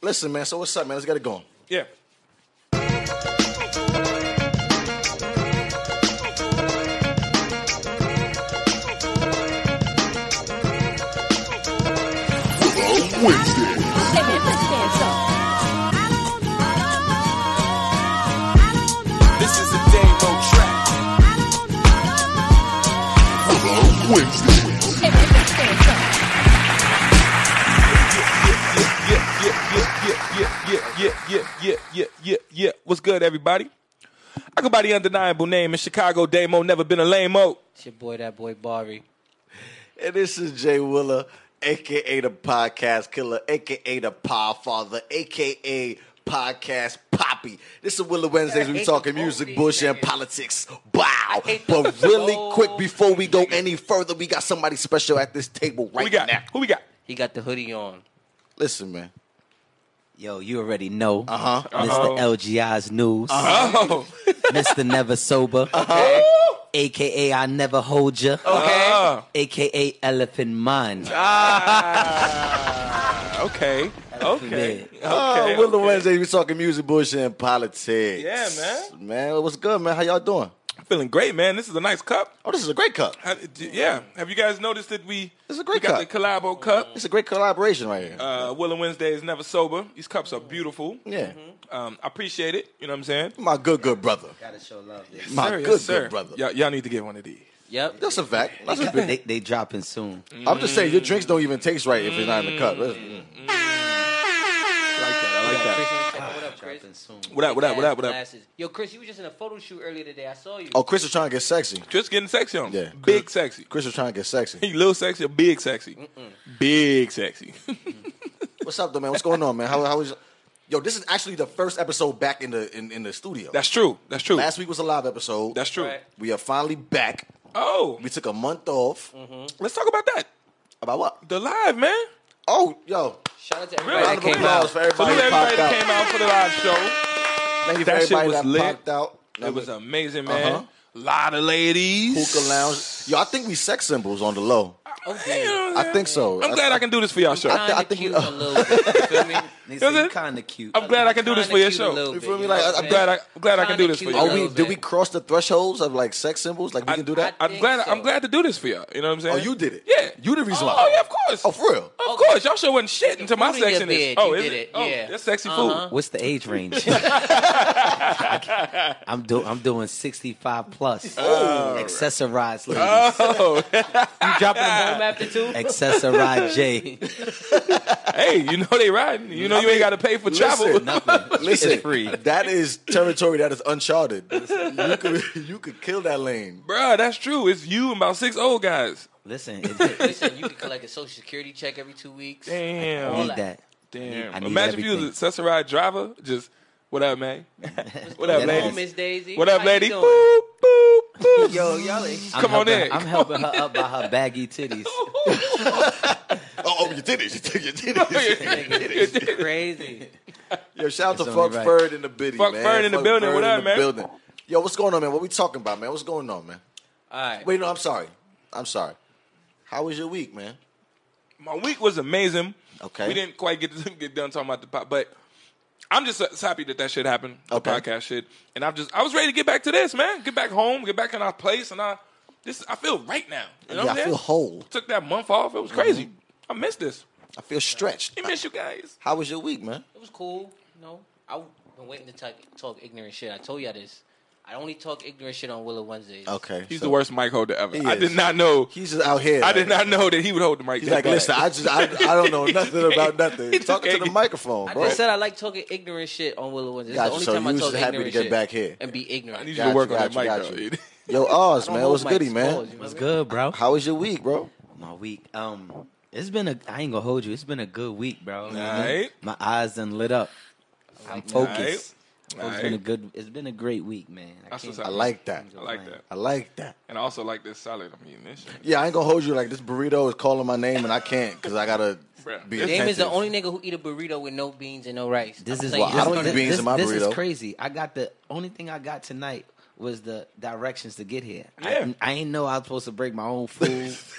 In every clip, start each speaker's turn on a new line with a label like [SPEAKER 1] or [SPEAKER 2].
[SPEAKER 1] Listen, man. So what's up, man? Let's get it going.
[SPEAKER 2] Yeah.
[SPEAKER 3] Okay, man, put your hands up.
[SPEAKER 4] This is a demo track.
[SPEAKER 3] Okay, man, put your hands up.
[SPEAKER 2] Yeah, yeah, yeah, yeah, yeah, yeah, yeah, yeah, yeah, yeah, yeah. What's good, everybody? I go by the undeniable name in Chicago Damo, never been a lame o.
[SPEAKER 5] It's your boy, that boy Bari.
[SPEAKER 1] And this is Jay Willa, aka the podcast killer, aka the podfather, aka podcast poppy. This is Willa Wednesdays. We
[SPEAKER 5] hate
[SPEAKER 1] talking
[SPEAKER 5] both
[SPEAKER 1] music,
[SPEAKER 5] these
[SPEAKER 1] bullshit, and
[SPEAKER 5] niggas.
[SPEAKER 1] politics. Wow.
[SPEAKER 5] hate
[SPEAKER 1] But
[SPEAKER 5] them
[SPEAKER 1] really
[SPEAKER 5] so
[SPEAKER 1] quick, before we go any further, we got somebody special at this table
[SPEAKER 2] Who
[SPEAKER 1] right
[SPEAKER 2] we got?
[SPEAKER 1] now.
[SPEAKER 2] Who we got?
[SPEAKER 5] He got the hoodie on.
[SPEAKER 1] Listen, man.
[SPEAKER 6] Yo, you already know.
[SPEAKER 1] Uh
[SPEAKER 5] Uh-huh.
[SPEAKER 1] huh.
[SPEAKER 2] Uh-oh.
[SPEAKER 6] Mr. LGI's News.
[SPEAKER 2] Oh,
[SPEAKER 6] Mr. Never Sober.
[SPEAKER 5] Uh-huh.
[SPEAKER 2] okay.
[SPEAKER 6] AKA I Never Hold Ya.
[SPEAKER 2] Ah,
[SPEAKER 6] AKA Elephant Mind.
[SPEAKER 2] okay. Okay. Okay.
[SPEAKER 1] Oh, Willa
[SPEAKER 2] okay.
[SPEAKER 1] Wednesdays. We talking music, bullshit, and politics.
[SPEAKER 2] Yeah, man.
[SPEAKER 1] Man, what's good, man? How y'all doing?
[SPEAKER 2] Feeling great, man. This is a nice cup.
[SPEAKER 1] Oh, this is a great cup.
[SPEAKER 2] Uh, d- Yeah. Have you guys noticed that we,
[SPEAKER 1] This is a
[SPEAKER 2] we
[SPEAKER 1] great
[SPEAKER 2] got the
[SPEAKER 1] cup.
[SPEAKER 2] Collabo cup?
[SPEAKER 1] It's a great collaboration right here.
[SPEAKER 2] Uh, Willow Wednesday is never sober. These cups are beautiful.
[SPEAKER 1] yeah.
[SPEAKER 2] Um, I appreciate it. You know what I'm saying?
[SPEAKER 1] My good, good brother.
[SPEAKER 6] Gotta show love. This.
[SPEAKER 1] My
[SPEAKER 2] Sir, yes,
[SPEAKER 1] good,
[SPEAKER 2] sir.
[SPEAKER 1] good brother.
[SPEAKER 2] Y'all- y'all need to get one of these.
[SPEAKER 5] Yep.
[SPEAKER 1] That's a fact. That's a
[SPEAKER 6] They, they dropping soon.
[SPEAKER 1] I'm
[SPEAKER 2] Mm.
[SPEAKER 1] just saying your drinks don't even taste right if it's not in the cup. That's- mm.
[SPEAKER 2] I like that. I like that.
[SPEAKER 5] What up, Chris?
[SPEAKER 6] Dropping soon.
[SPEAKER 2] What up? What up? What up? What up?
[SPEAKER 5] Glasses. Yo, Chris, you were just in a photo shoot earlier today. I saw you.
[SPEAKER 1] Oh, Chris was trying to get sexy.
[SPEAKER 2] Just getting sexy on.
[SPEAKER 1] Yeah.
[SPEAKER 2] Big sexy.
[SPEAKER 1] Chris was trying to get sexy.
[SPEAKER 2] He little sexy or big sexy? Big sexy.
[SPEAKER 1] What's up, though, man? What's going on, man? How, how is? Yo, this is actually the first episode back in the in, in the studio.
[SPEAKER 2] That's true. That's true.
[SPEAKER 1] Last week was a live episode.
[SPEAKER 2] That's true.
[SPEAKER 5] Right.
[SPEAKER 1] We are finally back.
[SPEAKER 2] Oh,
[SPEAKER 1] We took a month off.
[SPEAKER 2] let's talk about that.
[SPEAKER 1] About what?
[SPEAKER 2] The live, man.
[SPEAKER 1] Oh, yo!
[SPEAKER 5] Shout out to
[SPEAKER 2] Really?
[SPEAKER 5] everybody
[SPEAKER 1] Round
[SPEAKER 5] that
[SPEAKER 1] of
[SPEAKER 5] came
[SPEAKER 1] applause
[SPEAKER 5] out.
[SPEAKER 1] for
[SPEAKER 2] So
[SPEAKER 1] everybody, that popped
[SPEAKER 2] to everybody that
[SPEAKER 1] out.
[SPEAKER 2] came out for the live show.
[SPEAKER 1] Thank you for
[SPEAKER 2] That shit
[SPEAKER 1] everybody
[SPEAKER 2] was
[SPEAKER 1] that
[SPEAKER 2] lit.
[SPEAKER 1] popped out.
[SPEAKER 2] It was amazing, man.
[SPEAKER 1] Uh-huh.
[SPEAKER 2] lot of ladies.
[SPEAKER 1] hookah lounge. Yo, I think we sex symbols on the low.
[SPEAKER 2] You know what I'm
[SPEAKER 1] I
[SPEAKER 2] saying?
[SPEAKER 1] think so.
[SPEAKER 2] I'm glad I can do this for y'all show.
[SPEAKER 1] I thi- I
[SPEAKER 5] Kinda
[SPEAKER 1] think we-
[SPEAKER 5] cute a little bit. You feel me?
[SPEAKER 6] They
[SPEAKER 2] Is
[SPEAKER 6] say
[SPEAKER 2] it?
[SPEAKER 6] kinda cute.
[SPEAKER 2] I'm glad I can do this for your
[SPEAKER 5] Kinda cute a little
[SPEAKER 2] show.
[SPEAKER 5] bit,
[SPEAKER 1] feel me?
[SPEAKER 5] you know
[SPEAKER 1] Like,
[SPEAKER 5] what
[SPEAKER 1] I'm
[SPEAKER 5] saying?
[SPEAKER 2] glad I- I'm glad I can do
[SPEAKER 5] Kinda
[SPEAKER 2] this for
[SPEAKER 5] cute
[SPEAKER 2] you.
[SPEAKER 5] a
[SPEAKER 1] Are
[SPEAKER 2] Are
[SPEAKER 1] we?
[SPEAKER 5] little
[SPEAKER 1] Did we
[SPEAKER 5] bit.
[SPEAKER 1] cross the thresholds of like sex symbols? Like we
[SPEAKER 2] I-
[SPEAKER 1] can do that?
[SPEAKER 5] I
[SPEAKER 2] I'm
[SPEAKER 5] think
[SPEAKER 2] glad. I'm
[SPEAKER 5] so.
[SPEAKER 2] glad to do this for y'all. You know what I'm saying?
[SPEAKER 1] oh, you did it.
[SPEAKER 2] Yeah.
[SPEAKER 1] you the reason
[SPEAKER 2] Oh,
[SPEAKER 1] why.
[SPEAKER 2] yeah, of course.
[SPEAKER 1] Oh, for real.
[SPEAKER 2] Of course, y'all sure wasn't shit until my
[SPEAKER 5] Food in your
[SPEAKER 2] section is.
[SPEAKER 5] bed,
[SPEAKER 2] Oh,
[SPEAKER 5] you
[SPEAKER 2] is
[SPEAKER 5] did
[SPEAKER 2] it?
[SPEAKER 5] it,
[SPEAKER 2] Oh,
[SPEAKER 5] yeah.
[SPEAKER 2] that's sexy
[SPEAKER 5] Uh-huh.
[SPEAKER 2] food.
[SPEAKER 6] What's the age range? I'm do I'm doing 65 plus. Accessorized ladies.
[SPEAKER 5] Uh-huh.
[SPEAKER 2] Oh,
[SPEAKER 5] You dropping them home after two?
[SPEAKER 6] Accessorized J.
[SPEAKER 2] hey, you know they riding. You know you ain't got to pay for travel.
[SPEAKER 1] Listen,
[SPEAKER 6] Nothing.
[SPEAKER 1] Listen,
[SPEAKER 6] It's free.
[SPEAKER 1] that is territory that is uncharted. you could you could kill that lane.
[SPEAKER 2] Bruh, that's true. It's you and about six old guys.
[SPEAKER 6] Listen, it, it,
[SPEAKER 5] Listen, you can collect a social security check every two weeks.
[SPEAKER 6] I
[SPEAKER 2] Damn.
[SPEAKER 6] need that.
[SPEAKER 2] Damn.
[SPEAKER 6] I need
[SPEAKER 2] Imagine if you was an
[SPEAKER 6] everything.
[SPEAKER 2] accessorized driver. Just, what up, man? what up,
[SPEAKER 6] going
[SPEAKER 5] Hello,
[SPEAKER 6] on,
[SPEAKER 2] ladies?
[SPEAKER 5] Miss Daisy.
[SPEAKER 2] What up,
[SPEAKER 5] How you
[SPEAKER 2] lady?
[SPEAKER 5] doing?
[SPEAKER 2] Boop, boop, boop.
[SPEAKER 5] Yo, y'all.
[SPEAKER 6] I'm
[SPEAKER 2] Come on
[SPEAKER 6] helping-
[SPEAKER 2] in.
[SPEAKER 6] I'm helping her up by her baggy titties.
[SPEAKER 1] Oh, oh you did it. You took your
[SPEAKER 2] Oh,
[SPEAKER 1] titties.
[SPEAKER 5] Nigga, crazy.
[SPEAKER 1] Yo, shout out to
[SPEAKER 6] It's
[SPEAKER 1] Fuck
[SPEAKER 6] only right.
[SPEAKER 1] Ferd in the biddy,
[SPEAKER 2] Fuck
[SPEAKER 1] man.
[SPEAKER 2] Ferd in the building.
[SPEAKER 1] Ferd
[SPEAKER 2] What
[SPEAKER 1] in
[SPEAKER 2] up,
[SPEAKER 1] the
[SPEAKER 2] man?
[SPEAKER 1] Building. Yo, what's going on, man? What we talking about, man? What's going on, man?
[SPEAKER 5] All right.
[SPEAKER 1] Wait, no, I'm sorry. I'm sorry. How was your week, man?
[SPEAKER 2] My week was amazing.
[SPEAKER 1] Okay.
[SPEAKER 2] We didn't quite get to get done talking about the pop, but I'm just so- so happy that that shit happened. The
[SPEAKER 1] Okay.
[SPEAKER 2] podcast shit, and I'm just I was ready to get back to this, man. Get back home, get back in our place, and I this I feel right now. You
[SPEAKER 1] yeah,
[SPEAKER 2] know what I'm
[SPEAKER 1] I
[SPEAKER 2] saying?
[SPEAKER 1] feel whole.
[SPEAKER 2] Took that month off. It was crazy. I missed this.
[SPEAKER 1] I feel stretched.
[SPEAKER 2] I miss you guys.
[SPEAKER 1] How was your week, man?
[SPEAKER 5] It was cool. You know, I've been waiting to talk, talk ignorant shit. I told y'all this. I only talk ignorant shit on Willow Wednesdays.
[SPEAKER 1] Okay.
[SPEAKER 2] He's
[SPEAKER 1] so-
[SPEAKER 2] the worst mic holder ever.
[SPEAKER 1] He
[SPEAKER 2] I
[SPEAKER 1] is.
[SPEAKER 2] did not know.
[SPEAKER 1] He's just out here.
[SPEAKER 2] I
[SPEAKER 1] like-
[SPEAKER 2] did not know that he would hold the mic.
[SPEAKER 1] He's
[SPEAKER 2] that
[SPEAKER 1] like,
[SPEAKER 2] bad.
[SPEAKER 1] listen, I just, I, I don't know nothing about nothing.
[SPEAKER 2] He just
[SPEAKER 1] Talking to
[SPEAKER 2] can't
[SPEAKER 1] the
[SPEAKER 2] get-
[SPEAKER 1] microphone,
[SPEAKER 5] I
[SPEAKER 1] bro.
[SPEAKER 5] just said I like talking ignorant shit on Willow Wednesdays. It's
[SPEAKER 1] Gotcha,
[SPEAKER 5] the only
[SPEAKER 1] so
[SPEAKER 5] time
[SPEAKER 1] you
[SPEAKER 5] I
[SPEAKER 1] was
[SPEAKER 5] talk
[SPEAKER 1] just happy to
[SPEAKER 5] ignorant
[SPEAKER 1] get
[SPEAKER 5] shit
[SPEAKER 1] back here.
[SPEAKER 5] and be ignorant.
[SPEAKER 2] I need you
[SPEAKER 1] Gotcha,
[SPEAKER 2] to work on
[SPEAKER 1] gotcha,
[SPEAKER 2] that
[SPEAKER 1] gotcha.
[SPEAKER 2] mic.
[SPEAKER 1] Yo,
[SPEAKER 2] though.
[SPEAKER 1] Oz,
[SPEAKER 5] I don't
[SPEAKER 1] man,
[SPEAKER 5] hold
[SPEAKER 1] what's
[SPEAKER 5] mics
[SPEAKER 1] goody, man?
[SPEAKER 5] closed, you
[SPEAKER 6] It's
[SPEAKER 5] know
[SPEAKER 6] good, bro.
[SPEAKER 1] How was your week, bro?
[SPEAKER 6] My week. Um, it's been a. I ain't gonna hold you. It's been a good week, bro.
[SPEAKER 2] Alright.
[SPEAKER 6] My eyes done lit up. I'm focused. It's been a
[SPEAKER 2] Alright.
[SPEAKER 6] good. It's been a great week, man. I
[SPEAKER 2] That's
[SPEAKER 6] can't-
[SPEAKER 2] what's up.
[SPEAKER 1] I like that.
[SPEAKER 2] I like that.
[SPEAKER 1] I like that.
[SPEAKER 2] And I also like this salad. I'm eating this shit.
[SPEAKER 1] Yeah, I ain't gonna hold you like this burrito is calling my name and I can't because I gotta
[SPEAKER 2] Bruh.
[SPEAKER 1] be
[SPEAKER 2] This-
[SPEAKER 1] attentive.
[SPEAKER 5] Dame is the only nigga who eat a burrito with no beans and no rice.
[SPEAKER 6] This
[SPEAKER 5] I'm
[SPEAKER 6] is.
[SPEAKER 5] saying
[SPEAKER 1] Well, I
[SPEAKER 6] this,
[SPEAKER 1] don't
[SPEAKER 6] this,
[SPEAKER 1] eat beans
[SPEAKER 6] this-
[SPEAKER 1] in my
[SPEAKER 6] this
[SPEAKER 1] burrito.
[SPEAKER 6] is crazy. I got the only thing I got tonight was the directions to get here.
[SPEAKER 2] Yeah.
[SPEAKER 6] I, I ain't know I was supposed to break my own food.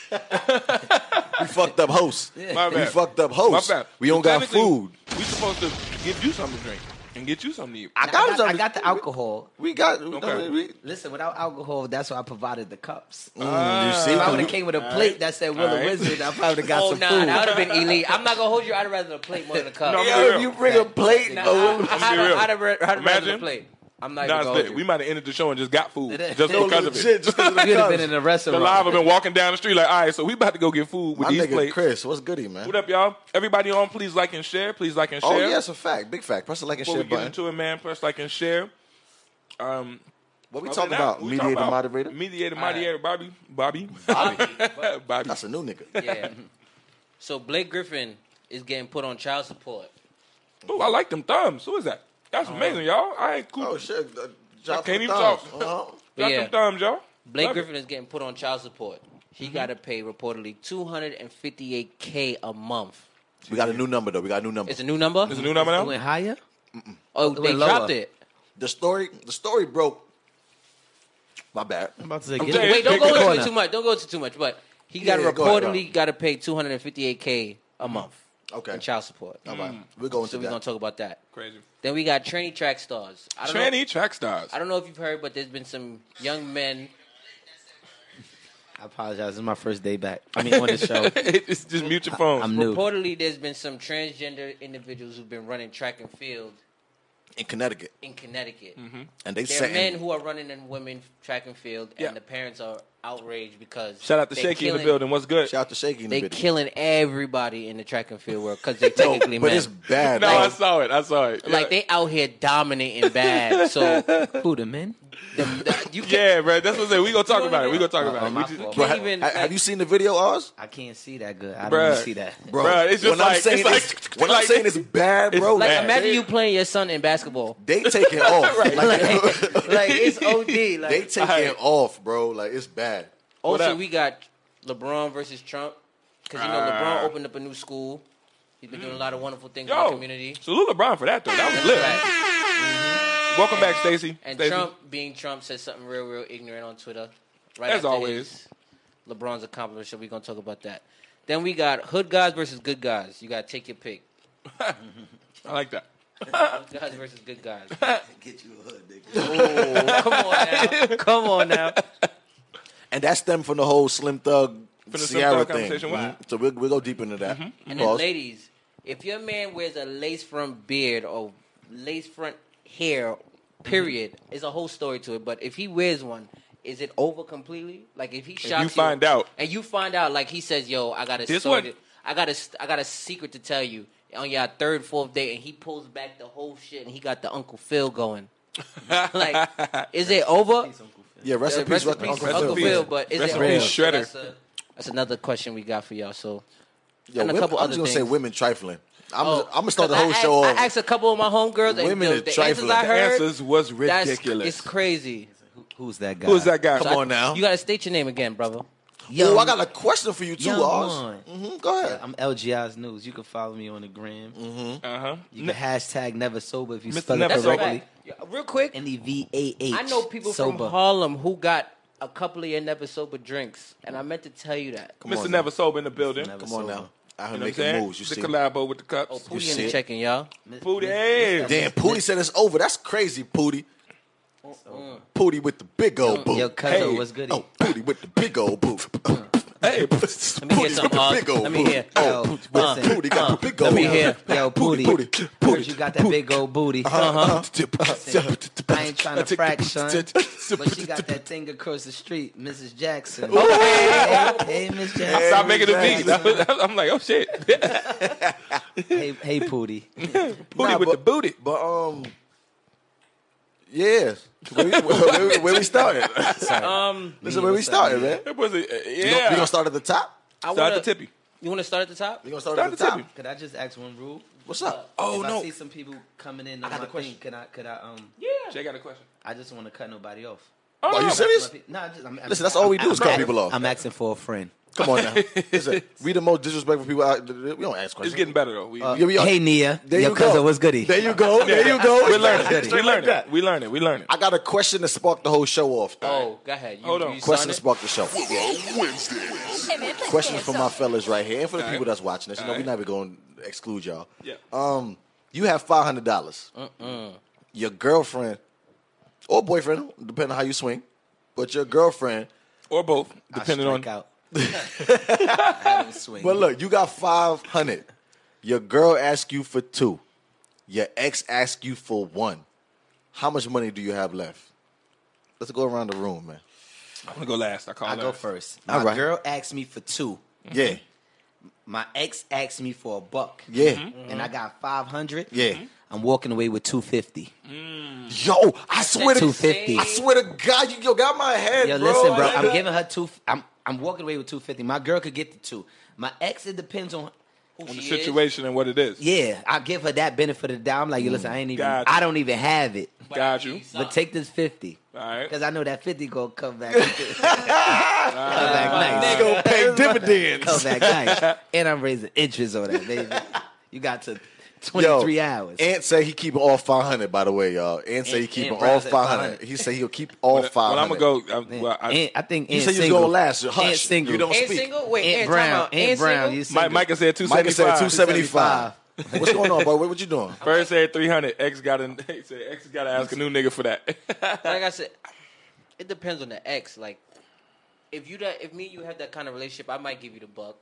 [SPEAKER 1] We fucked up host.
[SPEAKER 6] Yeah.
[SPEAKER 2] My
[SPEAKER 1] We
[SPEAKER 2] bad.
[SPEAKER 1] fucked up host.
[SPEAKER 2] My bad.
[SPEAKER 1] We don't got
[SPEAKER 2] Technically-
[SPEAKER 1] food.
[SPEAKER 2] We supposed to give you something to drink and get you something to eat.
[SPEAKER 1] I
[SPEAKER 6] I
[SPEAKER 1] got,
[SPEAKER 6] got,
[SPEAKER 1] something.
[SPEAKER 6] I got the alcohol.
[SPEAKER 1] We got.
[SPEAKER 2] Okay.
[SPEAKER 1] we-
[SPEAKER 6] Listen, without alcohol, that's why I provided the cups.
[SPEAKER 2] Uh,
[SPEAKER 6] If
[SPEAKER 1] you see,
[SPEAKER 6] I
[SPEAKER 1] cause
[SPEAKER 6] would have
[SPEAKER 1] we-
[SPEAKER 6] came with a plate that said Willow
[SPEAKER 2] Alright.
[SPEAKER 6] Wizard, I probably got
[SPEAKER 5] Oh
[SPEAKER 6] some
[SPEAKER 5] nah,
[SPEAKER 6] food.
[SPEAKER 5] that would have been elite. I'm not gonna hold you. I'd rather the plate more than the cup.
[SPEAKER 2] No,
[SPEAKER 5] Nah,
[SPEAKER 2] I'm
[SPEAKER 1] Yo, if you bring a plate,
[SPEAKER 5] I-
[SPEAKER 1] oh,
[SPEAKER 5] I-
[SPEAKER 2] Be real.
[SPEAKER 5] I'd, I'd, rather- I'd rather the
[SPEAKER 2] Imagine.
[SPEAKER 5] plate. I'm not
[SPEAKER 2] Nah,
[SPEAKER 5] even
[SPEAKER 2] it's
[SPEAKER 5] gonna
[SPEAKER 2] lit.
[SPEAKER 5] hold
[SPEAKER 2] we
[SPEAKER 5] you.
[SPEAKER 2] might have ended the show and just got food
[SPEAKER 6] It is.
[SPEAKER 2] just because of it.
[SPEAKER 1] legit, just 'cause of the
[SPEAKER 6] You'd have
[SPEAKER 1] cubs.
[SPEAKER 6] been in a
[SPEAKER 2] The
[SPEAKER 6] restaurant.
[SPEAKER 2] live have been walking down the street like, all right, so we about to go get food with
[SPEAKER 1] My
[SPEAKER 2] these
[SPEAKER 1] nigga
[SPEAKER 2] plates.
[SPEAKER 1] Chris, what's goody, man?
[SPEAKER 2] What up, y'all? Everybody on, please like and share. Please like and share.
[SPEAKER 1] oh, yeah, it's a fact. Big fact. Press the like and
[SPEAKER 2] Before
[SPEAKER 1] share
[SPEAKER 2] we get
[SPEAKER 1] button.
[SPEAKER 2] into it, man, press like and share. Um,
[SPEAKER 1] What we
[SPEAKER 2] other
[SPEAKER 1] talking
[SPEAKER 2] than that,
[SPEAKER 1] about?
[SPEAKER 2] we
[SPEAKER 1] Mediator,
[SPEAKER 2] talking about
[SPEAKER 1] moderator?
[SPEAKER 2] Mediator,
[SPEAKER 5] All right.
[SPEAKER 2] moderator, Bobby. Bobby.
[SPEAKER 5] Bobby.
[SPEAKER 2] Bobby.
[SPEAKER 1] That's a new nigga.
[SPEAKER 5] Yeah. So Blake Griffin is getting put on child support.
[SPEAKER 2] Ooh, I like them thumbs. Who is that? That's amazing, y'all. I ain't cool.
[SPEAKER 1] Oh, shit. Uh, Jonathan
[SPEAKER 2] can't even
[SPEAKER 1] Thomas.
[SPEAKER 2] talk.
[SPEAKER 1] Uh-huh.
[SPEAKER 2] Got
[SPEAKER 5] Yeah.
[SPEAKER 2] them thumbs, y'all.
[SPEAKER 5] Blake
[SPEAKER 2] Love it. Mm-hmm.
[SPEAKER 5] Griffin is getting put on child support. He got to pay reportedly 258k a month.
[SPEAKER 1] We got a new number, though. We got a new number.
[SPEAKER 5] It's a new number.
[SPEAKER 2] It's a new number
[SPEAKER 6] It
[SPEAKER 2] now.
[SPEAKER 6] went higher?
[SPEAKER 5] oh,
[SPEAKER 6] it
[SPEAKER 5] they
[SPEAKER 6] went lower.
[SPEAKER 5] dropped it.
[SPEAKER 1] The story the story broke. My bad.
[SPEAKER 6] I'm about to say,
[SPEAKER 2] I'm
[SPEAKER 6] get
[SPEAKER 2] saying,
[SPEAKER 6] it-
[SPEAKER 5] Wait, don't
[SPEAKER 2] Pick the
[SPEAKER 5] go into
[SPEAKER 6] corner.
[SPEAKER 5] it too much. Don't go into it too much. But he got to
[SPEAKER 1] Yeah, go ahead,
[SPEAKER 5] reportedly got to pay 258k a month
[SPEAKER 1] Okay.
[SPEAKER 5] in child support.
[SPEAKER 1] All right. We're going
[SPEAKER 5] Mm. So
[SPEAKER 1] to
[SPEAKER 5] we're gonna
[SPEAKER 1] that.
[SPEAKER 5] talk about that.
[SPEAKER 2] Crazy.
[SPEAKER 5] Then we got tranny track stars. I don't Know,
[SPEAKER 2] Tranny track stars.
[SPEAKER 5] I don't know if you've heard, but there's been some young men.
[SPEAKER 6] I apologize. This is my first day back. I mean, on the show.
[SPEAKER 2] it's just mute your phone.
[SPEAKER 6] I'm new.
[SPEAKER 5] Reportedly, there's been some transgender individuals who've been running track and field
[SPEAKER 1] In Connecticut.
[SPEAKER 5] in Connecticut.
[SPEAKER 2] Mm-hmm.
[SPEAKER 1] And they
[SPEAKER 5] There are
[SPEAKER 1] said
[SPEAKER 5] men who are running in women track and field, and
[SPEAKER 2] Yeah.
[SPEAKER 5] the parents are outraged because
[SPEAKER 2] Shout out to
[SPEAKER 5] they're
[SPEAKER 2] Shaky in the
[SPEAKER 5] killing-
[SPEAKER 2] building. What's good?
[SPEAKER 1] Shout out to Shaky in the
[SPEAKER 5] They
[SPEAKER 1] video.
[SPEAKER 5] killing everybody in the track and field world because they technically
[SPEAKER 1] But
[SPEAKER 5] men.
[SPEAKER 1] it's bad.
[SPEAKER 2] no,
[SPEAKER 1] though.
[SPEAKER 2] I saw it. I saw it.
[SPEAKER 5] Like they out here dominating bad. So the,
[SPEAKER 6] Who, the men?
[SPEAKER 5] the, you can't,
[SPEAKER 2] Yeah, bro. That's what I'm saying. We gonna talk about it. We gonna talk about it.
[SPEAKER 6] my
[SPEAKER 2] We just-
[SPEAKER 6] fault.
[SPEAKER 1] Bro,
[SPEAKER 5] can't
[SPEAKER 1] ha-
[SPEAKER 5] even,
[SPEAKER 1] ha-
[SPEAKER 5] like-
[SPEAKER 1] have you seen the video, Oz?
[SPEAKER 6] I can't see that good. I
[SPEAKER 2] Bruh.
[SPEAKER 6] don't even see that.
[SPEAKER 1] Bro,
[SPEAKER 2] Bruh, it's just
[SPEAKER 1] when
[SPEAKER 2] like-
[SPEAKER 1] I'm saying
[SPEAKER 2] it's like-
[SPEAKER 1] it's- when
[SPEAKER 2] like-
[SPEAKER 1] I'm saying it's bad,
[SPEAKER 2] it's
[SPEAKER 1] bro.
[SPEAKER 5] like
[SPEAKER 2] bad.
[SPEAKER 5] imagine you playing your son in basketball.
[SPEAKER 1] They taking off. like,
[SPEAKER 5] Like it's OD. Like
[SPEAKER 1] they taking
[SPEAKER 2] Alright.
[SPEAKER 1] off, bro. Like it's bad.
[SPEAKER 2] What
[SPEAKER 5] also
[SPEAKER 2] up?
[SPEAKER 5] we got LeBron versus Trump because you know LeBron
[SPEAKER 2] Ah.
[SPEAKER 5] opened up a new school. He's been doing a lot of wonderful things in the
[SPEAKER 2] Yo,
[SPEAKER 5] community.
[SPEAKER 2] salute LeBron for that though. That was lit.
[SPEAKER 5] Right.
[SPEAKER 2] Welcome back, Stacy.
[SPEAKER 5] And
[SPEAKER 2] Stacey.
[SPEAKER 5] Trump, being Trump, said something real, real ignorant on Twitter. Right
[SPEAKER 2] As
[SPEAKER 5] after
[SPEAKER 2] always.
[SPEAKER 5] his- LeBron's accomplishment. So we're gonna talk about that. Then we got hood guys versus good guys. You gotta take your pick.
[SPEAKER 2] I like that.
[SPEAKER 5] Hood guys versus good guys.
[SPEAKER 1] Get you a hood, nigga.
[SPEAKER 5] Come on now. Come on now.
[SPEAKER 1] And that stemmed from the whole Slim Thug
[SPEAKER 2] the Slim
[SPEAKER 1] Sierra
[SPEAKER 2] Thug
[SPEAKER 1] thing.
[SPEAKER 2] conversation, wow.
[SPEAKER 1] Mhm. So we'll, we'll go deep into that.
[SPEAKER 5] Mm-hmm. And then,
[SPEAKER 1] Pause.
[SPEAKER 5] ladies, if your man wears a lace front beard or lace front hair, period,
[SPEAKER 2] Mm-hmm.
[SPEAKER 5] it's a whole story to it. But if he wears one, is it over completely? Like if he shocks
[SPEAKER 2] you find out.
[SPEAKER 5] and you find out, like he says, "Yo, I got a
[SPEAKER 2] This
[SPEAKER 5] story.
[SPEAKER 2] one-
[SPEAKER 5] to- I got a, st- I got a secret to tell you." On your third, fourth date, and he pulls back the whole shit, and he got the Uncle Phil going. like, is it over?
[SPEAKER 1] yeah, rest in peace,
[SPEAKER 5] Rest in peace, Uncle Phil. But is
[SPEAKER 2] Rest
[SPEAKER 5] it
[SPEAKER 2] in
[SPEAKER 5] over?
[SPEAKER 2] peace,
[SPEAKER 5] So
[SPEAKER 2] Shredder.
[SPEAKER 5] That's, a- that's another question we got for y'all. So
[SPEAKER 1] Yo,
[SPEAKER 5] and a
[SPEAKER 1] women-
[SPEAKER 5] couple
[SPEAKER 1] I'm
[SPEAKER 5] other
[SPEAKER 1] just gonna say
[SPEAKER 5] things.
[SPEAKER 1] women trifling. I'm,
[SPEAKER 5] Oh,
[SPEAKER 1] I'm gonna start the
[SPEAKER 5] 'cause I
[SPEAKER 1] whole
[SPEAKER 5] asked-
[SPEAKER 1] show off.
[SPEAKER 5] I asked a couple of my homegirls, and
[SPEAKER 1] Women
[SPEAKER 5] the,
[SPEAKER 1] is
[SPEAKER 5] the
[SPEAKER 1] trifling.
[SPEAKER 5] answers I
[SPEAKER 1] The
[SPEAKER 2] The
[SPEAKER 5] heard,
[SPEAKER 2] answers was
[SPEAKER 5] that's-
[SPEAKER 2] ridiculous.
[SPEAKER 5] It's crazy.
[SPEAKER 6] Who- Who's that guy?
[SPEAKER 2] Who is that guy?
[SPEAKER 1] Come on now.
[SPEAKER 5] You gotta state your name again, brother.
[SPEAKER 1] Yo, I got a question for you too,
[SPEAKER 6] Young
[SPEAKER 1] Oz.
[SPEAKER 6] one.
[SPEAKER 1] hmm go ahead.
[SPEAKER 6] I'm LGI's News. You can follow me on the gram.
[SPEAKER 2] Uh huh.
[SPEAKER 6] You can hashtag never sober if you
[SPEAKER 2] Mr.
[SPEAKER 6] spell it
[SPEAKER 2] Never
[SPEAKER 5] That's
[SPEAKER 2] Sober.
[SPEAKER 5] a
[SPEAKER 6] correctly.
[SPEAKER 5] fact. Yeah, Real quick,
[SPEAKER 6] N E V A H.
[SPEAKER 5] I know people
[SPEAKER 6] sober.
[SPEAKER 5] from Harlem who got a couple of your never sober drinks, and I meant to tell you that.
[SPEAKER 1] Come
[SPEAKER 2] Mr.
[SPEAKER 1] on
[SPEAKER 2] Never Sober in the building.
[SPEAKER 6] Never
[SPEAKER 1] Come on
[SPEAKER 6] sober.
[SPEAKER 1] now. I am
[SPEAKER 2] You know what I'm
[SPEAKER 1] making
[SPEAKER 2] saying?
[SPEAKER 1] moves. You
[SPEAKER 2] the
[SPEAKER 1] see.
[SPEAKER 2] collabo with the cups.
[SPEAKER 5] Oh,
[SPEAKER 1] You
[SPEAKER 5] Pootie in
[SPEAKER 1] see
[SPEAKER 5] the
[SPEAKER 1] it?
[SPEAKER 5] checking, y'all.
[SPEAKER 6] Miss-
[SPEAKER 2] Booty.
[SPEAKER 6] Miss- Miss-
[SPEAKER 1] Damn, Pootie said it's over. That's crazy, Pootie. Pootie with the big old boot.
[SPEAKER 6] Yo, cousin,
[SPEAKER 2] Hey.
[SPEAKER 6] what's good?
[SPEAKER 1] Oh, Pootie with the big old boot.
[SPEAKER 2] Hey,
[SPEAKER 5] Let me hear
[SPEAKER 1] Pootie
[SPEAKER 5] some.
[SPEAKER 1] with the big
[SPEAKER 5] Uh,
[SPEAKER 1] old
[SPEAKER 5] let me
[SPEAKER 1] boot.
[SPEAKER 5] hear.
[SPEAKER 6] Yo,
[SPEAKER 1] Oh,
[SPEAKER 6] listen. uh,
[SPEAKER 1] Pootie got the big old
[SPEAKER 5] Let me
[SPEAKER 1] boot.
[SPEAKER 5] hear.
[SPEAKER 6] Yo, Pootie.
[SPEAKER 1] Pootie,
[SPEAKER 6] Heard
[SPEAKER 1] Pootie,
[SPEAKER 6] you got that big old booty.
[SPEAKER 1] Uh-huh.
[SPEAKER 6] I ain't trying to frack, son. But she got that thing across the street, Mrs. Jackson. Hey, hey, Miss Jackson.
[SPEAKER 2] Stop making the beats.
[SPEAKER 6] Jackson.
[SPEAKER 2] I'm like, oh shit.
[SPEAKER 6] Hey, hey, Pootie.
[SPEAKER 2] Booty with
[SPEAKER 1] but-
[SPEAKER 2] the booty.
[SPEAKER 1] But um, yeah, where we, where we- where we started.
[SPEAKER 5] Um,
[SPEAKER 1] This is where we started, man.
[SPEAKER 2] It was a, uh, yeah.
[SPEAKER 1] You know, we gonna start at the top.
[SPEAKER 5] I
[SPEAKER 2] Start
[SPEAKER 5] wanna,
[SPEAKER 2] the tippy.
[SPEAKER 5] You want to start at the top?
[SPEAKER 1] We gonna start,
[SPEAKER 2] Start
[SPEAKER 1] at the,
[SPEAKER 2] the
[SPEAKER 1] top.
[SPEAKER 2] tippy.
[SPEAKER 6] Could I just ask one rule?
[SPEAKER 1] What's up?
[SPEAKER 2] Oh
[SPEAKER 6] if I
[SPEAKER 2] no.
[SPEAKER 6] see some people coming in on
[SPEAKER 5] got
[SPEAKER 6] my
[SPEAKER 5] the question.
[SPEAKER 6] thing, could I? Could I? Um,
[SPEAKER 2] Jay got a question.
[SPEAKER 6] I just want to cut nobody off.
[SPEAKER 2] Oh,
[SPEAKER 1] Are you
[SPEAKER 2] no.
[SPEAKER 1] serious?
[SPEAKER 6] My pe- Nah, I just, I'm, I'm-
[SPEAKER 1] Listen, that's all we
[SPEAKER 6] I'm-
[SPEAKER 1] do is
[SPEAKER 6] I'm
[SPEAKER 1] cut
[SPEAKER 6] act-
[SPEAKER 1] people off.
[SPEAKER 6] I'm asking for a friend.
[SPEAKER 1] Come on now. Listen, we the most disrespectful people out. We don't ask questions.
[SPEAKER 2] It's getting better though. We,
[SPEAKER 1] Yeah, we are-
[SPEAKER 6] Uh, hey, Nia.
[SPEAKER 1] There
[SPEAKER 6] your
[SPEAKER 1] you
[SPEAKER 6] cousin
[SPEAKER 1] go.
[SPEAKER 6] was goody.
[SPEAKER 1] There you go. There you go.
[SPEAKER 2] we learning. We
[SPEAKER 1] Straight like
[SPEAKER 2] learning.
[SPEAKER 1] that.
[SPEAKER 2] We learning. We learning.
[SPEAKER 1] I got a question to spark the whole show off.
[SPEAKER 5] Oh, go ahead. You,
[SPEAKER 2] Hold on.
[SPEAKER 5] You
[SPEAKER 1] question to
[SPEAKER 5] question
[SPEAKER 1] spark the show.
[SPEAKER 3] Hey, man, play
[SPEAKER 1] Questions for my
[SPEAKER 3] yourself.
[SPEAKER 1] fellas right here and for the
[SPEAKER 2] Alright.
[SPEAKER 1] people that's watching this. You know, we're
[SPEAKER 2] Alright.
[SPEAKER 1] not even going to exclude y'all.
[SPEAKER 2] Yeah.
[SPEAKER 1] Um, You have five hundred dollars. Your girlfriend or boyfriend, depending on how you swing, but your girlfriend.
[SPEAKER 2] or both, depending
[SPEAKER 6] I
[SPEAKER 2] on.
[SPEAKER 6] strike out. I don't swing.
[SPEAKER 1] But look, you got five hundred. Your girl asks you for two. Your ex asks you for one. How much money do you have left? Let's go around the room, man.
[SPEAKER 2] I'm gonna go last. I call
[SPEAKER 6] I
[SPEAKER 2] last.
[SPEAKER 6] go first.
[SPEAKER 1] All
[SPEAKER 6] My
[SPEAKER 1] right.
[SPEAKER 6] girl asked me for two.
[SPEAKER 1] Yeah,
[SPEAKER 2] Mm-hmm.
[SPEAKER 6] My ex asked me for a buck.
[SPEAKER 1] yeah,
[SPEAKER 2] Mm-hmm.
[SPEAKER 6] And I got five hundred.
[SPEAKER 1] yeah.
[SPEAKER 6] I'm walking away with two fifty.
[SPEAKER 1] Yo, I swear to
[SPEAKER 6] 250.
[SPEAKER 1] I swear to God, you yo got my head,
[SPEAKER 6] Yo,
[SPEAKER 1] bro.
[SPEAKER 6] listen, bro.
[SPEAKER 1] Like
[SPEAKER 6] I'm
[SPEAKER 1] that.
[SPEAKER 6] giving her two. I'm I'm walking away with two fifty. My girl could get the two. My ex, it depends on.
[SPEAKER 2] on the
[SPEAKER 5] She is.
[SPEAKER 2] situation and what it is.
[SPEAKER 6] Yeah, I give her that benefit of the doubt. I'm like, yo, listen, I ain't even.
[SPEAKER 2] Gotcha.
[SPEAKER 6] I don't even have it.
[SPEAKER 2] Got you.
[SPEAKER 6] But take this fifty.
[SPEAKER 2] All right.
[SPEAKER 6] Because I know that 50 gonna come back. come back nice.
[SPEAKER 1] They gonna pay
[SPEAKER 6] Come
[SPEAKER 1] dividends.
[SPEAKER 6] back nice. And I'm raising interest on that, baby. You got to 23 hours.
[SPEAKER 1] Ant said he keeping all five hundred. By the way, y'all. Ant said he
[SPEAKER 6] Ant-
[SPEAKER 1] keeping
[SPEAKER 6] Ant
[SPEAKER 1] all
[SPEAKER 6] Brown said
[SPEAKER 1] five hundred.
[SPEAKER 6] 500.
[SPEAKER 1] He said he'll keep all five
[SPEAKER 2] uh, Well, I'm
[SPEAKER 1] hundred.
[SPEAKER 2] gonna go. I,
[SPEAKER 6] And-
[SPEAKER 2] well, I,
[SPEAKER 6] and I think
[SPEAKER 1] You
[SPEAKER 6] Ant
[SPEAKER 1] said you was
[SPEAKER 6] single.
[SPEAKER 1] going last.
[SPEAKER 6] Ant
[SPEAKER 1] Hush.
[SPEAKER 6] single.
[SPEAKER 1] You don't
[SPEAKER 5] And
[SPEAKER 1] speak.
[SPEAKER 5] single? Wait,
[SPEAKER 6] Ant
[SPEAKER 5] and
[SPEAKER 6] Brown.
[SPEAKER 5] time out.
[SPEAKER 6] Ant Brown. You
[SPEAKER 5] single?
[SPEAKER 2] Mike,
[SPEAKER 6] single.
[SPEAKER 2] Micah said two seventy
[SPEAKER 1] Micah said two
[SPEAKER 2] five.
[SPEAKER 1] seventy five. What's going on, bro? What, what you doing?
[SPEAKER 2] First said three hundred. X got a. He said X got to ask a new nigga for that.
[SPEAKER 5] Like I said, it depends on the ex. Like, if you that if me and you have that kind of relationship, I might give you the buck.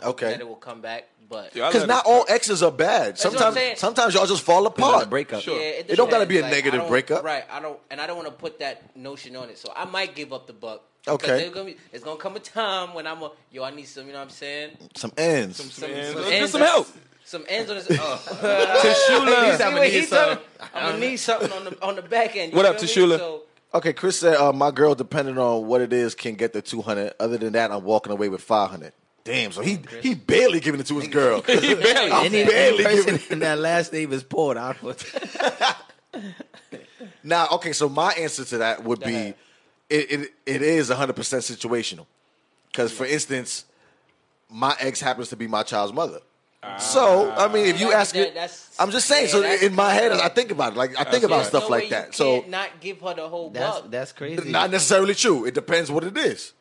[SPEAKER 5] That
[SPEAKER 1] Okay.
[SPEAKER 5] it will come back, but
[SPEAKER 2] Yo, I
[SPEAKER 1] Because
[SPEAKER 2] let
[SPEAKER 1] not
[SPEAKER 2] it-
[SPEAKER 1] all exes are bad.
[SPEAKER 5] what I'm saying.
[SPEAKER 1] Sometimes, sometimes y'all just fall apart.
[SPEAKER 6] breakup.
[SPEAKER 2] Sure.
[SPEAKER 5] Yeah,
[SPEAKER 1] It don't gotta
[SPEAKER 5] depends.
[SPEAKER 1] be a
[SPEAKER 5] Like,
[SPEAKER 1] negative
[SPEAKER 5] I don't-
[SPEAKER 1] breakup.
[SPEAKER 5] right? I don't, and I don't want to put that notion on it. So I might give up the buck.
[SPEAKER 1] Okay.
[SPEAKER 5] Because gonna be, it's gonna come a time when I'm a yo. I need some. You know what I'm saying?
[SPEAKER 1] Some ends.
[SPEAKER 5] Some,
[SPEAKER 2] Man,
[SPEAKER 5] some
[SPEAKER 2] let's get
[SPEAKER 5] ends
[SPEAKER 2] some
[SPEAKER 5] on-
[SPEAKER 2] help.
[SPEAKER 5] Some ends on this. Oh.
[SPEAKER 2] Tashula.
[SPEAKER 5] I'm gonna need something. I'm gonna need something on the on the back end. you
[SPEAKER 2] What up,
[SPEAKER 5] feel me?
[SPEAKER 2] Tashula?
[SPEAKER 5] So,
[SPEAKER 1] Okay, Chris said uh, my girl, depending on what it is, can get the two hundred. Other than that, I'm walking away with five hundred. Damn, so he he barely giving it to his girl.
[SPEAKER 6] I'm any,
[SPEAKER 1] barely
[SPEAKER 6] any person
[SPEAKER 1] giving-
[SPEAKER 6] in that last name is Porter. I don't know.
[SPEAKER 1] now, okay, so my answer to that would be, it it, it is hundred percent situational. Because for instance, my ex happens to be my child's mother. So I mean, if you
[SPEAKER 5] Ah. That-
[SPEAKER 1] ask
[SPEAKER 5] that-
[SPEAKER 1] it,
[SPEAKER 5] that's-
[SPEAKER 1] I'm just saying.
[SPEAKER 5] yeah,
[SPEAKER 1] so
[SPEAKER 5] that's-
[SPEAKER 1] in my head, I think about it. Like I think about
[SPEAKER 5] there's
[SPEAKER 1] stuff
[SPEAKER 5] no way
[SPEAKER 1] like
[SPEAKER 5] you
[SPEAKER 1] that. So
[SPEAKER 5] can't not give her the whole
[SPEAKER 6] That's
[SPEAKER 5] buck.
[SPEAKER 6] that's crazy.
[SPEAKER 1] Not necessarily true. It depends what it is.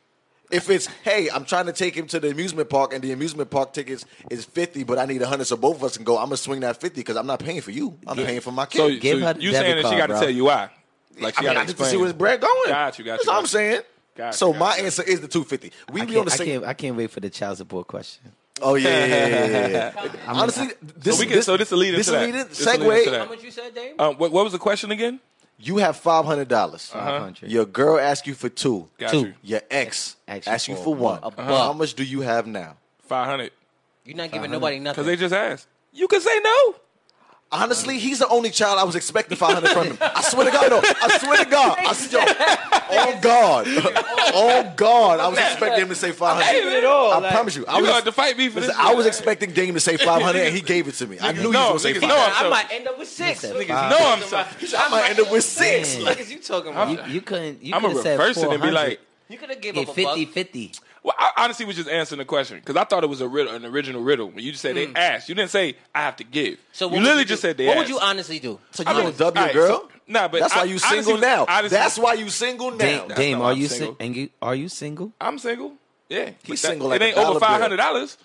[SPEAKER 1] If it's hey, I'm trying to take him to the amusement park, and the amusement park tickets is fifty, but I need a hundred, so both of us can go. I'm gonna swing that fifty because I'm not paying for you. I'm paying for my kid.
[SPEAKER 2] So,
[SPEAKER 6] Give
[SPEAKER 2] so
[SPEAKER 6] her the
[SPEAKER 2] you
[SPEAKER 6] debit
[SPEAKER 2] saying that she
[SPEAKER 6] card,
[SPEAKER 2] got to
[SPEAKER 6] bro.
[SPEAKER 2] tell you why? Like
[SPEAKER 1] I mean,
[SPEAKER 2] she got
[SPEAKER 1] I
[SPEAKER 2] to
[SPEAKER 1] just to see
[SPEAKER 2] explain.
[SPEAKER 1] where his bread going.
[SPEAKER 2] Got you, got
[SPEAKER 1] That's
[SPEAKER 2] you,
[SPEAKER 1] all
[SPEAKER 2] got
[SPEAKER 1] I'm
[SPEAKER 2] you.
[SPEAKER 1] saying.
[SPEAKER 2] Got you,
[SPEAKER 1] so
[SPEAKER 2] got
[SPEAKER 1] my
[SPEAKER 2] you.
[SPEAKER 1] answer is the two fifty. We
[SPEAKER 6] I,
[SPEAKER 1] be on the
[SPEAKER 6] can't, I,
[SPEAKER 1] same.
[SPEAKER 6] can't, I can't wait for the child support question.
[SPEAKER 1] Oh yeah, yeah, yeah, yeah, yeah. Honestly, this
[SPEAKER 2] So we can.
[SPEAKER 1] this,
[SPEAKER 2] So this will lead into
[SPEAKER 1] this
[SPEAKER 2] that.
[SPEAKER 1] lead in-
[SPEAKER 2] This will lead into
[SPEAKER 1] segue.
[SPEAKER 5] How
[SPEAKER 2] that.
[SPEAKER 5] much you said, Dave?
[SPEAKER 1] Uh,
[SPEAKER 2] Um, what, what was the question again?
[SPEAKER 1] You have five hundred dollars. Uh-huh.
[SPEAKER 6] 500.
[SPEAKER 1] Your girl asks you for two.
[SPEAKER 2] Uh-huh. Got
[SPEAKER 6] Two.
[SPEAKER 2] you.
[SPEAKER 1] Your ex
[SPEAKER 6] Asks you
[SPEAKER 1] asks you
[SPEAKER 6] for
[SPEAKER 1] for one.
[SPEAKER 6] one. A
[SPEAKER 1] How much do you have now?
[SPEAKER 2] Five hundred.
[SPEAKER 5] You're not giving nobody nothing.
[SPEAKER 2] Because they just asked. You can say no.
[SPEAKER 1] Honestly, he's the only child I was expecting 500 from him. I swear to God, no. I swear to God. I, s- yo, on God. On God. I was expecting him to say 500.
[SPEAKER 5] it all.
[SPEAKER 1] I
[SPEAKER 5] like-
[SPEAKER 1] promise you. I
[SPEAKER 2] You
[SPEAKER 1] was,
[SPEAKER 2] got to fight me for
[SPEAKER 1] listen,
[SPEAKER 2] this.
[SPEAKER 1] I was expecting Dame to say 500, and he gave it to me. I knew he
[SPEAKER 2] no,
[SPEAKER 1] was going to
[SPEAKER 2] niggas,
[SPEAKER 1] say
[SPEAKER 2] no,
[SPEAKER 1] 500.
[SPEAKER 5] I might end up with six.
[SPEAKER 6] Niggas,
[SPEAKER 5] Niggas,
[SPEAKER 2] No, I'm sorry.
[SPEAKER 1] I might end up with six.
[SPEAKER 6] Man.
[SPEAKER 1] Like,
[SPEAKER 5] you talking about?
[SPEAKER 6] You, you couldn't. You
[SPEAKER 2] I'm
[SPEAKER 6] could
[SPEAKER 2] gonna
[SPEAKER 6] have said
[SPEAKER 2] reverse it and be
[SPEAKER 6] 400.
[SPEAKER 2] like,
[SPEAKER 5] You could have given
[SPEAKER 6] Get
[SPEAKER 5] up
[SPEAKER 6] 50
[SPEAKER 5] a buck.
[SPEAKER 6] 50.
[SPEAKER 2] Well, I honestly was just answering the question because I thought it was a riddle, an original riddle. When you just said they
[SPEAKER 1] Mm.
[SPEAKER 2] asked, you didn't say I have to give. So
[SPEAKER 5] So what
[SPEAKER 2] you
[SPEAKER 5] would
[SPEAKER 2] literally
[SPEAKER 5] do?
[SPEAKER 2] just said they
[SPEAKER 5] What
[SPEAKER 2] asked.
[SPEAKER 5] would you honestly do?
[SPEAKER 1] so you
[SPEAKER 2] I mean,
[SPEAKER 1] don't dub your
[SPEAKER 2] alright,
[SPEAKER 1] girl?
[SPEAKER 2] so- nah, but
[SPEAKER 1] That's
[SPEAKER 2] I-
[SPEAKER 1] why you
[SPEAKER 2] honestly
[SPEAKER 1] single
[SPEAKER 2] was-
[SPEAKER 1] now.
[SPEAKER 2] honestly-
[SPEAKER 1] That's why you single now.
[SPEAKER 6] Dame, Dame
[SPEAKER 2] no,
[SPEAKER 6] are
[SPEAKER 2] I'm
[SPEAKER 6] you
[SPEAKER 2] single.
[SPEAKER 6] sing- and you, are you single?
[SPEAKER 2] I'm single. Yeah,
[SPEAKER 1] He's
[SPEAKER 2] But
[SPEAKER 1] single
[SPEAKER 2] It
[SPEAKER 1] like a
[SPEAKER 2] ain't over
[SPEAKER 1] dollar bill.
[SPEAKER 2] five hundred dollars.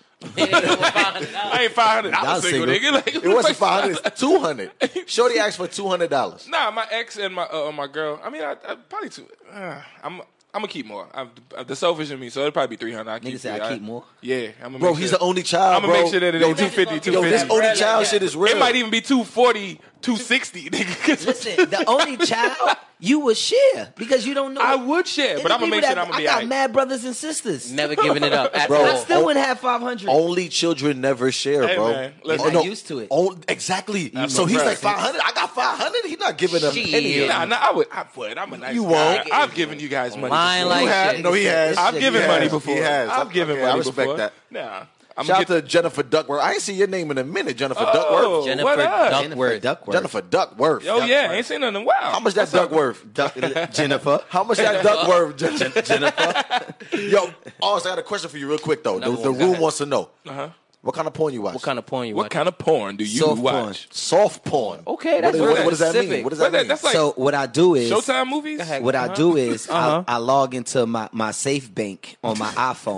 [SPEAKER 2] I ain't five hundred
[SPEAKER 1] Not
[SPEAKER 2] dollars single, nigga. Like,
[SPEAKER 1] it wasn't 500, it's 200. Shorty asked for $200.
[SPEAKER 2] Nah, my ex and my uh, my girl. I mean, I, I probably two. Uh, I'm. I'm gonna keep more. I'm, I'm the selfish in me, so it'll probably be three hundred.
[SPEAKER 6] Nigga said, "I keep more."
[SPEAKER 2] Yeah, I'm gonna
[SPEAKER 1] Bro,
[SPEAKER 2] make
[SPEAKER 1] he's
[SPEAKER 2] sure.
[SPEAKER 1] the only child.
[SPEAKER 2] I'm gonna
[SPEAKER 1] bro.
[SPEAKER 2] make sure that it
[SPEAKER 1] Yo,
[SPEAKER 2] ain't
[SPEAKER 1] this-
[SPEAKER 2] 250,
[SPEAKER 1] Yo, this
[SPEAKER 2] 250.
[SPEAKER 1] only
[SPEAKER 5] Umbrella,
[SPEAKER 1] child
[SPEAKER 5] yeah.
[SPEAKER 1] shit is real.
[SPEAKER 2] It might even be 240, 260, nigga.
[SPEAKER 6] Listen, the only child you would share because you don't know.
[SPEAKER 2] I would share, but
[SPEAKER 6] It'd
[SPEAKER 2] I'm gonna
[SPEAKER 6] be
[SPEAKER 2] make
[SPEAKER 6] that-
[SPEAKER 2] sure that I'm gonna be
[SPEAKER 6] I got
[SPEAKER 2] alright.
[SPEAKER 6] mad brothers and sisters.
[SPEAKER 5] Never giving it up.
[SPEAKER 1] Bro,
[SPEAKER 6] I still
[SPEAKER 1] oh,
[SPEAKER 6] wouldn't have 500.
[SPEAKER 1] Only children never share,
[SPEAKER 2] Hey,
[SPEAKER 1] bro.
[SPEAKER 2] man, listen.
[SPEAKER 6] He's not used to it.
[SPEAKER 1] Oh, exactly. so
[SPEAKER 2] my
[SPEAKER 1] he's
[SPEAKER 2] brother.
[SPEAKER 1] like 500. I got 500. He's not giving a
[SPEAKER 5] Shit.
[SPEAKER 1] penny.
[SPEAKER 5] Yeah.
[SPEAKER 2] Nah, nah, I would. I would. I'm a nice.
[SPEAKER 1] You
[SPEAKER 2] guy.
[SPEAKER 1] won't.
[SPEAKER 2] I've given you guys money.
[SPEAKER 5] Lying
[SPEAKER 2] before.
[SPEAKER 5] like
[SPEAKER 1] You have-
[SPEAKER 5] shit.
[SPEAKER 1] no, he has.
[SPEAKER 2] I've
[SPEAKER 6] shit.
[SPEAKER 2] given
[SPEAKER 6] He
[SPEAKER 2] money
[SPEAKER 1] has.
[SPEAKER 2] before.
[SPEAKER 1] He has.
[SPEAKER 2] I've given
[SPEAKER 1] Okay, I
[SPEAKER 2] money
[SPEAKER 1] respect
[SPEAKER 2] before.
[SPEAKER 1] that.
[SPEAKER 2] Nah. I'm
[SPEAKER 1] Shout out
[SPEAKER 2] get-
[SPEAKER 1] to Jennifer Duckworth. I ain't seen your name in a minute, Jennifer
[SPEAKER 2] Oh,
[SPEAKER 1] Duckworth.
[SPEAKER 5] Jennifer
[SPEAKER 2] what up?
[SPEAKER 5] Duck-
[SPEAKER 6] Jennifer
[SPEAKER 5] Duckworth.
[SPEAKER 6] Duckworth.
[SPEAKER 1] Jennifer Duckworth.
[SPEAKER 2] Yo, yeah, ain't seen nothing. Wow.
[SPEAKER 1] How much that duck worth?
[SPEAKER 6] Duck- Jennifer.
[SPEAKER 1] How much that duck worth, Jen- Jennifer? Yo, Oz, I got a question for you real quick, though. The,
[SPEAKER 5] Number
[SPEAKER 1] the
[SPEAKER 5] one, go
[SPEAKER 1] room
[SPEAKER 5] ahead.
[SPEAKER 1] wants to know. Uh-huh. What kind of porn you watch?
[SPEAKER 5] What kind of porn you
[SPEAKER 2] What
[SPEAKER 5] want?
[SPEAKER 2] kind of porn do you
[SPEAKER 6] Soft porn.
[SPEAKER 2] watch?
[SPEAKER 1] Soft porn.
[SPEAKER 5] Okay,
[SPEAKER 1] What
[SPEAKER 5] that's
[SPEAKER 1] is-
[SPEAKER 5] really
[SPEAKER 1] what, what does that mean?
[SPEAKER 5] specific.
[SPEAKER 1] What does that
[SPEAKER 2] What that-
[SPEAKER 1] mean?
[SPEAKER 2] that's like-
[SPEAKER 6] so what I do is
[SPEAKER 2] Showtime movies?
[SPEAKER 6] what
[SPEAKER 2] Uh-huh.
[SPEAKER 6] I do is I, I log into my, my safe bank on my iPhone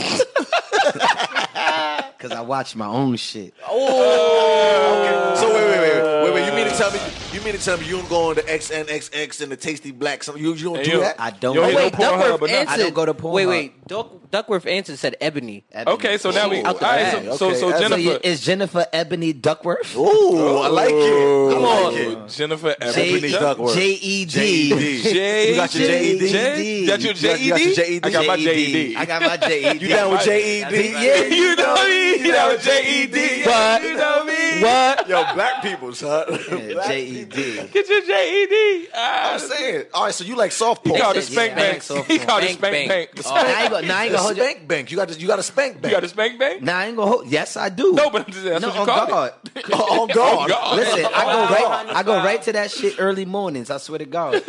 [SPEAKER 6] because I watch my own shit.
[SPEAKER 1] So wait, wait, wait, wait. to tell me you mean to tell me you don't go on the XNXX and the Tasty Black? Something you, you don't
[SPEAKER 2] Hey,
[SPEAKER 1] do
[SPEAKER 2] yo.
[SPEAKER 1] that?
[SPEAKER 6] I don't.
[SPEAKER 2] Yo,
[SPEAKER 5] Oh,
[SPEAKER 2] hit
[SPEAKER 5] wait,
[SPEAKER 2] no Pornhub or
[SPEAKER 5] Duckworth
[SPEAKER 2] nothing.
[SPEAKER 5] Anson.
[SPEAKER 6] I don't go to Pornhub.
[SPEAKER 5] Wait, wait. Duck, Duckworth Anson said Ebony.
[SPEAKER 6] Ebony.
[SPEAKER 2] Okay, so now we.
[SPEAKER 1] Ooh,
[SPEAKER 2] All right,
[SPEAKER 1] okay,
[SPEAKER 2] so,
[SPEAKER 1] okay.
[SPEAKER 2] so, so
[SPEAKER 1] That's
[SPEAKER 6] So
[SPEAKER 2] Jennifer.
[SPEAKER 1] what
[SPEAKER 6] you, is Jennifer Ebony Duckworth?
[SPEAKER 1] Ooh, I like it.
[SPEAKER 2] Ooh,
[SPEAKER 1] Come on.
[SPEAKER 2] Jennifer
[SPEAKER 1] Ebony
[SPEAKER 2] Ebony
[SPEAKER 1] J- Duckworth.
[SPEAKER 6] J E D.
[SPEAKER 1] JED. You got your
[SPEAKER 2] E
[SPEAKER 1] JED?
[SPEAKER 2] J- Got your
[SPEAKER 1] You got- you got your
[SPEAKER 2] JED? I E got my JED.
[SPEAKER 6] E I got my E JED.
[SPEAKER 1] You down with JED?
[SPEAKER 6] Yeah.
[SPEAKER 2] E You know me.
[SPEAKER 1] E
[SPEAKER 2] E You know JED.
[SPEAKER 6] What?
[SPEAKER 2] You know me.
[SPEAKER 6] What?
[SPEAKER 1] Yo, black people, son. Black
[SPEAKER 6] E
[SPEAKER 1] people.
[SPEAKER 6] JED.
[SPEAKER 2] Get your JED.
[SPEAKER 1] I'm
[SPEAKER 2] Ah,
[SPEAKER 1] saying. All right, so you like soft
[SPEAKER 2] He
[SPEAKER 1] porn.
[SPEAKER 2] called
[SPEAKER 5] said
[SPEAKER 2] it spank
[SPEAKER 5] yeah,
[SPEAKER 2] bank.
[SPEAKER 5] bank, so
[SPEAKER 2] He called it
[SPEAKER 5] bank,
[SPEAKER 2] spank bank.
[SPEAKER 5] bank.
[SPEAKER 6] Now I ain't gonna, now I ain't
[SPEAKER 1] The
[SPEAKER 6] gonna hold you.
[SPEAKER 1] spank bank. You got to, you got a spank
[SPEAKER 2] You
[SPEAKER 1] bank.
[SPEAKER 2] got a spank bank?
[SPEAKER 6] Now I ain't gonna hold. Yes, I do.
[SPEAKER 2] No, but I'm just saying, that's
[SPEAKER 6] no,
[SPEAKER 2] what
[SPEAKER 6] on
[SPEAKER 2] you called
[SPEAKER 6] God.
[SPEAKER 1] oh, God.
[SPEAKER 2] God.
[SPEAKER 6] Listen, I
[SPEAKER 5] Wow.
[SPEAKER 6] go right. I go right to that shit early mornings. I swear to God,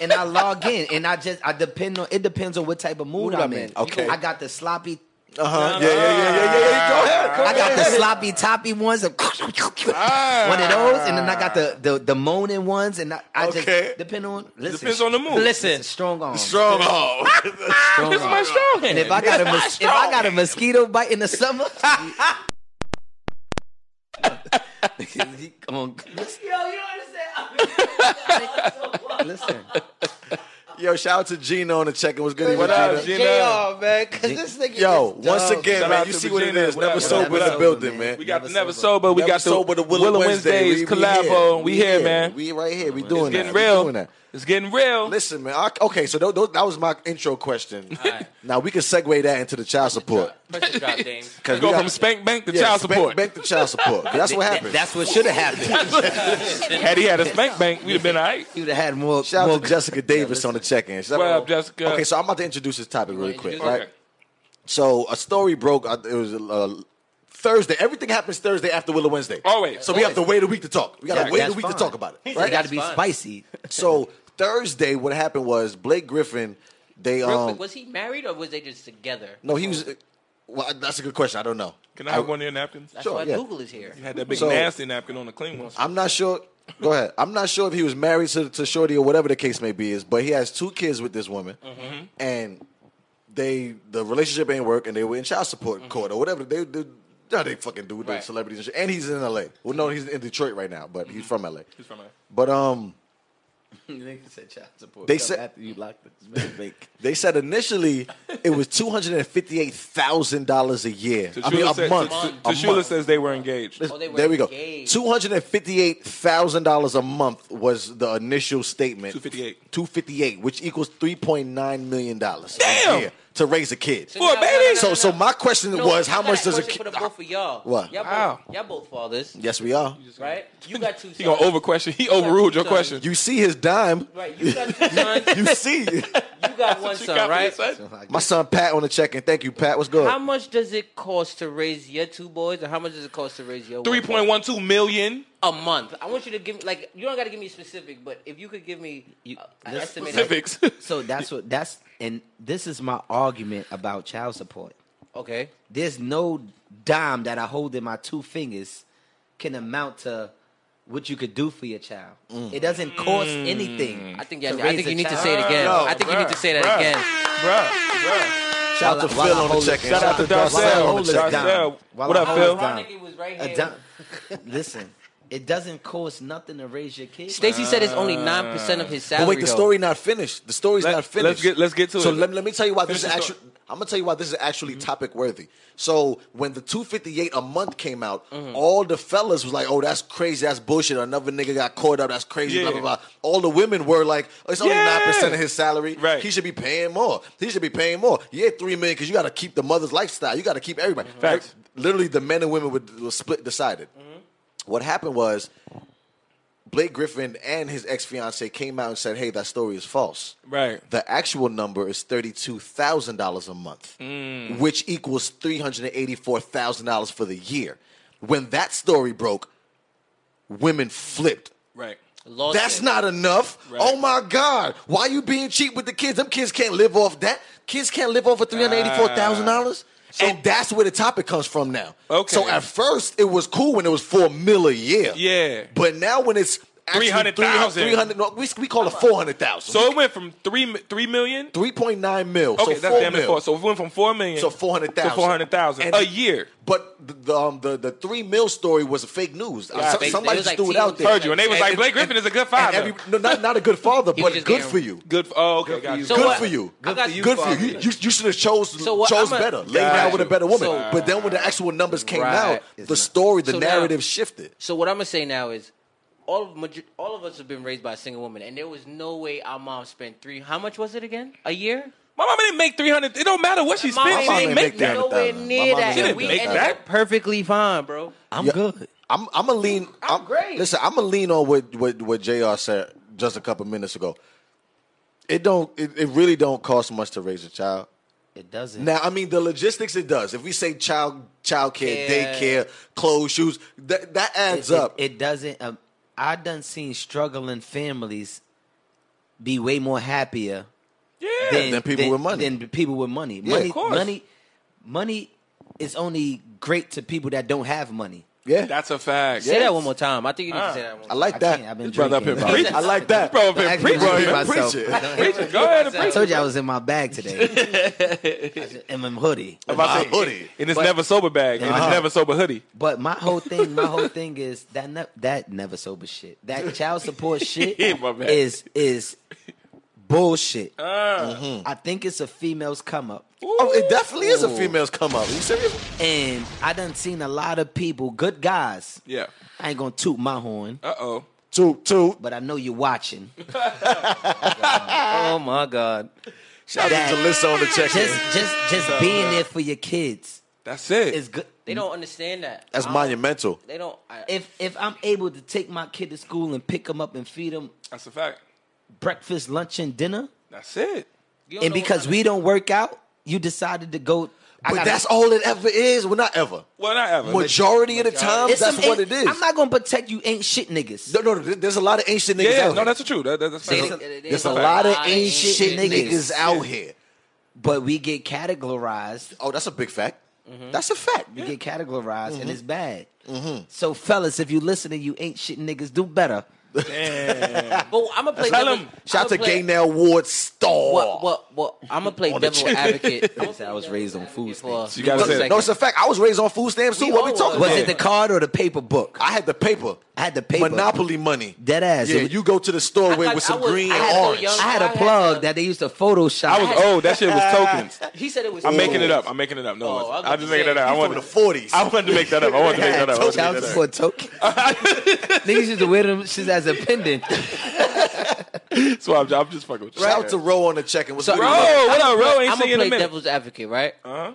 [SPEAKER 6] and I log in, and I just I depend on. It depends on what type of mood I'm in.
[SPEAKER 1] Okay.
[SPEAKER 6] I got the sloppy.
[SPEAKER 1] Uh-huh. Yeah, yeah, yeah, yeah, yeah, yeah. Go ahead. Go
[SPEAKER 6] I got the
[SPEAKER 1] ahead.
[SPEAKER 6] sloppy toppy ones, and one of
[SPEAKER 2] Ah.
[SPEAKER 6] those, and then I got the the, the moaning ones, and I, I
[SPEAKER 1] Okay.
[SPEAKER 6] just depend on. Listen,
[SPEAKER 2] Depends on the mood.
[SPEAKER 6] Listen, strong arm.
[SPEAKER 1] Strong arm.
[SPEAKER 6] strong
[SPEAKER 2] This is
[SPEAKER 6] arm.
[SPEAKER 2] my strong
[SPEAKER 6] And
[SPEAKER 2] hand.
[SPEAKER 6] if I got a mos- if I got a mosquito bite in the summer, He gonna- listen,
[SPEAKER 1] Yo, shout out to Gina on the check-in. What's good?
[SPEAKER 2] What
[SPEAKER 1] Gina?
[SPEAKER 2] up, Gina?
[SPEAKER 5] JR, man, because this nigga
[SPEAKER 1] Yo,
[SPEAKER 5] is
[SPEAKER 1] once
[SPEAKER 5] dumb.
[SPEAKER 1] again,
[SPEAKER 2] Shout
[SPEAKER 1] man,
[SPEAKER 2] out
[SPEAKER 1] you
[SPEAKER 2] to
[SPEAKER 1] see what it
[SPEAKER 2] Regina.
[SPEAKER 1] is.
[SPEAKER 2] What up,
[SPEAKER 1] Never
[SPEAKER 2] what up,
[SPEAKER 1] sober
[SPEAKER 2] what
[SPEAKER 1] in the
[SPEAKER 2] up,
[SPEAKER 1] building,
[SPEAKER 6] man?
[SPEAKER 1] man.
[SPEAKER 2] We got the
[SPEAKER 6] Never
[SPEAKER 2] Never
[SPEAKER 6] Sober.
[SPEAKER 2] Sober. We
[SPEAKER 1] Never
[SPEAKER 2] got the
[SPEAKER 1] sober, the
[SPEAKER 2] Willow, Wednesdays,
[SPEAKER 1] We- we
[SPEAKER 2] collabo. We here, man.
[SPEAKER 1] We right here. We doing
[SPEAKER 2] it's getting
[SPEAKER 1] that. We doing
[SPEAKER 2] real.
[SPEAKER 1] that.
[SPEAKER 2] It's getting real.
[SPEAKER 1] Listen, man. I, okay, so tho- tho- that was my intro question. Now we can segue that into the child support
[SPEAKER 5] Pressure drop, James.
[SPEAKER 1] because
[SPEAKER 2] Go from spank bank to child support.
[SPEAKER 1] Bank the child support. That's what happened.
[SPEAKER 6] that's what should have happened.
[SPEAKER 2] Had he had a spank bank, we'd have been all right.
[SPEAKER 6] You'd have had more.
[SPEAKER 1] Shout
[SPEAKER 6] more
[SPEAKER 1] out to Jessica Davis on the check-in. Shout
[SPEAKER 2] What
[SPEAKER 1] out-
[SPEAKER 2] up, Jessica?
[SPEAKER 1] Okay, so I'm about to introduce this topic really
[SPEAKER 5] wanna
[SPEAKER 1] quick,
[SPEAKER 5] introduce
[SPEAKER 1] right? So a story broke. uh, It was uh, Thursday. Everything happens Thursday after Willow Wednesday.
[SPEAKER 2] Always.
[SPEAKER 1] So we have to wait a week to talk. We got to
[SPEAKER 6] Yeah,
[SPEAKER 1] wait a
[SPEAKER 6] that's
[SPEAKER 1] week to
[SPEAKER 6] fine.
[SPEAKER 1] talk about it.
[SPEAKER 6] It got
[SPEAKER 1] Right?
[SPEAKER 6] to be
[SPEAKER 5] That's fine.
[SPEAKER 6] spicy.
[SPEAKER 1] so Thursday, what happened was Blake Griffin. They
[SPEAKER 5] Real
[SPEAKER 1] um
[SPEAKER 5] quick, was he married or was they just together?
[SPEAKER 1] no, he was. Well, that's a good question. I don't know.
[SPEAKER 2] Can I have one of your napkins?
[SPEAKER 5] That's
[SPEAKER 1] sure,
[SPEAKER 5] why
[SPEAKER 1] yeah.
[SPEAKER 5] Google is here.
[SPEAKER 2] You had that big
[SPEAKER 1] So-
[SPEAKER 2] nasty napkin on the clean one.
[SPEAKER 1] I'm not sure. Go ahead. I'm not sure if he was married to, to Shorty or whatever the case may be is, but he has two kids with this woman,
[SPEAKER 2] Mm-hmm.
[SPEAKER 1] and they the relationship ain't work, and they were in child support
[SPEAKER 2] Mm-hmm.
[SPEAKER 1] court or whatever. They they, no, they fucking do with the
[SPEAKER 5] Right.
[SPEAKER 1] celebrities and shit. And he's in L.A. Well, no, he's in Detroit right now, but he's from L.A.
[SPEAKER 2] Mm-hmm. He's from LA.
[SPEAKER 1] But um, They Come said- after
[SPEAKER 6] you locked
[SPEAKER 1] they said initially it was two hundred and fifty eight thousand dollars a year. I mean,
[SPEAKER 2] Tashula
[SPEAKER 1] a
[SPEAKER 2] said-
[SPEAKER 1] month.
[SPEAKER 2] Tash-
[SPEAKER 1] A
[SPEAKER 2] Tashula
[SPEAKER 1] month.
[SPEAKER 2] says they were engaged.
[SPEAKER 5] Oh, they were
[SPEAKER 1] there we go.
[SPEAKER 5] engaged.
[SPEAKER 1] Two hundred and fifty-eight thousand dollars a month was the initial statement.
[SPEAKER 2] 258.
[SPEAKER 1] Two fifty-eight, which equals three point nine million dollars.
[SPEAKER 2] Damn!
[SPEAKER 1] To raise a kid.
[SPEAKER 5] So
[SPEAKER 2] For a
[SPEAKER 5] now-
[SPEAKER 2] baby?
[SPEAKER 5] no, no, no,
[SPEAKER 1] So,
[SPEAKER 5] no,
[SPEAKER 1] so
[SPEAKER 5] no.
[SPEAKER 1] my question
[SPEAKER 5] No,
[SPEAKER 1] was,
[SPEAKER 5] I
[SPEAKER 1] how
[SPEAKER 5] got
[SPEAKER 1] much
[SPEAKER 5] a
[SPEAKER 1] does a
[SPEAKER 5] question
[SPEAKER 1] kid?
[SPEAKER 5] For the both of y'all.
[SPEAKER 1] What?
[SPEAKER 5] Y'all both,
[SPEAKER 2] Wow.
[SPEAKER 5] y'all both fathers,
[SPEAKER 1] Yes, we are.
[SPEAKER 5] right? You got two.
[SPEAKER 2] He gonna
[SPEAKER 5] sons.
[SPEAKER 2] over question. He overruled your question.
[SPEAKER 1] You see his dime.
[SPEAKER 5] Right, you got two sons.
[SPEAKER 1] You see
[SPEAKER 5] You got one
[SPEAKER 2] She
[SPEAKER 5] son,
[SPEAKER 2] got me,
[SPEAKER 5] right?
[SPEAKER 2] son.
[SPEAKER 1] my son Pat on the check-in. Thank you, Pat. What's good?
[SPEAKER 5] How much does it cost to raise your two boys, and how much does it cost to raise your one boy?
[SPEAKER 2] 3.12 million.
[SPEAKER 5] a month? I want you to give me like you don't got to give me specific, but if you could give me uh, an
[SPEAKER 6] this-
[SPEAKER 5] estimate,
[SPEAKER 2] Civics.
[SPEAKER 6] So that's what that's and this is my argument about child support.
[SPEAKER 5] okay,
[SPEAKER 6] There's no dime that I hold in my two fingers can amount to what you could do for your child.
[SPEAKER 1] Mm.
[SPEAKER 6] It doesn't cost
[SPEAKER 5] Mm.
[SPEAKER 6] anything.
[SPEAKER 5] I think yeah,
[SPEAKER 6] To
[SPEAKER 5] I
[SPEAKER 6] raise
[SPEAKER 5] think
[SPEAKER 6] a
[SPEAKER 5] you need to
[SPEAKER 6] child.
[SPEAKER 5] say it again.
[SPEAKER 2] No,
[SPEAKER 5] I think you need to
[SPEAKER 2] bruh,
[SPEAKER 5] say that
[SPEAKER 2] bruh.
[SPEAKER 5] again.
[SPEAKER 2] Bruh, bruh.
[SPEAKER 1] Shout out to
[SPEAKER 6] While I-
[SPEAKER 1] Phil
[SPEAKER 6] while I
[SPEAKER 1] on the
[SPEAKER 6] hold it-
[SPEAKER 1] check-in.
[SPEAKER 2] Shout out to
[SPEAKER 6] While I
[SPEAKER 2] Darcel.
[SPEAKER 6] hold it down.
[SPEAKER 2] Darcel.
[SPEAKER 6] While
[SPEAKER 2] What
[SPEAKER 6] I
[SPEAKER 2] up,
[SPEAKER 6] hold it
[SPEAKER 2] Phil?
[SPEAKER 6] down.
[SPEAKER 5] Chronic, it was right
[SPEAKER 6] A
[SPEAKER 5] here.
[SPEAKER 6] dime. Listen, it doesn't cost nothing to raise your kids.
[SPEAKER 5] Stacy said it's only nine percent of his salary.
[SPEAKER 1] But wait, the
[SPEAKER 5] though.
[SPEAKER 1] story not finished. The story's
[SPEAKER 2] Let-
[SPEAKER 1] not finished.
[SPEAKER 2] let's get- let's get to
[SPEAKER 1] so
[SPEAKER 2] it.
[SPEAKER 1] let, let me tell you why this is
[SPEAKER 2] Finish the
[SPEAKER 1] actually.
[SPEAKER 2] story. Mm-hmm.
[SPEAKER 1] I'm gonna tell you why this is actually topic worthy. So when the 258 a month came out,
[SPEAKER 2] Mm-hmm.
[SPEAKER 1] all the fellas was like, "Oh, that's crazy. That's bullshit. Another nigga got caught up. That's crazy." Blah
[SPEAKER 2] Yeah.
[SPEAKER 1] blah blah. All the women were like, oh, "It's only
[SPEAKER 2] Yeah.
[SPEAKER 1] nine percent of his salary.
[SPEAKER 2] Right.
[SPEAKER 1] He should be paying more. He should be paying more. Yeah, three million because you got to keep the mother's lifestyle. You got to keep everybody.
[SPEAKER 2] Mm-hmm. Facts.
[SPEAKER 1] Literally, the men and women were, were split decided.
[SPEAKER 2] Mm-hmm.
[SPEAKER 1] What happened was Blake Griffin and his ex fiancee came out and said, "Hey, that story is false."
[SPEAKER 2] Right.
[SPEAKER 1] The actual number is thirty-two thousand dollars a month, which equals three hundred and eighty-four thousand dollars for the year. When that story broke, women flipped.
[SPEAKER 2] Right.
[SPEAKER 5] Lost
[SPEAKER 1] That's
[SPEAKER 5] it.
[SPEAKER 1] not enough.
[SPEAKER 2] Right.
[SPEAKER 1] Oh my God! Why you being cheap with the kids? Them kids can't live off that. Kids can't live off of three hundred eighty-four thousand dollars. and that's where the topic comes from now.
[SPEAKER 2] Ah. Okay.
[SPEAKER 1] So at first it was cool when it was four mil a year.
[SPEAKER 2] Yeah.
[SPEAKER 1] But now when it's actually
[SPEAKER 2] 300,000.
[SPEAKER 1] 300 no, we, we call it 400,000.
[SPEAKER 2] So it went from three mi- three million.
[SPEAKER 1] 3.9 mil.
[SPEAKER 2] Okay,
[SPEAKER 1] so
[SPEAKER 2] that's
[SPEAKER 1] 4
[SPEAKER 2] damn near
[SPEAKER 1] mil.
[SPEAKER 2] four. So it went from four million
[SPEAKER 1] So 400,000.
[SPEAKER 2] to four hundred thousand
[SPEAKER 1] And-
[SPEAKER 2] a year.
[SPEAKER 1] But the the, um, the the three mil story was fake news. Uh, so-
[SPEAKER 5] fake-
[SPEAKER 1] somebody
[SPEAKER 5] it was
[SPEAKER 1] just
[SPEAKER 5] like
[SPEAKER 1] threw it
[SPEAKER 5] teen-
[SPEAKER 1] out there.
[SPEAKER 2] Heard you, and they was
[SPEAKER 1] And-
[SPEAKER 2] like, Blake Griffin is a good
[SPEAKER 1] and
[SPEAKER 2] father.
[SPEAKER 1] every- no, not, not a good father,
[SPEAKER 5] He
[SPEAKER 1] but
[SPEAKER 5] was just
[SPEAKER 1] good
[SPEAKER 5] getting-
[SPEAKER 1] for you.
[SPEAKER 2] good. Oh, okay, got
[SPEAKER 6] you.
[SPEAKER 2] you.
[SPEAKER 5] So
[SPEAKER 1] good
[SPEAKER 5] what-
[SPEAKER 1] for you.
[SPEAKER 5] I got
[SPEAKER 1] Good for you. You, you, should have chose
[SPEAKER 5] So what
[SPEAKER 1] chose
[SPEAKER 5] I'ma-
[SPEAKER 1] better. Lay
[SPEAKER 2] Got
[SPEAKER 1] down with a
[SPEAKER 2] you.
[SPEAKER 1] better woman.
[SPEAKER 5] So-
[SPEAKER 1] but then when the actual numbers came
[SPEAKER 6] Right.
[SPEAKER 1] out, the story, the
[SPEAKER 5] So now-
[SPEAKER 1] narrative shifted.
[SPEAKER 5] So what I'm gonna say now is, all of major- all of us have been raised by a single woman, and there was no way our mom spent three. How much was it again? A year?
[SPEAKER 2] My mama didn't make three hundred. It don't matter what she
[SPEAKER 5] My mom
[SPEAKER 2] spent. She
[SPEAKER 1] ain't
[SPEAKER 2] didn't make
[SPEAKER 1] make that.
[SPEAKER 2] that.
[SPEAKER 5] Nowhere
[SPEAKER 1] My
[SPEAKER 5] near
[SPEAKER 1] mom
[SPEAKER 5] that.
[SPEAKER 1] didn't
[SPEAKER 5] and we
[SPEAKER 2] make
[SPEAKER 5] ended
[SPEAKER 2] that.
[SPEAKER 5] up perfectly fine, bro.
[SPEAKER 6] I'm
[SPEAKER 1] Yeah.
[SPEAKER 6] good.
[SPEAKER 1] I'm I'm a lean. I'm,
[SPEAKER 5] great.
[SPEAKER 1] Listen, I'm a lean on what what what Jr. said just a couple minutes ago. It don't. It, it really don't cost much to raise a child.
[SPEAKER 6] It doesn't.
[SPEAKER 1] Now, I mean, the logistics it does. If we say child child care,
[SPEAKER 5] Yeah.
[SPEAKER 1] daycare, clothes, shoes, that that adds
[SPEAKER 6] it,
[SPEAKER 1] up.
[SPEAKER 6] It, it doesn't. Um, I done seen struggling families be way more happier
[SPEAKER 2] Yeah.
[SPEAKER 6] than,
[SPEAKER 1] than people with money.
[SPEAKER 6] Than people with money.
[SPEAKER 1] Yeah.
[SPEAKER 6] money,
[SPEAKER 1] Of
[SPEAKER 2] course.
[SPEAKER 6] money, money is only great to people that don't have money.
[SPEAKER 1] yeah,
[SPEAKER 2] That's a fact.
[SPEAKER 5] Say that one more time. I think you need to say that one.
[SPEAKER 1] I
[SPEAKER 5] More
[SPEAKER 1] like
[SPEAKER 6] I
[SPEAKER 1] that.
[SPEAKER 6] can't. I've been
[SPEAKER 1] This brother
[SPEAKER 6] drinking.
[SPEAKER 1] up here preaching. I like that.
[SPEAKER 2] Bro, been
[SPEAKER 6] Actually,
[SPEAKER 2] preaching,
[SPEAKER 6] I
[SPEAKER 1] Bro,
[SPEAKER 6] repeat
[SPEAKER 1] you
[SPEAKER 2] man.
[SPEAKER 6] myself.
[SPEAKER 1] preaching.
[SPEAKER 6] I don't-
[SPEAKER 2] Preaching. Go ahead and
[SPEAKER 6] I
[SPEAKER 2] preach.
[SPEAKER 6] told you I was in my bag today. I'm in my hoodie.
[SPEAKER 1] My hoodie.
[SPEAKER 2] In this never sober bag. In this never sober hoodie.
[SPEAKER 6] But my whole thing, my whole thing is that ne- that never sober shit. That child support shit
[SPEAKER 2] Yeah, my bad.
[SPEAKER 6] is is bullshit. Mm-hmm.
[SPEAKER 2] Uh,
[SPEAKER 6] I think it's a female's come up,
[SPEAKER 1] Oh, it definitely is a female's come up. Are you serious?
[SPEAKER 6] and I done seen a lot of people, good guys.
[SPEAKER 2] Yeah.
[SPEAKER 6] I ain't gonna toot my horn,
[SPEAKER 2] Uh oh.
[SPEAKER 1] Two, two.
[SPEAKER 6] but I know you're watching.
[SPEAKER 5] oh my god.
[SPEAKER 1] Shout out to Alyssa on the check.
[SPEAKER 6] Just just just being there for your kids
[SPEAKER 2] That's it.
[SPEAKER 6] is good.
[SPEAKER 5] They don't understand that.
[SPEAKER 1] That's
[SPEAKER 5] I don't-
[SPEAKER 1] monumental.
[SPEAKER 5] They don't. I,
[SPEAKER 6] If if I'm able to take my kid to school and pick him up and feed him
[SPEAKER 2] That's a fact.
[SPEAKER 6] breakfast, lunch, and dinner,
[SPEAKER 2] That's it.
[SPEAKER 5] you don't
[SPEAKER 6] and
[SPEAKER 5] know what
[SPEAKER 6] because
[SPEAKER 5] kind
[SPEAKER 6] we don't work out, you decided to go. I
[SPEAKER 1] But
[SPEAKER 6] gotta-
[SPEAKER 1] that's all it ever is. Well, not ever.
[SPEAKER 2] Well, not ever.
[SPEAKER 1] Majority of the time,
[SPEAKER 6] It's
[SPEAKER 1] that's
[SPEAKER 6] some
[SPEAKER 1] what
[SPEAKER 6] ain't-
[SPEAKER 1] it is.
[SPEAKER 6] I'm not gonna protect you, ain't shit niggas.
[SPEAKER 1] No, no, no, there's a lot of ancient
[SPEAKER 2] yeah,
[SPEAKER 1] niggas
[SPEAKER 2] yeah.
[SPEAKER 1] out
[SPEAKER 2] No,
[SPEAKER 1] here.
[SPEAKER 2] that's true. That, that, that's
[SPEAKER 5] They-
[SPEAKER 2] fact.
[SPEAKER 5] they-
[SPEAKER 1] There's
[SPEAKER 5] they-
[SPEAKER 1] a lot of
[SPEAKER 5] I ain't
[SPEAKER 1] ancient
[SPEAKER 6] shit
[SPEAKER 1] niggas,
[SPEAKER 6] niggas.
[SPEAKER 1] out here.
[SPEAKER 6] But we get categorized.
[SPEAKER 1] Oh, that's a big fact.
[SPEAKER 6] Mm-hmm.
[SPEAKER 1] That's a fact.
[SPEAKER 6] We get categorized, and it's bad. So, fellas, if you listening, you ain't shit niggas. Do better.
[SPEAKER 5] But I'm gonna play.
[SPEAKER 2] Tell
[SPEAKER 5] devil-
[SPEAKER 2] 'em.
[SPEAKER 5] I'ma
[SPEAKER 1] Shout out to
[SPEAKER 5] play-
[SPEAKER 1] Gaynell Ward Star.
[SPEAKER 5] Well, well, well, I'm gonna play
[SPEAKER 1] On the
[SPEAKER 5] devil
[SPEAKER 1] chin.
[SPEAKER 5] advocate. I'ma
[SPEAKER 6] I
[SPEAKER 5] play
[SPEAKER 6] was
[SPEAKER 5] devil
[SPEAKER 6] raised on
[SPEAKER 5] advocate
[SPEAKER 6] food
[SPEAKER 5] for
[SPEAKER 6] stamps.
[SPEAKER 2] You gotta
[SPEAKER 5] one
[SPEAKER 2] say it.
[SPEAKER 5] second.
[SPEAKER 1] no, it's a fact. I was raised on food stamps too.
[SPEAKER 5] We
[SPEAKER 1] What we
[SPEAKER 5] all
[SPEAKER 1] talking
[SPEAKER 6] Was
[SPEAKER 1] about?
[SPEAKER 6] it the card or the paper book?
[SPEAKER 1] I had the paper.
[SPEAKER 6] I had the paper.
[SPEAKER 1] Monopoly money.
[SPEAKER 6] Dead ass.
[SPEAKER 1] Yeah,
[SPEAKER 6] It was-
[SPEAKER 1] you go to the store
[SPEAKER 5] I
[SPEAKER 1] with,
[SPEAKER 5] thought
[SPEAKER 1] with
[SPEAKER 5] I
[SPEAKER 1] some
[SPEAKER 5] was-
[SPEAKER 1] green
[SPEAKER 5] I
[SPEAKER 1] and
[SPEAKER 5] had to go
[SPEAKER 1] orange.
[SPEAKER 5] young.
[SPEAKER 6] I had
[SPEAKER 5] I
[SPEAKER 6] a
[SPEAKER 5] had
[SPEAKER 6] plug
[SPEAKER 5] a-
[SPEAKER 6] that they used to Photoshop.
[SPEAKER 2] I was old. That shit was tokens.
[SPEAKER 5] He said it was.
[SPEAKER 2] I'm making it up. I'm making it up. No,
[SPEAKER 5] Oh,
[SPEAKER 2] it wasn't.
[SPEAKER 5] I was
[SPEAKER 2] I'm
[SPEAKER 5] about
[SPEAKER 2] just
[SPEAKER 5] to
[SPEAKER 2] making
[SPEAKER 5] say,
[SPEAKER 2] it up. I
[SPEAKER 5] you
[SPEAKER 1] from the
[SPEAKER 2] wanted,
[SPEAKER 1] forties.
[SPEAKER 2] I wanted to make that up. I wanted to make that up. I wanted to
[SPEAKER 6] Child
[SPEAKER 2] make that up.
[SPEAKER 6] support token. Niggas used to wear them shits as a pendant.
[SPEAKER 2] So I'm, I'm just fucking with you.
[SPEAKER 1] Shout out to Roe on the check and what's
[SPEAKER 5] So-
[SPEAKER 1] good?
[SPEAKER 2] Bro,
[SPEAKER 1] Roe?
[SPEAKER 2] what up, Ro? Ain't
[SPEAKER 5] I'm
[SPEAKER 2] seen you in
[SPEAKER 5] gonna
[SPEAKER 2] a
[SPEAKER 5] play
[SPEAKER 2] minute.
[SPEAKER 5] devil's advocate, right?
[SPEAKER 2] Uh-huh.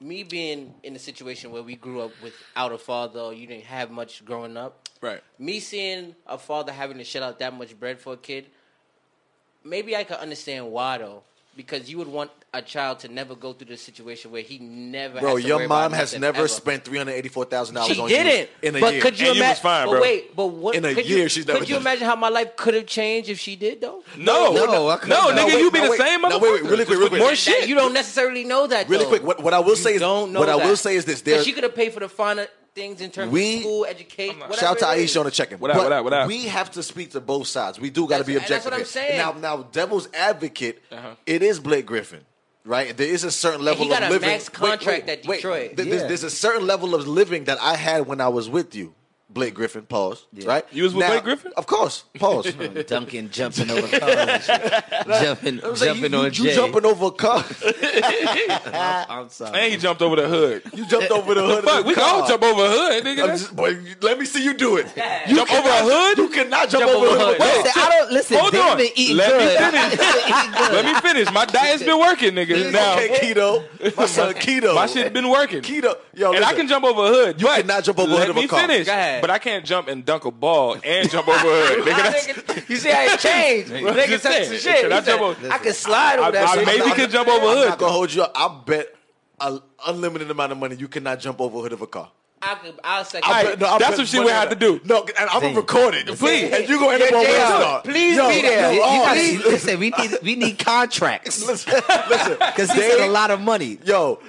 [SPEAKER 5] Me being in a situation where we grew up without a father, or you didn't have much growing up.
[SPEAKER 2] Right.
[SPEAKER 5] Me seeing a father having to shell out that much bread for a kid, maybe I could understand why though, because you would want a child to never go through the situation where he
[SPEAKER 1] Bro,
[SPEAKER 5] never. has to worry
[SPEAKER 1] your
[SPEAKER 5] about
[SPEAKER 1] mom has
[SPEAKER 5] nothing,
[SPEAKER 1] never
[SPEAKER 5] ever.
[SPEAKER 1] spent three hundred eighty-four thousand dollars
[SPEAKER 5] She
[SPEAKER 1] on
[SPEAKER 5] didn't.
[SPEAKER 1] you in a
[SPEAKER 5] but
[SPEAKER 1] year.
[SPEAKER 5] could you
[SPEAKER 2] And you
[SPEAKER 5] imagine?
[SPEAKER 2] was fine,
[SPEAKER 5] but
[SPEAKER 2] bro.
[SPEAKER 5] wait, but what?
[SPEAKER 1] In a
[SPEAKER 5] could
[SPEAKER 1] year,
[SPEAKER 5] you,
[SPEAKER 1] she's never
[SPEAKER 5] Could you
[SPEAKER 1] done it.
[SPEAKER 5] imagine how my life could have changed if she did though?
[SPEAKER 2] No,
[SPEAKER 6] No,
[SPEAKER 2] no,
[SPEAKER 6] I couldn't. No,
[SPEAKER 2] nigga,
[SPEAKER 1] wait,
[SPEAKER 2] you be
[SPEAKER 1] no,
[SPEAKER 2] the
[SPEAKER 1] wait.
[SPEAKER 2] same motherfucker.
[SPEAKER 1] No, wait, wait, really
[SPEAKER 2] just
[SPEAKER 1] quick,
[SPEAKER 2] with
[SPEAKER 1] real
[SPEAKER 2] more
[SPEAKER 1] quick.
[SPEAKER 5] That-
[SPEAKER 2] shit.
[SPEAKER 5] you don't necessarily know that.
[SPEAKER 1] Really
[SPEAKER 5] though.
[SPEAKER 1] quick, what, what I will say is
[SPEAKER 5] don't know
[SPEAKER 1] what I
[SPEAKER 5] that.
[SPEAKER 1] will say is this: there,
[SPEAKER 5] Because she could have paid for the finer things in terms
[SPEAKER 1] We-
[SPEAKER 5] of school education.
[SPEAKER 2] not-
[SPEAKER 1] Shout out to
[SPEAKER 5] whatever it is.
[SPEAKER 1] Aisha on the check-in.
[SPEAKER 2] What up,
[SPEAKER 1] But
[SPEAKER 2] what up, what up?
[SPEAKER 1] We have to speak to both sides. We do got to
[SPEAKER 5] That's-
[SPEAKER 1] be
[SPEAKER 5] and
[SPEAKER 1] objective.
[SPEAKER 5] that's what I'm
[SPEAKER 1] here.
[SPEAKER 5] saying.
[SPEAKER 1] Now, now, devil's advocate,
[SPEAKER 2] Uh-huh.
[SPEAKER 1] it is Blake Griffin, right? There is a certain level
[SPEAKER 5] got
[SPEAKER 1] of
[SPEAKER 5] a
[SPEAKER 1] living.
[SPEAKER 5] max contract at
[SPEAKER 1] Th-
[SPEAKER 5] Detroit.
[SPEAKER 1] there's,
[SPEAKER 6] Yeah.
[SPEAKER 1] there's a certain level of living that I had when I was with you, Blake Griffin. Pause. Right?
[SPEAKER 2] You was with
[SPEAKER 1] Now-
[SPEAKER 2] Blake Griffin?
[SPEAKER 1] Of course. Pause.
[SPEAKER 6] Duncan jumping over cars, and shit. jumping,
[SPEAKER 1] I'm saying,
[SPEAKER 6] jumping
[SPEAKER 1] you, you,
[SPEAKER 6] on
[SPEAKER 1] you
[SPEAKER 6] Jay.
[SPEAKER 1] jumping over a car.
[SPEAKER 6] I'm sorry.
[SPEAKER 2] And he jumped over the hood.
[SPEAKER 1] you jumped over the hood. of
[SPEAKER 2] Fuck,
[SPEAKER 1] the
[SPEAKER 2] we can
[SPEAKER 1] car.
[SPEAKER 2] all jump over a hood, nigga.
[SPEAKER 1] I'm just- boy, you- let me see you do it. You
[SPEAKER 2] jump over a
[SPEAKER 1] cannot-
[SPEAKER 2] hood?
[SPEAKER 1] You cannot jump, over, the hood.
[SPEAKER 2] Wait,
[SPEAKER 6] Listen, I don't listen.
[SPEAKER 2] Hold
[SPEAKER 6] they've
[SPEAKER 2] on.
[SPEAKER 6] been eating
[SPEAKER 2] Let me
[SPEAKER 6] good.
[SPEAKER 2] finish.
[SPEAKER 6] They've been eating
[SPEAKER 2] Let
[SPEAKER 6] good.
[SPEAKER 2] me finish. My diet's been working, nigga. Now
[SPEAKER 1] okay, keto. My son keto.
[SPEAKER 2] my shit been working.
[SPEAKER 1] Keto. Yo,
[SPEAKER 2] And I
[SPEAKER 1] listen.
[SPEAKER 2] can jump over a hood.
[SPEAKER 1] You
[SPEAKER 2] but
[SPEAKER 1] cannot jump over a
[SPEAKER 2] let
[SPEAKER 1] hood of a
[SPEAKER 2] me
[SPEAKER 1] car.
[SPEAKER 2] Finish,
[SPEAKER 5] Go ahead.
[SPEAKER 2] But I can't jump and dunk a ball and jump over a hood, nigga.
[SPEAKER 5] My
[SPEAKER 2] That's-
[SPEAKER 5] nigga, you see how it changed?
[SPEAKER 2] I'm
[SPEAKER 5] Nigga
[SPEAKER 2] just
[SPEAKER 5] said some
[SPEAKER 2] saying.
[SPEAKER 5] shit.
[SPEAKER 2] Can
[SPEAKER 5] He
[SPEAKER 2] I
[SPEAKER 5] said,
[SPEAKER 2] jump over-
[SPEAKER 5] I can slide
[SPEAKER 2] I-
[SPEAKER 5] over that
[SPEAKER 2] I
[SPEAKER 5] shit.
[SPEAKER 2] maybe
[SPEAKER 5] I'm not-
[SPEAKER 2] could jump over a
[SPEAKER 1] I'm
[SPEAKER 2] hood.
[SPEAKER 1] not gonna hold you up. I bet an unlimited amount of money you cannot jump over the hood of a car.
[SPEAKER 5] I could. I'll second.
[SPEAKER 1] I
[SPEAKER 2] Aight,
[SPEAKER 1] bet, no, I
[SPEAKER 2] that's
[SPEAKER 1] bet
[SPEAKER 2] what she
[SPEAKER 1] money
[SPEAKER 2] would have
[SPEAKER 1] on
[SPEAKER 2] to do.
[SPEAKER 1] it. No, and I'm gonna record it,
[SPEAKER 2] Please.
[SPEAKER 1] and you gonna end up
[SPEAKER 5] Yeah,
[SPEAKER 1] on
[SPEAKER 5] JR,
[SPEAKER 1] Red
[SPEAKER 5] please be there.
[SPEAKER 1] You
[SPEAKER 5] You
[SPEAKER 1] are.
[SPEAKER 5] gotta-
[SPEAKER 6] Please, listen, we need we need contracts
[SPEAKER 1] listen, listen,
[SPEAKER 6] because he
[SPEAKER 1] They-
[SPEAKER 6] said a lot of money.
[SPEAKER 1] yo,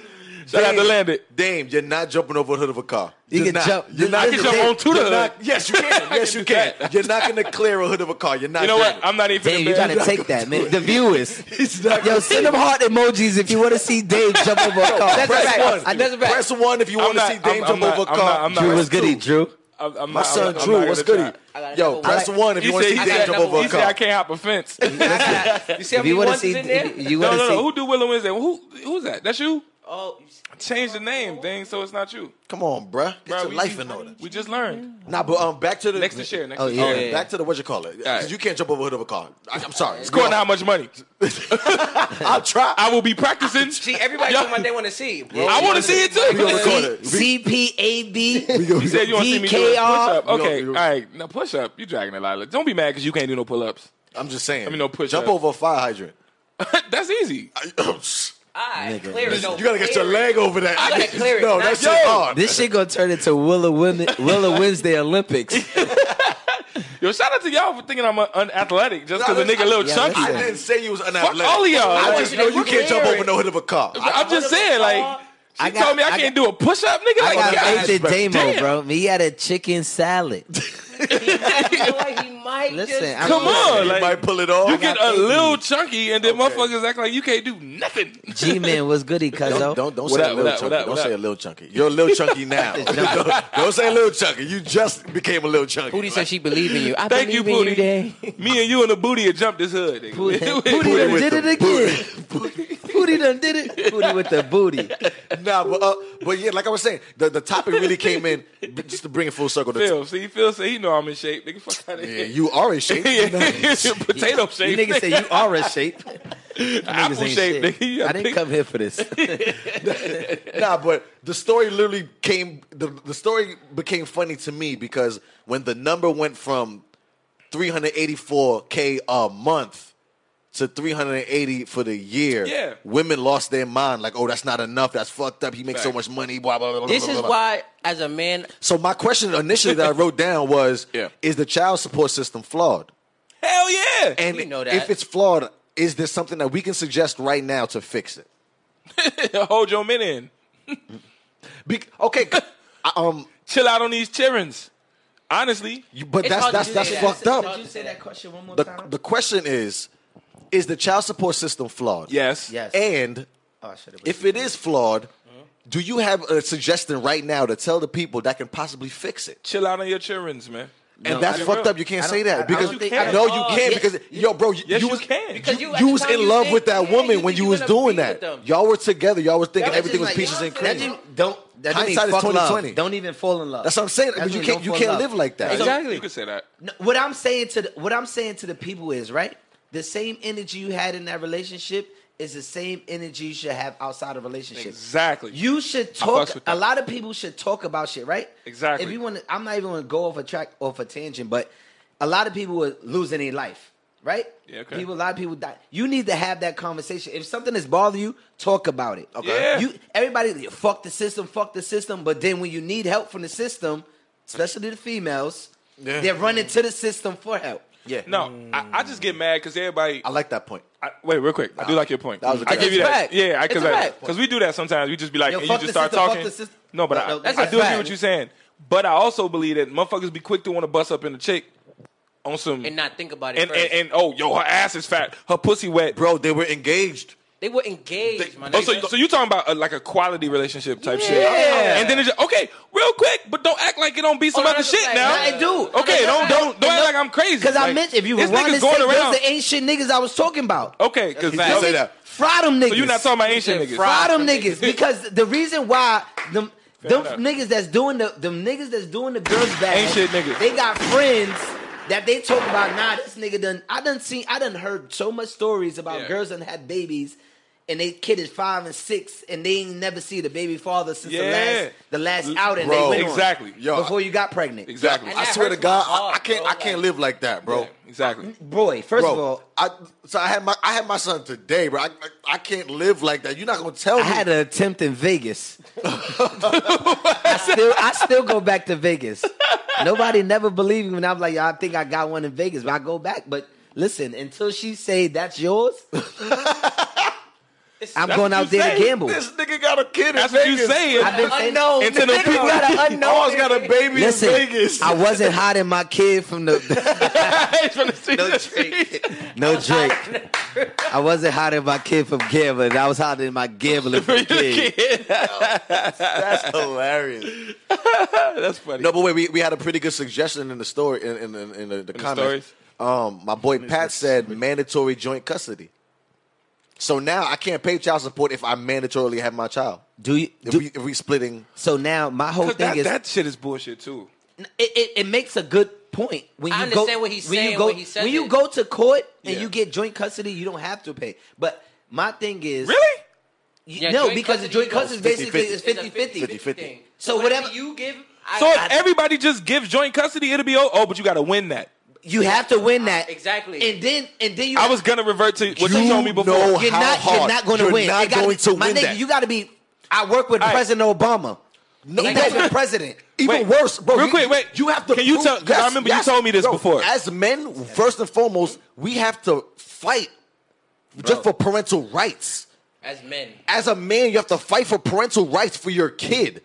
[SPEAKER 2] Shout out to Landed.
[SPEAKER 1] Dame, you're not jumping over the hood of a car.
[SPEAKER 6] You
[SPEAKER 1] You're
[SPEAKER 6] can
[SPEAKER 1] not.
[SPEAKER 6] jump-
[SPEAKER 1] You're
[SPEAKER 6] I
[SPEAKER 1] not
[SPEAKER 2] can jump onto the
[SPEAKER 1] You're not-
[SPEAKER 2] hood.
[SPEAKER 1] Yes, you can.
[SPEAKER 2] I
[SPEAKER 1] Yes,
[SPEAKER 2] can
[SPEAKER 1] you
[SPEAKER 2] do
[SPEAKER 1] can.
[SPEAKER 2] that.
[SPEAKER 1] You're not going to clear a hood of a car. You're not.
[SPEAKER 2] You know what?
[SPEAKER 1] doing it.
[SPEAKER 2] I'm not even.
[SPEAKER 6] Damn, you
[SPEAKER 2] embarrassed.
[SPEAKER 6] trying to take that, man. The viewers.
[SPEAKER 1] He's not
[SPEAKER 6] Yo, send them heart emojis if you want to see Dave jump over a car.
[SPEAKER 5] That's a
[SPEAKER 1] press
[SPEAKER 5] fact.
[SPEAKER 1] one.
[SPEAKER 5] I- That's a fact.
[SPEAKER 1] Press one if you want to
[SPEAKER 2] not-
[SPEAKER 1] see Dame
[SPEAKER 2] I'm-
[SPEAKER 1] jump
[SPEAKER 2] I'm not-
[SPEAKER 1] over a
[SPEAKER 2] I'm
[SPEAKER 1] car.
[SPEAKER 2] not- I'm not-
[SPEAKER 6] Drew, what's good,
[SPEAKER 1] Two.
[SPEAKER 6] eat, Drew?
[SPEAKER 2] I'm- I'm
[SPEAKER 1] My
[SPEAKER 2] not-
[SPEAKER 1] son
[SPEAKER 2] I'm not
[SPEAKER 1] Drew,
[SPEAKER 2] gonna
[SPEAKER 1] what's good?
[SPEAKER 2] try.
[SPEAKER 5] I got a
[SPEAKER 1] Yo,
[SPEAKER 5] couple-
[SPEAKER 1] press
[SPEAKER 5] I like-
[SPEAKER 1] one if
[SPEAKER 2] He
[SPEAKER 1] you want to see
[SPEAKER 2] said he
[SPEAKER 5] got
[SPEAKER 1] Dame
[SPEAKER 2] said-
[SPEAKER 1] jump
[SPEAKER 5] number
[SPEAKER 1] over
[SPEAKER 5] one.
[SPEAKER 1] a
[SPEAKER 2] he said I
[SPEAKER 1] car.
[SPEAKER 2] can't hop a fence.
[SPEAKER 5] You see how
[SPEAKER 6] If you
[SPEAKER 5] many
[SPEAKER 6] want to
[SPEAKER 5] ones
[SPEAKER 6] see,
[SPEAKER 5] is in there?
[SPEAKER 6] you
[SPEAKER 2] No,
[SPEAKER 6] want to
[SPEAKER 2] no,
[SPEAKER 6] see.
[SPEAKER 2] no. Who do Willow Wednesday? Who, who's that? That's you?
[SPEAKER 5] Oh, you see-
[SPEAKER 2] Change the name, thing, so it's not you.
[SPEAKER 1] Come on, bruh. Get
[SPEAKER 2] Bruh,
[SPEAKER 1] your
[SPEAKER 2] we-
[SPEAKER 1] life
[SPEAKER 2] we-
[SPEAKER 1] in order.
[SPEAKER 2] We just learned.
[SPEAKER 1] Nah, but um, back to the
[SPEAKER 2] Next this year. Next
[SPEAKER 6] Oh,
[SPEAKER 2] this
[SPEAKER 6] yeah.
[SPEAKER 2] year.
[SPEAKER 1] Yeah, Back to the what you call it. 'Cause
[SPEAKER 2] Alright.
[SPEAKER 1] You can't jump over the hood of a car. I, I'm sorry.
[SPEAKER 2] Scoring how much money?
[SPEAKER 1] I'll try.
[SPEAKER 2] I will be practicing.
[SPEAKER 5] see, everybody
[SPEAKER 2] Yo,
[SPEAKER 5] talking about they want to see. Bro.
[SPEAKER 2] I want to see it too.
[SPEAKER 1] We gonna record it.
[SPEAKER 6] CPAB.
[SPEAKER 2] He said you want to see me do a push
[SPEAKER 6] DKR.
[SPEAKER 2] up. Okay,
[SPEAKER 1] We
[SPEAKER 2] all
[SPEAKER 1] gonna-
[SPEAKER 2] right. Now push up. You dragging it, Lila. Don't be mad because you can't do no pull ups.
[SPEAKER 1] I'm just saying.
[SPEAKER 2] mean, no push
[SPEAKER 1] Jump
[SPEAKER 2] up.
[SPEAKER 1] over a fire hydrant.
[SPEAKER 2] That's easy.
[SPEAKER 5] I clear it.
[SPEAKER 1] you gotta get your leg over that.
[SPEAKER 5] I gotta clear it.
[SPEAKER 1] No,
[SPEAKER 5] Not
[SPEAKER 1] that shit
[SPEAKER 5] yo.
[SPEAKER 1] hard.
[SPEAKER 6] This shit gonna turn into Willow, Win- Willow Wednesday Olympics.
[SPEAKER 2] Yo, shout out to y'all for thinking I'm un- unathletic just because
[SPEAKER 1] Nah,
[SPEAKER 2] a nigga a little
[SPEAKER 6] yeah,
[SPEAKER 2] chunky.
[SPEAKER 1] I didn't say you was
[SPEAKER 2] Fuck
[SPEAKER 1] unathletic.
[SPEAKER 2] all of y'all.
[SPEAKER 1] I
[SPEAKER 2] Like,
[SPEAKER 1] just know you can't jump over no hood of a car.
[SPEAKER 2] I'm just saying, like, she
[SPEAKER 6] I got-
[SPEAKER 2] told me I,
[SPEAKER 6] I
[SPEAKER 2] can't do a push up, nigga.
[SPEAKER 6] I
[SPEAKER 2] Like,
[SPEAKER 6] got
[SPEAKER 2] God,
[SPEAKER 6] faith in Damo,
[SPEAKER 2] damn.
[SPEAKER 6] bro. He had a chicken salad.
[SPEAKER 5] he might
[SPEAKER 6] Listen,
[SPEAKER 5] just
[SPEAKER 6] I'm-
[SPEAKER 2] Come on,
[SPEAKER 1] you
[SPEAKER 2] like,
[SPEAKER 1] might pull it off.
[SPEAKER 2] You get a
[SPEAKER 6] faith in
[SPEAKER 2] little chunky, and then motherfuckers act like you can't do nothing.
[SPEAKER 6] G Man was good, he
[SPEAKER 1] don't,
[SPEAKER 6] cuzzo.
[SPEAKER 1] don't, don't
[SPEAKER 2] What
[SPEAKER 1] say
[SPEAKER 2] up,
[SPEAKER 1] a
[SPEAKER 2] what
[SPEAKER 1] little
[SPEAKER 2] up,
[SPEAKER 1] chunky.
[SPEAKER 2] what up,
[SPEAKER 1] don't
[SPEAKER 2] what
[SPEAKER 1] say a
[SPEAKER 2] up?
[SPEAKER 1] little chunky. You're a little chunky now. don't, don't say a little chunky. You just became a little chunky.
[SPEAKER 5] Pootie said she believe in you. I
[SPEAKER 2] Thank you,
[SPEAKER 5] believe in you, Dave.
[SPEAKER 2] Booty. Me and you and the booty have jumped this hood. nigga.
[SPEAKER 6] Booty-
[SPEAKER 2] We- we-
[SPEAKER 6] Booty
[SPEAKER 2] we-
[SPEAKER 6] done did it again. Booty done did it. Booty with the booty.
[SPEAKER 1] nah, but uh, but yeah, like I was saying, the, the topic really came in b- just to bring it full circle. To
[SPEAKER 2] Phil, see, Phil said he know I'm in shape. Nigga, fuck out of
[SPEAKER 1] yeah,
[SPEAKER 2] here.
[SPEAKER 1] you are in shape.
[SPEAKER 2] Potato
[SPEAKER 6] You
[SPEAKER 2] shape.
[SPEAKER 6] niggas say you are a shape.
[SPEAKER 2] apple
[SPEAKER 6] Niggas ain't
[SPEAKER 2] shape,
[SPEAKER 6] shit.
[SPEAKER 2] nigga. You
[SPEAKER 6] I
[SPEAKER 2] gotta
[SPEAKER 6] didn't
[SPEAKER 2] pick-
[SPEAKER 6] come here for this.
[SPEAKER 1] nah, but the story literally came. The, the story became funny to me because when the number went from 384k a month to 380 for the year,
[SPEAKER 2] Yeah.
[SPEAKER 1] women lost their mind. Like, oh, that's not enough. That's fucked up. He makes so
[SPEAKER 2] Facts.
[SPEAKER 1] much money. Blah blah blah.
[SPEAKER 5] This
[SPEAKER 1] blah,
[SPEAKER 5] is
[SPEAKER 1] blah, blah.
[SPEAKER 5] why, as a man,
[SPEAKER 1] So my question initially that I wrote down was:
[SPEAKER 2] Yeah.
[SPEAKER 1] Is the child support system flawed?
[SPEAKER 2] Hell yeah.
[SPEAKER 1] And
[SPEAKER 5] We know that.
[SPEAKER 1] if it's flawed, is there something that we can suggest right now to fix it?
[SPEAKER 2] Hold your men in.
[SPEAKER 1] Be- okay, c- I- um,
[SPEAKER 2] Chill out on these chirins. Honestly,
[SPEAKER 1] you- but
[SPEAKER 5] It's
[SPEAKER 1] that's
[SPEAKER 5] hard to
[SPEAKER 1] that's
[SPEAKER 5] do
[SPEAKER 1] that's
[SPEAKER 5] that.
[SPEAKER 1] fucked up.
[SPEAKER 5] Did you say that
[SPEAKER 6] question one more
[SPEAKER 1] The the question is, is the child support system flawed?
[SPEAKER 2] yes.
[SPEAKER 6] Yes. Oh,
[SPEAKER 1] And if it is flawed, do you have a suggestion right now to tell the people that can possibly fix it?
[SPEAKER 2] Chill out on your chirins, man.
[SPEAKER 1] And
[SPEAKER 6] No,
[SPEAKER 1] that's
[SPEAKER 2] I-
[SPEAKER 1] fucked up. You can't
[SPEAKER 6] I
[SPEAKER 1] say
[SPEAKER 6] don't- I- I
[SPEAKER 1] that because
[SPEAKER 6] don't
[SPEAKER 2] think- I
[SPEAKER 1] no,
[SPEAKER 2] don't-
[SPEAKER 1] you
[SPEAKER 5] oh,
[SPEAKER 1] can't
[SPEAKER 5] yeah.
[SPEAKER 1] because yo, bro, you,
[SPEAKER 2] Yes, you,
[SPEAKER 1] was
[SPEAKER 2] can.
[SPEAKER 5] because you, at
[SPEAKER 1] you
[SPEAKER 5] the
[SPEAKER 1] was
[SPEAKER 5] time
[SPEAKER 1] in love
[SPEAKER 5] think-
[SPEAKER 1] with that
[SPEAKER 5] yeah,
[SPEAKER 1] woman
[SPEAKER 5] you
[SPEAKER 1] when
[SPEAKER 5] think
[SPEAKER 1] you
[SPEAKER 5] you're
[SPEAKER 1] was
[SPEAKER 5] gonna
[SPEAKER 1] doing
[SPEAKER 5] be
[SPEAKER 1] that.
[SPEAKER 5] with them.
[SPEAKER 1] Y'all were together. Y'all was thinking
[SPEAKER 5] That was
[SPEAKER 1] everything was
[SPEAKER 5] just like,
[SPEAKER 1] peaches
[SPEAKER 5] y'all
[SPEAKER 1] and
[SPEAKER 5] said
[SPEAKER 1] cream.
[SPEAKER 5] you-
[SPEAKER 6] Don't that don't mean
[SPEAKER 1] Hindsight is
[SPEAKER 6] fuck love.
[SPEAKER 1] 2020.
[SPEAKER 6] Don't even fall in love.
[SPEAKER 1] That's what I'm saying. Because
[SPEAKER 6] That's
[SPEAKER 1] you
[SPEAKER 6] when
[SPEAKER 1] can't
[SPEAKER 6] don't
[SPEAKER 1] you
[SPEAKER 6] fall in
[SPEAKER 1] can't
[SPEAKER 6] love.
[SPEAKER 1] live like that.
[SPEAKER 2] So,
[SPEAKER 5] Exactly.
[SPEAKER 2] You can say that.
[SPEAKER 6] No, what I'm saying to the, what I'm saying to the people is right. The same energy you had in that relationship is the same energy you should have outside of relationship.
[SPEAKER 2] Exactly.
[SPEAKER 6] You should
[SPEAKER 2] fucks
[SPEAKER 6] talk.
[SPEAKER 2] with that.
[SPEAKER 6] A lot of people should talk about shit, right?
[SPEAKER 2] Exactly.
[SPEAKER 6] If you want, to, I'm not even going to go off a track, off a tangent, but a lot of people are losing their life, right?
[SPEAKER 2] Yeah, okay.
[SPEAKER 6] People, a lot of people die. You need to have that conversation. If something is bothering you, talk about it. Okay.
[SPEAKER 2] Yeah.
[SPEAKER 6] You everybody fuck the system, fuck the system, but then when you need help from the system, especially the females,
[SPEAKER 1] Yeah.
[SPEAKER 6] they're running to the system for help.
[SPEAKER 1] Yeah.
[SPEAKER 2] No, I, I
[SPEAKER 6] Mm.
[SPEAKER 2] just get mad because everybody.
[SPEAKER 1] I like that point.
[SPEAKER 2] I, wait, real quick. I do like your point.
[SPEAKER 1] That was a
[SPEAKER 2] I
[SPEAKER 1] good
[SPEAKER 2] give you
[SPEAKER 5] It's a
[SPEAKER 2] that.
[SPEAKER 5] fact.
[SPEAKER 2] Yeah,
[SPEAKER 5] It's
[SPEAKER 2] because
[SPEAKER 5] a
[SPEAKER 2] I
[SPEAKER 5] fact.
[SPEAKER 2] because we do that sometimes. We just be like,
[SPEAKER 6] Yo,
[SPEAKER 2] and you
[SPEAKER 6] fuck
[SPEAKER 2] just
[SPEAKER 6] the
[SPEAKER 2] start
[SPEAKER 6] system, fuck
[SPEAKER 2] talking.
[SPEAKER 6] the system.
[SPEAKER 2] No, but
[SPEAKER 6] No, no,
[SPEAKER 2] I,
[SPEAKER 6] that's
[SPEAKER 2] I
[SPEAKER 6] a
[SPEAKER 2] do agree
[SPEAKER 6] fact.
[SPEAKER 2] what you're saying. But I also believe that motherfuckers be quick to want to bust up in a chick on some
[SPEAKER 5] and not think about it.
[SPEAKER 2] and,
[SPEAKER 5] first.
[SPEAKER 2] and, and oh yo, her ass is fat, her pussy wet.
[SPEAKER 1] Bro, they were engaged.
[SPEAKER 5] they were engaged, man.
[SPEAKER 2] Oh, so, so you talking about uh like a quality relationship type shit?
[SPEAKER 5] Yeah.
[SPEAKER 2] And then it's just, okay, real quick, but don't act like it don't be some
[SPEAKER 5] Oh,
[SPEAKER 2] other
[SPEAKER 5] that's a
[SPEAKER 2] shit
[SPEAKER 5] fact.
[SPEAKER 2] now.
[SPEAKER 5] Nah,
[SPEAKER 6] I do.
[SPEAKER 2] Okay, don't don't don't act like I'm crazy.
[SPEAKER 6] Because I
[SPEAKER 2] Like,
[SPEAKER 6] mentioned if you
[SPEAKER 2] this
[SPEAKER 6] rewind
[SPEAKER 2] niggas
[SPEAKER 6] this,
[SPEAKER 2] going
[SPEAKER 6] tape,
[SPEAKER 2] around.
[SPEAKER 6] those the ancient niggas I was talking about.
[SPEAKER 2] Okay, because
[SPEAKER 1] He did say that.
[SPEAKER 6] Fry them niggas.
[SPEAKER 2] So you're not talking about ancient
[SPEAKER 5] He said
[SPEAKER 2] niggas.
[SPEAKER 5] fry
[SPEAKER 6] fry them niggas because the reason why them them
[SPEAKER 2] enough.
[SPEAKER 6] niggas that's doing the them niggas that's doing the girls bad
[SPEAKER 2] Ain't shit niggas.
[SPEAKER 6] They got friends that they talk about. Nah, this nigga done. I done seen. I done heard so much stories about
[SPEAKER 2] Yeah.
[SPEAKER 6] girls that had babies. And they kid is five and six, and they ain't never see the baby father since
[SPEAKER 2] Yeah.
[SPEAKER 6] the last the
[SPEAKER 2] L-
[SPEAKER 6] last outing
[SPEAKER 1] bro,
[SPEAKER 6] they went on
[SPEAKER 2] Exactly.
[SPEAKER 1] Yo, I-
[SPEAKER 6] before you got pregnant.
[SPEAKER 2] Exactly.
[SPEAKER 5] And
[SPEAKER 1] I
[SPEAKER 5] that
[SPEAKER 1] swear to
[SPEAKER 5] hurts my
[SPEAKER 1] God, I,
[SPEAKER 5] heart,
[SPEAKER 1] I can't
[SPEAKER 5] bro,
[SPEAKER 1] I can't
[SPEAKER 5] like-
[SPEAKER 1] live like that, bro.
[SPEAKER 2] Yeah, exactly.
[SPEAKER 6] Boy, first
[SPEAKER 1] Bro,
[SPEAKER 6] of all,
[SPEAKER 1] I so I had my I had my son today, bro. I, I, I can't live like that. You're not gonna tell
[SPEAKER 6] I
[SPEAKER 1] me.
[SPEAKER 6] had an attempt in Vegas. I still I still go back to Vegas. Nobody never believed me when I'm like, "Yo, I think I got one in Vegas, but I go back. But listen, until she say that's yours, I'm
[SPEAKER 2] That's what
[SPEAKER 6] going out
[SPEAKER 2] you
[SPEAKER 6] there
[SPEAKER 2] say.
[SPEAKER 6] to gamble.
[SPEAKER 1] This nigga got a kid.
[SPEAKER 2] That's
[SPEAKER 1] in
[SPEAKER 2] what you
[SPEAKER 1] Vegas.
[SPEAKER 2] saying.
[SPEAKER 6] I've been saying-
[SPEAKER 5] Unknown.
[SPEAKER 2] Into the
[SPEAKER 5] nigga.
[SPEAKER 2] people-
[SPEAKER 5] Got an unknown.
[SPEAKER 1] Always got a baby
[SPEAKER 6] Listen,
[SPEAKER 1] in Vegas.
[SPEAKER 6] I wasn't hiding my kid from the
[SPEAKER 2] He's from the street.
[SPEAKER 6] no Drake. No Drake. I wasn't hiding my kid from gambling. I was hiding my gambling from kid.
[SPEAKER 1] That's hilarious.
[SPEAKER 2] That's funny.
[SPEAKER 1] No, but wait, we, we had a pretty good suggestion in the story in in, in, in the, the comments. um, my boy Pat said mandatory joint custody. So now I can't pay child support if I mandatorily have my child.
[SPEAKER 6] Do you?
[SPEAKER 1] If,
[SPEAKER 6] do-
[SPEAKER 1] we, if we splitting,
[SPEAKER 6] so now my whole
[SPEAKER 2] 'Cause
[SPEAKER 6] thing
[SPEAKER 2] that,
[SPEAKER 6] is
[SPEAKER 2] that shit is bullshit too.
[SPEAKER 6] it, it, it makes a good point when you
[SPEAKER 5] I
[SPEAKER 6] go,
[SPEAKER 5] understand what he's
[SPEAKER 6] when You
[SPEAKER 5] saying
[SPEAKER 6] go,
[SPEAKER 5] when he says
[SPEAKER 6] you
[SPEAKER 5] it.
[SPEAKER 6] go to court and
[SPEAKER 2] Yeah.
[SPEAKER 6] you get joint custody, you don't have to pay. But my thing is
[SPEAKER 2] Really?
[SPEAKER 6] you-
[SPEAKER 5] Yeah,
[SPEAKER 6] no,
[SPEAKER 5] joint
[SPEAKER 6] because the
[SPEAKER 5] custody,
[SPEAKER 6] joint custody
[SPEAKER 1] you know,
[SPEAKER 6] basically is
[SPEAKER 1] it's
[SPEAKER 6] 50
[SPEAKER 5] It's a
[SPEAKER 6] 50.
[SPEAKER 1] 50-50.
[SPEAKER 5] thing.
[SPEAKER 6] So whatever-
[SPEAKER 5] you give, I,
[SPEAKER 2] So if
[SPEAKER 5] I-
[SPEAKER 2] everybody just gives joint custody, it'll be oh, oh but you got to win that.
[SPEAKER 6] You have to win that.
[SPEAKER 5] Uh, Exactly.
[SPEAKER 6] And then and then you
[SPEAKER 2] I was gonna revert to what you,
[SPEAKER 1] You
[SPEAKER 2] told me before.
[SPEAKER 1] know
[SPEAKER 6] you're
[SPEAKER 1] how
[SPEAKER 6] not you're
[SPEAKER 1] hard.
[SPEAKER 6] not going
[SPEAKER 1] You're
[SPEAKER 6] to win.
[SPEAKER 1] not
[SPEAKER 6] It gotta
[SPEAKER 1] going
[SPEAKER 6] be-
[SPEAKER 1] to
[SPEAKER 6] my
[SPEAKER 1] win
[SPEAKER 6] nigga,
[SPEAKER 1] that.
[SPEAKER 6] you got to be I work with
[SPEAKER 2] All right.
[SPEAKER 6] President Obama.
[SPEAKER 1] No,
[SPEAKER 6] he
[SPEAKER 1] bro.
[SPEAKER 6] was the president.
[SPEAKER 1] even
[SPEAKER 2] Wait,
[SPEAKER 1] worse, bro.
[SPEAKER 2] real
[SPEAKER 1] you-
[SPEAKER 2] quick, wait.
[SPEAKER 1] You have to.
[SPEAKER 2] Can you
[SPEAKER 1] prove-
[SPEAKER 2] tell- 'cause I remember you told me this
[SPEAKER 1] Bro,
[SPEAKER 2] before.
[SPEAKER 1] As men, first and foremost, we have to fight just for parental rights.
[SPEAKER 5] as men,
[SPEAKER 1] as a man, you have to fight for parental rights for your kid.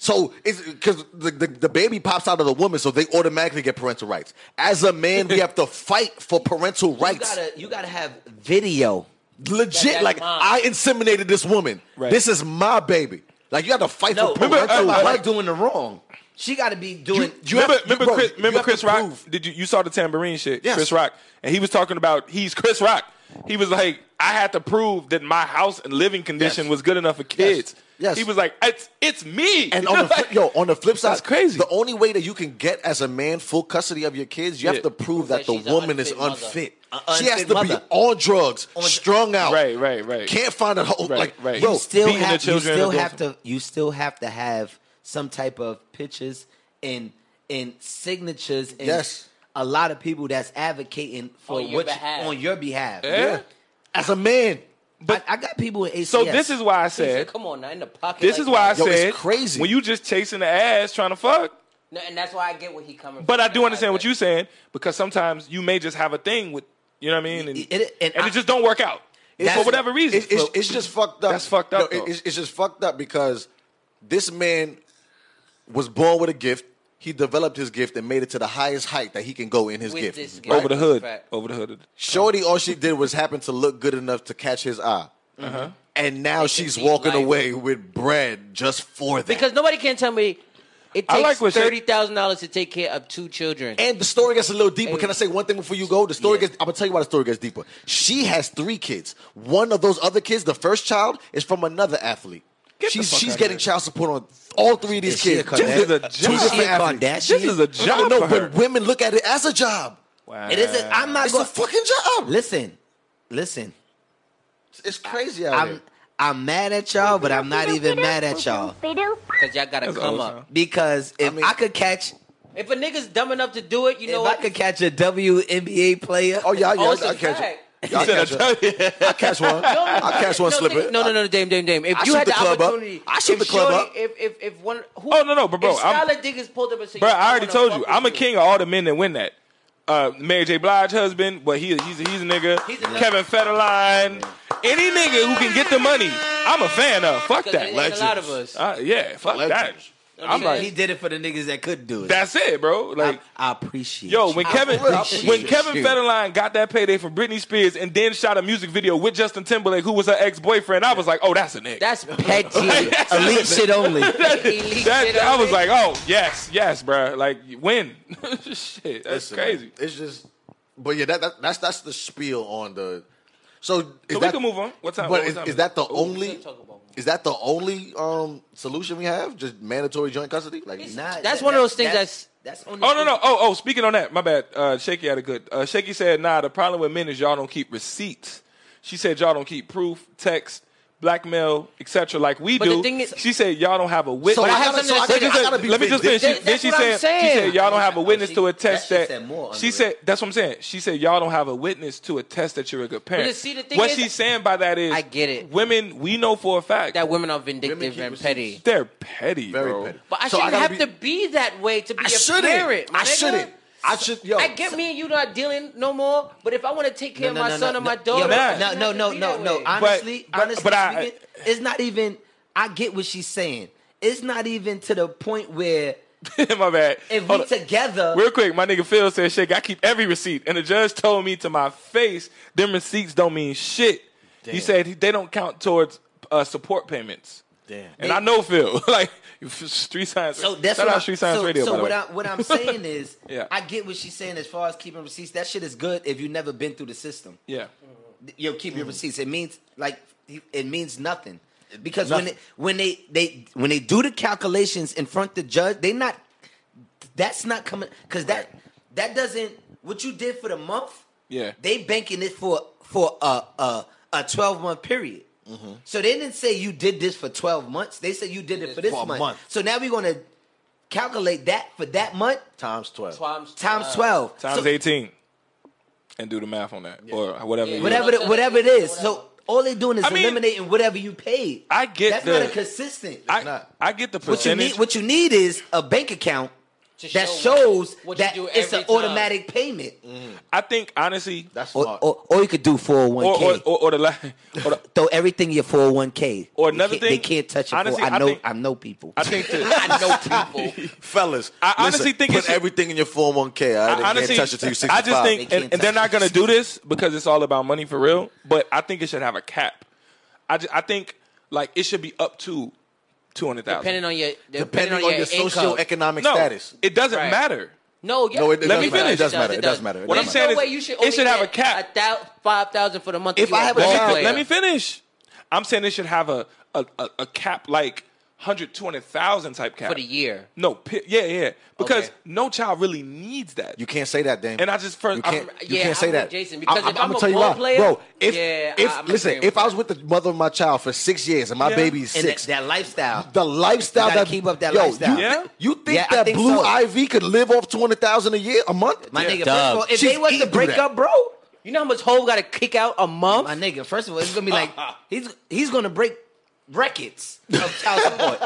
[SPEAKER 1] So it's because the, the, the baby pops out of the woman, so they automatically get parental rights. As a man, we have to fight for parental
[SPEAKER 6] You
[SPEAKER 1] rights.
[SPEAKER 6] got to you got to have video.
[SPEAKER 1] Legit,
[SPEAKER 5] that's
[SPEAKER 1] like
[SPEAKER 5] mine.
[SPEAKER 1] I inseminated this woman.
[SPEAKER 2] Right.
[SPEAKER 1] This is my baby. Like you have to fight
[SPEAKER 6] No,
[SPEAKER 1] for parental
[SPEAKER 6] remember,
[SPEAKER 2] uh, uh,
[SPEAKER 1] rights.
[SPEAKER 6] doing the wrong. She got to be doing
[SPEAKER 1] You
[SPEAKER 2] remember,
[SPEAKER 1] have- you-
[SPEAKER 2] remember
[SPEAKER 1] bro,
[SPEAKER 2] Chris,
[SPEAKER 1] you
[SPEAKER 2] remember
[SPEAKER 1] have to
[SPEAKER 2] Chris Rock?
[SPEAKER 1] prove.
[SPEAKER 2] Did you you saw the tambourine shit?
[SPEAKER 1] Yes.
[SPEAKER 2] Chris Rock, and he was talking about he's Chris Rock. He was like, I had to prove that my house and living condition
[SPEAKER 1] Yes.
[SPEAKER 2] was good enough for kids.
[SPEAKER 1] Yes.
[SPEAKER 2] He was like, it's it's me.
[SPEAKER 1] And on the flip, yo, on the flip side,
[SPEAKER 2] That's crazy.
[SPEAKER 1] The only way that you can get as a man full custody of your kids, you
[SPEAKER 2] Yeah.
[SPEAKER 1] have to prove
[SPEAKER 5] That
[SPEAKER 1] that the
[SPEAKER 5] she's a
[SPEAKER 1] woman is
[SPEAKER 5] unfit mother.
[SPEAKER 1] unfit.
[SPEAKER 6] A
[SPEAKER 1] She has
[SPEAKER 6] unfit
[SPEAKER 1] to
[SPEAKER 6] mother.
[SPEAKER 1] be on drugs, strung out,
[SPEAKER 2] Right, right, right.
[SPEAKER 1] Can't find a whole
[SPEAKER 2] Right,
[SPEAKER 1] like
[SPEAKER 2] right.
[SPEAKER 1] Yo,
[SPEAKER 6] you still
[SPEAKER 2] beating the
[SPEAKER 6] have you
[SPEAKER 2] children
[SPEAKER 6] still
[SPEAKER 2] and
[SPEAKER 6] have to you still have to have some type of pictures and and signatures and
[SPEAKER 1] Yes.
[SPEAKER 6] a lot of people that's advocating for
[SPEAKER 5] On your
[SPEAKER 6] what you-
[SPEAKER 5] behalf.
[SPEAKER 6] on your behalf.
[SPEAKER 2] Yeah.
[SPEAKER 1] as a man,
[SPEAKER 6] But I, I got people in ACS.
[SPEAKER 2] So this is why I said.
[SPEAKER 5] come on, now in the pocket.
[SPEAKER 2] This
[SPEAKER 5] like
[SPEAKER 2] is why I
[SPEAKER 5] that.
[SPEAKER 1] Yo, it's
[SPEAKER 2] said
[SPEAKER 1] crazy.
[SPEAKER 2] when you just chasing the ass trying to fuck.
[SPEAKER 5] No, and that's why I get what he coming.
[SPEAKER 2] But
[SPEAKER 5] from.
[SPEAKER 2] I do
[SPEAKER 5] That's
[SPEAKER 2] understand
[SPEAKER 5] why
[SPEAKER 2] what
[SPEAKER 5] I
[SPEAKER 2] you're saying because sometimes you may just have a thing with you know what I mean, and
[SPEAKER 6] It-
[SPEAKER 2] it,
[SPEAKER 6] it- and
[SPEAKER 2] and
[SPEAKER 6] I-
[SPEAKER 2] it just don't work out for
[SPEAKER 6] That's-
[SPEAKER 2] whatever reason.
[SPEAKER 1] It- it's, it's just fucked up.
[SPEAKER 2] That's fucked up,
[SPEAKER 1] No, it-
[SPEAKER 2] though.
[SPEAKER 1] it's, it's just fucked up because this man was born with a gift. He developed his gift and made it to the highest height that he can go in his
[SPEAKER 5] With
[SPEAKER 1] gift.
[SPEAKER 5] this gift.
[SPEAKER 1] right?
[SPEAKER 2] over the hood,
[SPEAKER 5] Fact.
[SPEAKER 2] over the hood.
[SPEAKER 1] Shorty, all she did was happen to look good enough to catch his eye. Uh-huh. And now she's
[SPEAKER 5] deep
[SPEAKER 1] walking
[SPEAKER 5] life.
[SPEAKER 1] away with bread just for that.
[SPEAKER 5] Because nobody can tell me it
[SPEAKER 2] I
[SPEAKER 5] takes
[SPEAKER 2] like what she-
[SPEAKER 5] thirty thousand dollars to take care of two children.
[SPEAKER 1] and the story gets a little deeper. Can I say one thing before you go? The story
[SPEAKER 5] Yeah.
[SPEAKER 1] gets. I'm gonna tell you why the story gets deeper. She has three kids. One of those other kids, the first child, is from another athlete.
[SPEAKER 2] Get the
[SPEAKER 1] she's
[SPEAKER 2] fuck
[SPEAKER 1] she's
[SPEAKER 2] outta
[SPEAKER 1] getting
[SPEAKER 2] here.
[SPEAKER 1] child support on all three of these
[SPEAKER 6] Is she a
[SPEAKER 1] kids. Two
[SPEAKER 6] Kardashian?
[SPEAKER 2] This is a
[SPEAKER 1] different-
[SPEAKER 2] job.
[SPEAKER 1] two
[SPEAKER 6] Is she a
[SPEAKER 1] different athletes.
[SPEAKER 6] Kardashian?
[SPEAKER 2] This is a job
[SPEAKER 1] No,
[SPEAKER 2] for
[SPEAKER 1] no,
[SPEAKER 2] her.
[SPEAKER 1] but women look at it as a job.
[SPEAKER 2] Wow.
[SPEAKER 6] it isn't. I'm not
[SPEAKER 1] It's a
[SPEAKER 6] going.
[SPEAKER 1] fucking job.
[SPEAKER 6] listen, listen.
[SPEAKER 1] It's crazy out
[SPEAKER 6] I'm
[SPEAKER 1] here.
[SPEAKER 6] I'm mad at y'all, but I'm not even mad at y'all
[SPEAKER 5] Because y'all gotta
[SPEAKER 2] That's
[SPEAKER 5] come
[SPEAKER 2] old,
[SPEAKER 5] up.
[SPEAKER 2] huh?
[SPEAKER 6] because if I,
[SPEAKER 1] mean-
[SPEAKER 6] could catch
[SPEAKER 5] If a nigga's dumb enough to do it, you
[SPEAKER 6] if
[SPEAKER 5] know
[SPEAKER 6] I
[SPEAKER 5] what?
[SPEAKER 6] could catch a WNBA player,
[SPEAKER 1] Oh yeah, yeah,
[SPEAKER 5] Oh, it's
[SPEAKER 1] I, I
[SPEAKER 5] a
[SPEAKER 1] catch
[SPEAKER 5] fact.
[SPEAKER 1] it. Yeah, I catch it. I catch one. I catch one
[SPEAKER 5] no,
[SPEAKER 1] slipper.
[SPEAKER 5] think- no, no, no, Dame, Dame, Dame. If
[SPEAKER 1] I
[SPEAKER 5] you
[SPEAKER 1] shoot
[SPEAKER 5] had
[SPEAKER 1] the
[SPEAKER 5] the,
[SPEAKER 1] club up.
[SPEAKER 5] opportunity,
[SPEAKER 1] I shoot
[SPEAKER 5] if
[SPEAKER 1] the club
[SPEAKER 5] Shorty-
[SPEAKER 1] up.
[SPEAKER 5] If if if one, who,
[SPEAKER 2] Oh, no, no, but bro,
[SPEAKER 5] if
[SPEAKER 2] I'm-
[SPEAKER 5] Skylar Diggins pulled up and said,
[SPEAKER 2] Bro,
[SPEAKER 5] "Yo,
[SPEAKER 2] I already
[SPEAKER 5] wanna
[SPEAKER 2] told
[SPEAKER 5] fuck
[SPEAKER 2] you,
[SPEAKER 5] with
[SPEAKER 2] I'm a king of all the men that win that. Uh, Mary J. Blige husband, but he he's he's a nigga.
[SPEAKER 5] He's a nigga.
[SPEAKER 2] Kevin Federline, any nigga who can get the money, I'm a fan of. Fuck
[SPEAKER 5] Because
[SPEAKER 2] that.
[SPEAKER 5] it ain't a lot of us.
[SPEAKER 2] Uh, yeah, fuck
[SPEAKER 1] Legends.
[SPEAKER 2] that. I'm
[SPEAKER 5] Legends.
[SPEAKER 6] he
[SPEAKER 2] like,
[SPEAKER 6] did it for the niggas that couldn't do it.
[SPEAKER 2] that's it, bro. Like,
[SPEAKER 6] I, I appreciate.
[SPEAKER 2] Yo,
[SPEAKER 6] you.
[SPEAKER 2] when Kevin
[SPEAKER 1] appreciate
[SPEAKER 2] when
[SPEAKER 1] you.
[SPEAKER 2] Kevin Federline got that payday from Britney Spears and then shot a music video with Justin Timberlake, who was her ex boyfriend, I was like, oh, that's a nigga.
[SPEAKER 5] That's
[SPEAKER 6] petty,
[SPEAKER 5] petty.
[SPEAKER 6] elite shit only.
[SPEAKER 5] Elite
[SPEAKER 2] That-
[SPEAKER 5] shit
[SPEAKER 2] I
[SPEAKER 5] on
[SPEAKER 2] was
[SPEAKER 5] it.
[SPEAKER 2] like, oh, yes, yes, bruh. Like, you win. Shit, that's
[SPEAKER 1] Listen,
[SPEAKER 2] crazy.
[SPEAKER 1] man, It's just, but yeah, that, that that's that's the spiel on the. So, is
[SPEAKER 2] we
[SPEAKER 1] that,
[SPEAKER 2] can move on. What time-
[SPEAKER 1] But
[SPEAKER 2] what
[SPEAKER 1] is,
[SPEAKER 2] time
[SPEAKER 1] is
[SPEAKER 2] is
[SPEAKER 1] that the
[SPEAKER 5] we
[SPEAKER 1] only?
[SPEAKER 5] can talk about more.
[SPEAKER 1] Is that the only um solution we have? Just mandatory joint custody? Like,
[SPEAKER 6] Nah,
[SPEAKER 5] That's one of those things
[SPEAKER 6] that's, that's on
[SPEAKER 2] Oh no no oh oh speaking on that my bad uh Shaky had a good uh Shaky said nah the problem with men is y'all don't keep receipts she said y'all don't keep proof text blackmail etc like we
[SPEAKER 5] But the
[SPEAKER 2] do
[SPEAKER 5] thing is-
[SPEAKER 2] she said y'all don't have a witness
[SPEAKER 1] So I
[SPEAKER 5] have
[SPEAKER 2] Let me
[SPEAKER 5] something to say.
[SPEAKER 2] just
[SPEAKER 1] I gotta be
[SPEAKER 2] let me just finish
[SPEAKER 1] vindictive.
[SPEAKER 2] She- then
[SPEAKER 5] That's
[SPEAKER 2] she
[SPEAKER 5] what I'm
[SPEAKER 2] said she
[SPEAKER 5] saying.
[SPEAKER 2] said y'all don't have a
[SPEAKER 6] Oh,
[SPEAKER 2] witness
[SPEAKER 6] she-
[SPEAKER 2] to a
[SPEAKER 6] that
[SPEAKER 2] test
[SPEAKER 6] shit
[SPEAKER 2] that,
[SPEAKER 6] said more under
[SPEAKER 2] she
[SPEAKER 6] it.
[SPEAKER 2] said that's what I'm saying she said y'all don't have a witness to a test that you're a good parent
[SPEAKER 5] see, the thing
[SPEAKER 2] what
[SPEAKER 5] is-
[SPEAKER 2] she's saying by that is
[SPEAKER 5] I get it.
[SPEAKER 2] women we know for a fact
[SPEAKER 5] that women are
[SPEAKER 1] Women
[SPEAKER 5] vindictive
[SPEAKER 1] keep
[SPEAKER 5] and
[SPEAKER 1] receipts.
[SPEAKER 5] petty.
[SPEAKER 2] they're petty
[SPEAKER 1] very
[SPEAKER 2] bro.
[SPEAKER 1] petty.
[SPEAKER 5] But I
[SPEAKER 1] So
[SPEAKER 5] shouldn't
[SPEAKER 1] gotta
[SPEAKER 5] have
[SPEAKER 1] be-
[SPEAKER 5] to be that way to be
[SPEAKER 1] I
[SPEAKER 5] a
[SPEAKER 1] shouldn't.
[SPEAKER 5] parent.
[SPEAKER 1] I
[SPEAKER 5] nigga.
[SPEAKER 1] shouldn't. I should yo.
[SPEAKER 5] I get me and you not dealing no more, but if I want to take care of my son or my
[SPEAKER 6] yo,
[SPEAKER 5] daughter,
[SPEAKER 2] Nah.
[SPEAKER 6] No, no, no, no, no.
[SPEAKER 5] I,
[SPEAKER 6] Honestly,
[SPEAKER 2] but-
[SPEAKER 6] honestly
[SPEAKER 2] but I-
[SPEAKER 6] speaking, it's not even. I get what she's saying. It's not even to the point where
[SPEAKER 2] my bad.
[SPEAKER 6] if
[SPEAKER 2] Hold
[SPEAKER 6] we
[SPEAKER 2] up.
[SPEAKER 6] together.
[SPEAKER 2] Real quick, my nigga Phil said, "Shit, I keep every receipt." And the judge told me to my face, "Them receipts don't mean shit." He
[SPEAKER 1] Damn.
[SPEAKER 2] said they don't count towards uh, support payments.
[SPEAKER 1] Damn.
[SPEAKER 2] And I know Phil, like Street Science.
[SPEAKER 6] So that's
[SPEAKER 2] shout
[SPEAKER 6] what
[SPEAKER 2] out
[SPEAKER 6] I-
[SPEAKER 2] Street Science
[SPEAKER 6] so,
[SPEAKER 2] Radio.
[SPEAKER 6] So
[SPEAKER 2] by the
[SPEAKER 6] what,
[SPEAKER 2] way.
[SPEAKER 6] I, what I'm saying is,
[SPEAKER 2] Yeah.
[SPEAKER 6] I get what she's saying as far as keeping receipts. That shit is good if you've never been through the system.
[SPEAKER 2] yeah,
[SPEAKER 6] Yo, keep your receipts. It means like it means nothing because
[SPEAKER 1] Nothing.
[SPEAKER 6] when they, when they they when they do the calculations in front of the judge, they not that's not coming because that that doesn't what you did for the month.
[SPEAKER 2] Yeah.
[SPEAKER 6] they banking it for for a a, a twelve month period. So they didn't say you did this for twelve months. They said you did it for this
[SPEAKER 1] For a
[SPEAKER 6] month.
[SPEAKER 1] month.
[SPEAKER 6] So now we're gonna calculate that for that month
[SPEAKER 1] times twelve.
[SPEAKER 5] times
[SPEAKER 6] times twelve
[SPEAKER 2] times
[SPEAKER 6] So-
[SPEAKER 2] eighteen, and do the math on that or whatever.
[SPEAKER 5] Yeah.
[SPEAKER 2] it is.
[SPEAKER 6] whatever the, whatever it is. So all they're doing is
[SPEAKER 2] I mean,
[SPEAKER 6] eliminating whatever you paid.
[SPEAKER 2] I get
[SPEAKER 6] that's
[SPEAKER 2] the-
[SPEAKER 6] not a consistent.
[SPEAKER 2] I, I get the
[SPEAKER 6] what you
[SPEAKER 2] percentage.
[SPEAKER 6] need what you need is a bank account
[SPEAKER 5] To
[SPEAKER 6] that
[SPEAKER 5] show what-
[SPEAKER 6] shows
[SPEAKER 5] what you
[SPEAKER 6] that
[SPEAKER 5] do
[SPEAKER 6] it's an
[SPEAKER 5] every time.
[SPEAKER 6] automatic payment,
[SPEAKER 2] I think honestly,
[SPEAKER 1] That's
[SPEAKER 6] or,
[SPEAKER 1] smart.
[SPEAKER 6] or or you could do four hundred
[SPEAKER 2] or or,
[SPEAKER 6] one k.
[SPEAKER 2] or, or the la- or the,
[SPEAKER 6] Throw everything in your four hundred one k.
[SPEAKER 2] Or another
[SPEAKER 6] they
[SPEAKER 2] thing,
[SPEAKER 6] can't touch it.
[SPEAKER 2] honestly,
[SPEAKER 6] I
[SPEAKER 2] I
[SPEAKER 6] know
[SPEAKER 2] think-
[SPEAKER 6] I know people.
[SPEAKER 2] I think the,
[SPEAKER 5] I know people.
[SPEAKER 1] Fellas,
[SPEAKER 2] I honestly
[SPEAKER 1] listen,
[SPEAKER 2] think it
[SPEAKER 1] put
[SPEAKER 2] should-
[SPEAKER 1] everything in your 401k. I,
[SPEAKER 2] I honestly,
[SPEAKER 1] can't touch it till you 65.
[SPEAKER 2] I just think,
[SPEAKER 6] They
[SPEAKER 2] and,
[SPEAKER 6] can't
[SPEAKER 2] and they're
[SPEAKER 6] touch
[SPEAKER 2] not gonna do this because it's all about money for real. But I think it should have a cap. I, ju- I think like it should be up to two hundred thousand.
[SPEAKER 5] depending on your
[SPEAKER 1] depending on your
[SPEAKER 5] income.
[SPEAKER 1] socioeconomic
[SPEAKER 2] no,
[SPEAKER 1] status.
[SPEAKER 2] it doesn't
[SPEAKER 5] Right.
[SPEAKER 2] matter.
[SPEAKER 5] No, yeah.
[SPEAKER 1] No, it- it
[SPEAKER 2] Let me finish.
[SPEAKER 1] It does matter. It does matter. It
[SPEAKER 2] What
[SPEAKER 1] does
[SPEAKER 2] I'm
[SPEAKER 1] matter.
[SPEAKER 2] saying
[SPEAKER 5] no
[SPEAKER 2] is
[SPEAKER 5] way you should
[SPEAKER 2] it
[SPEAKER 5] only
[SPEAKER 2] should have
[SPEAKER 5] get
[SPEAKER 2] a cap.
[SPEAKER 5] A thou- five thousand for the month.
[SPEAKER 1] If
[SPEAKER 5] you
[SPEAKER 1] I have a
[SPEAKER 5] ball
[SPEAKER 1] child-
[SPEAKER 5] player.
[SPEAKER 2] Let me finish. I'm saying it should have a a, a, a cap like hundred twenty thousand type cap
[SPEAKER 5] for the year.
[SPEAKER 2] No, pi- yeah, yeah, because
[SPEAKER 5] Okay.
[SPEAKER 2] no child really needs that.
[SPEAKER 1] You can't say that, Dame.
[SPEAKER 2] And I just first-
[SPEAKER 1] you can't,
[SPEAKER 2] I'm-
[SPEAKER 1] you
[SPEAKER 5] yeah,
[SPEAKER 1] can't say
[SPEAKER 5] I'm with
[SPEAKER 1] that,
[SPEAKER 5] Jason, because if I'm
[SPEAKER 1] gonna
[SPEAKER 5] a ball player,
[SPEAKER 1] bro. If
[SPEAKER 5] yeah,
[SPEAKER 1] if
[SPEAKER 5] I'm
[SPEAKER 1] listen,
[SPEAKER 5] agreeing
[SPEAKER 1] if
[SPEAKER 5] with
[SPEAKER 1] I was with the mother of my child for six years and my
[SPEAKER 2] Yeah.
[SPEAKER 1] baby's
[SPEAKER 6] and
[SPEAKER 1] six,
[SPEAKER 6] that, that lifestyle.
[SPEAKER 1] the lifestyle
[SPEAKER 6] You gotta
[SPEAKER 1] that
[SPEAKER 6] keep up that
[SPEAKER 1] yo,
[SPEAKER 6] lifestyle.
[SPEAKER 1] You,
[SPEAKER 2] Yeah.
[SPEAKER 1] you think
[SPEAKER 6] Yeah, I
[SPEAKER 1] that
[SPEAKER 6] think
[SPEAKER 1] Blue
[SPEAKER 6] so.
[SPEAKER 1] Ivy could live off twenty thousand a year, a month?
[SPEAKER 6] My nigga, first
[SPEAKER 5] Dog.
[SPEAKER 6] of all, if
[SPEAKER 1] She's
[SPEAKER 6] they was
[SPEAKER 1] eating
[SPEAKER 6] to
[SPEAKER 1] through
[SPEAKER 6] break
[SPEAKER 1] that.
[SPEAKER 6] up, bro,
[SPEAKER 5] You know how much Hove got to kick out a month?
[SPEAKER 6] My nigga, first of all, it's gonna be like he's he's gonna break records of child support.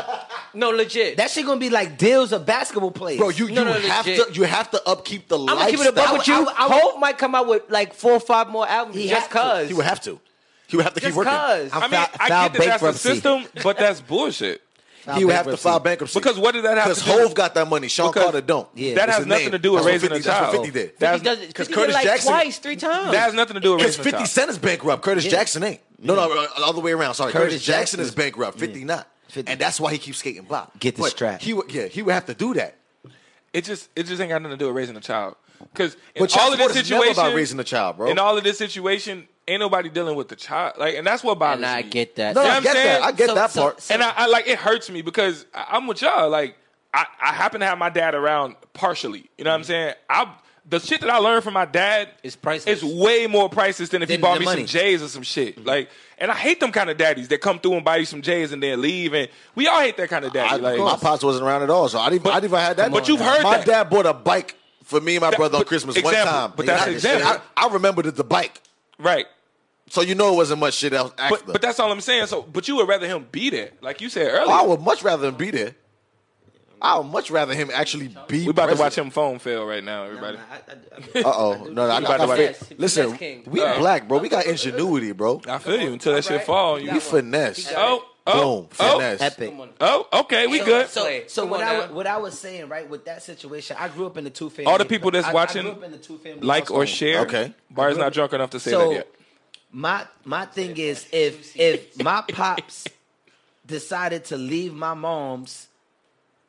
[SPEAKER 5] no, legit.
[SPEAKER 6] that shit gonna be like deals of basketball players.
[SPEAKER 1] bro, you, you
[SPEAKER 5] No, no,
[SPEAKER 1] have
[SPEAKER 5] legit.
[SPEAKER 1] to you have to upkeep the
[SPEAKER 5] I'm
[SPEAKER 1] lifestyle.
[SPEAKER 5] gonna keep it above
[SPEAKER 6] I
[SPEAKER 5] with you.
[SPEAKER 6] would- I would-
[SPEAKER 5] Hove might come out with like four or five more albums
[SPEAKER 6] He
[SPEAKER 5] just
[SPEAKER 6] have to.
[SPEAKER 5] cause.
[SPEAKER 1] He would have to. He would have to
[SPEAKER 5] just
[SPEAKER 1] keep working.
[SPEAKER 5] cause.
[SPEAKER 2] I mean,
[SPEAKER 6] File-
[SPEAKER 2] I get that
[SPEAKER 6] file
[SPEAKER 2] that's the
[SPEAKER 6] bankruptcy.
[SPEAKER 2] system, but that's bullshit.
[SPEAKER 1] He would have to file bankruptcy
[SPEAKER 2] Because what did that have
[SPEAKER 1] Because
[SPEAKER 2] to do with-
[SPEAKER 1] Hove got that money. Sean
[SPEAKER 2] Because
[SPEAKER 1] Carter don't.
[SPEAKER 6] Yeah.
[SPEAKER 2] that
[SPEAKER 1] It's
[SPEAKER 2] has
[SPEAKER 1] his
[SPEAKER 2] nothing
[SPEAKER 1] name.
[SPEAKER 2] to do with
[SPEAKER 1] That's what
[SPEAKER 2] raising
[SPEAKER 1] 50
[SPEAKER 2] a
[SPEAKER 1] that's what
[SPEAKER 2] child.
[SPEAKER 1] 50 did.
[SPEAKER 5] he
[SPEAKER 2] That's,
[SPEAKER 5] does it because
[SPEAKER 1] Curtis
[SPEAKER 5] like
[SPEAKER 1] Jackson-
[SPEAKER 5] twice, three times.
[SPEAKER 2] that has nothing to do with
[SPEAKER 1] Because
[SPEAKER 2] raising a
[SPEAKER 1] 50
[SPEAKER 2] child.
[SPEAKER 1] Cent is bankrupt. Curtis Jackson ain't. No, no, uh, the other way around. Sorry. Curtis,
[SPEAKER 6] Curtis
[SPEAKER 1] Jackson
[SPEAKER 6] Jackson
[SPEAKER 1] is bankrupt. 50 not.
[SPEAKER 6] 50.
[SPEAKER 1] And that's why he keeps skating block.
[SPEAKER 6] Get the
[SPEAKER 1] But
[SPEAKER 6] strap.
[SPEAKER 1] He would, yeah, he would have to do that.
[SPEAKER 2] It just it just ain't got nothing to do with raising a child. Because in
[SPEAKER 1] But child
[SPEAKER 2] all of this
[SPEAKER 1] support is never
[SPEAKER 2] situation,
[SPEAKER 1] about raising a child, bro.
[SPEAKER 2] In all of this situation, ain't nobody dealing with the child. Like, and that's what bothers
[SPEAKER 5] And I
[SPEAKER 2] me.
[SPEAKER 5] get that.
[SPEAKER 1] No,
[SPEAKER 2] You know
[SPEAKER 1] I
[SPEAKER 2] what
[SPEAKER 1] get
[SPEAKER 2] I'm saying?
[SPEAKER 1] that. I get
[SPEAKER 5] So-
[SPEAKER 1] that
[SPEAKER 5] so-
[SPEAKER 1] part.
[SPEAKER 5] so-
[SPEAKER 2] and I, I like it hurts me because I, I'm with y'all. Like I, I happen to have my dad around partially. You know what I'm saying? I the shit that I learned from my dad
[SPEAKER 5] Mm-hmm. It's priceless.
[SPEAKER 2] It's way more priceless than if he
[SPEAKER 6] Than
[SPEAKER 2] bought
[SPEAKER 6] the
[SPEAKER 2] me
[SPEAKER 6] money.
[SPEAKER 2] some J's or some shit.
[SPEAKER 5] Mm-hmm.
[SPEAKER 2] Like, and I hate them kind of daddies that come through and buy you some J's and then leave. And we all hate that kind of daddy.
[SPEAKER 1] I,
[SPEAKER 2] like,
[SPEAKER 1] my pops wasn't around at all, so I didn't, I didn't even had that.
[SPEAKER 2] but you've heard
[SPEAKER 1] my
[SPEAKER 2] that.
[SPEAKER 1] dad bought a bike for me and my
[SPEAKER 2] That-
[SPEAKER 1] brother on
[SPEAKER 2] but-
[SPEAKER 1] Christmas one
[SPEAKER 2] example,
[SPEAKER 1] time.
[SPEAKER 2] but that's
[SPEAKER 1] And I-
[SPEAKER 2] an example.
[SPEAKER 1] and I, I remembered it, the bike,
[SPEAKER 2] right.
[SPEAKER 1] so you know it wasn't much shit else after.
[SPEAKER 2] But, but that's all I'm saying. So, but you would rather him be there, like you said earlier.
[SPEAKER 1] Oh, I would much rather him be there. I would much rather him actually be.
[SPEAKER 2] we about to watch him phone fail right now, everybody.
[SPEAKER 1] Uh oh, no, no, I,
[SPEAKER 2] about to
[SPEAKER 1] I,
[SPEAKER 2] watch-
[SPEAKER 1] I,
[SPEAKER 5] Finesse,
[SPEAKER 1] listen,
[SPEAKER 5] finesse king.
[SPEAKER 1] we
[SPEAKER 2] Uh,
[SPEAKER 1] black, bro. We got ingenuity, bro.
[SPEAKER 2] I, feel you until that shit
[SPEAKER 5] Alright.
[SPEAKER 2] fall. You,
[SPEAKER 1] We finesse.
[SPEAKER 2] oh, oh,
[SPEAKER 1] Boom,
[SPEAKER 2] oh,
[SPEAKER 1] finesse.
[SPEAKER 6] epic.
[SPEAKER 2] oh, okay, we
[SPEAKER 5] So-
[SPEAKER 2] good.
[SPEAKER 5] So,
[SPEAKER 6] So
[SPEAKER 5] Come
[SPEAKER 6] what
[SPEAKER 5] on
[SPEAKER 6] I
[SPEAKER 5] now.
[SPEAKER 6] wa- what I was saying right with that situation, I grew up in the two family.
[SPEAKER 2] All the people that's
[SPEAKER 6] I- I
[SPEAKER 2] watching,
[SPEAKER 6] grew up in the two-family
[SPEAKER 2] like or
[SPEAKER 6] household.
[SPEAKER 2] share.
[SPEAKER 1] Okay.
[SPEAKER 2] Bar's not drunk enough to say
[SPEAKER 6] So
[SPEAKER 2] that yet.
[SPEAKER 6] my my thing is if if my pops decided to leave my mom's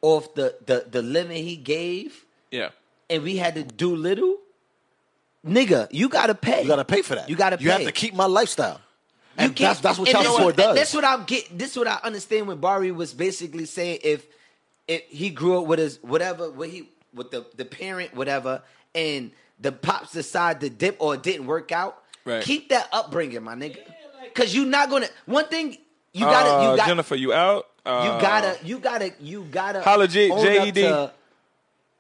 [SPEAKER 6] off the the the limit he gave,
[SPEAKER 2] Yeah.
[SPEAKER 6] and we had to do little, nigga, you gotta pay.
[SPEAKER 1] You gotta pay for that.
[SPEAKER 6] You gotta
[SPEAKER 1] You have
[SPEAKER 6] pay.
[SPEAKER 1] to keep my lifestyle.
[SPEAKER 6] You
[SPEAKER 1] And that's,
[SPEAKER 6] can't-
[SPEAKER 1] that's what
[SPEAKER 6] and
[SPEAKER 1] child
[SPEAKER 6] this-
[SPEAKER 1] support
[SPEAKER 6] and
[SPEAKER 1] does.
[SPEAKER 6] That's what I get. This what I understand when Barry was basically saying if if he grew up with his whatever, what he with the the parent whatever, and the pops decide to dip or it didn't work out.
[SPEAKER 2] Right.
[SPEAKER 6] Keep that upbringing, my nigga, because you're not gonna. One thing you gotta
[SPEAKER 2] Uh,
[SPEAKER 6] you got
[SPEAKER 2] Jennifer, you out?
[SPEAKER 6] you
[SPEAKER 2] Uh,
[SPEAKER 6] gotta you gotta you gotta
[SPEAKER 2] Holla, J-
[SPEAKER 6] own up
[SPEAKER 2] JED.
[SPEAKER 6] to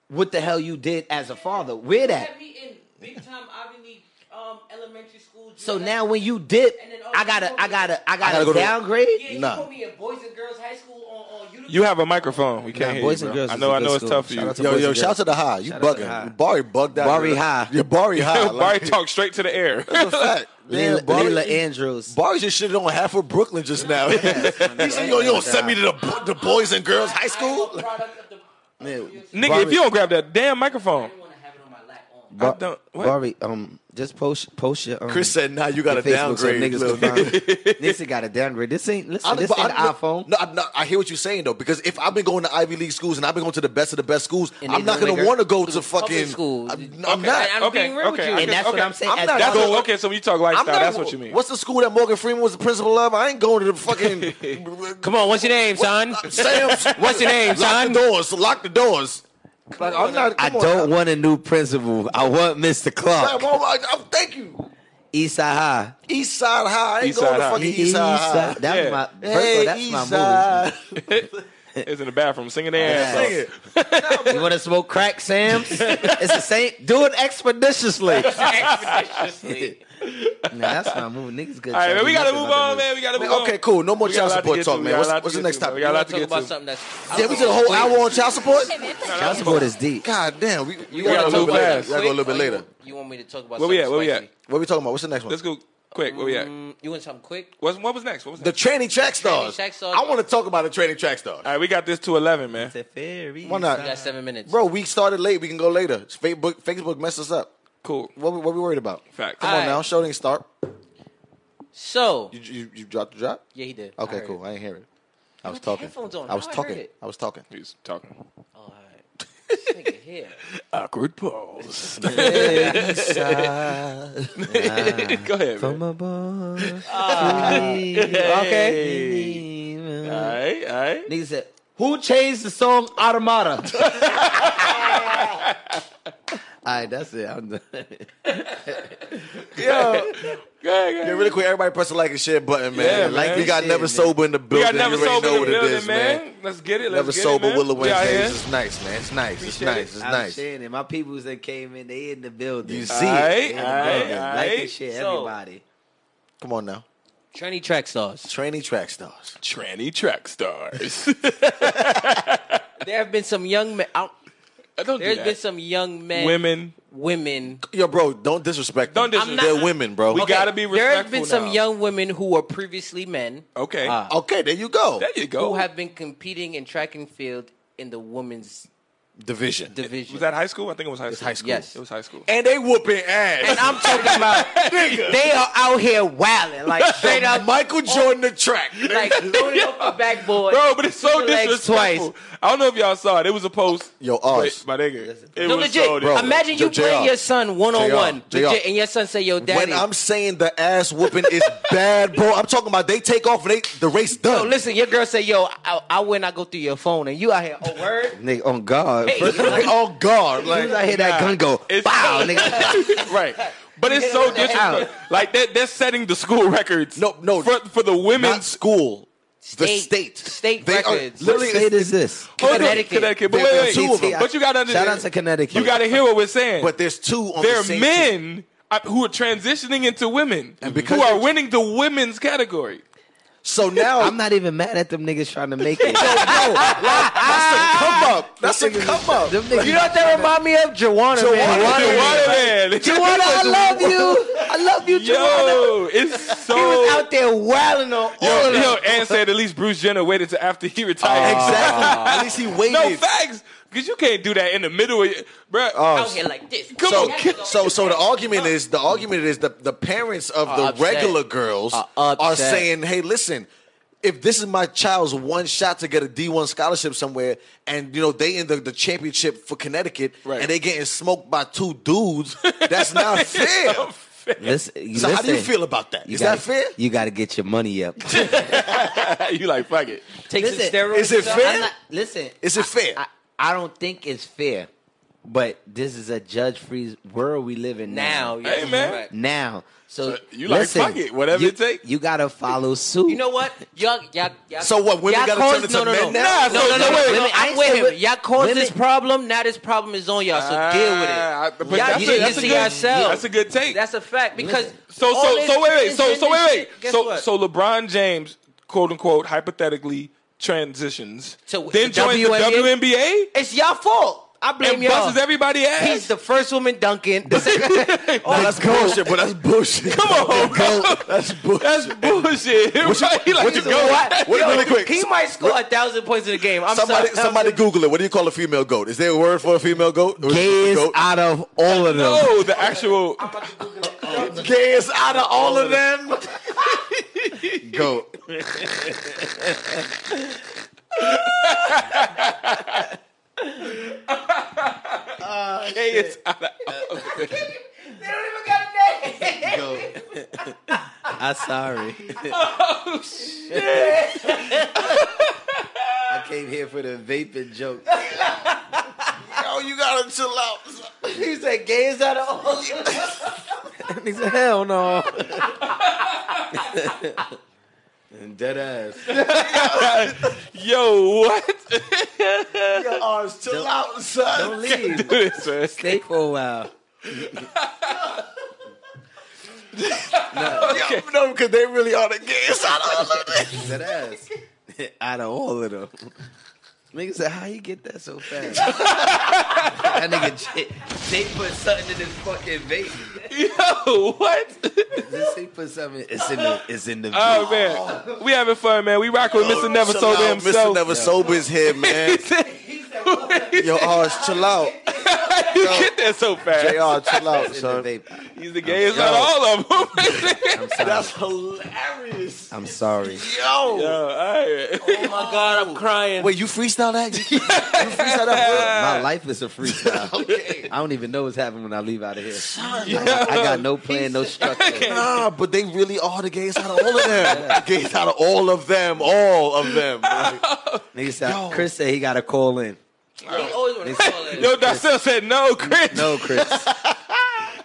[SPEAKER 6] What the hell you did as a father? Where that?
[SPEAKER 5] Had me in big time Ivy League um, elementary school. just
[SPEAKER 6] So
[SPEAKER 5] like-
[SPEAKER 6] now when you dip,
[SPEAKER 5] And then, oh,
[SPEAKER 6] I gotta
[SPEAKER 5] you
[SPEAKER 6] I gotta I gotta,
[SPEAKER 1] gotta go to-
[SPEAKER 6] downgrade.
[SPEAKER 5] yeah,
[SPEAKER 1] Nah.
[SPEAKER 5] you put me in boys and girls high school on, on Utica.
[SPEAKER 2] You have a microphone. We can't
[SPEAKER 6] Nah,
[SPEAKER 2] hear
[SPEAKER 6] boys
[SPEAKER 2] you,
[SPEAKER 6] and
[SPEAKER 2] bro.
[SPEAKER 6] girls
[SPEAKER 2] I
[SPEAKER 6] is
[SPEAKER 2] know.
[SPEAKER 6] a
[SPEAKER 2] I
[SPEAKER 6] good
[SPEAKER 2] know it's
[SPEAKER 6] school.
[SPEAKER 2] tough for
[SPEAKER 6] Shout
[SPEAKER 2] you.
[SPEAKER 6] out to
[SPEAKER 1] Yo,
[SPEAKER 6] boys
[SPEAKER 1] yo,
[SPEAKER 6] and
[SPEAKER 1] shout out
[SPEAKER 6] girls.
[SPEAKER 1] to the high. You
[SPEAKER 6] Shout out to the high.
[SPEAKER 1] bugging. Barry bugged out.
[SPEAKER 6] Barry
[SPEAKER 1] here.
[SPEAKER 6] high.
[SPEAKER 1] Yeah, Barry high.
[SPEAKER 2] Barry
[SPEAKER 1] Like,
[SPEAKER 2] talked straight to the air.
[SPEAKER 1] that's a fact.
[SPEAKER 6] Leila,
[SPEAKER 1] Man, Barry-
[SPEAKER 6] Leila Andrews.
[SPEAKER 1] Barry just shitted on half of Brooklyn just now. he said, "Yo, you don't send me to the, bo- the boys and girls high school."
[SPEAKER 5] Product of the.
[SPEAKER 2] Nigga, if you don't grab that damn microphone,
[SPEAKER 5] I want to have it on my lap. On.
[SPEAKER 2] I
[SPEAKER 6] Bar-
[SPEAKER 2] don't- what?
[SPEAKER 6] Barry, um, just post post your um,
[SPEAKER 1] Chris said, "Nah, you got
[SPEAKER 6] your
[SPEAKER 1] to
[SPEAKER 6] Facebook so
[SPEAKER 1] downgrade."
[SPEAKER 6] niggas
[SPEAKER 1] little
[SPEAKER 6] can
[SPEAKER 1] nigga.
[SPEAKER 6] find it. Niggas got a downgrade. This ain't listen.
[SPEAKER 1] I-
[SPEAKER 6] this
[SPEAKER 1] but
[SPEAKER 6] ain't
[SPEAKER 1] I-
[SPEAKER 6] an iPhone.
[SPEAKER 1] No, I, no, I hear what you're saying though, because if I've been going to Ivy League schools and I've been going to the best of the best schools,
[SPEAKER 5] And they
[SPEAKER 1] I'm not
[SPEAKER 5] doing
[SPEAKER 1] going to
[SPEAKER 5] like
[SPEAKER 1] want to go
[SPEAKER 5] a-
[SPEAKER 1] to
[SPEAKER 5] public
[SPEAKER 1] fucking.
[SPEAKER 5] schools.
[SPEAKER 1] I'm, I'm
[SPEAKER 5] Okay.
[SPEAKER 1] not.
[SPEAKER 5] I- I'm
[SPEAKER 2] okay,
[SPEAKER 5] being real
[SPEAKER 2] okay,
[SPEAKER 5] with you.
[SPEAKER 2] I
[SPEAKER 5] And
[SPEAKER 2] guess-
[SPEAKER 5] that's what
[SPEAKER 2] okay.
[SPEAKER 5] I'm saying. At
[SPEAKER 1] not
[SPEAKER 5] that
[SPEAKER 2] That's
[SPEAKER 1] going-
[SPEAKER 5] point-
[SPEAKER 2] what, okay, so when you talk
[SPEAKER 1] I'm
[SPEAKER 2] lifestyle,
[SPEAKER 1] not-
[SPEAKER 2] that's what you mean.
[SPEAKER 1] What's the school that Morgan Freeman was the principal of? I ain't going to the fucking.
[SPEAKER 7] Come on, what's your name, son?
[SPEAKER 1] Sam's.
[SPEAKER 7] What's your name,
[SPEAKER 1] Lock
[SPEAKER 7] son?
[SPEAKER 1] the doors. Lock the doors. Like, I'm not.
[SPEAKER 6] I
[SPEAKER 1] come on,
[SPEAKER 6] don't want a new principal. I want Mr.
[SPEAKER 1] I,
[SPEAKER 6] Clark.
[SPEAKER 1] I, I, I, thank you.
[SPEAKER 6] East Side High.
[SPEAKER 1] East Side High. I ain't
[SPEAKER 2] East
[SPEAKER 1] going
[SPEAKER 2] Side
[SPEAKER 1] to
[SPEAKER 2] High.
[SPEAKER 1] fucking East Side High.
[SPEAKER 6] That
[SPEAKER 2] Yeah.
[SPEAKER 6] was my first of all,
[SPEAKER 1] Hey,
[SPEAKER 6] that's
[SPEAKER 1] East
[SPEAKER 6] my
[SPEAKER 1] Side.
[SPEAKER 2] It's in the bathroom singing their ass
[SPEAKER 1] Sing
[SPEAKER 2] off.
[SPEAKER 1] it.
[SPEAKER 6] movie. You want to smoke crack, Sam's? it's the same. Do it expeditiously. nah, that's my movie. Niggas good.
[SPEAKER 2] All right, man, we gotta
[SPEAKER 6] Nothing
[SPEAKER 2] move on,
[SPEAKER 6] about the
[SPEAKER 2] man. We gotta move on.
[SPEAKER 1] Okay, cool. No more
[SPEAKER 2] We got a
[SPEAKER 1] child
[SPEAKER 2] lot
[SPEAKER 1] support
[SPEAKER 2] to get
[SPEAKER 1] talk,
[SPEAKER 2] to. We
[SPEAKER 1] man.
[SPEAKER 2] got a
[SPEAKER 1] What's,
[SPEAKER 2] lot to
[SPEAKER 1] what's the
[SPEAKER 2] get
[SPEAKER 1] next
[SPEAKER 2] to, man.
[SPEAKER 1] topic?
[SPEAKER 2] We got a lot to
[SPEAKER 5] Talk
[SPEAKER 2] get
[SPEAKER 5] about
[SPEAKER 2] to.
[SPEAKER 5] something that's.
[SPEAKER 1] Yeah, we did a whole hour on child support.
[SPEAKER 6] Child support is deep.
[SPEAKER 1] God damn, we, we, gotta go a
[SPEAKER 2] gotta
[SPEAKER 1] little
[SPEAKER 2] move
[SPEAKER 1] bit later.
[SPEAKER 2] fast.
[SPEAKER 1] We gotta go a little bit later.
[SPEAKER 5] Oh, You want me to talk about
[SPEAKER 2] Where we at?
[SPEAKER 5] something
[SPEAKER 2] Where we
[SPEAKER 5] spicy?
[SPEAKER 2] at?
[SPEAKER 1] What are we talking about? What's the next one?
[SPEAKER 2] Let's go quick. Where we at?
[SPEAKER 5] Mm, you want something quick?
[SPEAKER 2] What's, what was next? What was
[SPEAKER 1] The
[SPEAKER 2] next?
[SPEAKER 1] training track stars.
[SPEAKER 5] track stars.
[SPEAKER 1] I want to talk about the training track stars.
[SPEAKER 2] All right, we got this to eleven, man.
[SPEAKER 6] The fairy.
[SPEAKER 1] Why
[SPEAKER 5] You
[SPEAKER 1] not,
[SPEAKER 5] got seven minutes.
[SPEAKER 1] bro? We started late. We can go later. Facebook, Facebook messed us up.
[SPEAKER 2] Cool.
[SPEAKER 1] What, we- what we worried about?
[SPEAKER 2] Fact.
[SPEAKER 1] Come
[SPEAKER 5] All
[SPEAKER 1] on
[SPEAKER 5] right.
[SPEAKER 1] now, show didn't start.
[SPEAKER 5] So
[SPEAKER 1] You, you, you dropped the drop.
[SPEAKER 5] yeah, he did. I
[SPEAKER 1] Okay,
[SPEAKER 5] heard
[SPEAKER 1] cool.
[SPEAKER 5] it.
[SPEAKER 1] I didn't hear it. I was
[SPEAKER 5] the
[SPEAKER 1] talking.
[SPEAKER 5] headphones on.
[SPEAKER 1] I was
[SPEAKER 5] Now I heard
[SPEAKER 1] talking.
[SPEAKER 5] it.
[SPEAKER 1] I was talking.
[SPEAKER 2] He's talking.
[SPEAKER 5] All right. This nigga here.
[SPEAKER 2] Awkward pause. Go ahead, man.
[SPEAKER 6] From above. Ah.
[SPEAKER 2] Okay. All
[SPEAKER 6] Niggas
[SPEAKER 2] right, all right.
[SPEAKER 6] Uh, said, "Who changed the song Automata?" All right, that's it. I'm done.
[SPEAKER 2] Go ahead, go
[SPEAKER 1] Yeah,
[SPEAKER 2] ahead.
[SPEAKER 1] really quick, everybody press the like and share button, man.
[SPEAKER 2] Yeah,
[SPEAKER 1] like
[SPEAKER 2] man.
[SPEAKER 1] we got
[SPEAKER 6] Shit,
[SPEAKER 1] never
[SPEAKER 6] man.
[SPEAKER 1] sober in the
[SPEAKER 2] We
[SPEAKER 1] building.
[SPEAKER 2] got never
[SPEAKER 1] you already
[SPEAKER 2] sober
[SPEAKER 1] know
[SPEAKER 2] in the
[SPEAKER 1] what
[SPEAKER 2] building,
[SPEAKER 1] it is,
[SPEAKER 2] man. Let's get it. Let's
[SPEAKER 1] Never
[SPEAKER 2] get
[SPEAKER 1] sober
[SPEAKER 2] it, man.
[SPEAKER 1] Willow
[SPEAKER 2] We out
[SPEAKER 1] Wednesdays.
[SPEAKER 2] here.
[SPEAKER 1] It's nice, man. It's nice. It's
[SPEAKER 2] Appreciate
[SPEAKER 1] nice.
[SPEAKER 2] it.
[SPEAKER 1] It's
[SPEAKER 6] I'm
[SPEAKER 1] nice.
[SPEAKER 6] sharing. My peoples that came in, they in the building.
[SPEAKER 1] You
[SPEAKER 2] All
[SPEAKER 1] see it.
[SPEAKER 2] right,
[SPEAKER 6] They
[SPEAKER 2] all
[SPEAKER 6] in the
[SPEAKER 2] right,
[SPEAKER 6] building.
[SPEAKER 2] all
[SPEAKER 6] Like and
[SPEAKER 2] right.
[SPEAKER 6] share
[SPEAKER 5] So-
[SPEAKER 6] everybody.
[SPEAKER 1] Come on now.
[SPEAKER 5] Tranny track stars.
[SPEAKER 1] Training track stars.
[SPEAKER 2] Tranny track stars.
[SPEAKER 5] There have been some young men. Out,
[SPEAKER 2] Don't do
[SPEAKER 5] there's been
[SPEAKER 2] that.
[SPEAKER 5] some young men,
[SPEAKER 2] Women.
[SPEAKER 5] women.
[SPEAKER 1] Yo, bro, don't disrespect them.
[SPEAKER 2] Don't disrespect.
[SPEAKER 1] They're women, bro.
[SPEAKER 2] We gotta be respectful.
[SPEAKER 5] There have been some
[SPEAKER 2] now.
[SPEAKER 5] young women who were previously men
[SPEAKER 2] Okay,
[SPEAKER 5] Ah.
[SPEAKER 1] Okay, there you go.
[SPEAKER 2] there you go.
[SPEAKER 5] who have been competing in track and field in the women's
[SPEAKER 1] Division.
[SPEAKER 5] division.
[SPEAKER 2] was that high school? I think it was high school.
[SPEAKER 1] high school.
[SPEAKER 5] Yes.
[SPEAKER 2] It was high school.
[SPEAKER 1] and they whooping ass.
[SPEAKER 5] and I'm talking about they are out here wilding like straight up,
[SPEAKER 1] Michael Jordan the track.
[SPEAKER 5] like loaded up a backboard.
[SPEAKER 2] Bro, but it's so
[SPEAKER 5] Two legs
[SPEAKER 2] disrespectful. I don't know if y'all saw it. It was a post.
[SPEAKER 1] Yo, ours.
[SPEAKER 2] My nigga. It
[SPEAKER 5] No,
[SPEAKER 2] was
[SPEAKER 5] legit.
[SPEAKER 2] so disrespectful.
[SPEAKER 5] Imagine you
[SPEAKER 1] Yo, JR.
[SPEAKER 5] playing your son one on one,
[SPEAKER 1] JR.
[SPEAKER 5] legit, and your son say, "Yo, daddy."
[SPEAKER 1] When I'm saying the ass whooping is bad, bro, I'm talking about they take off and they the race
[SPEAKER 5] Yo,
[SPEAKER 1] done.
[SPEAKER 5] oh, listen, your girl say, "Yo, I, I win." I go through your phone, and you out here. Oh, word.
[SPEAKER 6] Nigga, on God.
[SPEAKER 5] Hey.
[SPEAKER 6] First of all,
[SPEAKER 1] Like, oh God,
[SPEAKER 6] as soon
[SPEAKER 1] like
[SPEAKER 6] as I hear that gun go,
[SPEAKER 2] It's-
[SPEAKER 6] wow, nigga.
[SPEAKER 1] right.
[SPEAKER 2] But it's so
[SPEAKER 5] with that
[SPEAKER 2] disrespectful. Like that, they're setting the school records.
[SPEAKER 1] No, no.
[SPEAKER 2] for, for the
[SPEAKER 1] Not
[SPEAKER 2] women's
[SPEAKER 1] school, the
[SPEAKER 5] State-
[SPEAKER 1] state,
[SPEAKER 5] state
[SPEAKER 1] They are-
[SPEAKER 5] records.
[SPEAKER 6] What
[SPEAKER 1] Literally,
[SPEAKER 6] state is this?
[SPEAKER 2] Hold on,
[SPEAKER 5] Connecticut.
[SPEAKER 2] Oh, Connecticut. But
[SPEAKER 1] There- there are
[SPEAKER 2] wait, wait,
[SPEAKER 1] two of them.
[SPEAKER 2] But you got to
[SPEAKER 6] Shout out to Connecticut.
[SPEAKER 2] You got to hear what we're saying.
[SPEAKER 1] but there's two on
[SPEAKER 2] they're
[SPEAKER 1] the same team.
[SPEAKER 2] men uh, who are transitioning into women
[SPEAKER 1] And because
[SPEAKER 2] who are
[SPEAKER 1] they-
[SPEAKER 2] winning the women's category.
[SPEAKER 1] So now
[SPEAKER 6] I'm not even mad at them niggas trying to make it.
[SPEAKER 1] come up. That's a come up.
[SPEAKER 6] Them niggas-
[SPEAKER 5] You know what that remind me of? Juwana, man.
[SPEAKER 1] Juwan-
[SPEAKER 2] The water man.
[SPEAKER 6] Juana, I love you. I love you, Juana.
[SPEAKER 2] Yo, it's so.
[SPEAKER 6] He was out there wilding on all
[SPEAKER 2] Yo,
[SPEAKER 6] of them.
[SPEAKER 2] yo, and said at least Bruce Jenner waited to after he retired.
[SPEAKER 1] Exactly. At least he waited.
[SPEAKER 2] No facts, because you can't do that in the middle of, your- bruh.
[SPEAKER 5] Out here like this.
[SPEAKER 2] Come
[SPEAKER 1] so,
[SPEAKER 2] on,
[SPEAKER 1] ki- so, so the argument is the argument is the, the parents of the
[SPEAKER 5] upset.
[SPEAKER 1] regular girls
[SPEAKER 5] Are
[SPEAKER 1] are,
[SPEAKER 5] upset.
[SPEAKER 1] saying, "Hey, listen, if this is my child's one shot to get a D one scholarship somewhere, and you know they in the, the championship for Connecticut,
[SPEAKER 2] Right.
[SPEAKER 1] and they getting smoked by two dudes, that's not fair." so,
[SPEAKER 6] Listen,
[SPEAKER 1] how do you
[SPEAKER 6] listen.
[SPEAKER 1] feel about that?
[SPEAKER 6] You
[SPEAKER 1] Is
[SPEAKER 6] gotta,
[SPEAKER 1] that fair?
[SPEAKER 6] You got to get your money up.
[SPEAKER 2] you like fuck it.
[SPEAKER 5] Take some
[SPEAKER 6] Listen,
[SPEAKER 5] steroids.
[SPEAKER 1] is it
[SPEAKER 5] or
[SPEAKER 1] fair?
[SPEAKER 5] something.
[SPEAKER 6] I'm not- listen,
[SPEAKER 1] Is it fair?
[SPEAKER 6] I, I don't think it's fair, but this is a judge-free world we live in
[SPEAKER 5] Now,
[SPEAKER 6] now.
[SPEAKER 5] yeah,
[SPEAKER 2] Hey, man.
[SPEAKER 5] correct.
[SPEAKER 6] Now, so,
[SPEAKER 2] So you like,
[SPEAKER 6] listen,
[SPEAKER 2] fuck it, whatever
[SPEAKER 6] you,
[SPEAKER 2] it take.
[SPEAKER 6] You gotta follow suit.
[SPEAKER 5] You know what? Y'all, y'all, y'all
[SPEAKER 1] So what, women
[SPEAKER 5] y'all
[SPEAKER 1] gotta turn
[SPEAKER 5] caused-
[SPEAKER 1] into
[SPEAKER 5] no, no,
[SPEAKER 1] men
[SPEAKER 5] no.
[SPEAKER 1] now?
[SPEAKER 5] No, no, no,
[SPEAKER 6] No,
[SPEAKER 5] wait,
[SPEAKER 6] women-
[SPEAKER 5] no,
[SPEAKER 6] I
[SPEAKER 5] I'm
[SPEAKER 6] ain't
[SPEAKER 5] with
[SPEAKER 6] say
[SPEAKER 5] him.
[SPEAKER 6] women-
[SPEAKER 5] y'all caused this
[SPEAKER 6] women-
[SPEAKER 5] problem. Now this problem is on y'all. So
[SPEAKER 2] Ah,
[SPEAKER 5] deal
[SPEAKER 2] but
[SPEAKER 5] with it. Y'all
[SPEAKER 2] that's a-
[SPEAKER 5] need to
[SPEAKER 2] that's a
[SPEAKER 5] see
[SPEAKER 2] good-
[SPEAKER 5] yourselves.
[SPEAKER 2] That's a good take.
[SPEAKER 5] That's a fact because
[SPEAKER 2] So
[SPEAKER 5] all
[SPEAKER 2] so
[SPEAKER 5] this
[SPEAKER 2] so wait wait so
[SPEAKER 5] attention
[SPEAKER 2] so
[SPEAKER 5] and
[SPEAKER 2] wait
[SPEAKER 5] shit,
[SPEAKER 2] wait
[SPEAKER 5] guess
[SPEAKER 2] so
[SPEAKER 5] what?
[SPEAKER 2] so LeBron James quote unquote hypothetically transitions,
[SPEAKER 5] To-
[SPEAKER 2] then
[SPEAKER 5] to
[SPEAKER 2] joins
[SPEAKER 5] WNBA?
[SPEAKER 2] the WNBA
[SPEAKER 5] It's y'all fault. I blame
[SPEAKER 2] and
[SPEAKER 5] y'all.
[SPEAKER 2] busts everybody ass.
[SPEAKER 5] He's the first woman dunking. The second,
[SPEAKER 1] Oh, that's bullshit, but that's bullshit.
[SPEAKER 2] Come on, bro.
[SPEAKER 1] That's bullshit.
[SPEAKER 2] That's bullshit. Right? Like,
[SPEAKER 1] what you go
[SPEAKER 5] what?
[SPEAKER 1] Wait,
[SPEAKER 5] Yo,
[SPEAKER 1] really quick.
[SPEAKER 5] He might score a thousand points in a game. I'm
[SPEAKER 1] Somebody,
[SPEAKER 5] sorry.
[SPEAKER 1] somebody Google it. What do you call a female goat? Is there a word for a female goat?
[SPEAKER 8] Gays
[SPEAKER 1] Goat?
[SPEAKER 8] out of all of them.
[SPEAKER 2] No, Oh, the actual.
[SPEAKER 1] Gayest out of all of them. goat.
[SPEAKER 2] It's out of
[SPEAKER 8] I'm sorry.
[SPEAKER 1] Oh,
[SPEAKER 6] I came here for the vaping joke.
[SPEAKER 1] Oh, you gotta chill out.
[SPEAKER 6] he said, "Gay is out of all."
[SPEAKER 8] He said, Hell no.
[SPEAKER 6] Dead ass.
[SPEAKER 2] Yo, what?
[SPEAKER 1] Your arms, chill out, son.
[SPEAKER 6] Don't leave.
[SPEAKER 2] This, man.
[SPEAKER 8] Stay for a while.
[SPEAKER 1] Yeah, No, because they really are the gayest out of all of them.
[SPEAKER 6] Dead ass.
[SPEAKER 8] Out of all of them. Nigga said, How you get that so fast? that nigga Jake, Jake put something in his fucking vape.
[SPEAKER 2] Yo, what?
[SPEAKER 8] This he put something. It's in the. It's in the.
[SPEAKER 2] Oh man, we having fun, man. We rock with Mr. Never
[SPEAKER 1] Chill
[SPEAKER 2] Sober
[SPEAKER 1] out, Mr.
[SPEAKER 2] himself.
[SPEAKER 1] Never Sober is here, man. Your arms, chill out.
[SPEAKER 2] you get there so fast.
[SPEAKER 1] JR, chill out,
[SPEAKER 8] in the
[SPEAKER 1] son.
[SPEAKER 8] vape.
[SPEAKER 2] He's the gayest out of all of them.
[SPEAKER 8] I'm sorry.
[SPEAKER 1] hilarious.
[SPEAKER 8] I'm sorry.
[SPEAKER 2] Yo, all right.
[SPEAKER 5] oh my god, I'm crying.
[SPEAKER 1] Wait, you freestyle that? You freestyle that?
[SPEAKER 8] My life is a freestyle. I don't even know what's happening when I leave out of here. I got no plan, no structure.
[SPEAKER 1] Nah, but they really are the gayest out of all of them. The gayest out of all of them. All of them. Like,
[SPEAKER 8] Nigga said, Chris said he got to call in.
[SPEAKER 5] They always want to call it.
[SPEAKER 2] Yo, Darcel said no, Chris.
[SPEAKER 8] No, Chris.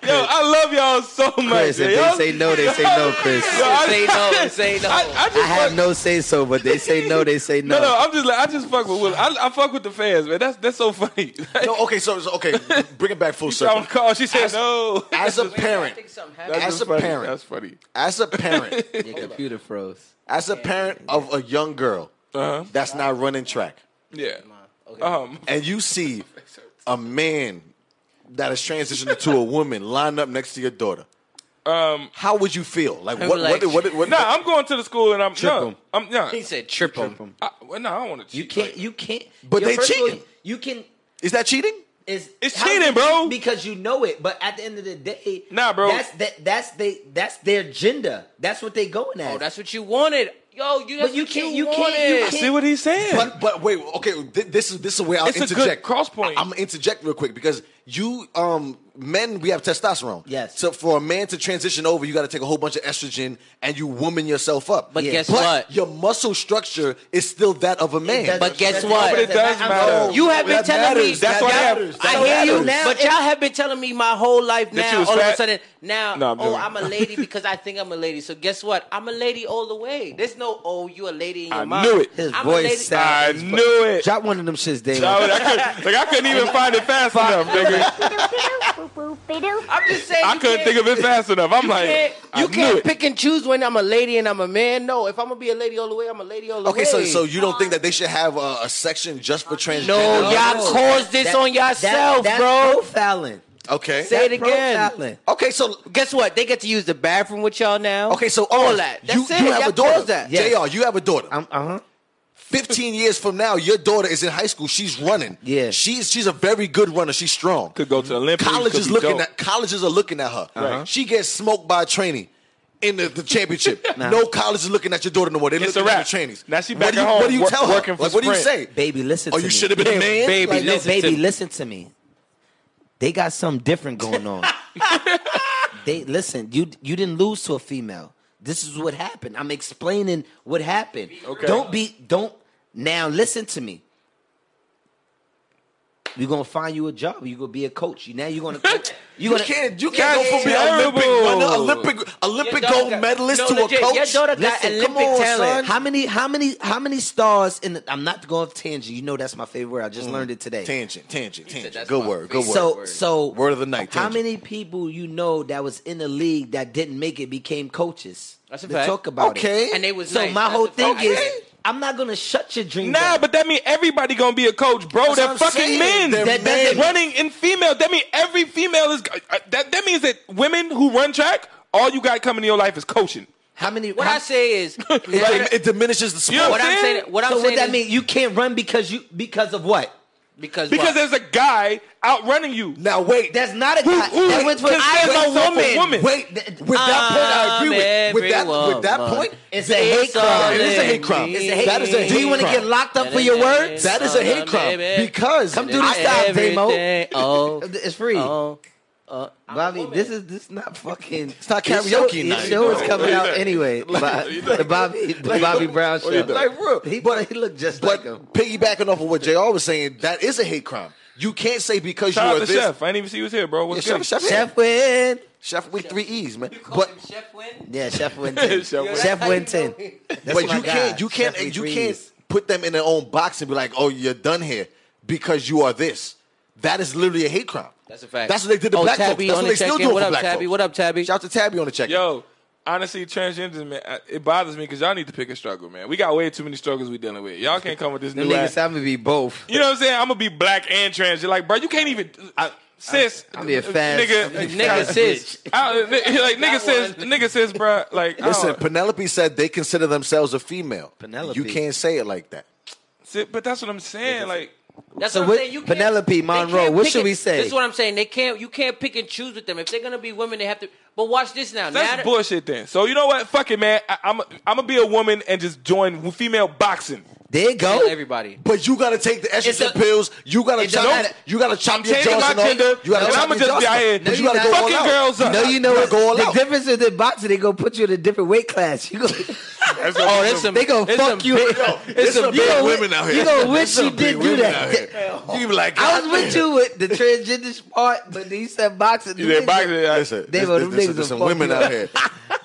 [SPEAKER 2] Yo, I love y'all so much.
[SPEAKER 8] Chris, if
[SPEAKER 2] yo.
[SPEAKER 8] they say no, they say no, Chris.
[SPEAKER 2] Yo, I,
[SPEAKER 5] say no, say no.
[SPEAKER 2] I, I just
[SPEAKER 8] I have
[SPEAKER 2] fuck-
[SPEAKER 8] no say so, but they say no, they say
[SPEAKER 2] no,
[SPEAKER 8] no.
[SPEAKER 2] no. I'm just like I just fuck with Will. I, I fuck with the fans, man. That's that's so funny. Like,
[SPEAKER 1] no, okay, so, so okay, bring it back full
[SPEAKER 2] so I'm
[SPEAKER 1] circle.
[SPEAKER 2] called. She said no.
[SPEAKER 1] As a
[SPEAKER 5] Wait, I
[SPEAKER 1] parent,
[SPEAKER 5] think something
[SPEAKER 2] That's
[SPEAKER 5] happened.
[SPEAKER 1] as
[SPEAKER 2] just
[SPEAKER 1] a
[SPEAKER 2] funny.
[SPEAKER 1] parent.
[SPEAKER 2] that's funny.
[SPEAKER 1] as a parent,
[SPEAKER 8] Your computer froze.
[SPEAKER 1] as a parent of a young girl
[SPEAKER 2] Uh huh.
[SPEAKER 1] that's not running track,
[SPEAKER 2] Yeah.
[SPEAKER 5] Okay.
[SPEAKER 2] Um.
[SPEAKER 1] and you see a man that is transitioning to a woman lined up next to your daughter.
[SPEAKER 2] Um.
[SPEAKER 1] How would you feel? Like
[SPEAKER 5] I'm
[SPEAKER 1] what?
[SPEAKER 5] like-
[SPEAKER 1] what, what, what,
[SPEAKER 2] Nah, I'm going to the school and I'm no.
[SPEAKER 8] 'em.
[SPEAKER 2] I'm yeah.
[SPEAKER 5] He said trip him.
[SPEAKER 2] I, well, no, I don't want to cheat.
[SPEAKER 6] You can't. You can't.
[SPEAKER 1] But
[SPEAKER 6] Yo,
[SPEAKER 1] they
[SPEAKER 6] first of all,
[SPEAKER 1] cheating.
[SPEAKER 6] You can.
[SPEAKER 1] is that cheating?
[SPEAKER 6] It's,
[SPEAKER 2] It's
[SPEAKER 6] how do
[SPEAKER 2] cheating,
[SPEAKER 6] you-
[SPEAKER 2] bro.
[SPEAKER 6] Because you know it. But at the end of the day,
[SPEAKER 2] Nah, bro.
[SPEAKER 6] That's that. That's they. That's their gender. That's what they going at.
[SPEAKER 5] Oh, that's what you wanted. Yo, you that's
[SPEAKER 6] you
[SPEAKER 5] what
[SPEAKER 6] can't- you
[SPEAKER 5] You,
[SPEAKER 6] can't-
[SPEAKER 5] wanted.
[SPEAKER 6] you
[SPEAKER 2] I see what he's saying.
[SPEAKER 1] But but wait, okay. th- This is this is where I'll
[SPEAKER 2] It's a good
[SPEAKER 1] interject.
[SPEAKER 2] cross point.
[SPEAKER 1] I- I'm gonna interject real quick because you um men we have testosterone.
[SPEAKER 6] Yes.
[SPEAKER 1] So for a man to transition over, you got to take a whole bunch of estrogen and you woman yourself up.
[SPEAKER 5] But Yeah. guess what?
[SPEAKER 1] Your muscle structure is still that of a man.
[SPEAKER 6] doesn't-
[SPEAKER 5] But guess
[SPEAKER 6] that-
[SPEAKER 5] what?
[SPEAKER 2] But it does
[SPEAKER 6] I'm-
[SPEAKER 2] matter.
[SPEAKER 6] oh,
[SPEAKER 5] You have been
[SPEAKER 1] That
[SPEAKER 5] telling
[SPEAKER 1] matters.
[SPEAKER 5] me.
[SPEAKER 2] That's why they
[SPEAKER 5] y'all-
[SPEAKER 2] have-
[SPEAKER 5] I
[SPEAKER 1] that
[SPEAKER 5] hear you,
[SPEAKER 1] matters.
[SPEAKER 5] but y'all have been telling me my whole life
[SPEAKER 2] That you
[SPEAKER 5] now.
[SPEAKER 2] was
[SPEAKER 5] All of a
[SPEAKER 2] fat?
[SPEAKER 5] sudden, now,
[SPEAKER 2] No, I'm
[SPEAKER 5] oh,
[SPEAKER 2] joking.
[SPEAKER 5] I'm a lady because I think I'm a lady. So guess what? I'm a lady all the way. There's no oh, you a lady in your
[SPEAKER 2] I
[SPEAKER 5] mind.
[SPEAKER 2] knew it.
[SPEAKER 8] His
[SPEAKER 5] I'm a lady.
[SPEAKER 8] voice
[SPEAKER 2] I
[SPEAKER 8] sounds.
[SPEAKER 2] knew it.
[SPEAKER 8] Drop one of them shits, Dave.
[SPEAKER 2] I, was- I couldn't, like I couldn't even find it fast enough, nigga.
[SPEAKER 5] I'm just saying.
[SPEAKER 2] I couldn't
[SPEAKER 5] you can't-
[SPEAKER 2] think of it fast enough. I'm like,
[SPEAKER 5] can't-
[SPEAKER 2] I
[SPEAKER 5] you
[SPEAKER 2] knew
[SPEAKER 5] can't
[SPEAKER 2] it.
[SPEAKER 5] pick and choose when I'm a lady and I'm a man. No, if I'm gonna be a lady all the way, I'm a lady all the
[SPEAKER 1] Okay,
[SPEAKER 5] way.
[SPEAKER 1] so so you don't think that they should have a, a section just for transgender?
[SPEAKER 5] no, y'all caused this
[SPEAKER 6] that-
[SPEAKER 5] on yourself,
[SPEAKER 6] that,
[SPEAKER 5] bro.
[SPEAKER 6] That's profiling.
[SPEAKER 1] Okay.
[SPEAKER 5] Say it again.
[SPEAKER 6] Profiling.
[SPEAKER 1] Okay, so
[SPEAKER 5] Guess what? They get to use the bathroom with y'all now.
[SPEAKER 1] okay, so
[SPEAKER 5] all
[SPEAKER 1] um,
[SPEAKER 5] that.
[SPEAKER 1] You,
[SPEAKER 5] That's it.
[SPEAKER 1] you have
[SPEAKER 5] Y'all
[SPEAKER 1] a daughter.
[SPEAKER 5] caused that.
[SPEAKER 1] Jr. You have a daughter.
[SPEAKER 8] I'm, uh-huh.
[SPEAKER 1] Fifteen years from now, your daughter is in high school. She's running.
[SPEAKER 8] Yeah.
[SPEAKER 1] she's she's a very good runner. She's strong.
[SPEAKER 2] Could go to the Olympics.
[SPEAKER 1] College
[SPEAKER 2] could
[SPEAKER 1] is
[SPEAKER 2] be
[SPEAKER 1] looking
[SPEAKER 2] dope.
[SPEAKER 1] at colleges are looking at her.
[SPEAKER 2] Uh-huh.
[SPEAKER 1] She gets smoked by a trainee in the, the championship. No college is looking at your daughter no more. They're
[SPEAKER 2] It's a
[SPEAKER 1] looking at
[SPEAKER 2] wrap.
[SPEAKER 1] the trainees.
[SPEAKER 2] Now she
[SPEAKER 1] what
[SPEAKER 2] back
[SPEAKER 1] do you,
[SPEAKER 2] at home,
[SPEAKER 1] What do you
[SPEAKER 2] work-
[SPEAKER 1] tell her?
[SPEAKER 2] working for
[SPEAKER 1] like, what do you say?
[SPEAKER 2] Sprint.
[SPEAKER 8] Baby, listen
[SPEAKER 1] Oh,
[SPEAKER 8] to me.
[SPEAKER 1] you should have been a man.
[SPEAKER 2] baby,
[SPEAKER 1] Like,
[SPEAKER 8] No,
[SPEAKER 2] listen
[SPEAKER 8] baby,
[SPEAKER 2] to-
[SPEAKER 8] listen to me. They got something different going on. they listen. You you didn't lose to a female. This is what happened. I'm explaining what happened.
[SPEAKER 2] Okay.
[SPEAKER 8] Don't be don't now. Listen to me. We're gonna find you a job. You're gonna be a coach. You- Now you're gonna
[SPEAKER 1] you
[SPEAKER 8] you gonna
[SPEAKER 1] can't. You can't go
[SPEAKER 2] That's
[SPEAKER 1] from being an Olympic
[SPEAKER 2] terrible.
[SPEAKER 1] runner, Olympic Olympic
[SPEAKER 5] Your daughter
[SPEAKER 1] gold
[SPEAKER 5] got-
[SPEAKER 1] medalist
[SPEAKER 5] No,
[SPEAKER 1] to
[SPEAKER 5] legit,
[SPEAKER 1] a coach.
[SPEAKER 5] your daughter got
[SPEAKER 1] Listen, come
[SPEAKER 5] Olympic
[SPEAKER 1] on,
[SPEAKER 5] talent.
[SPEAKER 1] son.
[SPEAKER 8] How many how many how many stars in the, I'm not going off tangent. You know that's my favorite word. I just learned it today.
[SPEAKER 1] Tangent, tangent, Mm. tangent.
[SPEAKER 5] that's
[SPEAKER 1] Good
[SPEAKER 5] my
[SPEAKER 1] word, good word.
[SPEAKER 8] so so
[SPEAKER 1] Word of the night,
[SPEAKER 8] How
[SPEAKER 1] tangent.
[SPEAKER 8] many people you know that was in the league that didn't make it became coaches?
[SPEAKER 5] That's a
[SPEAKER 8] They
[SPEAKER 5] fact.
[SPEAKER 8] Talk about it.
[SPEAKER 1] okay.
[SPEAKER 5] And they was
[SPEAKER 8] so
[SPEAKER 5] nice.
[SPEAKER 8] my
[SPEAKER 5] That's
[SPEAKER 8] whole
[SPEAKER 5] a fact.
[SPEAKER 8] thing
[SPEAKER 5] I get
[SPEAKER 8] is
[SPEAKER 5] it.
[SPEAKER 6] I'm not gonna shut your dream.
[SPEAKER 2] Nah,
[SPEAKER 6] down.
[SPEAKER 2] but that mean everybody gonna be a coach, bro.
[SPEAKER 1] That's
[SPEAKER 2] They're
[SPEAKER 1] what I'm
[SPEAKER 2] fucking
[SPEAKER 1] saying.
[SPEAKER 2] men.
[SPEAKER 1] They're
[SPEAKER 2] that,
[SPEAKER 1] men.
[SPEAKER 2] that- running in female. That mean every female is. uh, That that means that women who run track, all you got coming in your life is coaching.
[SPEAKER 6] how many?
[SPEAKER 5] What
[SPEAKER 6] how,
[SPEAKER 5] I say is,
[SPEAKER 1] Like, it diminishes the sport.
[SPEAKER 2] Yeah.
[SPEAKER 5] what I'm saying, what I'm
[SPEAKER 6] so
[SPEAKER 5] saying
[SPEAKER 6] what that
[SPEAKER 5] is,
[SPEAKER 6] mean? You can't run because you because of what?
[SPEAKER 5] because
[SPEAKER 2] Because
[SPEAKER 5] what?
[SPEAKER 2] there's a guy outrunning you.
[SPEAKER 1] Now wait,
[SPEAKER 6] That's not a
[SPEAKER 2] Who-
[SPEAKER 6] guy.
[SPEAKER 2] who
[SPEAKER 6] that was for,
[SPEAKER 2] considers
[SPEAKER 6] I am a
[SPEAKER 2] himself
[SPEAKER 6] woman.
[SPEAKER 2] woman?
[SPEAKER 1] wait. th- With that point, I agree with. With that,
[SPEAKER 5] I'm
[SPEAKER 1] with that
[SPEAKER 5] everyone.
[SPEAKER 1] point,
[SPEAKER 6] It's a hate
[SPEAKER 5] It's
[SPEAKER 6] crime.
[SPEAKER 5] all
[SPEAKER 1] it is a hate
[SPEAKER 5] in
[SPEAKER 1] crime.
[SPEAKER 5] me.
[SPEAKER 1] That is a hate
[SPEAKER 6] Do you want to
[SPEAKER 1] crime.
[SPEAKER 6] get locked up for your words?
[SPEAKER 1] That is a hate
[SPEAKER 5] Oh,
[SPEAKER 1] crime
[SPEAKER 5] baby.
[SPEAKER 1] because
[SPEAKER 6] Come do this
[SPEAKER 1] I-
[SPEAKER 6] style, Damo.
[SPEAKER 5] Everything. Oh,
[SPEAKER 6] It's free.
[SPEAKER 5] oh, oh.
[SPEAKER 6] Bobby, this is this is not fucking. It's
[SPEAKER 1] not karaoke night,
[SPEAKER 6] His show
[SPEAKER 1] bro.
[SPEAKER 6] is coming out anyway. Bo- The Bobby, the Bobby Brown show.
[SPEAKER 1] you doing?
[SPEAKER 6] Like real, he, but, he looked just
[SPEAKER 1] But
[SPEAKER 6] like him.
[SPEAKER 1] piggybacking off of what Jr was saying, that is a hate crime. You can't say because you
[SPEAKER 2] Shout
[SPEAKER 1] are
[SPEAKER 2] out to
[SPEAKER 1] this.
[SPEAKER 2] Chef. I didn't even see you was here, bro.
[SPEAKER 1] Yeah,
[SPEAKER 2] What's
[SPEAKER 1] chef,
[SPEAKER 2] good?
[SPEAKER 1] chef, here.
[SPEAKER 6] Chef Win.
[SPEAKER 1] Chef with three E's, man.
[SPEAKER 5] but
[SPEAKER 1] But
[SPEAKER 5] Chef Win.
[SPEAKER 6] Yeah, Chef Winton.
[SPEAKER 2] Chef Win.
[SPEAKER 6] Chef Winton.
[SPEAKER 1] but you can't you can't you can't put them in their own box and be like, oh, you're done here because you are this. That is literally a hate crime.
[SPEAKER 5] That's a fact.
[SPEAKER 1] That's what they did to
[SPEAKER 5] Oh,
[SPEAKER 1] black folks.
[SPEAKER 5] Tabby
[SPEAKER 1] That's
[SPEAKER 5] on
[SPEAKER 1] what
[SPEAKER 5] the
[SPEAKER 1] they still
[SPEAKER 5] check-in.
[SPEAKER 1] doing
[SPEAKER 5] What
[SPEAKER 1] for
[SPEAKER 5] up,
[SPEAKER 1] black
[SPEAKER 5] Tabby?
[SPEAKER 1] folks.
[SPEAKER 5] What up, Tabby?
[SPEAKER 1] Shout out to Tabby on the check.
[SPEAKER 2] Yo, honestly, transgenders, man, I- it bothers me because y'all need to pick a struggle, man. We got way too many struggles we dealing with. Y'all can't come with this
[SPEAKER 6] Them
[SPEAKER 2] new
[SPEAKER 6] niggas
[SPEAKER 2] ass.
[SPEAKER 6] I'm gonna be both.
[SPEAKER 2] You know what I'm saying? I'm gonna be black and trans. You're like, bro, you can't even. sis, uh,
[SPEAKER 6] I'm be a fast- I'm
[SPEAKER 2] nigga,
[SPEAKER 6] be a
[SPEAKER 5] Nigga,
[SPEAKER 6] fast
[SPEAKER 5] sis.
[SPEAKER 2] I, like nigga says,
[SPEAKER 5] one.
[SPEAKER 2] nigga says, bro, like oh, I
[SPEAKER 1] Listen,
[SPEAKER 2] don't-
[SPEAKER 1] Penelope said they consider themselves a female.
[SPEAKER 6] Penelope.
[SPEAKER 1] You can't say it like that.
[SPEAKER 2] sit- but that's what I'm saying. Like,
[SPEAKER 5] That's
[SPEAKER 6] So
[SPEAKER 5] what I'm
[SPEAKER 6] what-
[SPEAKER 5] saying. You can't-
[SPEAKER 6] Penelope
[SPEAKER 5] they
[SPEAKER 6] Monroe,
[SPEAKER 5] can't
[SPEAKER 6] what
[SPEAKER 5] pick
[SPEAKER 6] should
[SPEAKER 5] and-
[SPEAKER 6] we say?
[SPEAKER 5] This is what I'm saying. They can't. You can't pick and choose with them. If they're gonna be women, they have to. But watch this now.
[SPEAKER 2] that's
[SPEAKER 5] now that-
[SPEAKER 2] bullshit. Then, so you know what? Fuck it, man. I, I'm, I'm gonna be a woman and just join female boxing.
[SPEAKER 6] There you
[SPEAKER 5] Tell
[SPEAKER 6] go.
[SPEAKER 5] everybody.
[SPEAKER 1] But you gotta take the estrogen
[SPEAKER 6] a-
[SPEAKER 1] pills. You gotta
[SPEAKER 6] it
[SPEAKER 1] chop.
[SPEAKER 6] don't-
[SPEAKER 1] that- You gotta chop
[SPEAKER 2] I'm
[SPEAKER 1] your
[SPEAKER 2] changing my
[SPEAKER 1] Johnson off.
[SPEAKER 2] gender,
[SPEAKER 1] You gotta
[SPEAKER 2] and
[SPEAKER 1] chop
[SPEAKER 2] I'ma
[SPEAKER 1] your
[SPEAKER 2] just be
[SPEAKER 1] Johnson.
[SPEAKER 2] out here
[SPEAKER 1] But you gotta go all
[SPEAKER 2] fucking
[SPEAKER 1] out.
[SPEAKER 2] girls up.
[SPEAKER 6] No, you know
[SPEAKER 1] gotta
[SPEAKER 6] what?
[SPEAKER 1] go all
[SPEAKER 6] The
[SPEAKER 1] out.
[SPEAKER 6] difference is in boxing, they gonna put you in a different weight class. You gonna,
[SPEAKER 5] Oh, there's some.
[SPEAKER 6] they gonna
[SPEAKER 5] there's
[SPEAKER 6] fuck
[SPEAKER 5] some
[SPEAKER 6] you.
[SPEAKER 5] big-
[SPEAKER 1] There's some
[SPEAKER 6] you
[SPEAKER 1] big
[SPEAKER 6] gonna-
[SPEAKER 1] women out here.
[SPEAKER 6] You gonna
[SPEAKER 1] There's
[SPEAKER 6] wish
[SPEAKER 1] some
[SPEAKER 6] you
[SPEAKER 1] big
[SPEAKER 6] did do
[SPEAKER 1] women
[SPEAKER 6] that.
[SPEAKER 1] out here. You be like,
[SPEAKER 6] I was
[SPEAKER 1] God
[SPEAKER 6] with
[SPEAKER 1] damn.
[SPEAKER 6] you with the transgender part, but you said boxing.
[SPEAKER 2] You did boxing.
[SPEAKER 1] Listen,
[SPEAKER 6] They
[SPEAKER 1] this- this-
[SPEAKER 6] were- them
[SPEAKER 1] this-
[SPEAKER 6] niggas
[SPEAKER 1] there's some
[SPEAKER 6] will fuck
[SPEAKER 1] women
[SPEAKER 6] you
[SPEAKER 1] out
[SPEAKER 6] up.
[SPEAKER 1] here.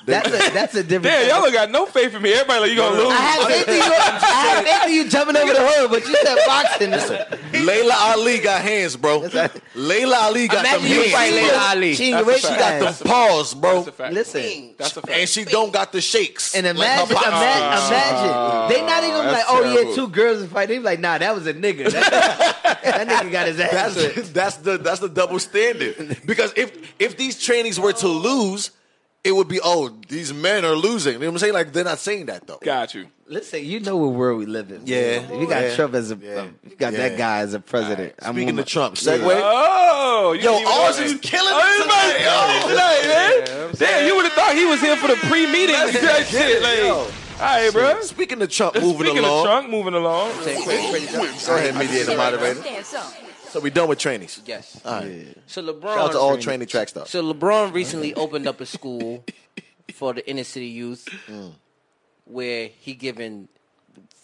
[SPEAKER 6] That's a that's a different.
[SPEAKER 2] Damn,
[SPEAKER 6] thing.
[SPEAKER 2] y'all got no faith in me. Everybody like you gonna lose.
[SPEAKER 6] I had faith in you. I had faith in you jumping over the hood, but you said boxing.
[SPEAKER 1] Layla Ali got hands, bro. Layla Ali got them
[SPEAKER 6] Imagine you fight
[SPEAKER 1] hands.
[SPEAKER 6] Layla Ali. She
[SPEAKER 2] That's
[SPEAKER 6] ain't
[SPEAKER 2] a
[SPEAKER 6] weight
[SPEAKER 2] fact.
[SPEAKER 1] Got
[SPEAKER 6] class.
[SPEAKER 1] them paws, bro.
[SPEAKER 2] That's a fact.
[SPEAKER 6] Listen.
[SPEAKER 2] That's a fact.
[SPEAKER 1] And she don't got the shakes.
[SPEAKER 6] And
[SPEAKER 1] Like her
[SPEAKER 6] imagine,
[SPEAKER 1] pop-
[SPEAKER 6] imagine,
[SPEAKER 1] Ah.
[SPEAKER 6] imagine. They not even like,
[SPEAKER 2] that's
[SPEAKER 6] oh
[SPEAKER 2] terrible.
[SPEAKER 6] yeah, two girls is fighting. They be like, nah, that was a nigga. That, that nigga got his ass.
[SPEAKER 1] That's
[SPEAKER 6] whipped.
[SPEAKER 1] that's the that's the double standard. Because if if these trainees were to lose, it would be oh these men are losing. You know what I'm saying? Like they're not saying that though.
[SPEAKER 2] Got you.
[SPEAKER 6] Listen, you know what world we live in.
[SPEAKER 1] Yeah.
[SPEAKER 6] man. we got
[SPEAKER 1] Yeah.
[SPEAKER 6] Trump as a,
[SPEAKER 1] Yeah.
[SPEAKER 6] we got
[SPEAKER 1] Yeah.
[SPEAKER 6] that guy as a president. I'm
[SPEAKER 1] Speaking
[SPEAKER 6] on
[SPEAKER 1] of
[SPEAKER 6] my-
[SPEAKER 1] Trump,
[SPEAKER 6] Yeah.
[SPEAKER 1] segue.
[SPEAKER 2] Oh, you
[SPEAKER 1] Yo,
[SPEAKER 2] didn't even
[SPEAKER 1] ours
[SPEAKER 2] know
[SPEAKER 1] is
[SPEAKER 2] that.
[SPEAKER 1] killing
[SPEAKER 2] Oh,
[SPEAKER 1] us
[SPEAKER 2] everybody's killing
[SPEAKER 1] tonight.
[SPEAKER 2] it tonight, man. Damn, you would have thought he was here for the pre-meeting. and that shit, like, all right, bro.
[SPEAKER 1] Yo, speaking of Trump moving
[SPEAKER 2] Speaking
[SPEAKER 1] along,
[SPEAKER 2] of trunk, moving along.
[SPEAKER 1] go ahead, mediator, moderator. So we done with trainees.
[SPEAKER 5] Yes.
[SPEAKER 1] All right.
[SPEAKER 5] So LeBron.
[SPEAKER 1] Shout out to all
[SPEAKER 5] trained-
[SPEAKER 1] trainee track stars.
[SPEAKER 5] So LeBron recently opened up a school for the inner city youth, where he giving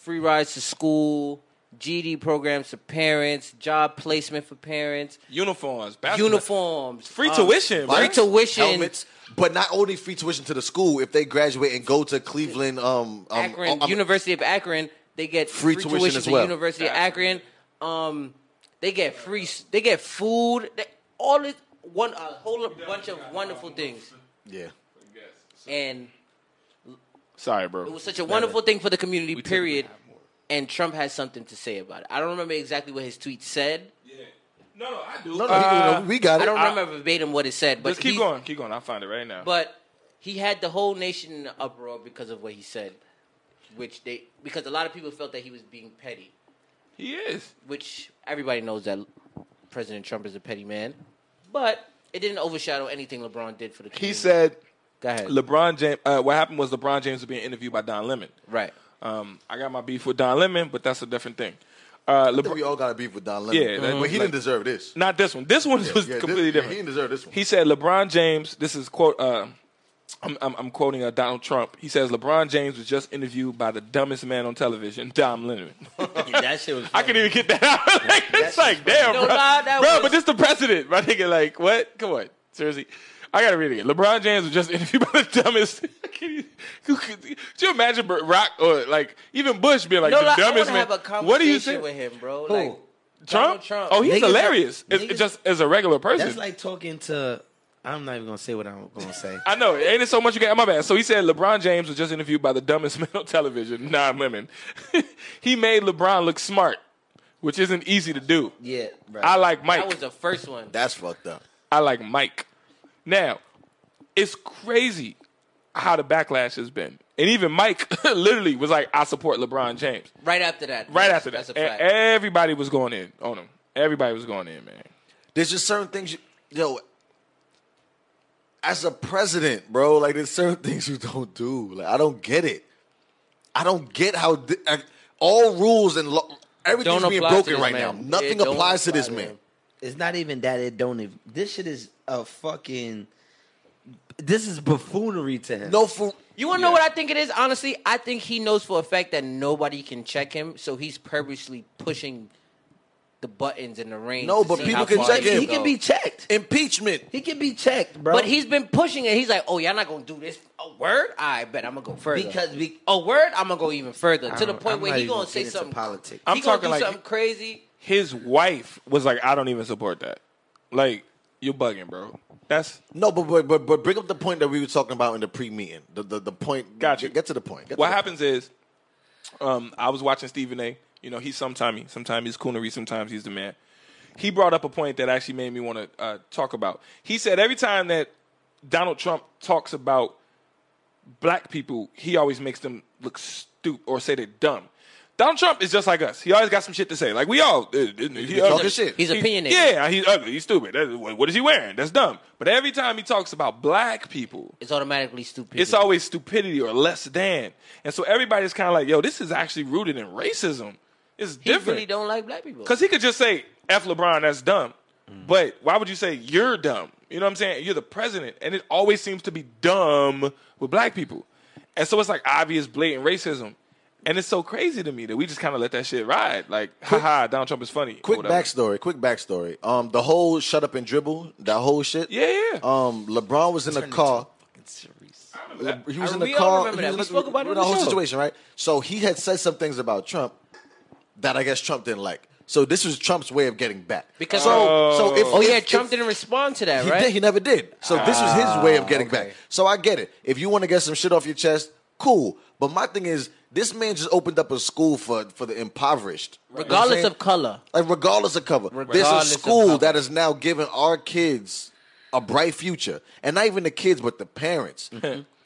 [SPEAKER 5] free rides to school, GD programs to parents, job placement for parents,
[SPEAKER 2] Uniforms, basketball.
[SPEAKER 5] uniforms,
[SPEAKER 2] Free
[SPEAKER 5] um,
[SPEAKER 2] tuition,
[SPEAKER 5] free
[SPEAKER 2] bruh.
[SPEAKER 5] tuition,
[SPEAKER 1] Helmets, but not only free tuition to the school. If they graduate and go to Cleveland, um, um
[SPEAKER 5] Akron,
[SPEAKER 1] um,
[SPEAKER 5] University of Akron, they get
[SPEAKER 1] Free
[SPEAKER 5] oh, free,
[SPEAKER 1] tuition
[SPEAKER 5] tuition,
[SPEAKER 1] as
[SPEAKER 5] to
[SPEAKER 1] well.
[SPEAKER 5] University of Akron. Um, they get free, s- they get food, they, all this one a whole bunch of wonderful things,
[SPEAKER 1] yeah,
[SPEAKER 5] and
[SPEAKER 2] Sorry, bro.
[SPEAKER 5] it was such a wonderful thing for the community. Period. And Trump has something to say about it. I don't remember exactly what his tweet said.
[SPEAKER 2] No, no, I do.
[SPEAKER 1] no, no,
[SPEAKER 2] Uh,
[SPEAKER 1] you know, we got
[SPEAKER 5] I
[SPEAKER 1] it.
[SPEAKER 5] don't remember verbatim what it said, but
[SPEAKER 2] Just keep
[SPEAKER 5] he-
[SPEAKER 2] going. Keep going. I'll find it right now.
[SPEAKER 5] But he had the whole nation in an uproar because of what he said, which they because a lot of people felt that he was being petty.
[SPEAKER 2] he is.
[SPEAKER 5] which everybody knows that President Trump is a petty man, but it didn't overshadow anything LeBron did for the community.
[SPEAKER 2] He said
[SPEAKER 5] "Go ahead,
[SPEAKER 2] LeBron James. Uh, what happened was LeBron James was being interviewed by Don Lemon.
[SPEAKER 5] right?
[SPEAKER 2] Um, I got my beef with Don Lemon, but that's a different thing. Uh,
[SPEAKER 1] I think
[SPEAKER 2] LeBron,
[SPEAKER 1] we all got to beef with Don Lemon. Mm-hmm.
[SPEAKER 2] Yeah, that-
[SPEAKER 1] but he
[SPEAKER 2] like-
[SPEAKER 1] didn't deserve this.
[SPEAKER 2] not this one. This one was
[SPEAKER 1] Yeah, this-
[SPEAKER 2] completely
[SPEAKER 1] He
[SPEAKER 2] different.
[SPEAKER 1] didn't deserve this one.
[SPEAKER 2] He said LeBron James. This is quote. Uh, I'm, I'm, I'm quoting uh, Donald Trump. He says LeBron James was just interviewed by the dumbest man on television, Don Lemon.
[SPEAKER 5] that shit was.
[SPEAKER 2] I couldn't even get that out. like, it's like, damn,
[SPEAKER 5] No
[SPEAKER 2] bro.
[SPEAKER 5] lie, that
[SPEAKER 2] bro,
[SPEAKER 5] was-
[SPEAKER 2] but this the president. My nigga, like, what? Come on. Seriously. I gotta read it again. LeBron James was just interviewed by the dumbest. Can you, who could- could you imagine Bro- Rock or like even Bush being like
[SPEAKER 5] no,
[SPEAKER 2] the
[SPEAKER 5] like, I want
[SPEAKER 2] dumbest
[SPEAKER 5] to
[SPEAKER 2] man?
[SPEAKER 5] have a conversation
[SPEAKER 2] what do you think,
[SPEAKER 5] with him, bro.
[SPEAKER 6] Who?
[SPEAKER 5] Like
[SPEAKER 2] Trump?
[SPEAKER 5] Donald Trump.
[SPEAKER 2] Oh, he's
[SPEAKER 6] Niggas-
[SPEAKER 2] hilarious. It's
[SPEAKER 6] niggas-
[SPEAKER 2] just as a regular person.
[SPEAKER 6] That's like talking to
[SPEAKER 8] I'm not even gonna say what I'm gonna say.
[SPEAKER 2] I know. Ain't it so much you got? My bad. So he said LeBron James was just interviewed by the dumbest man on television, nine women. he made LeBron look smart, which isn't easy to do.
[SPEAKER 6] Yeah, right.
[SPEAKER 2] I like
[SPEAKER 5] That
[SPEAKER 2] Mike.
[SPEAKER 5] was the first one.
[SPEAKER 1] That's fucked up.
[SPEAKER 2] I like Mike. Now, it's crazy how the backlash has been. And even Mike literally was like, I support LeBron James.
[SPEAKER 5] Right after that.
[SPEAKER 2] Right after that.
[SPEAKER 5] That's a fact.
[SPEAKER 2] E- Everybody was going in on him. Everybody was going in, man.
[SPEAKER 1] There's just certain things, you, yo. As a president, bro, like there's certain things you don't do. Like I don't get it. I don't get how thi- like, all rules and lo- everything's
[SPEAKER 5] Don't
[SPEAKER 1] being
[SPEAKER 5] apply to
[SPEAKER 1] broken
[SPEAKER 5] this
[SPEAKER 1] right
[SPEAKER 5] man.
[SPEAKER 1] now. Nothing
[SPEAKER 5] Yeah, don't
[SPEAKER 1] applies to
[SPEAKER 5] apply
[SPEAKER 1] this
[SPEAKER 5] to
[SPEAKER 1] man.
[SPEAKER 5] him.
[SPEAKER 8] It's not even that it don't. Even, this shit is a fucking. This is buffoonery to him.
[SPEAKER 1] No fool.
[SPEAKER 5] You want to know what I think it is? Honestly, I think he knows for a fact that nobody can check him, so he's purposely pushing the buttons in the range.
[SPEAKER 1] No,
[SPEAKER 5] to
[SPEAKER 1] but
[SPEAKER 5] see
[SPEAKER 1] people
[SPEAKER 5] how
[SPEAKER 1] can
[SPEAKER 5] far
[SPEAKER 1] check
[SPEAKER 5] they
[SPEAKER 1] him.
[SPEAKER 8] he
[SPEAKER 5] go.
[SPEAKER 8] can be checked.
[SPEAKER 1] Impeachment.
[SPEAKER 8] He can be checked, bro.
[SPEAKER 5] But he's been pushing it. He's like, "Oh, y'all not gonna do this? A word? I bet I'm gonna go further.
[SPEAKER 8] Because we-
[SPEAKER 5] a word, I'm gonna go even further to the
[SPEAKER 8] don't-
[SPEAKER 5] point
[SPEAKER 8] I'm
[SPEAKER 5] where
[SPEAKER 8] not
[SPEAKER 5] he
[SPEAKER 8] even
[SPEAKER 5] gonna
[SPEAKER 8] gonna
[SPEAKER 5] say
[SPEAKER 8] get into
[SPEAKER 5] something
[SPEAKER 8] politics.
[SPEAKER 5] He
[SPEAKER 2] I'm
[SPEAKER 5] gonna
[SPEAKER 2] talking
[SPEAKER 5] do
[SPEAKER 2] like-
[SPEAKER 5] something crazy.
[SPEAKER 2] His wife was like, I don't even support that. Like, you're bugging, bro. That's
[SPEAKER 1] No, but but but, but bring up the point that we were talking about in the pre-meeting. The the, the point.
[SPEAKER 2] Got you.
[SPEAKER 1] Get to the point. Get to
[SPEAKER 2] what
[SPEAKER 1] the
[SPEAKER 2] happens is, um, I was watching Stephen A. You know, he's sometime sometimes he's coonery, sometimes he's the man. He brought up a point that actually made me want to uh, talk about. He said every time that Donald Trump talks about black people, he always makes them look stupid or say they're dumb. Donald Trump is just like us. He always got some shit to say. Like we all, uh, uh, he
[SPEAKER 1] talking
[SPEAKER 2] ugly.
[SPEAKER 1] shit.
[SPEAKER 5] He's opinionated.
[SPEAKER 2] Yeah, he's ugly. He's stupid. That- what what is he wearing? That's dumb. But every time he talks about black people,
[SPEAKER 5] It's automatically stupid.
[SPEAKER 2] it's always stupidity or less than. And so everybody's kind of like, yo, this is actually rooted in racism. It's
[SPEAKER 5] he
[SPEAKER 2] different.
[SPEAKER 5] really don't like black people.
[SPEAKER 2] Because he could just say, F LeBron, that's dumb.
[SPEAKER 8] Mm.
[SPEAKER 2] But why would you say you're dumb? You know what I'm saying? You're the president. And it always seems to be dumb with black people. And so it's like obvious, blatant racism. And it's so crazy to me that we just kind of let that shit ride. Like, haha, Donald Trump is funny. or
[SPEAKER 1] Quick
[SPEAKER 2] whatever.
[SPEAKER 1] backstory. Quick backstory. Um, the whole shut up and dribble. That whole shit.
[SPEAKER 2] Yeah, yeah.
[SPEAKER 1] Um, LeBron was in a car. Le- he was
[SPEAKER 5] I-
[SPEAKER 1] in the
[SPEAKER 5] we all
[SPEAKER 1] car.
[SPEAKER 5] remember
[SPEAKER 1] he
[SPEAKER 5] that.
[SPEAKER 1] was
[SPEAKER 5] We spoke about it
[SPEAKER 1] with
[SPEAKER 5] on the
[SPEAKER 1] whole
[SPEAKER 5] show.
[SPEAKER 1] situation, right? So he had said some things about Trump that I guess Trump didn't like. So this was Trump's way of getting back.
[SPEAKER 5] Because-
[SPEAKER 1] so, so if,
[SPEAKER 5] oh yeah,
[SPEAKER 1] if-
[SPEAKER 5] Trump
[SPEAKER 1] if-
[SPEAKER 5] didn't respond to that,
[SPEAKER 1] He
[SPEAKER 5] right? Ah,
[SPEAKER 1] did. He never did. So this was his way of getting back. So I get it. If you want to get some shit off your chest, cool. But my thing is, this man just opened up a school for for the impoverished, You know what I'm
[SPEAKER 5] Regardless
[SPEAKER 1] saying?
[SPEAKER 5] of color,
[SPEAKER 1] Like regardless of cover,
[SPEAKER 5] Regardless
[SPEAKER 1] there's a
[SPEAKER 5] of
[SPEAKER 1] school
[SPEAKER 5] cover.
[SPEAKER 1] that is now giving our kids a bright future, and not even the kids, but the parents.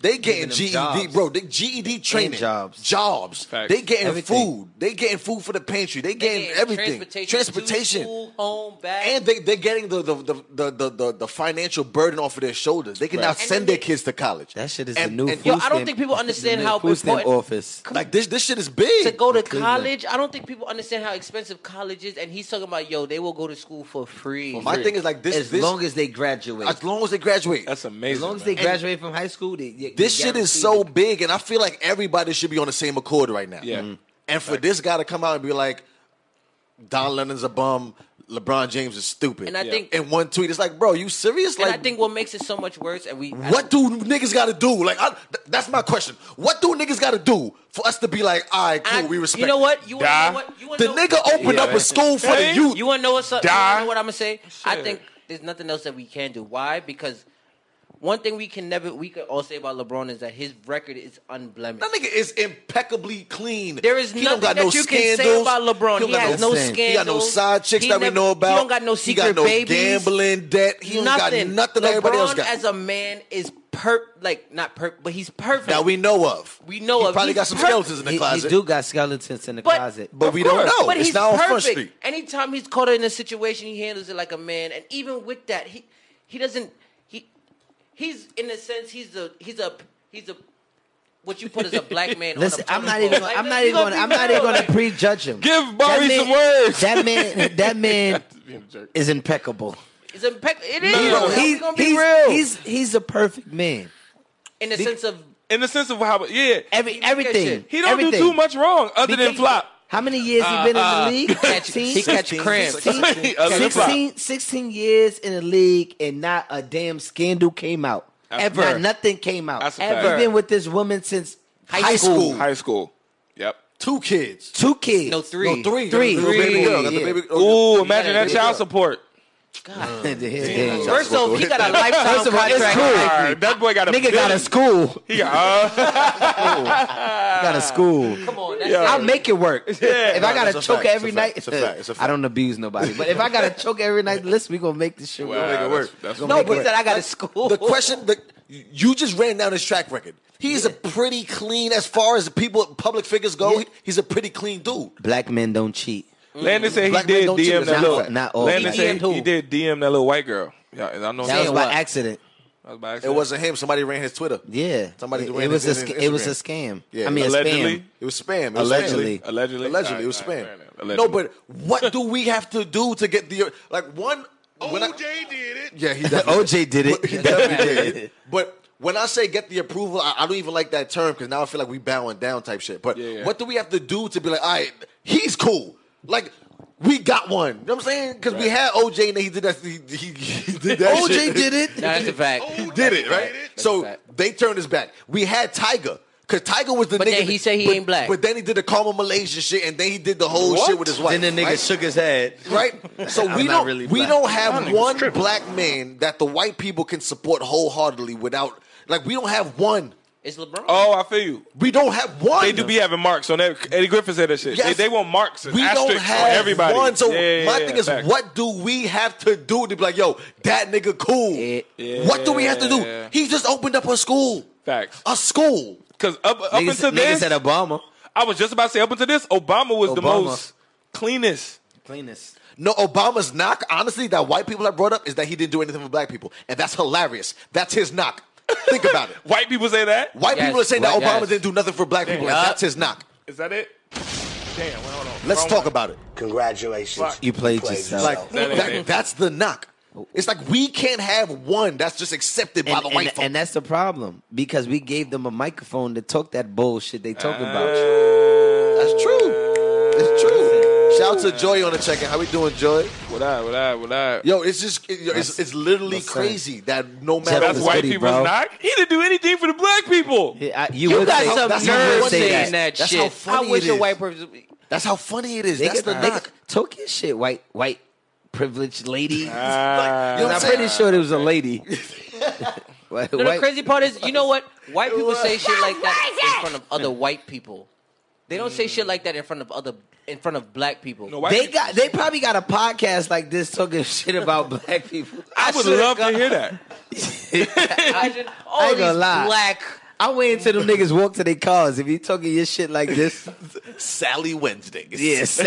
[SPEAKER 1] They getting
[SPEAKER 8] them
[SPEAKER 1] GED,
[SPEAKER 8] jobs.
[SPEAKER 1] bro. They GED training,
[SPEAKER 8] jobs.
[SPEAKER 1] jobs.
[SPEAKER 2] Facts.
[SPEAKER 1] They getting
[SPEAKER 8] Everything.
[SPEAKER 1] food. They getting food for the pantry. They getting
[SPEAKER 5] Again,
[SPEAKER 1] everything.
[SPEAKER 5] transportation,
[SPEAKER 1] Transportation.
[SPEAKER 5] to school, home, back,
[SPEAKER 1] And they they're getting the the, the, the, the the the financial burden off of their shoulders. They can now
[SPEAKER 5] then
[SPEAKER 1] send their
[SPEAKER 5] they-
[SPEAKER 1] kids to college.
[SPEAKER 8] that shit is
[SPEAKER 1] and,
[SPEAKER 8] the new.
[SPEAKER 1] and-
[SPEAKER 5] Yo, I don't
[SPEAKER 8] food
[SPEAKER 5] think people
[SPEAKER 8] stamp-
[SPEAKER 5] understand
[SPEAKER 8] the new
[SPEAKER 5] how
[SPEAKER 8] food stamp
[SPEAKER 5] important-
[SPEAKER 8] office.
[SPEAKER 1] like this this shit is big.
[SPEAKER 5] to go to
[SPEAKER 8] in Cleveland.
[SPEAKER 5] college. I don't think people understand how expensive college is, and he's talking about yo, they will go to school for free.
[SPEAKER 1] My thing is like this
[SPEAKER 8] As
[SPEAKER 1] this,
[SPEAKER 8] long as they graduate,
[SPEAKER 1] as long as they graduate.
[SPEAKER 2] That's amazing.
[SPEAKER 8] as long as
[SPEAKER 2] man.
[SPEAKER 8] they graduate from high school, they, they
[SPEAKER 1] this shit is so
[SPEAKER 8] guaranteed
[SPEAKER 1] big, and I feel like everybody should be on the same accord right now.
[SPEAKER 2] Yeah.
[SPEAKER 5] Mm-hmm.
[SPEAKER 2] Mhm.
[SPEAKER 1] And for this guy to come out and be like, Don Lennon's a bum, LeBron James is stupid.
[SPEAKER 5] And I Yeah. think-
[SPEAKER 1] in one tweet, it's like, bro, you serious?
[SPEAKER 5] and
[SPEAKER 1] Like,
[SPEAKER 5] I think what makes it so much worse, and we I
[SPEAKER 1] what do niggas got to do? Like, I, th- that's my question. What do niggas got to do for us to be like, all right, cool,
[SPEAKER 5] I-
[SPEAKER 1] we respect?
[SPEAKER 5] You know what? You
[SPEAKER 2] Die.
[SPEAKER 5] wanna know what? You wanna
[SPEAKER 1] The
[SPEAKER 5] know,
[SPEAKER 1] nigga opened up a school for the
[SPEAKER 2] Hey.
[SPEAKER 1] youth.
[SPEAKER 5] You wanna know what's up?
[SPEAKER 2] Die.
[SPEAKER 5] You know what I'm gonna say? I
[SPEAKER 2] Shit.
[SPEAKER 5] think there's nothing else that we can do. Why? Because one thing we can never, we could all say about LeBron is that his record is unblemished.
[SPEAKER 1] that nigga is impeccably clean.
[SPEAKER 5] There is
[SPEAKER 1] He don't
[SPEAKER 5] nothing
[SPEAKER 1] got
[SPEAKER 5] that
[SPEAKER 1] no
[SPEAKER 5] you can say
[SPEAKER 1] scandals.
[SPEAKER 5] about LeBron.
[SPEAKER 1] don't
[SPEAKER 5] He,
[SPEAKER 1] got
[SPEAKER 5] has no
[SPEAKER 8] sin.
[SPEAKER 5] scandals.
[SPEAKER 1] He got no side chicks
[SPEAKER 5] He
[SPEAKER 1] that
[SPEAKER 5] never-
[SPEAKER 1] we know about.
[SPEAKER 5] He don't got no
[SPEAKER 1] He
[SPEAKER 5] secret
[SPEAKER 1] got no
[SPEAKER 5] babies.
[SPEAKER 1] gambling debt. He don't got
[SPEAKER 5] nothing.
[SPEAKER 1] nothing that everybody else
[SPEAKER 5] LeBron
[SPEAKER 1] got
[SPEAKER 5] as a man is perp, like not perp, but he's perfect.
[SPEAKER 1] that we know of.
[SPEAKER 5] We know
[SPEAKER 1] he
[SPEAKER 5] of.
[SPEAKER 1] Probably
[SPEAKER 5] He's
[SPEAKER 1] got some
[SPEAKER 5] perfect.
[SPEAKER 1] skeletons in the
[SPEAKER 8] He- he,
[SPEAKER 1] closet,
[SPEAKER 8] do got skeletons in the
[SPEAKER 5] But-
[SPEAKER 8] closet.
[SPEAKER 1] but we don't know.
[SPEAKER 5] But
[SPEAKER 1] it's
[SPEAKER 5] he's
[SPEAKER 1] not on
[SPEAKER 5] perfect.
[SPEAKER 1] Front Street.
[SPEAKER 5] Anytime he's caught in a situation, he handles it like a man. And even with that, he he doesn't he he's in a sense he's a he's a he's a what you put as a black man.
[SPEAKER 8] Listen,
[SPEAKER 5] on a
[SPEAKER 8] I'm not
[SPEAKER 5] pole.
[SPEAKER 8] even.
[SPEAKER 5] Like,
[SPEAKER 8] I'm
[SPEAKER 5] let's
[SPEAKER 8] not
[SPEAKER 5] be
[SPEAKER 8] even. Gonna,
[SPEAKER 5] be
[SPEAKER 8] I'm not
[SPEAKER 5] real.
[SPEAKER 8] even going
[SPEAKER 5] Like,
[SPEAKER 8] to prejudge him.
[SPEAKER 2] Give Barry
[SPEAKER 8] man-
[SPEAKER 2] some words.
[SPEAKER 8] That man. That man
[SPEAKER 2] Being a jerk.
[SPEAKER 8] is impeccable.
[SPEAKER 5] it's impeccable. It is.
[SPEAKER 2] no,
[SPEAKER 5] Like,
[SPEAKER 2] he-
[SPEAKER 5] we gonna be
[SPEAKER 8] he's,
[SPEAKER 5] real
[SPEAKER 8] He's he's a perfect man.
[SPEAKER 5] in the sense of
[SPEAKER 2] In the sense of how, yeah,
[SPEAKER 8] Every everything.
[SPEAKER 2] he don't
[SPEAKER 8] everything.
[SPEAKER 2] do too much wrong other than
[SPEAKER 8] Because-
[SPEAKER 2] flop.
[SPEAKER 8] How many years he been in the league?
[SPEAKER 5] catch, Uh, he catch cramps.
[SPEAKER 8] 16,
[SPEAKER 2] Other than flop.
[SPEAKER 8] 16, 16 years in the league and not a damn scandal came out.
[SPEAKER 2] Ever.
[SPEAKER 8] Not nothing came out.
[SPEAKER 2] That's a fact.
[SPEAKER 8] Ever. He's been with this woman since high,
[SPEAKER 1] High
[SPEAKER 8] school.
[SPEAKER 1] school.
[SPEAKER 2] High school. Yep.
[SPEAKER 1] Two kids.
[SPEAKER 8] Two kids.
[SPEAKER 5] No three.
[SPEAKER 1] No, three.
[SPEAKER 8] Three.
[SPEAKER 1] Got the little baby girl. Got the
[SPEAKER 8] Yeah.
[SPEAKER 1] baby-
[SPEAKER 2] Ooh, imagine
[SPEAKER 5] Yeah,
[SPEAKER 2] that
[SPEAKER 5] yeah.
[SPEAKER 2] child support.
[SPEAKER 6] First
[SPEAKER 5] First off, he got a lifetime
[SPEAKER 6] First of all, it's
[SPEAKER 5] contract.
[SPEAKER 6] cool.
[SPEAKER 2] All right, that boy got a
[SPEAKER 6] nigga got
[SPEAKER 2] billion-
[SPEAKER 6] a school.
[SPEAKER 2] He got, uh,
[SPEAKER 6] got a school.
[SPEAKER 5] Come on, that's
[SPEAKER 2] Yeah.
[SPEAKER 6] I'll make it work. if I gotta
[SPEAKER 1] that's a
[SPEAKER 6] choke
[SPEAKER 1] fact.
[SPEAKER 6] every
[SPEAKER 1] It's a
[SPEAKER 6] night,
[SPEAKER 1] fact. It's a fact. It's a
[SPEAKER 6] I don't abuse nobody. But if I gotta choke every night, listen, we gonna make this shit
[SPEAKER 2] Wow,
[SPEAKER 6] work.
[SPEAKER 2] that's- that's-
[SPEAKER 6] no,
[SPEAKER 1] make it
[SPEAKER 6] but he
[SPEAKER 1] work.
[SPEAKER 6] said I got a school.
[SPEAKER 1] The question that you just ran down his track record. He's a pretty clean as far as people public figures go.
[SPEAKER 6] Yeah.
[SPEAKER 1] He's a pretty clean dude.
[SPEAKER 6] Black men don't cheat.
[SPEAKER 2] Landon said he
[SPEAKER 1] Black men
[SPEAKER 2] did
[SPEAKER 1] don't cheat,
[SPEAKER 2] DM
[SPEAKER 1] it's
[SPEAKER 2] that
[SPEAKER 1] not
[SPEAKER 2] little.
[SPEAKER 1] fact.
[SPEAKER 6] Not all.
[SPEAKER 2] Landon
[SPEAKER 5] He
[SPEAKER 2] said
[SPEAKER 5] DM'd who?
[SPEAKER 2] he did DM that little white girl. Yeah, I know.
[SPEAKER 6] That was
[SPEAKER 5] Saying
[SPEAKER 6] by
[SPEAKER 5] what?
[SPEAKER 6] accident.
[SPEAKER 2] That was by accident.
[SPEAKER 1] It wasn't him. Somebody ran his Twitter.
[SPEAKER 6] Yeah,
[SPEAKER 1] Somebody
[SPEAKER 6] It,
[SPEAKER 1] ran
[SPEAKER 6] it was a
[SPEAKER 1] his-
[SPEAKER 6] sc-
[SPEAKER 1] his
[SPEAKER 6] it was a
[SPEAKER 1] Instagram.
[SPEAKER 6] scam.
[SPEAKER 1] Yeah.
[SPEAKER 6] I mean, a
[SPEAKER 2] Allegedly?
[SPEAKER 6] spam.
[SPEAKER 1] It was spam. It was
[SPEAKER 6] Allegedly.
[SPEAKER 1] spam.
[SPEAKER 2] Allegedly?
[SPEAKER 1] Allegedly, it was
[SPEAKER 2] All right,
[SPEAKER 1] spam.
[SPEAKER 2] all right, all right.
[SPEAKER 1] No, but what do we have to do to get the like one? when I-
[SPEAKER 9] OJ did it.
[SPEAKER 1] yeah, he
[SPEAKER 6] OJ did it.
[SPEAKER 1] He definitely did. But when I say get the approval, I, I don't even like that term because now I feel like we bowing down type shit. But
[SPEAKER 2] Yeah, yeah.
[SPEAKER 1] what do we have to do to be like, all right, he's cool. Like we got one. You know what I'm saying? Because we had OJ and then he did that. He, he, he did that.
[SPEAKER 6] OJ
[SPEAKER 1] shit.
[SPEAKER 6] did it.
[SPEAKER 5] that's a fact.
[SPEAKER 9] OJ
[SPEAKER 1] Did it right? so
[SPEAKER 5] a fact.
[SPEAKER 1] they turned his back. We had Tiger. Cause Tiger was the
[SPEAKER 5] But
[SPEAKER 1] nigga.
[SPEAKER 5] then he
[SPEAKER 1] that-
[SPEAKER 5] said he
[SPEAKER 1] but-
[SPEAKER 5] ain't black.
[SPEAKER 1] But then he did the Karma Malaysia shit, and then he did the whole shit with his wife.
[SPEAKER 6] Then the nigga
[SPEAKER 1] right?
[SPEAKER 6] shook his head.
[SPEAKER 1] right? So
[SPEAKER 6] I'm
[SPEAKER 1] we
[SPEAKER 6] not
[SPEAKER 1] don't
[SPEAKER 6] really
[SPEAKER 1] we
[SPEAKER 6] black.
[SPEAKER 1] don't have one black man that the white people can support wholeheartedly without like we don't have one.
[SPEAKER 5] It's LeBron.
[SPEAKER 2] Oh, I feel you.
[SPEAKER 1] We don't have one.
[SPEAKER 2] They do be having marks on that. Eddie Griffin said that shit.
[SPEAKER 1] Yes.
[SPEAKER 2] They, they want marks. And
[SPEAKER 1] we don't
[SPEAKER 2] asterisks
[SPEAKER 1] have
[SPEAKER 2] on everybody.
[SPEAKER 1] one. So
[SPEAKER 2] Yeah, yeah,
[SPEAKER 1] my
[SPEAKER 2] yeah,
[SPEAKER 1] thing is,
[SPEAKER 2] facts.
[SPEAKER 1] what do we have to do to be like, yo, that nigga cool?
[SPEAKER 5] Yeah.
[SPEAKER 1] What do we have to do?
[SPEAKER 2] Yeah.
[SPEAKER 1] He just opened up a school.
[SPEAKER 2] Facts.
[SPEAKER 1] A school.
[SPEAKER 2] Because up, up
[SPEAKER 6] Niggas,
[SPEAKER 2] until
[SPEAKER 6] niggas
[SPEAKER 2] this,
[SPEAKER 6] said Obama.
[SPEAKER 2] I was just about to say, up until this, Obama was the
[SPEAKER 6] Obama.
[SPEAKER 2] most cleanest.
[SPEAKER 6] Cleanest.
[SPEAKER 1] No, Obama's knock, honestly, that white people have brought up is that he didn't do anything for black people. And that's hilarious. That's his knock. Think about it.
[SPEAKER 2] White people say that.
[SPEAKER 1] White
[SPEAKER 5] Yes.
[SPEAKER 1] people are saying that
[SPEAKER 5] Yes.
[SPEAKER 1] Obama didn't do nothing for black people. and
[SPEAKER 5] Yup.
[SPEAKER 1] that's his knock.
[SPEAKER 2] Is that it? Damn, well, hold on.
[SPEAKER 1] Let's
[SPEAKER 2] Wrong
[SPEAKER 1] talk
[SPEAKER 2] one.
[SPEAKER 1] about it.
[SPEAKER 10] Congratulations.
[SPEAKER 6] You played yourself.
[SPEAKER 1] Like
[SPEAKER 2] That ain't
[SPEAKER 1] that-
[SPEAKER 2] it.
[SPEAKER 1] that's the knock. It's like we can't have one that's just accepted by
[SPEAKER 6] and,
[SPEAKER 1] the
[SPEAKER 6] and,
[SPEAKER 1] white folk.
[SPEAKER 6] and that's the problem because we gave them a microphone to talk that bullshit they talk about.
[SPEAKER 2] Uh,
[SPEAKER 1] that's true. It's true. Shout out to Joy on the check-in. How we doing, Joy?
[SPEAKER 2] What I, what I, what I.
[SPEAKER 1] Yo, it's just it- it's, it's literally
[SPEAKER 6] that's right.
[SPEAKER 1] crazy that no
[SPEAKER 6] Jeff
[SPEAKER 1] matter
[SPEAKER 2] that's
[SPEAKER 6] is
[SPEAKER 1] what,
[SPEAKER 2] white
[SPEAKER 6] goody,
[SPEAKER 2] people's
[SPEAKER 6] bro.
[SPEAKER 2] knock. He didn't do anything for the black people.
[SPEAKER 6] Yeah, I- you
[SPEAKER 5] you
[SPEAKER 6] would
[SPEAKER 5] got
[SPEAKER 6] say-
[SPEAKER 5] some
[SPEAKER 1] that's how
[SPEAKER 5] nerve
[SPEAKER 1] funny it
[SPEAKER 5] saying
[SPEAKER 1] is.
[SPEAKER 5] that
[SPEAKER 1] That's
[SPEAKER 5] shit.
[SPEAKER 1] how funny
[SPEAKER 5] I wish
[SPEAKER 1] it
[SPEAKER 5] a
[SPEAKER 1] is.
[SPEAKER 5] whist person.
[SPEAKER 1] that's how funny it is.
[SPEAKER 6] They
[SPEAKER 1] that's
[SPEAKER 6] get
[SPEAKER 1] the
[SPEAKER 6] the
[SPEAKER 1] knock.
[SPEAKER 6] Talk your shit, white white privileged lady.
[SPEAKER 2] Ah.
[SPEAKER 1] You know what
[SPEAKER 6] I'm
[SPEAKER 1] I'm saying?
[SPEAKER 6] pretty sure it was a lady. White-
[SPEAKER 5] No, the
[SPEAKER 6] white-
[SPEAKER 5] crazy part is, you know what? White people say shit like that in front of other white people. They don't say shit like that in front of other in front of black people.
[SPEAKER 2] No, white
[SPEAKER 6] they
[SPEAKER 2] people-
[SPEAKER 6] got they probably got a podcast like this talking shit about black people.
[SPEAKER 2] I would
[SPEAKER 5] swear to
[SPEAKER 2] love to
[SPEAKER 5] God.
[SPEAKER 2] hear that.
[SPEAKER 5] Imagine all
[SPEAKER 6] I ain't
[SPEAKER 5] these
[SPEAKER 6] gonna lie.
[SPEAKER 5] black.
[SPEAKER 6] I wait until them niggas walk to their cars. If you talking your shit like this,
[SPEAKER 1] Sally Wednesday.
[SPEAKER 6] yes.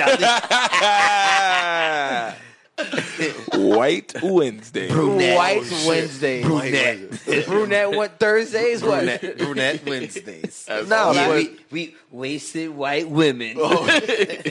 [SPEAKER 2] White Wednesday.
[SPEAKER 6] White Wednesday. Oh, Brunette. Brunette what Thursdays? What? Brunette, Wednesdays. no,
[SPEAKER 1] awesome.
[SPEAKER 6] we, we wasted white women
[SPEAKER 2] Oh.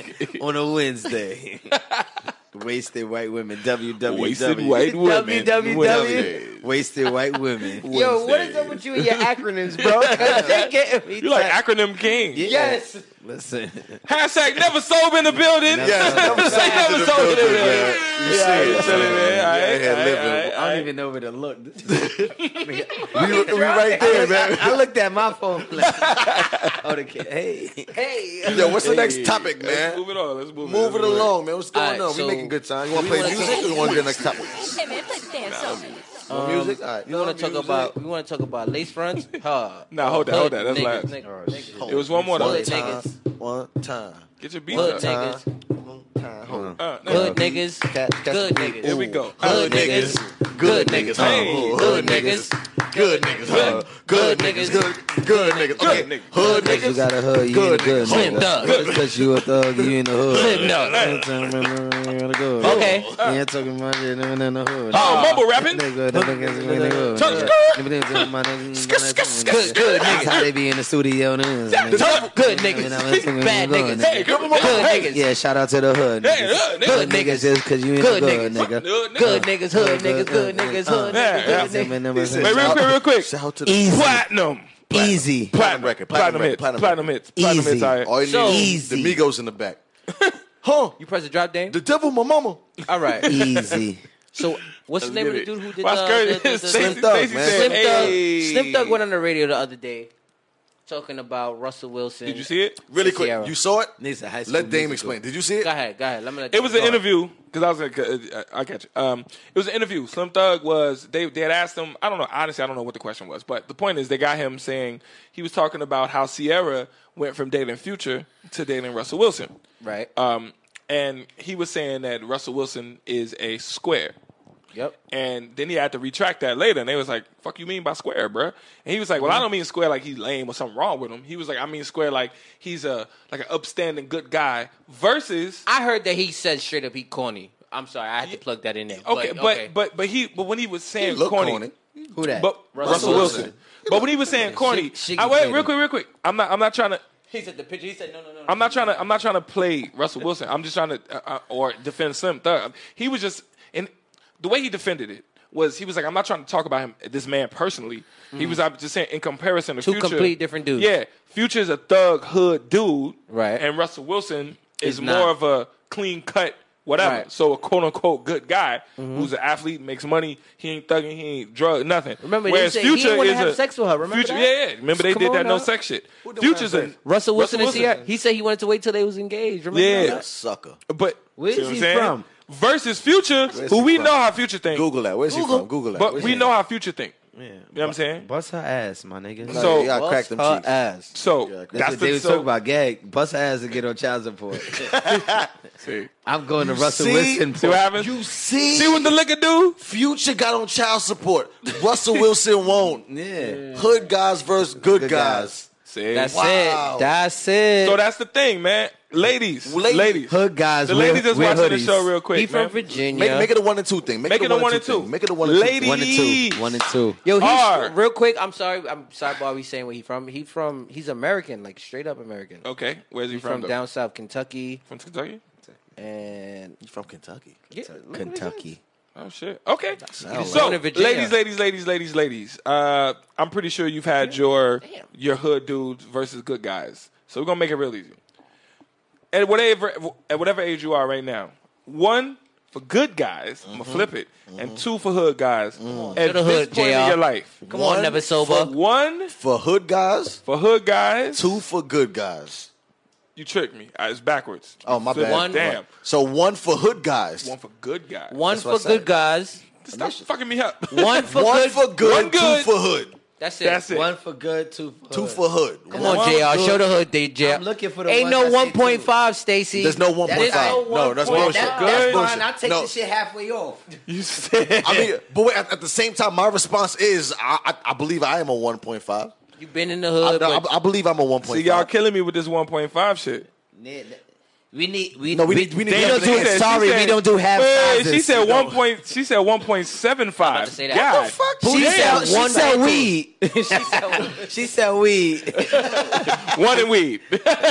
[SPEAKER 6] on a Wednesday. wasted white women. WWW.
[SPEAKER 2] Wasted white women.
[SPEAKER 6] WWW. Wasted white women. Yo, what is up with you and your acronyms, bro? 'Cause they getting me
[SPEAKER 2] You like
[SPEAKER 6] tight.
[SPEAKER 2] acronym king.
[SPEAKER 6] Yes. Listen.
[SPEAKER 2] Hashtag never sober in the building.
[SPEAKER 1] Yes, never sober
[SPEAKER 2] Never
[SPEAKER 1] in the
[SPEAKER 2] sober in the
[SPEAKER 1] building,
[SPEAKER 2] building.
[SPEAKER 1] man.
[SPEAKER 2] Yeah,
[SPEAKER 1] see
[SPEAKER 2] you
[SPEAKER 1] it,
[SPEAKER 2] feel it, man.
[SPEAKER 1] man.
[SPEAKER 2] Aight,
[SPEAKER 1] Yeah,
[SPEAKER 2] aight,
[SPEAKER 1] living.
[SPEAKER 2] aight,
[SPEAKER 6] I
[SPEAKER 2] aight.
[SPEAKER 6] don't even know where to look.
[SPEAKER 1] we, we right there, man.
[SPEAKER 6] I looked at my phone. Like, oh, the kid. Hey. Hey.
[SPEAKER 1] Yo, what's the next topic,
[SPEAKER 2] Let's
[SPEAKER 1] man?
[SPEAKER 2] move it on. Let's move it.
[SPEAKER 1] Move it
[SPEAKER 2] Let's move
[SPEAKER 1] along, man. What's going
[SPEAKER 5] Alright,
[SPEAKER 1] on?
[SPEAKER 5] so
[SPEAKER 1] we making good time. You want to play
[SPEAKER 5] wanna
[SPEAKER 1] music?
[SPEAKER 5] talk-
[SPEAKER 1] Or you want to do the next topic?
[SPEAKER 9] Hey man, put that song.
[SPEAKER 1] Want music? All right.
[SPEAKER 5] We want to talk
[SPEAKER 1] music?
[SPEAKER 5] about we want to talk about lace fronts. Huh.
[SPEAKER 2] Nah, hold that, hold that. That's
[SPEAKER 5] niggas,
[SPEAKER 2] last.
[SPEAKER 5] niggas, niggas,
[SPEAKER 2] It was one more though.
[SPEAKER 1] One
[SPEAKER 5] Bullet
[SPEAKER 1] time.
[SPEAKER 5] niggas.
[SPEAKER 1] One time.
[SPEAKER 2] Get your beat
[SPEAKER 5] Hood
[SPEAKER 2] up.
[SPEAKER 5] niggas,
[SPEAKER 1] One time. Hold on.
[SPEAKER 2] Uh,
[SPEAKER 5] good
[SPEAKER 2] nigga.
[SPEAKER 5] niggas,
[SPEAKER 1] Cat- cat-
[SPEAKER 5] good niggas.
[SPEAKER 2] Here we go.
[SPEAKER 5] Hood niggas, good niggas,
[SPEAKER 2] Hey.
[SPEAKER 5] good niggas,
[SPEAKER 1] Good niggas, huh? Good niggas, good, good niggas. Okay, hood
[SPEAKER 6] You
[SPEAKER 1] niggas.
[SPEAKER 6] got a hood, you
[SPEAKER 1] Good
[SPEAKER 6] ain't a
[SPEAKER 1] nigga.
[SPEAKER 6] good
[SPEAKER 5] Slim
[SPEAKER 6] nigga.
[SPEAKER 5] thug.
[SPEAKER 6] Just because you a thug, you ain't a hood.
[SPEAKER 5] Slim thug. Okay.
[SPEAKER 6] Okay. You ain't talking about shit, living in the hood.
[SPEAKER 2] Oh, mumble rapping.
[SPEAKER 6] Nigga, the niggas is in the hood.
[SPEAKER 2] Touch
[SPEAKER 6] Nigga, they talking about niggas,
[SPEAKER 5] good, good
[SPEAKER 6] That's
[SPEAKER 5] niggas,
[SPEAKER 6] how they be in the studio. niggas.
[SPEAKER 5] tough, good niggas, bad niggas, good niggas.
[SPEAKER 6] Yeah, shout out to the hood.
[SPEAKER 2] Hey,
[SPEAKER 6] niggas.
[SPEAKER 2] uh, nigga.
[SPEAKER 5] Good
[SPEAKER 6] Hood niggas just because you ain't a
[SPEAKER 5] Good
[SPEAKER 6] good
[SPEAKER 5] niggas.
[SPEAKER 6] nigga.
[SPEAKER 2] Hood nigga.
[SPEAKER 5] Good niggas, hood niggas, good niggas,
[SPEAKER 6] uh,
[SPEAKER 5] hood
[SPEAKER 2] Yeah, yeah.
[SPEAKER 5] niggas, good niggas.
[SPEAKER 2] Wait, real quick, real quick.
[SPEAKER 1] Shout out to the
[SPEAKER 6] Easy.
[SPEAKER 2] Platinum.
[SPEAKER 6] Easy.
[SPEAKER 1] Platinum record, platinum
[SPEAKER 2] Platinum
[SPEAKER 1] record,
[SPEAKER 2] hits.
[SPEAKER 1] platinum
[SPEAKER 2] Platinum
[SPEAKER 1] record.
[SPEAKER 2] hits. Platinum
[SPEAKER 6] Easy.
[SPEAKER 2] hits. all right.
[SPEAKER 1] all you
[SPEAKER 5] So-
[SPEAKER 1] need is
[SPEAKER 6] Easy.
[SPEAKER 1] the Migos in the back. huh?
[SPEAKER 5] You press the drop, Dame.
[SPEAKER 1] The devil, my mama.
[SPEAKER 5] All right.
[SPEAKER 6] Easy.
[SPEAKER 5] So what's the name of the
[SPEAKER 2] Get it.
[SPEAKER 5] dude who did uh,
[SPEAKER 2] My
[SPEAKER 5] the,
[SPEAKER 2] skirt
[SPEAKER 5] the, the, the
[SPEAKER 2] is- Stacey-
[SPEAKER 5] Slim
[SPEAKER 6] Thug,
[SPEAKER 2] Stacey
[SPEAKER 6] man.
[SPEAKER 2] said,
[SPEAKER 5] Thug?
[SPEAKER 2] hey.
[SPEAKER 5] Slim Thug went on the radio the other day talking about Russell Wilson.
[SPEAKER 2] Did you see it?
[SPEAKER 1] Really quick,
[SPEAKER 5] Sierra.
[SPEAKER 1] you saw it.
[SPEAKER 8] Needs a high school
[SPEAKER 1] Let Dame
[SPEAKER 8] musical.
[SPEAKER 1] explain. Did you see it?
[SPEAKER 5] Go ahead, go ahead. Let me let
[SPEAKER 2] It
[SPEAKER 5] you
[SPEAKER 2] was an
[SPEAKER 5] go.
[SPEAKER 2] interview because I was like, uh, I I catch it. Um, it was an interview. Slim Thug was they they had asked him. I don't know. Honestly, I don't know what the question was, but the point is they got him saying he was talking about how Sierra went from dating Future to dating Russell Wilson,
[SPEAKER 5] Right.
[SPEAKER 2] um, and he was saying that Russell Wilson is a square.
[SPEAKER 5] Yep.
[SPEAKER 2] And then he had to retract that later, and they was like, "Fuck you mean by square, bruh?" And he was like, "Well,
[SPEAKER 5] Mm-hmm.
[SPEAKER 2] I don't mean square like he's lame or something wrong with him." He was like, "I mean square like he's a like an upstanding good guy." Versus
[SPEAKER 5] I heard that he said straight up he corny. I'm sorry, I had to plug that in there.
[SPEAKER 2] Okay, but but, but he but when he was saying
[SPEAKER 1] Look
[SPEAKER 2] corny,
[SPEAKER 1] on it.
[SPEAKER 5] who that?
[SPEAKER 2] but Russell, Wilson. But when he was saying corny,
[SPEAKER 5] Shig- Shiggy
[SPEAKER 2] I, wait,
[SPEAKER 5] played
[SPEAKER 2] real
[SPEAKER 5] him.
[SPEAKER 2] quick, real quick. I'm not I'm not trying to
[SPEAKER 5] he said the picture. He said no, no, no. no.
[SPEAKER 2] I'm not trying to I'm not trying to play Russell Wilson. I'm just trying to uh, uh, or defend Slim Thug. He was just and the way he defended it was he was like I'm not trying to talk about him this man personally. He was I'm just saying in comparison to
[SPEAKER 5] Mm-hmm. Two
[SPEAKER 2] Future,
[SPEAKER 5] complete different dudes.
[SPEAKER 2] Yeah, Future is a thug hood dude,
[SPEAKER 5] Right.
[SPEAKER 2] And Russell Wilson is
[SPEAKER 5] Is
[SPEAKER 2] more
[SPEAKER 5] not.
[SPEAKER 2] of a clean cut. Whatever.
[SPEAKER 5] Right. Mm-hmm.
[SPEAKER 2] So a quote unquote good guy who's an athlete makes money. He ain't thugging. He ain't drug nothing.
[SPEAKER 5] Remember, they said he didn't wanna have sex with her. Remember
[SPEAKER 2] Future,
[SPEAKER 5] that?
[SPEAKER 2] Yeah, yeah. Remember they
[SPEAKER 5] Come
[SPEAKER 2] did
[SPEAKER 5] on
[SPEAKER 2] that no
[SPEAKER 5] now.
[SPEAKER 2] sex shit. Future's a
[SPEAKER 5] Russell Wilson and Sierra. He said he wanted to wait till they was engaged. Remember
[SPEAKER 2] Yeah.
[SPEAKER 5] that?
[SPEAKER 1] Sucker.
[SPEAKER 2] But
[SPEAKER 6] Where's
[SPEAKER 2] you know what
[SPEAKER 6] he
[SPEAKER 2] I'm saying?
[SPEAKER 6] from?
[SPEAKER 2] Versus Future, who
[SPEAKER 1] he
[SPEAKER 2] we
[SPEAKER 1] from?
[SPEAKER 2] know how Future think,
[SPEAKER 1] Google that. Where's he from? Google that.
[SPEAKER 2] but
[SPEAKER 1] Where's
[SPEAKER 2] we
[SPEAKER 1] he
[SPEAKER 2] know
[SPEAKER 1] from?
[SPEAKER 2] how Future think. You know what I'm saying?
[SPEAKER 8] Bust her ass, my nigga.
[SPEAKER 1] Like,
[SPEAKER 2] so-
[SPEAKER 1] y'all crack them cheeks.
[SPEAKER 8] ass.
[SPEAKER 2] So
[SPEAKER 1] Yeah,
[SPEAKER 2] that's
[SPEAKER 8] what they
[SPEAKER 2] the
[SPEAKER 8] was
[SPEAKER 2] so,
[SPEAKER 8] talking about. Gag. Bust her ass and get on child support.
[SPEAKER 2] See,
[SPEAKER 8] I'm going to Russell
[SPEAKER 1] see?
[SPEAKER 8] Wilson.
[SPEAKER 2] see what happens?
[SPEAKER 1] You see,
[SPEAKER 2] see what the liquor do?
[SPEAKER 1] Future got on child support. Russell Wilson won't.
[SPEAKER 8] Yeah.
[SPEAKER 1] Hood guys versus good,
[SPEAKER 8] Good
[SPEAKER 1] guys.
[SPEAKER 8] guys.
[SPEAKER 2] See,
[SPEAKER 5] That's
[SPEAKER 1] Wow.
[SPEAKER 8] Oh.
[SPEAKER 5] it. That's it.
[SPEAKER 2] so that's the thing, man. Ladies,
[SPEAKER 1] Ladies.
[SPEAKER 2] ladies,
[SPEAKER 8] Hood guys.
[SPEAKER 2] the
[SPEAKER 8] wear-
[SPEAKER 2] ladies that's
[SPEAKER 8] wear
[SPEAKER 2] watching the
[SPEAKER 8] hoodies.
[SPEAKER 2] show real quick,
[SPEAKER 5] he from
[SPEAKER 2] man.
[SPEAKER 5] Virginia.
[SPEAKER 1] Make, make it a one and two thing. Make, it a one
[SPEAKER 2] and two.
[SPEAKER 1] thing. Make it a one and two.
[SPEAKER 2] Ladies.
[SPEAKER 1] One
[SPEAKER 8] One and two. One and two.
[SPEAKER 5] Yo, he's
[SPEAKER 2] Hard.
[SPEAKER 5] real quick. I'm sorry. I'm sorry. Bobby saying where he from. He from. He's American, like straight up American.
[SPEAKER 2] Okay, where's he
[SPEAKER 5] He's
[SPEAKER 2] from?
[SPEAKER 5] from
[SPEAKER 2] though?
[SPEAKER 5] down south Kentucky
[SPEAKER 2] From Kentucky?
[SPEAKER 5] and
[SPEAKER 1] From Kentucky.
[SPEAKER 5] yeah, look what he said.
[SPEAKER 8] Kentucky.
[SPEAKER 2] Oh shit. Okay.
[SPEAKER 1] sound
[SPEAKER 2] So,
[SPEAKER 5] like it.
[SPEAKER 2] ladies, ladies, ladies, ladies, ladies. Uh, I'm pretty sure you've had your
[SPEAKER 5] Damn.
[SPEAKER 2] your hood dudes versus good guys. So we're gonna make it real easy. At whatever at whatever age you are right now, one for good guys, I'm
[SPEAKER 1] Mm-hmm.
[SPEAKER 2] gonna flip it, and two for hood guys. At
[SPEAKER 1] Mm.
[SPEAKER 5] to the
[SPEAKER 2] this
[SPEAKER 5] hood,
[SPEAKER 2] point in
[SPEAKER 5] JR.
[SPEAKER 2] your life,
[SPEAKER 5] Come on, never sober.
[SPEAKER 2] one
[SPEAKER 1] For hood guys,
[SPEAKER 2] for hood guys.
[SPEAKER 1] two for good guys.
[SPEAKER 2] You tricked me. Uh, it's backwards.
[SPEAKER 1] Oh my bad.
[SPEAKER 5] One-
[SPEAKER 2] Damn.
[SPEAKER 1] So one for hood guys.
[SPEAKER 2] One for good guys.
[SPEAKER 5] One
[SPEAKER 1] what I
[SPEAKER 5] for good
[SPEAKER 1] said.
[SPEAKER 5] guys.
[SPEAKER 2] Stop fucking me up.
[SPEAKER 5] One for
[SPEAKER 1] One
[SPEAKER 5] good.
[SPEAKER 1] for good,
[SPEAKER 2] One good.
[SPEAKER 1] two for hood,
[SPEAKER 5] that's it.
[SPEAKER 2] That's it.
[SPEAKER 8] One for good, two for
[SPEAKER 1] two for hood.
[SPEAKER 5] Come on,
[SPEAKER 2] One
[SPEAKER 5] Jr.
[SPEAKER 8] good.
[SPEAKER 5] Show the hood, they Jr.
[SPEAKER 8] I'm looking for the
[SPEAKER 5] Ain't
[SPEAKER 8] one
[SPEAKER 5] no
[SPEAKER 8] that's
[SPEAKER 5] one point five, Stacy.
[SPEAKER 1] There's no one point
[SPEAKER 5] There's
[SPEAKER 1] five.
[SPEAKER 5] no
[SPEAKER 1] No,
[SPEAKER 5] one
[SPEAKER 1] that's
[SPEAKER 2] point-
[SPEAKER 1] bullshit.
[SPEAKER 2] That-
[SPEAKER 1] That's
[SPEAKER 2] that's
[SPEAKER 1] bullshit.
[SPEAKER 8] Fine, I'll take
[SPEAKER 1] no,
[SPEAKER 8] this shit halfway off.
[SPEAKER 2] You said.
[SPEAKER 1] I mean, but wait. At, at the same time, my response is I, I, I believe I am a one point five.
[SPEAKER 5] You've been in the
[SPEAKER 1] I,
[SPEAKER 5] hood.
[SPEAKER 1] no,
[SPEAKER 5] but
[SPEAKER 1] I, I believe I'm a one
[SPEAKER 2] See,
[SPEAKER 1] point
[SPEAKER 2] y'all
[SPEAKER 1] five.
[SPEAKER 2] killing me with this 1.5 shit.
[SPEAKER 8] Yeah, th- We need we
[SPEAKER 1] No, we need- we need
[SPEAKER 8] they
[SPEAKER 1] to
[SPEAKER 8] don't
[SPEAKER 1] have
[SPEAKER 8] do
[SPEAKER 1] an answer.
[SPEAKER 8] it. Sorry,
[SPEAKER 2] she
[SPEAKER 8] we
[SPEAKER 2] said-
[SPEAKER 8] don't do half
[SPEAKER 2] Wait,
[SPEAKER 8] sizes.
[SPEAKER 2] She said
[SPEAKER 8] You know.
[SPEAKER 2] one point. She said one point seven five.
[SPEAKER 5] to say that. What the
[SPEAKER 2] God,
[SPEAKER 8] She
[SPEAKER 2] Damn.
[SPEAKER 8] said one. She said weed. she said weed.
[SPEAKER 2] one and weed.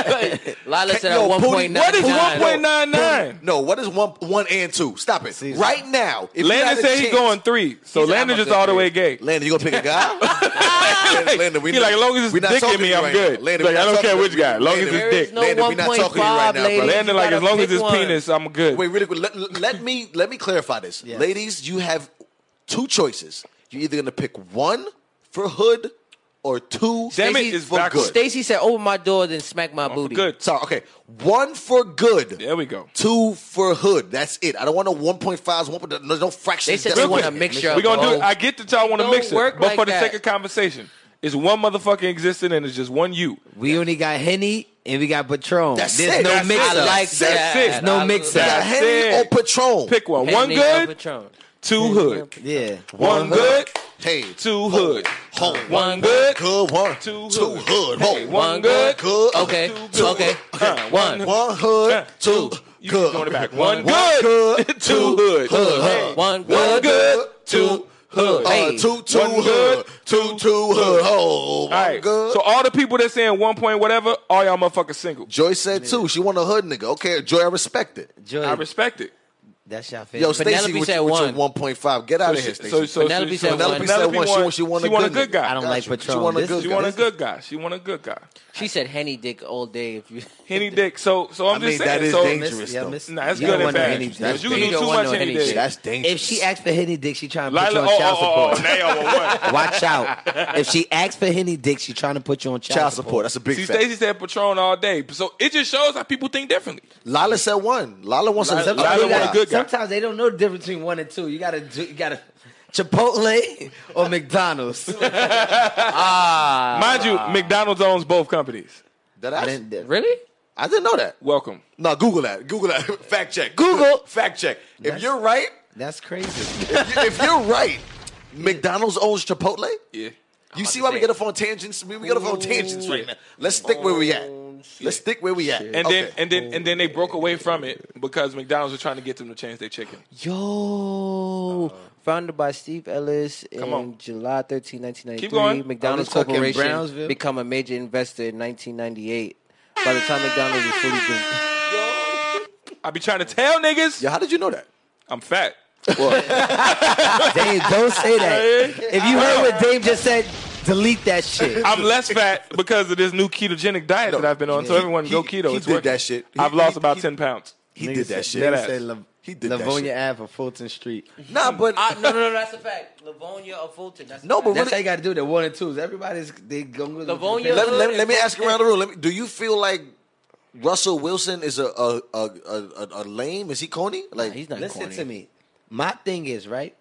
[SPEAKER 5] Lila said
[SPEAKER 1] Yo,
[SPEAKER 5] at one
[SPEAKER 1] Pooty,
[SPEAKER 5] point nine.
[SPEAKER 2] What is one point nine nine?
[SPEAKER 1] No, what is one one and two? Stop it right now. If you had
[SPEAKER 2] Landon
[SPEAKER 1] a
[SPEAKER 2] said he
[SPEAKER 1] chance-
[SPEAKER 2] going three, so
[SPEAKER 5] He's like,
[SPEAKER 2] Landon
[SPEAKER 5] I'm a
[SPEAKER 2] just all the
[SPEAKER 5] good
[SPEAKER 2] way gay.
[SPEAKER 1] Landon, you gonna pick a guy?
[SPEAKER 2] Like,
[SPEAKER 1] Landon, we
[SPEAKER 2] he like, as long as
[SPEAKER 1] we
[SPEAKER 2] it's
[SPEAKER 1] not
[SPEAKER 2] dick
[SPEAKER 1] talking
[SPEAKER 2] in
[SPEAKER 1] to
[SPEAKER 2] me,
[SPEAKER 1] you
[SPEAKER 2] I'm
[SPEAKER 1] right
[SPEAKER 2] good.
[SPEAKER 1] now. Landon,
[SPEAKER 2] Like,
[SPEAKER 1] we not
[SPEAKER 2] I don't care
[SPEAKER 1] talking
[SPEAKER 2] which
[SPEAKER 1] to you.
[SPEAKER 2] guy, as long as
[SPEAKER 1] Landon,
[SPEAKER 2] it's
[SPEAKER 5] There is
[SPEAKER 2] dick.
[SPEAKER 5] no
[SPEAKER 1] Landon, we
[SPEAKER 5] one
[SPEAKER 1] not
[SPEAKER 5] point
[SPEAKER 1] talking to you right
[SPEAKER 5] five,
[SPEAKER 1] now, brother.
[SPEAKER 5] ladies.
[SPEAKER 2] Landon, like, as long as it's penis, I'm good.
[SPEAKER 1] Wait, really quick. Let, let me let me clarify this, ladies. You have two choices. You're either gonna pick one for hood or two.
[SPEAKER 2] Damn it, it's
[SPEAKER 1] for
[SPEAKER 2] backwards.
[SPEAKER 1] good.
[SPEAKER 5] Stacy said, "Open my door, then smack my booty."
[SPEAKER 2] Good.
[SPEAKER 1] Sorry, okay. One for good.
[SPEAKER 2] There we go.
[SPEAKER 1] Two for hood. That's it. I don't want no 1.5s. One, point- there's no fractions.
[SPEAKER 5] They said
[SPEAKER 1] That's
[SPEAKER 5] they want
[SPEAKER 1] it.
[SPEAKER 5] a mixture.
[SPEAKER 2] We gonna do
[SPEAKER 5] bro.
[SPEAKER 2] it. I get that y'all want to
[SPEAKER 5] Don't
[SPEAKER 2] mix it,
[SPEAKER 5] work
[SPEAKER 2] but
[SPEAKER 5] like
[SPEAKER 2] for the
[SPEAKER 5] that.
[SPEAKER 2] sake of conversation, it's one motherfucker existing and it's just one you.
[SPEAKER 8] We only got Henny and we got Patron.
[SPEAKER 1] That's
[SPEAKER 8] There's
[SPEAKER 1] it.
[SPEAKER 8] no
[SPEAKER 1] That's
[SPEAKER 8] mix
[SPEAKER 2] it.
[SPEAKER 8] up.
[SPEAKER 5] I like
[SPEAKER 2] That's
[SPEAKER 5] that.
[SPEAKER 2] it.
[SPEAKER 5] I
[SPEAKER 8] No
[SPEAKER 5] love
[SPEAKER 8] mix
[SPEAKER 1] You
[SPEAKER 8] up.
[SPEAKER 1] got
[SPEAKER 2] That's
[SPEAKER 1] Henny
[SPEAKER 2] it.
[SPEAKER 1] or Patron.
[SPEAKER 2] Pick one.
[SPEAKER 5] Henny
[SPEAKER 2] One
[SPEAKER 5] El
[SPEAKER 2] good,
[SPEAKER 5] Patron.
[SPEAKER 2] two hood.
[SPEAKER 8] Yeah.
[SPEAKER 2] One good,
[SPEAKER 1] Hey,
[SPEAKER 2] two hood.
[SPEAKER 1] home.
[SPEAKER 2] One good,
[SPEAKER 1] Good one.
[SPEAKER 2] Two
[SPEAKER 1] Two
[SPEAKER 2] hood.
[SPEAKER 1] hood.
[SPEAKER 2] Hey,
[SPEAKER 1] Home.
[SPEAKER 2] one good,
[SPEAKER 1] Good.
[SPEAKER 5] Okay.
[SPEAKER 2] two good.
[SPEAKER 5] Okay.
[SPEAKER 2] Uh,
[SPEAKER 5] One.
[SPEAKER 2] one.
[SPEAKER 1] One hood. Two
[SPEAKER 2] You
[SPEAKER 1] good.
[SPEAKER 2] going back. One
[SPEAKER 1] One
[SPEAKER 2] good,
[SPEAKER 1] good,
[SPEAKER 2] two hood. Hey.
[SPEAKER 5] One
[SPEAKER 2] One
[SPEAKER 5] good.
[SPEAKER 2] good, two hood.
[SPEAKER 1] Uh,
[SPEAKER 5] Hey.
[SPEAKER 1] two two
[SPEAKER 2] One
[SPEAKER 1] hood.
[SPEAKER 2] good,
[SPEAKER 1] Two two hood. Oh, one
[SPEAKER 2] All right.
[SPEAKER 1] good.
[SPEAKER 2] So all the people that saying one point whatever, all y'all motherfuckers single.
[SPEAKER 1] Joy said too. She want a hood nigga. Okay, Joy, I respect it.
[SPEAKER 8] Joy,
[SPEAKER 2] I respect it.
[SPEAKER 8] That's your favorite.
[SPEAKER 1] Yo, Stacy,
[SPEAKER 5] Penelope
[SPEAKER 1] with,
[SPEAKER 5] said
[SPEAKER 1] you- with your
[SPEAKER 5] one.
[SPEAKER 1] 1.5. Get out of
[SPEAKER 2] So
[SPEAKER 1] here,
[SPEAKER 2] she-
[SPEAKER 1] Stacy.
[SPEAKER 2] so- so
[SPEAKER 5] Penelope
[SPEAKER 2] she-
[SPEAKER 5] said
[SPEAKER 1] Penelope
[SPEAKER 5] one.
[SPEAKER 1] said
[SPEAKER 2] Penelope
[SPEAKER 1] one. She,
[SPEAKER 2] won-
[SPEAKER 1] want- she want
[SPEAKER 2] she
[SPEAKER 1] a
[SPEAKER 2] want
[SPEAKER 1] good,
[SPEAKER 2] a good guy.
[SPEAKER 1] nigga.
[SPEAKER 2] I don't
[SPEAKER 1] Gotcha.
[SPEAKER 8] like
[SPEAKER 1] She
[SPEAKER 8] Patron.
[SPEAKER 1] want a
[SPEAKER 8] This
[SPEAKER 1] good
[SPEAKER 2] She
[SPEAKER 1] guy.
[SPEAKER 2] want a good guy. She want a good guy.
[SPEAKER 5] She said henny dick all day. If you
[SPEAKER 2] Henny Dick. So so I'm
[SPEAKER 1] I
[SPEAKER 2] just
[SPEAKER 1] mean,
[SPEAKER 2] saying.
[SPEAKER 1] that is
[SPEAKER 2] so,
[SPEAKER 1] dangerous,
[SPEAKER 8] yeah,
[SPEAKER 1] though.
[SPEAKER 8] miss-
[SPEAKER 2] Nah, that's
[SPEAKER 8] You
[SPEAKER 2] good
[SPEAKER 8] don't
[SPEAKER 2] and
[SPEAKER 8] want no
[SPEAKER 2] bad.
[SPEAKER 8] henny-
[SPEAKER 2] Because
[SPEAKER 1] that's
[SPEAKER 2] you can
[SPEAKER 1] dangerous.
[SPEAKER 2] do
[SPEAKER 1] You
[SPEAKER 2] too
[SPEAKER 5] don't want
[SPEAKER 2] much
[SPEAKER 5] no
[SPEAKER 2] Henny
[SPEAKER 5] henny
[SPEAKER 2] Dick.
[SPEAKER 5] dick.
[SPEAKER 1] That's dangerous.
[SPEAKER 8] If she asks for henny dick, she trying to put
[SPEAKER 2] Lila,
[SPEAKER 8] you on
[SPEAKER 2] oh,
[SPEAKER 8] child
[SPEAKER 2] oh, oh,
[SPEAKER 8] support.
[SPEAKER 2] now y'all want what?
[SPEAKER 8] Watch out. if she asks for henny dick, she trying to put you on child,
[SPEAKER 1] Child support. That's a big
[SPEAKER 2] See,
[SPEAKER 1] fact.
[SPEAKER 2] Stacey said Patron all day. So it just shows how people think differently.
[SPEAKER 1] Lala said one. Lala wants a,
[SPEAKER 2] Lala-
[SPEAKER 1] a
[SPEAKER 2] Lala
[SPEAKER 1] good
[SPEAKER 2] want a
[SPEAKER 1] guy.
[SPEAKER 2] good guy.
[SPEAKER 6] Sometimes they don't know the difference between one and two. You gotta, do, you gotta.
[SPEAKER 8] Chipotle or McDonald's?
[SPEAKER 1] Ah.
[SPEAKER 2] Mind you, McDonald's owns both companies.
[SPEAKER 1] That
[SPEAKER 8] I
[SPEAKER 1] I,
[SPEAKER 8] didn't.
[SPEAKER 5] really,
[SPEAKER 1] I didn't know that.
[SPEAKER 2] Welcome.
[SPEAKER 1] No, Google that. Google that. Fact check.
[SPEAKER 8] Google.
[SPEAKER 1] Fact check. If you're right,
[SPEAKER 8] That's crazy.
[SPEAKER 1] if you- if you're right, McDonald's owns Chipotle.
[SPEAKER 2] Yeah.
[SPEAKER 1] You see why we get off on tangents? We, we get off on tangents right now. Let's stick where we at. Let's stick where we at.
[SPEAKER 2] And
[SPEAKER 1] Okay.
[SPEAKER 2] then and then and then they broke away from it because McDonald's was trying to get them to change their chicken.
[SPEAKER 5] yo. Founded by Steve Ellis
[SPEAKER 2] Come on.
[SPEAKER 5] in July 13,
[SPEAKER 2] Keep going. Are we
[SPEAKER 5] 1993, McDonald's
[SPEAKER 8] talking
[SPEAKER 5] Corporation
[SPEAKER 8] Brownsville?
[SPEAKER 5] become a major investor in 1998. By the time McDonald's was fully de-
[SPEAKER 2] I be trying to tell niggas
[SPEAKER 1] yeah, how did you know that?
[SPEAKER 2] I'm fat.
[SPEAKER 8] Dame, don't say that. If you heard what Dame just said, delete that shit.
[SPEAKER 2] I'm less fat because of this new ketogenic diet that I've been on. So everyone go
[SPEAKER 1] he-
[SPEAKER 2] keto.
[SPEAKER 1] he
[SPEAKER 2] It's
[SPEAKER 1] did
[SPEAKER 2] working.
[SPEAKER 1] that shit. He-
[SPEAKER 2] I've lost
[SPEAKER 1] he-
[SPEAKER 2] about
[SPEAKER 1] he-
[SPEAKER 2] ten pounds.
[SPEAKER 1] He did that shit.
[SPEAKER 2] Dead
[SPEAKER 1] He
[SPEAKER 2] ass.
[SPEAKER 1] said La- He did that
[SPEAKER 8] Livonia
[SPEAKER 1] shit.
[SPEAKER 8] Ave or Fulton Street.
[SPEAKER 1] Nah, but
[SPEAKER 5] Ah, no, no, no, that's a fact. Livonia or Fulton. That's a
[SPEAKER 1] No,
[SPEAKER 5] fact.
[SPEAKER 1] but
[SPEAKER 6] That's how you gotta do the one and twos. Everybody's they go.
[SPEAKER 5] Livonia.
[SPEAKER 1] let, let, let me ask around the room. Let me, do you feel like Russell Wilson is a a, a, a, a- a lame? Is he corny? Like
[SPEAKER 5] he's not
[SPEAKER 6] Listen
[SPEAKER 5] corny.
[SPEAKER 6] to me.
[SPEAKER 8] My thing is right.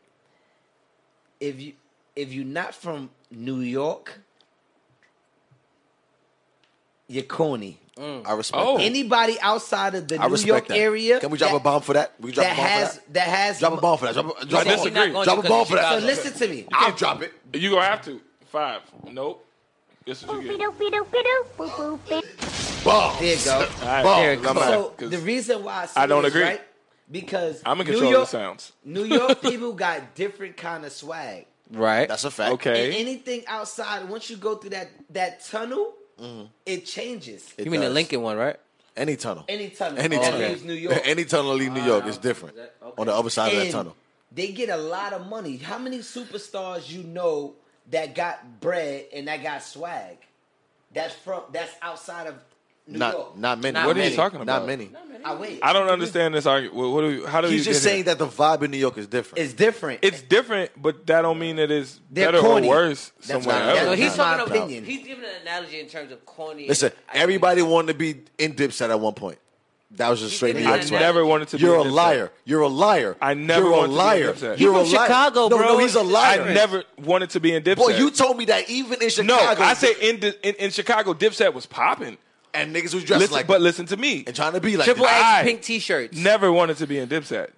[SPEAKER 6] If you if you're not from New York, you're corny.
[SPEAKER 1] I respect.
[SPEAKER 2] Oh.
[SPEAKER 1] that.
[SPEAKER 6] Anybody outside of the
[SPEAKER 1] Mm. I
[SPEAKER 6] New
[SPEAKER 1] respect
[SPEAKER 6] York
[SPEAKER 1] that.
[SPEAKER 6] area
[SPEAKER 1] Can we drop
[SPEAKER 6] that,
[SPEAKER 1] a bomb for that? We can drop
[SPEAKER 6] that
[SPEAKER 1] a bomb
[SPEAKER 6] has
[SPEAKER 1] for that.
[SPEAKER 6] that has
[SPEAKER 1] Drop a bomb for that. Drop a, drop
[SPEAKER 2] I
[SPEAKER 1] a
[SPEAKER 2] disagree.
[SPEAKER 1] bomb. Drop a ball for that.
[SPEAKER 6] So listen to me.
[SPEAKER 1] I'll drop it.
[SPEAKER 2] You gonna have to five. Nope. This is what you get.
[SPEAKER 1] Bomb.
[SPEAKER 6] There you go.
[SPEAKER 1] Bomb. I'm out.
[SPEAKER 6] So
[SPEAKER 2] Right, 'cause
[SPEAKER 6] the reason why I, say
[SPEAKER 2] I don't
[SPEAKER 6] this,
[SPEAKER 2] agree.
[SPEAKER 6] right? because
[SPEAKER 2] I'm in
[SPEAKER 6] New
[SPEAKER 2] control
[SPEAKER 6] York,
[SPEAKER 2] of the sounds.
[SPEAKER 6] New York people got different kind of swag.
[SPEAKER 5] Right.
[SPEAKER 1] That's a fact.
[SPEAKER 6] And
[SPEAKER 2] Okay.
[SPEAKER 6] anything outside, once you go through that that tunnel,
[SPEAKER 1] Mm-hmm.
[SPEAKER 6] it changes.
[SPEAKER 1] It
[SPEAKER 5] you mean the
[SPEAKER 1] does.
[SPEAKER 5] Lincoln one, right?
[SPEAKER 1] Any tunnel.
[SPEAKER 6] Any tunnel,
[SPEAKER 1] Any
[SPEAKER 6] that
[SPEAKER 1] tunnel.
[SPEAKER 6] leaves New York.
[SPEAKER 1] Any tunnel leave New York is different. On the other side of that
[SPEAKER 6] And
[SPEAKER 1] tunnel.
[SPEAKER 6] They get a lot of money. How many superstars you know that got bread and that got swag? That's from that's outside of New
[SPEAKER 1] Not
[SPEAKER 6] York.
[SPEAKER 1] not many.
[SPEAKER 5] What are you
[SPEAKER 1] Many.
[SPEAKER 2] talking about?
[SPEAKER 1] Not many.
[SPEAKER 6] I wait.
[SPEAKER 2] I don't understand this argument. What, what do you, how do you
[SPEAKER 1] He's just
[SPEAKER 2] get here?
[SPEAKER 1] saying that the vibe in New York is different.
[SPEAKER 6] it's different.
[SPEAKER 2] It's different, but that don't mean that it's
[SPEAKER 6] They're
[SPEAKER 2] better
[SPEAKER 6] corny.
[SPEAKER 2] or worse
[SPEAKER 6] That's
[SPEAKER 2] somewhere
[SPEAKER 1] not-
[SPEAKER 2] else.
[SPEAKER 5] No,
[SPEAKER 1] that's
[SPEAKER 5] he's
[SPEAKER 1] not
[SPEAKER 5] talking
[SPEAKER 1] my
[SPEAKER 5] about.
[SPEAKER 6] opinion.
[SPEAKER 5] He's giving an analogy in terms of corny.
[SPEAKER 1] Listen,
[SPEAKER 5] and-
[SPEAKER 1] everybody wanted to be in Dipset at one point. That was just straight New
[SPEAKER 5] did
[SPEAKER 1] York
[SPEAKER 5] not.
[SPEAKER 2] I
[SPEAKER 1] swag.
[SPEAKER 2] never wanted to. be
[SPEAKER 1] You're a
[SPEAKER 2] Dipset.
[SPEAKER 1] liar. You're a liar.
[SPEAKER 2] I never
[SPEAKER 1] You're a
[SPEAKER 2] wanted to be in
[SPEAKER 1] liar.
[SPEAKER 2] Dipset.
[SPEAKER 1] You're a
[SPEAKER 5] from
[SPEAKER 1] liar.
[SPEAKER 5] Chicago,
[SPEAKER 1] no,
[SPEAKER 5] bro.
[SPEAKER 1] No, he's a liar.
[SPEAKER 2] I never wanted to be in Dipset.
[SPEAKER 1] Boy, you told me that even in
[SPEAKER 2] no.
[SPEAKER 1] Chicago.
[SPEAKER 2] I say in, di- in in Chicago, Dipset was popping.
[SPEAKER 1] and niggas was dressed
[SPEAKER 2] Listen,
[SPEAKER 1] like
[SPEAKER 2] but
[SPEAKER 1] that
[SPEAKER 2] listen to me.
[SPEAKER 1] and trying to be like
[SPEAKER 5] Triple
[SPEAKER 1] that.
[SPEAKER 2] I
[SPEAKER 5] X pink T-shirts.
[SPEAKER 2] Never wanted to be in Dipset.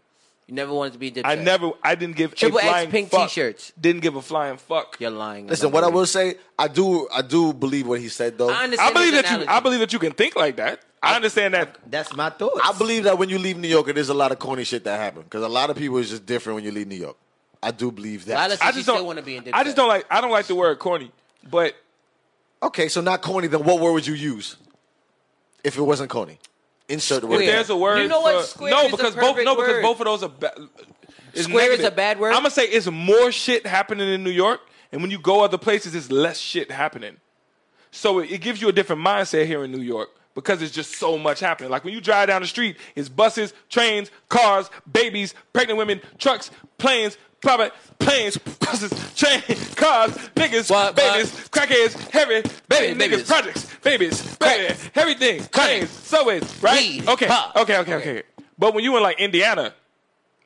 [SPEAKER 5] you never wanted to be. Dipset.
[SPEAKER 2] I never. I didn't give
[SPEAKER 5] Triple
[SPEAKER 2] a
[SPEAKER 5] X
[SPEAKER 2] flying
[SPEAKER 5] pink
[SPEAKER 2] fuck.
[SPEAKER 5] T-shirts.
[SPEAKER 2] Didn't give a flying fuck.
[SPEAKER 5] You're lying.
[SPEAKER 1] Listen, what I will say, I do, I do believe what he said though.
[SPEAKER 5] I
[SPEAKER 2] I
[SPEAKER 5] understand
[SPEAKER 2] believe
[SPEAKER 5] his
[SPEAKER 2] that you.
[SPEAKER 5] analogy.
[SPEAKER 2] I believe that you can think like that. I understand that.
[SPEAKER 6] that's my thoughts.
[SPEAKER 1] I believe that when you leave New York, there's a lot of corny shit that happens because a lot of people is just different when you leave New York. I do believe that.
[SPEAKER 5] Lila said
[SPEAKER 2] I
[SPEAKER 5] she
[SPEAKER 2] just
[SPEAKER 5] still
[SPEAKER 2] don't
[SPEAKER 5] want to be in. Dipset.
[SPEAKER 2] I just don't like. I don't like the word corny. But
[SPEAKER 1] Okay, so not corny. Then what word would you use if it wasn't corny? Insert the word.
[SPEAKER 5] Square.
[SPEAKER 1] there.
[SPEAKER 2] there's a word.
[SPEAKER 5] You know what?
[SPEAKER 2] for-
[SPEAKER 5] Square
[SPEAKER 2] no,
[SPEAKER 5] is the
[SPEAKER 2] because both. No,
[SPEAKER 5] perfect
[SPEAKER 2] because
[SPEAKER 5] word.
[SPEAKER 2] both of those are. Ba- is
[SPEAKER 5] Square is
[SPEAKER 2] negative.
[SPEAKER 5] a bad word?
[SPEAKER 2] I'm gonna say it's more shit happening in New York, and when you go other places, it's less shit happening. So it, it gives you a different mindset here in New York because it's just so much happening. Like when you drive down the street, it's buses, trains, cars, babies, pregnant women, trucks, planes. Private planes, buses, trains, cars, niggas,
[SPEAKER 5] What, what?
[SPEAKER 2] babies, crackheads, heavy, baby,
[SPEAKER 5] Baby,
[SPEAKER 2] niggas,
[SPEAKER 5] niggas.
[SPEAKER 2] projects, babies, baby, everything, trains, subways, right?
[SPEAKER 5] Weed.
[SPEAKER 2] Okay.
[SPEAKER 5] Huh.
[SPEAKER 2] okay, okay, okay, But when you in like Indiana,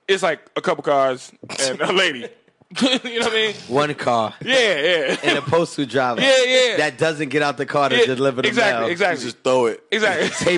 [SPEAKER 2] it's like a couple cars and a lady. you know what I mean?
[SPEAKER 8] One car
[SPEAKER 2] Yeah, yeah,
[SPEAKER 8] and a postal driver.
[SPEAKER 2] Yeah, yeah.
[SPEAKER 8] That doesn't get out the car to
[SPEAKER 2] Yeah,
[SPEAKER 8] deliver the
[SPEAKER 2] exactly,
[SPEAKER 8] mail.
[SPEAKER 1] You
[SPEAKER 2] exactly,
[SPEAKER 1] Just throw it.
[SPEAKER 2] exactly,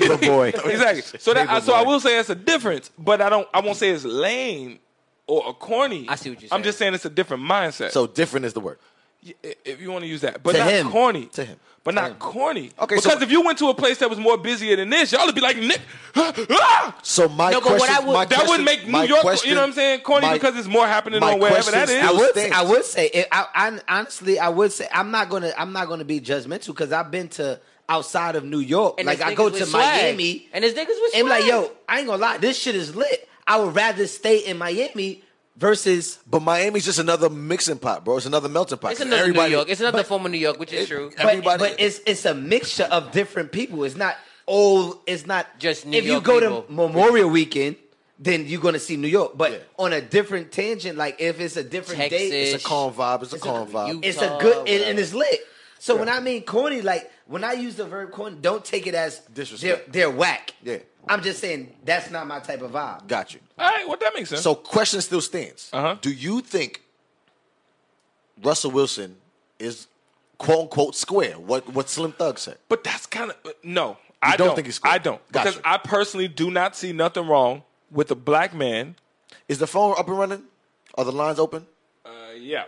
[SPEAKER 8] Paper boy.
[SPEAKER 2] exactly. So that,
[SPEAKER 8] Paper
[SPEAKER 2] so I
[SPEAKER 8] boy.
[SPEAKER 2] will say it's a difference, but I don't. I won't say it's lame or a corny.
[SPEAKER 5] I see what you're
[SPEAKER 2] I'm just saying it's a different mindset.
[SPEAKER 1] So different is the word.
[SPEAKER 2] i- if you want to use that, but
[SPEAKER 8] To
[SPEAKER 2] not
[SPEAKER 8] him.
[SPEAKER 2] corny.
[SPEAKER 1] To him.
[SPEAKER 2] but not corny.
[SPEAKER 1] Okay, so-
[SPEAKER 2] because if you went to a place that was more busier than this, y'all would be like, Nick, ah!
[SPEAKER 1] So my
[SPEAKER 5] No, but what
[SPEAKER 1] question,
[SPEAKER 5] I would-
[SPEAKER 1] my
[SPEAKER 5] that
[SPEAKER 2] that
[SPEAKER 1] question-
[SPEAKER 2] would make New
[SPEAKER 1] my
[SPEAKER 2] York.
[SPEAKER 1] question-
[SPEAKER 2] you know what I'm saying? Corny
[SPEAKER 1] my-
[SPEAKER 2] because it's more happening
[SPEAKER 1] my
[SPEAKER 2] on wherever that
[SPEAKER 1] question
[SPEAKER 2] is.
[SPEAKER 6] I
[SPEAKER 1] still
[SPEAKER 6] would,
[SPEAKER 1] stands.
[SPEAKER 6] I would say, it, I, I honestly, I would say, I'm not gonna, I'm not gonna be judgmental because I've been to outside of New York.
[SPEAKER 5] And
[SPEAKER 6] like
[SPEAKER 5] there's
[SPEAKER 6] I go
[SPEAKER 5] niggas
[SPEAKER 6] to
[SPEAKER 5] with swag.
[SPEAKER 6] Miami
[SPEAKER 5] and his niggas was
[SPEAKER 6] and be like, yo, I ain't gonna lie, this shit is lit. I would rather stay in Miami versus
[SPEAKER 1] But Miami's just another mixing pot, bro. It's another melting pot.
[SPEAKER 5] It's another
[SPEAKER 1] Everybody-
[SPEAKER 5] New York. It's another form of New York, which is true.
[SPEAKER 6] but,
[SPEAKER 1] Everybody-
[SPEAKER 6] but it's it's a mixture of different people. It's not all. It's not
[SPEAKER 5] Just New
[SPEAKER 6] if
[SPEAKER 5] York
[SPEAKER 6] you go
[SPEAKER 5] people.
[SPEAKER 6] to Memorial Weekend, then you're gonna see New York. But on a different tangent, like if it's a different day,
[SPEAKER 5] Texas.
[SPEAKER 1] It's a calm vibe. It's a calm vibe.
[SPEAKER 5] you-
[SPEAKER 6] it's a good and, and it's lit. So when I mean corny, like when I use the verb corny, don't take it as
[SPEAKER 1] Disrespect.
[SPEAKER 6] They're, they're whack.
[SPEAKER 1] Yeah.
[SPEAKER 6] I'm just saying that's not my type of vibe.
[SPEAKER 1] Got you.
[SPEAKER 2] All right, well that makes sense.
[SPEAKER 1] So question still stands.
[SPEAKER 2] Uh-huh.
[SPEAKER 1] Do you think Russell Wilson is quote unquote square? What what Slim Thug said.
[SPEAKER 2] But that's kind of no. I
[SPEAKER 1] don't
[SPEAKER 2] don't,
[SPEAKER 1] think it's cool.
[SPEAKER 2] I don't
[SPEAKER 1] Gotcha.
[SPEAKER 2] because I personally do not see nothing wrong with a black man.
[SPEAKER 1] Is the phone up and running? Are the lines open?
[SPEAKER 2] Uh, yeah,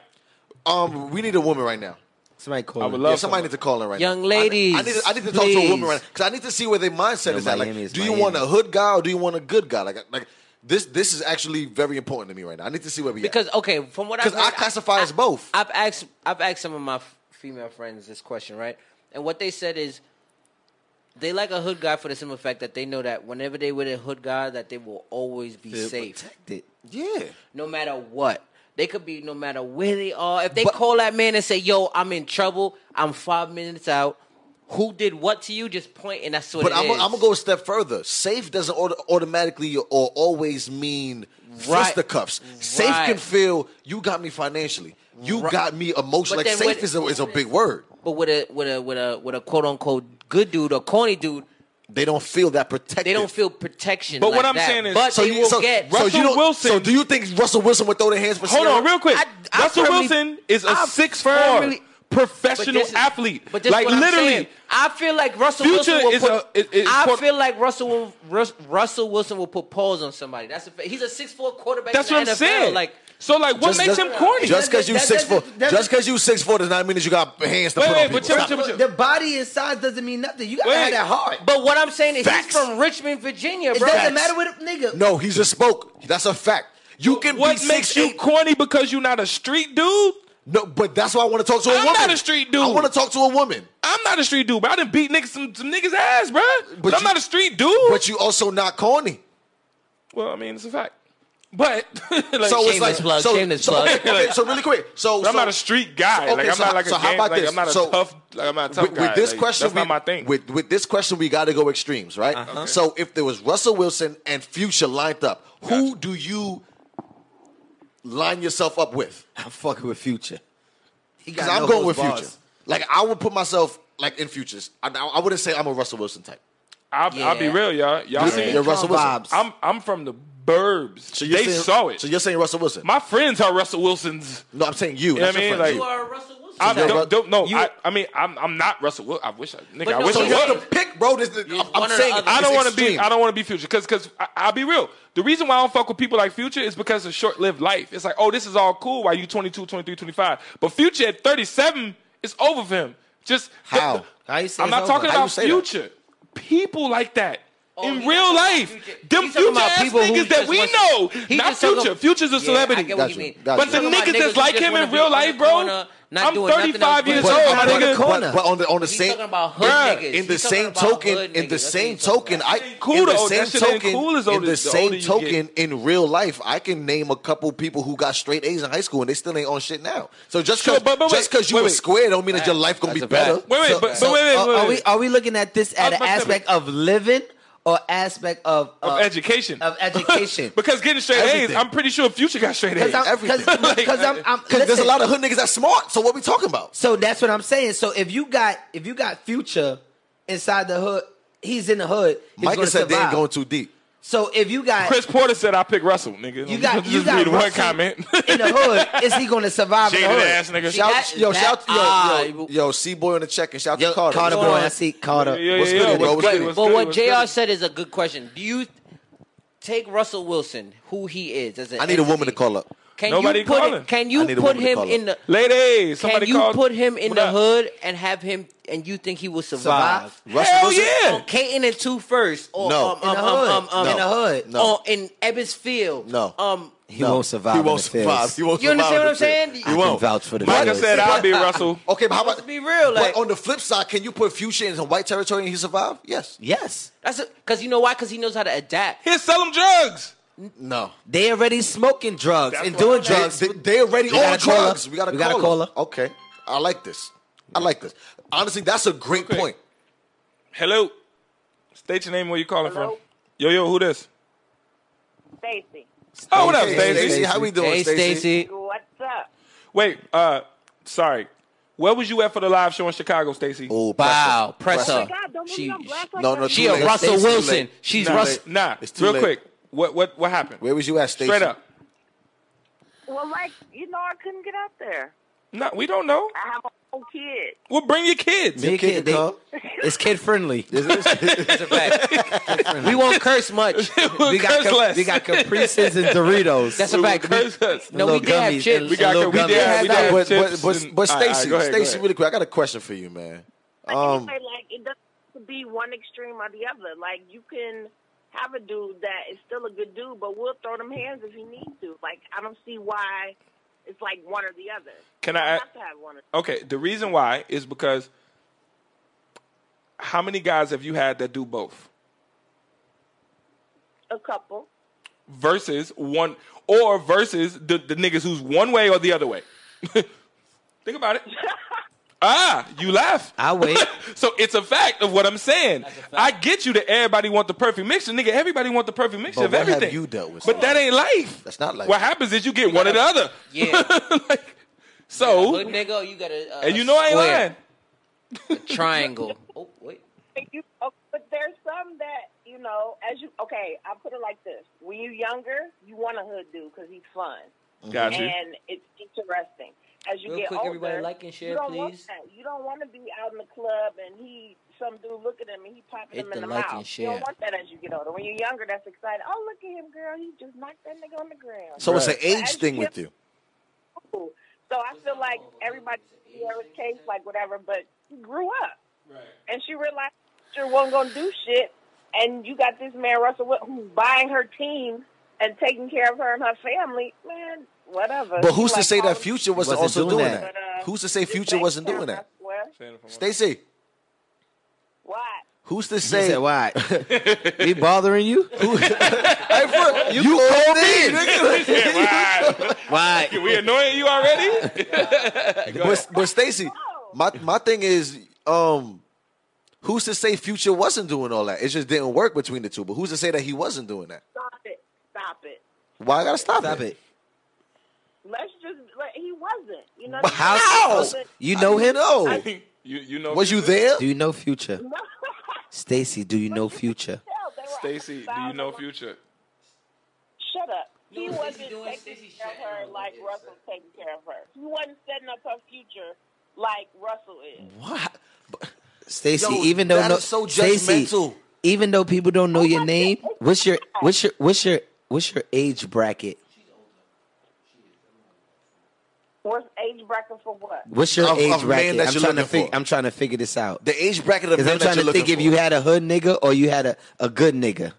[SPEAKER 1] Um, we need a woman right now.
[SPEAKER 8] Somebody call
[SPEAKER 2] I would
[SPEAKER 8] him.
[SPEAKER 2] love
[SPEAKER 1] yeah, somebody needs to call in right
[SPEAKER 5] Young
[SPEAKER 1] now. I- I,
[SPEAKER 5] ladies,
[SPEAKER 1] need, to- I need to talk to a woman
[SPEAKER 5] please.
[SPEAKER 1] right now because I need to see where their mindset
[SPEAKER 8] Yo,
[SPEAKER 1] is at. Like,
[SPEAKER 8] Miami is
[SPEAKER 1] do you
[SPEAKER 8] Miami.
[SPEAKER 1] want a hood guy or do you want a good guy? Like, like this this is actually very important to me right now. I need to see where we
[SPEAKER 5] Because okay, from what I've
[SPEAKER 1] because I
[SPEAKER 5] heard,
[SPEAKER 1] classify as both.
[SPEAKER 5] I've asked I've asked some of my f- female friends this question, right? And what they said is they like a hood guy for the simple fact that they know that whenever they with a hood guy, that they will always be safe,
[SPEAKER 8] protected.
[SPEAKER 1] yeah,
[SPEAKER 5] no matter what. They could be no matter where they are. If they call that man and say, "Yo, I'm in trouble. I'm five minutes out. Who did what to you?" Just point, and that's what.
[SPEAKER 1] but
[SPEAKER 5] it
[SPEAKER 1] I'm
[SPEAKER 5] is.
[SPEAKER 1] gonna go a step further. Safe doesn't auto- automatically or always mean
[SPEAKER 5] Right.
[SPEAKER 1] fisticuffs. Safe
[SPEAKER 5] Right.
[SPEAKER 1] can feel you got me financially, you got me emotionally.
[SPEAKER 5] But
[SPEAKER 1] Like
[SPEAKER 5] then
[SPEAKER 1] safe
[SPEAKER 5] what-
[SPEAKER 1] is a, is a big word.
[SPEAKER 5] But with a with a with a with a quote unquote good dude or corny dude,
[SPEAKER 1] They don't feel that protected.
[SPEAKER 5] they don't feel protection.
[SPEAKER 2] But what
[SPEAKER 5] like
[SPEAKER 2] I'm
[SPEAKER 5] that.
[SPEAKER 2] saying is-
[SPEAKER 5] but
[SPEAKER 1] So
[SPEAKER 5] they
[SPEAKER 1] you,
[SPEAKER 5] will
[SPEAKER 1] so,
[SPEAKER 5] get
[SPEAKER 1] so you
[SPEAKER 2] Russell
[SPEAKER 1] don't,
[SPEAKER 2] Wilson-
[SPEAKER 1] So do you think Russell Wilson would throw the hands for?
[SPEAKER 2] Hold
[SPEAKER 1] Sierra?
[SPEAKER 2] on, real quick.
[SPEAKER 5] I- I
[SPEAKER 2] Russell
[SPEAKER 5] firmly-
[SPEAKER 2] Wilson is a
[SPEAKER 5] I
[SPEAKER 2] six
[SPEAKER 5] firmly-
[SPEAKER 2] four professional
[SPEAKER 5] this is-
[SPEAKER 2] athlete.
[SPEAKER 5] But this
[SPEAKER 2] like
[SPEAKER 5] is what I'm
[SPEAKER 2] literally,
[SPEAKER 5] saying. I feel like Russell
[SPEAKER 2] Future
[SPEAKER 5] Wilson will
[SPEAKER 2] is
[SPEAKER 5] put,
[SPEAKER 2] a- is- is
[SPEAKER 5] I
[SPEAKER 2] quar-
[SPEAKER 5] feel like Russell will, Rus- Russell Wilson will put paws on somebody. That's a fa- he's a six four quarterback.
[SPEAKER 2] that's
[SPEAKER 5] in
[SPEAKER 2] what I'm
[SPEAKER 5] the NFL.
[SPEAKER 2] saying.
[SPEAKER 5] Like
[SPEAKER 2] so, like what
[SPEAKER 1] Just-
[SPEAKER 2] makes
[SPEAKER 1] just-
[SPEAKER 2] him corny?
[SPEAKER 1] Just because you
[SPEAKER 6] That- that-
[SPEAKER 1] six four,
[SPEAKER 6] that- that-
[SPEAKER 1] just because you six four does not mean that you got hands to
[SPEAKER 2] Wait,
[SPEAKER 1] put
[SPEAKER 2] wait,
[SPEAKER 1] on
[SPEAKER 2] but
[SPEAKER 1] people.
[SPEAKER 2] chill,
[SPEAKER 1] Stop.
[SPEAKER 2] chill, chill.
[SPEAKER 6] The body and size doesn't mean nothing. You gotta
[SPEAKER 2] Wait.
[SPEAKER 6] have that heart.
[SPEAKER 5] but what I'm saying is
[SPEAKER 1] Facts.
[SPEAKER 5] he's from Richmond, Virginia,
[SPEAKER 6] It
[SPEAKER 5] bro.
[SPEAKER 6] doesn't matter what a nigga.
[SPEAKER 1] No, he just spoke. That's a fact. You can
[SPEAKER 2] What
[SPEAKER 1] be
[SPEAKER 2] makes
[SPEAKER 1] six
[SPEAKER 2] you
[SPEAKER 1] eight.
[SPEAKER 2] corny because you're not a street dude?
[SPEAKER 1] No, but that's why I want to talk to a
[SPEAKER 2] I'm
[SPEAKER 1] woman.
[SPEAKER 2] not a street dude.
[SPEAKER 1] I want to talk to a woman.
[SPEAKER 2] I'm not a street dude, but I done beat niggas some, some niggas ass, bruh. But,
[SPEAKER 1] But
[SPEAKER 2] I'm
[SPEAKER 1] you-
[SPEAKER 2] not a street dude.
[SPEAKER 1] But you also not corny.
[SPEAKER 2] well, I mean, it's a fact. But
[SPEAKER 1] So
[SPEAKER 2] like,
[SPEAKER 1] it's
[SPEAKER 5] shameless
[SPEAKER 1] like
[SPEAKER 5] plug,
[SPEAKER 1] so,
[SPEAKER 5] shameless
[SPEAKER 1] so,
[SPEAKER 5] plug.
[SPEAKER 1] okay, okay, so really quick. So,
[SPEAKER 2] But I'm
[SPEAKER 1] so-
[SPEAKER 2] not a street guy. like
[SPEAKER 1] okay,
[SPEAKER 2] I'm
[SPEAKER 1] so
[SPEAKER 2] not
[SPEAKER 1] ho-
[SPEAKER 2] like a
[SPEAKER 1] so how
[SPEAKER 2] gang-
[SPEAKER 1] about
[SPEAKER 2] like,
[SPEAKER 1] this?
[SPEAKER 2] I'm not a
[SPEAKER 1] So,
[SPEAKER 2] tough. Like, I'm not a tough
[SPEAKER 1] with,
[SPEAKER 2] guy.
[SPEAKER 1] with this
[SPEAKER 2] Like,
[SPEAKER 1] question,
[SPEAKER 2] that's
[SPEAKER 1] we,
[SPEAKER 2] not my thing.
[SPEAKER 1] With, with this question, we got to go extremes, right?
[SPEAKER 5] Uh-huh.
[SPEAKER 1] Uh-huh. So if there was Russell Wilson and Future lined up, who do you line yourself up with?
[SPEAKER 8] I'm fucking with Future.
[SPEAKER 1] Because I'm going with Future. Like I would put myself like in Futures. I, I wouldn't say I'm a Russell Wilson type.
[SPEAKER 2] I'll, I'll be
[SPEAKER 5] Yeah.
[SPEAKER 2] real, y'all. Y'all
[SPEAKER 1] You're- you're
[SPEAKER 2] seen?
[SPEAKER 1] Russell Wilson.
[SPEAKER 8] Vibes.
[SPEAKER 2] I'm I'm from the burbs.
[SPEAKER 1] you're
[SPEAKER 2] they
[SPEAKER 1] saying-
[SPEAKER 2] saw it.
[SPEAKER 1] So you're saying Russell Wilson?
[SPEAKER 2] my friends are Russell Wilson's.
[SPEAKER 1] no, I'm saying you.
[SPEAKER 2] You know
[SPEAKER 1] That's
[SPEAKER 2] what I mean?
[SPEAKER 1] your
[SPEAKER 2] Like-
[SPEAKER 1] friend.
[SPEAKER 5] You
[SPEAKER 1] You.
[SPEAKER 5] are a Russell Wilson.
[SPEAKER 2] I
[SPEAKER 1] you're
[SPEAKER 5] type.
[SPEAKER 1] Ru-
[SPEAKER 2] don't, don't no.
[SPEAKER 5] you-
[SPEAKER 2] I, I mean, I'm I'm not Russell. Wil- I wish I nigga. I
[SPEAKER 5] no,
[SPEAKER 2] wish
[SPEAKER 1] so
[SPEAKER 2] I
[SPEAKER 1] you
[SPEAKER 2] was.
[SPEAKER 1] have to pick, bro. This, this, I'm,
[SPEAKER 5] one
[SPEAKER 1] I'm
[SPEAKER 5] or the
[SPEAKER 1] saying
[SPEAKER 5] other.
[SPEAKER 2] I don't
[SPEAKER 1] want to
[SPEAKER 2] be. I don't want to be future because because I'll be real. The reason why I don't fuck with people like Future is because of short lived life. It's like, oh, this is all cool while you 22, 23, 25. But Future at 37, it's over for him. Just the-
[SPEAKER 1] How?
[SPEAKER 2] the-
[SPEAKER 8] How you say
[SPEAKER 2] I'm
[SPEAKER 8] it's
[SPEAKER 2] not
[SPEAKER 8] over?
[SPEAKER 2] talking
[SPEAKER 1] How you
[SPEAKER 2] about
[SPEAKER 1] say that?
[SPEAKER 2] Future. People like that.
[SPEAKER 5] Oh,
[SPEAKER 2] in
[SPEAKER 5] he
[SPEAKER 2] real
[SPEAKER 5] talking about
[SPEAKER 2] life,
[SPEAKER 5] Future.
[SPEAKER 2] them
[SPEAKER 5] He's talking
[SPEAKER 2] future
[SPEAKER 5] about
[SPEAKER 2] ass
[SPEAKER 5] people who
[SPEAKER 2] niggas that
[SPEAKER 5] just
[SPEAKER 2] we
[SPEAKER 5] wants-
[SPEAKER 2] know,
[SPEAKER 5] He
[SPEAKER 2] not
[SPEAKER 5] just talking-
[SPEAKER 2] future. Future's a
[SPEAKER 5] Yeah,
[SPEAKER 2] celebrity.
[SPEAKER 5] I get what
[SPEAKER 1] Gotcha,
[SPEAKER 5] you mean.
[SPEAKER 1] gotcha.
[SPEAKER 2] But the
[SPEAKER 5] Talking about
[SPEAKER 2] niggas that's
[SPEAKER 5] who
[SPEAKER 2] like
[SPEAKER 5] just
[SPEAKER 2] him
[SPEAKER 5] wanna
[SPEAKER 2] in
[SPEAKER 5] be
[SPEAKER 2] real
[SPEAKER 5] on the
[SPEAKER 2] life, bro.
[SPEAKER 5] corner, not
[SPEAKER 2] I'm
[SPEAKER 5] doing nothing
[SPEAKER 2] 35
[SPEAKER 5] else
[SPEAKER 2] years
[SPEAKER 5] but-
[SPEAKER 1] But,
[SPEAKER 2] old,
[SPEAKER 5] He's
[SPEAKER 1] but-
[SPEAKER 2] my
[SPEAKER 1] but on the
[SPEAKER 2] nigga.
[SPEAKER 1] corner- but on the on the
[SPEAKER 5] He's
[SPEAKER 1] same
[SPEAKER 5] talking about hood
[SPEAKER 1] Bruh,
[SPEAKER 5] niggas.
[SPEAKER 1] in the
[SPEAKER 5] He's talking
[SPEAKER 1] same
[SPEAKER 5] about
[SPEAKER 1] token
[SPEAKER 5] hood
[SPEAKER 1] in the
[SPEAKER 5] niggas. That's what
[SPEAKER 1] same
[SPEAKER 5] he's talking
[SPEAKER 1] token
[SPEAKER 5] about.
[SPEAKER 1] I
[SPEAKER 2] ain't cool,
[SPEAKER 1] in the
[SPEAKER 2] though. That
[SPEAKER 1] same
[SPEAKER 2] shit ain't
[SPEAKER 1] token
[SPEAKER 2] cool as
[SPEAKER 1] in
[SPEAKER 2] old
[SPEAKER 1] the
[SPEAKER 2] as- the
[SPEAKER 1] same
[SPEAKER 2] older you
[SPEAKER 1] token in real life I can name a couple people who got straight A's in high school and they still ain't on shit now. So just
[SPEAKER 2] Sure,
[SPEAKER 1] cause,
[SPEAKER 2] but- but
[SPEAKER 1] just
[SPEAKER 2] wait,
[SPEAKER 1] cause you
[SPEAKER 2] wait,
[SPEAKER 1] were
[SPEAKER 2] wait.
[SPEAKER 1] square don't mean that your life gonna be better.
[SPEAKER 2] Wait, wait,
[SPEAKER 8] So-
[SPEAKER 2] but,
[SPEAKER 8] so
[SPEAKER 2] but wait, wait,
[SPEAKER 8] are-
[SPEAKER 2] wait.
[SPEAKER 8] Are we are we looking at this at
[SPEAKER 2] I
[SPEAKER 8] an
[SPEAKER 2] was about to say-
[SPEAKER 8] aspect of living or aspect of
[SPEAKER 2] of
[SPEAKER 8] uh,
[SPEAKER 2] education.
[SPEAKER 6] Of education.
[SPEAKER 2] because getting straight A's,
[SPEAKER 1] Everything.
[SPEAKER 2] I'm pretty sure Future got straight A's.
[SPEAKER 1] I'm-
[SPEAKER 6] Because
[SPEAKER 1] Everything.
[SPEAKER 2] Like,
[SPEAKER 6] I'm, I'm
[SPEAKER 1] Cause there's a
[SPEAKER 6] listen.
[SPEAKER 1] lot of hood niggas that's smart. So what we talking about?
[SPEAKER 6] So that's what I'm saying. So if you got if you got future inside the hood, he's in the hood. He's
[SPEAKER 1] Micah
[SPEAKER 6] gonna
[SPEAKER 1] said they ain't
[SPEAKER 6] survive.
[SPEAKER 1] going too deep.
[SPEAKER 6] So if you got
[SPEAKER 2] Chris Porter said I pick Russell, nigga.
[SPEAKER 6] you
[SPEAKER 2] I'm
[SPEAKER 6] got
[SPEAKER 2] just
[SPEAKER 6] you got
[SPEAKER 2] reading one
[SPEAKER 6] Russell
[SPEAKER 2] comment.
[SPEAKER 6] in the hood, is he going to survive in the
[SPEAKER 2] Jaded
[SPEAKER 6] hood?
[SPEAKER 2] ass nigga.
[SPEAKER 5] She
[SPEAKER 1] Shout,
[SPEAKER 5] That-
[SPEAKER 1] yo,
[SPEAKER 5] that-
[SPEAKER 1] shout, yo,
[SPEAKER 5] ah,
[SPEAKER 1] yo, yo, C boy on the check and shout
[SPEAKER 8] Yo,
[SPEAKER 1] to Carter.
[SPEAKER 8] Carter boy,
[SPEAKER 5] What's
[SPEAKER 8] I see Carter.
[SPEAKER 2] Yeah, yeah,
[SPEAKER 1] What's good,
[SPEAKER 2] yeah,
[SPEAKER 1] bro? What's
[SPEAKER 5] but,
[SPEAKER 1] good?
[SPEAKER 2] what's
[SPEAKER 5] but
[SPEAKER 2] good,
[SPEAKER 5] what
[SPEAKER 2] what's
[SPEAKER 5] JR
[SPEAKER 2] good?
[SPEAKER 5] said is a good question. Do you take Russell Wilson, who he is, as an
[SPEAKER 1] I need a woman to
[SPEAKER 5] entity,
[SPEAKER 1] call up.
[SPEAKER 5] Can
[SPEAKER 2] Nobody
[SPEAKER 5] you put
[SPEAKER 2] calling.
[SPEAKER 5] can
[SPEAKER 1] I
[SPEAKER 5] you
[SPEAKER 1] need a
[SPEAKER 5] put
[SPEAKER 1] woman to
[SPEAKER 5] him
[SPEAKER 1] call
[SPEAKER 5] in the
[SPEAKER 2] Ladies,
[SPEAKER 5] can
[SPEAKER 2] somebody
[SPEAKER 5] you
[SPEAKER 2] called-
[SPEAKER 5] put him in
[SPEAKER 2] What
[SPEAKER 5] the
[SPEAKER 2] up?
[SPEAKER 5] hood and have him and you think he will survive?
[SPEAKER 8] Survive.
[SPEAKER 1] Russell
[SPEAKER 2] Hell
[SPEAKER 1] Wilson?
[SPEAKER 2] Oh, yeah!
[SPEAKER 5] On Caton and two first, or
[SPEAKER 1] No.
[SPEAKER 5] um,
[SPEAKER 1] In
[SPEAKER 5] um,
[SPEAKER 6] the
[SPEAKER 5] um,
[SPEAKER 6] hood.
[SPEAKER 5] um, um,
[SPEAKER 1] No.
[SPEAKER 6] In the hood.
[SPEAKER 1] No.
[SPEAKER 5] or in Ebbets Field,
[SPEAKER 1] No.
[SPEAKER 5] um,
[SPEAKER 8] He won't survive.
[SPEAKER 1] He
[SPEAKER 8] in
[SPEAKER 1] won't
[SPEAKER 8] the fields.
[SPEAKER 1] survive. He won't
[SPEAKER 5] You understand
[SPEAKER 1] survive
[SPEAKER 5] what
[SPEAKER 1] in
[SPEAKER 5] I'm
[SPEAKER 1] the field.
[SPEAKER 5] saying? I
[SPEAKER 8] I
[SPEAKER 1] He
[SPEAKER 8] can
[SPEAKER 1] won't.
[SPEAKER 8] vouch for the
[SPEAKER 2] Micah
[SPEAKER 8] fields.
[SPEAKER 2] said I'll be Russell.
[SPEAKER 1] Okay, but how
[SPEAKER 5] Let's
[SPEAKER 1] about
[SPEAKER 5] be real, like-
[SPEAKER 1] but on the flip side, can you put Fuchsia in some white territory and he survive? Yes.
[SPEAKER 8] Yes.
[SPEAKER 5] that's because you know why? Because he knows how to adapt.
[SPEAKER 2] He'll sell him drugs.
[SPEAKER 1] No.
[SPEAKER 6] They already smoking drugs
[SPEAKER 2] That's
[SPEAKER 6] and
[SPEAKER 2] what-
[SPEAKER 6] doing
[SPEAKER 2] They-
[SPEAKER 6] drugs.
[SPEAKER 1] They, they already
[SPEAKER 6] We
[SPEAKER 1] on
[SPEAKER 6] gotta call
[SPEAKER 1] drugs.
[SPEAKER 6] her.
[SPEAKER 1] We got
[SPEAKER 6] We gotta
[SPEAKER 1] to
[SPEAKER 6] call
[SPEAKER 1] call her. Okay. I like this. I like this. Honestly, that's a great point.
[SPEAKER 2] Hello. State your name. Where you calling from? Yo, yo, who this?
[SPEAKER 10] Stacy.
[SPEAKER 2] Oh, what up,
[SPEAKER 1] Hey,
[SPEAKER 2] Stacey?
[SPEAKER 1] Stacey, how we doing,
[SPEAKER 5] Hey,
[SPEAKER 1] Stacey?
[SPEAKER 5] Stacy.
[SPEAKER 10] What's up?
[SPEAKER 2] Wait, uh, sorry. Where was you at for the live show in Chicago, Stacy?
[SPEAKER 1] Oh, press
[SPEAKER 5] Wow,
[SPEAKER 1] up.
[SPEAKER 5] press
[SPEAKER 10] Oh my
[SPEAKER 5] up.
[SPEAKER 10] God, don't move
[SPEAKER 5] She-
[SPEAKER 10] me. I'm black like
[SPEAKER 1] No,
[SPEAKER 10] that.
[SPEAKER 1] no,
[SPEAKER 5] She
[SPEAKER 1] Too
[SPEAKER 5] a
[SPEAKER 1] late.
[SPEAKER 5] Russell
[SPEAKER 1] Stacey, too
[SPEAKER 5] Wilson.
[SPEAKER 1] late.
[SPEAKER 5] She's
[SPEAKER 1] Too
[SPEAKER 2] nah,
[SPEAKER 5] Russell.
[SPEAKER 1] late.
[SPEAKER 2] nah.
[SPEAKER 1] It's too
[SPEAKER 2] Real
[SPEAKER 1] late.
[SPEAKER 2] quick. What what what happened?
[SPEAKER 1] Where was you at, Stacey?
[SPEAKER 2] Straight up.
[SPEAKER 10] Well, like, you know, I couldn't get up there.
[SPEAKER 2] No, we don't know.
[SPEAKER 10] I have a whole kid.
[SPEAKER 2] Well, bring your kids.
[SPEAKER 1] Your kid
[SPEAKER 6] they-
[SPEAKER 1] can come.
[SPEAKER 6] It's kid friendly.
[SPEAKER 5] It's a fact. we won't curse much.
[SPEAKER 2] we
[SPEAKER 6] got
[SPEAKER 2] curse
[SPEAKER 6] Cap-
[SPEAKER 2] less.
[SPEAKER 6] we got Caprices and Doritos.
[SPEAKER 5] That's a
[SPEAKER 2] We will
[SPEAKER 5] fact. We,
[SPEAKER 2] curse us.
[SPEAKER 5] no, we
[SPEAKER 6] Little
[SPEAKER 5] did have
[SPEAKER 6] gummies
[SPEAKER 5] chips.
[SPEAKER 6] and-
[SPEAKER 2] We got
[SPEAKER 6] little
[SPEAKER 2] we
[SPEAKER 6] gummy.
[SPEAKER 2] did,
[SPEAKER 1] Yeah,
[SPEAKER 2] we
[SPEAKER 1] nah,
[SPEAKER 2] did have
[SPEAKER 1] but,
[SPEAKER 2] chips
[SPEAKER 1] but, but,
[SPEAKER 2] and-
[SPEAKER 1] but
[SPEAKER 2] all right, all right,
[SPEAKER 1] Stacy,
[SPEAKER 2] go ahead, go
[SPEAKER 1] Stacy,
[SPEAKER 2] ahead.
[SPEAKER 1] really quick, I got a question for you, man.
[SPEAKER 10] Like,
[SPEAKER 1] Um,
[SPEAKER 10] anyway, like, it doesn't have to be one extreme or the other. Like, you can have a dude that is still a good dude, but we'll throw them hands if he needs to. Like, I don't see why it's like one or the other.
[SPEAKER 2] Can
[SPEAKER 10] You
[SPEAKER 2] I-
[SPEAKER 10] don't have to have one or
[SPEAKER 2] Okay, the reason why is because how many guys have you had that do both
[SPEAKER 10] a couple.
[SPEAKER 2] versus one or versus the, the niggas who's one way or the other way? Think about it. ah, you laugh.
[SPEAKER 6] I wait.
[SPEAKER 2] So it's a fact of what I'm saying. I get you that everybody want the perfect mixture, nigga. Everybody want the perfect mixture
[SPEAKER 1] But
[SPEAKER 2] of
[SPEAKER 1] what have
[SPEAKER 2] everything.
[SPEAKER 1] you dealt with?
[SPEAKER 2] But that ain't life.
[SPEAKER 1] That's not life.
[SPEAKER 2] What happens is you get one or the other.
[SPEAKER 5] Yeah.
[SPEAKER 2] Like, so,
[SPEAKER 5] Hood nigga, you got a, a
[SPEAKER 2] and you know I ain't
[SPEAKER 5] square,
[SPEAKER 2] lying.
[SPEAKER 5] triangle. Oh wait.
[SPEAKER 10] But you, oh, but there's some that you know, as you okay, I'll put it like this: when you're younger, you want a hood dude because he's fun
[SPEAKER 1] Mm-hmm.
[SPEAKER 2] Got you.
[SPEAKER 10] and it's interesting. As you
[SPEAKER 5] Real
[SPEAKER 10] get
[SPEAKER 5] quick,
[SPEAKER 10] older,
[SPEAKER 5] everybody like and share,
[SPEAKER 10] you don't want
[SPEAKER 5] please.
[SPEAKER 10] that. You don't want to be out in the club and he, some dude, look at him and he popping
[SPEAKER 5] Hit
[SPEAKER 10] him in
[SPEAKER 5] the
[SPEAKER 10] the
[SPEAKER 5] like
[SPEAKER 10] mouth.
[SPEAKER 5] and
[SPEAKER 10] You
[SPEAKER 5] share.
[SPEAKER 10] don't want that as you get older. When you're younger, that's exciting. Oh, look at him, girl! He just knocked that nigga on the ground.
[SPEAKER 1] so it's an
[SPEAKER 2] Right.
[SPEAKER 1] age thing with you.
[SPEAKER 10] Cool. So I feel like everybody Sierra's case, like whatever, but she grew up. And she realized she wasn't going to do shit. And you got this man, Russell, Wil- who's buying her team and taking care of her and her family. Man, whatever.
[SPEAKER 1] But who's
[SPEAKER 10] She,
[SPEAKER 1] to
[SPEAKER 10] like,
[SPEAKER 1] say that
[SPEAKER 10] calling-
[SPEAKER 1] Future wasn't
[SPEAKER 6] Wasn't
[SPEAKER 1] also
[SPEAKER 6] doing
[SPEAKER 1] doing
[SPEAKER 6] that.
[SPEAKER 1] that?
[SPEAKER 10] But, uh,
[SPEAKER 1] Who's to say
[SPEAKER 10] this
[SPEAKER 1] Future
[SPEAKER 10] next
[SPEAKER 1] wasn't
[SPEAKER 10] time,
[SPEAKER 1] doing that?
[SPEAKER 10] I swear.
[SPEAKER 1] Stacy,
[SPEAKER 10] Why?
[SPEAKER 1] who's to
[SPEAKER 6] He
[SPEAKER 1] say?
[SPEAKER 6] said, "Why? we bothering you?
[SPEAKER 1] Hey, bro, you, called in.
[SPEAKER 6] Why?
[SPEAKER 2] we annoying you already?
[SPEAKER 1] But, but Stacy, my my thing is, um, who's to say Future wasn't doing all that? It just didn't work between the two. But who's to say that he wasn't doing that?
[SPEAKER 10] Stop it. Stop it.
[SPEAKER 1] Why I gotta stop,
[SPEAKER 6] Stop it.
[SPEAKER 10] Let's just, like, he wasn't. You know,
[SPEAKER 1] How?
[SPEAKER 6] You know him?
[SPEAKER 1] No.
[SPEAKER 2] you, you know,
[SPEAKER 1] Was you there?
[SPEAKER 6] Do you know Future? Stacy, do you know Future?
[SPEAKER 2] Stacy? Do you know Future?
[SPEAKER 10] Shut up. He
[SPEAKER 5] No,
[SPEAKER 10] wasn't
[SPEAKER 5] Stacey doing-
[SPEAKER 10] taking
[SPEAKER 5] Stacey
[SPEAKER 10] care of
[SPEAKER 5] shut
[SPEAKER 10] her
[SPEAKER 5] up.
[SPEAKER 10] like
[SPEAKER 5] It's,
[SPEAKER 10] Russell's taking care of her. He wasn't setting up her future like Russell
[SPEAKER 1] Mm-hmm.
[SPEAKER 10] is.
[SPEAKER 1] What?
[SPEAKER 6] Stacy,
[SPEAKER 1] Yo,
[SPEAKER 6] even though
[SPEAKER 1] that
[SPEAKER 6] no,
[SPEAKER 1] is so
[SPEAKER 6] Stacey,
[SPEAKER 1] judgmental.
[SPEAKER 6] even though people don't know your
[SPEAKER 10] Oh my
[SPEAKER 6] name,
[SPEAKER 10] God.
[SPEAKER 6] what's your what's your what's your what's your age bracket?
[SPEAKER 10] What's age bracket for what?
[SPEAKER 6] What's your
[SPEAKER 1] Of-
[SPEAKER 6] age
[SPEAKER 1] of man
[SPEAKER 6] bracket?
[SPEAKER 1] that
[SPEAKER 6] I'm
[SPEAKER 1] you're
[SPEAKER 6] trying to
[SPEAKER 1] looking
[SPEAKER 6] fig-
[SPEAKER 1] for.
[SPEAKER 6] I'm trying to figure this out.
[SPEAKER 1] The age bracket of
[SPEAKER 6] Because
[SPEAKER 1] men
[SPEAKER 6] I'm trying
[SPEAKER 1] that
[SPEAKER 6] to
[SPEAKER 1] you're
[SPEAKER 6] think
[SPEAKER 1] looking
[SPEAKER 6] if you
[SPEAKER 1] for.
[SPEAKER 6] had a hood nigga or you had a, a good nigga.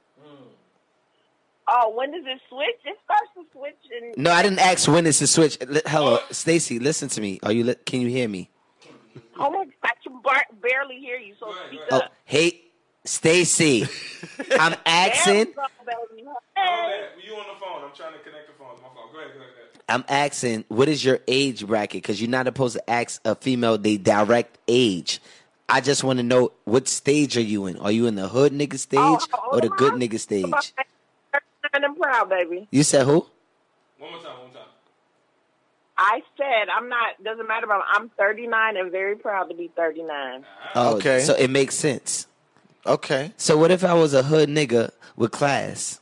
[SPEAKER 10] Oh, when does it switch? It starts to switch in
[SPEAKER 6] No, I didn't ask when it's a switch. Li- Hello, Stacy, listen to me. Are you? Li- can you hear me?
[SPEAKER 10] Oh my God, I can bar- barely hear you, so speak
[SPEAKER 6] Oh,
[SPEAKER 10] up.
[SPEAKER 6] hey, Stacy, I'm
[SPEAKER 10] There
[SPEAKER 6] asking.
[SPEAKER 10] we go, baby. Hey.
[SPEAKER 2] You on the phone? I'm trying to connect the phones. My phone. Go ahead. Go ahead.
[SPEAKER 6] I'm asking. What is your age bracket? Because you're not supposed to ask a female they direct age. I just want to know what stage are you in? Are you in the hood nigga stage
[SPEAKER 10] Oh, how old
[SPEAKER 6] or the
[SPEAKER 10] am
[SPEAKER 6] good
[SPEAKER 10] I?
[SPEAKER 6] nigga
[SPEAKER 10] Come on,
[SPEAKER 6] stage?
[SPEAKER 10] baby. Thirty-nine and proud, baby.
[SPEAKER 6] You said who?
[SPEAKER 2] One more time. One more time.
[SPEAKER 10] I said I'm not. Doesn't matter. About, I'm 39 and very proud to be 39.
[SPEAKER 6] Oh,
[SPEAKER 1] Okay.
[SPEAKER 6] So it makes sense.
[SPEAKER 1] Okay.
[SPEAKER 6] So what if I was a hood nigga with class?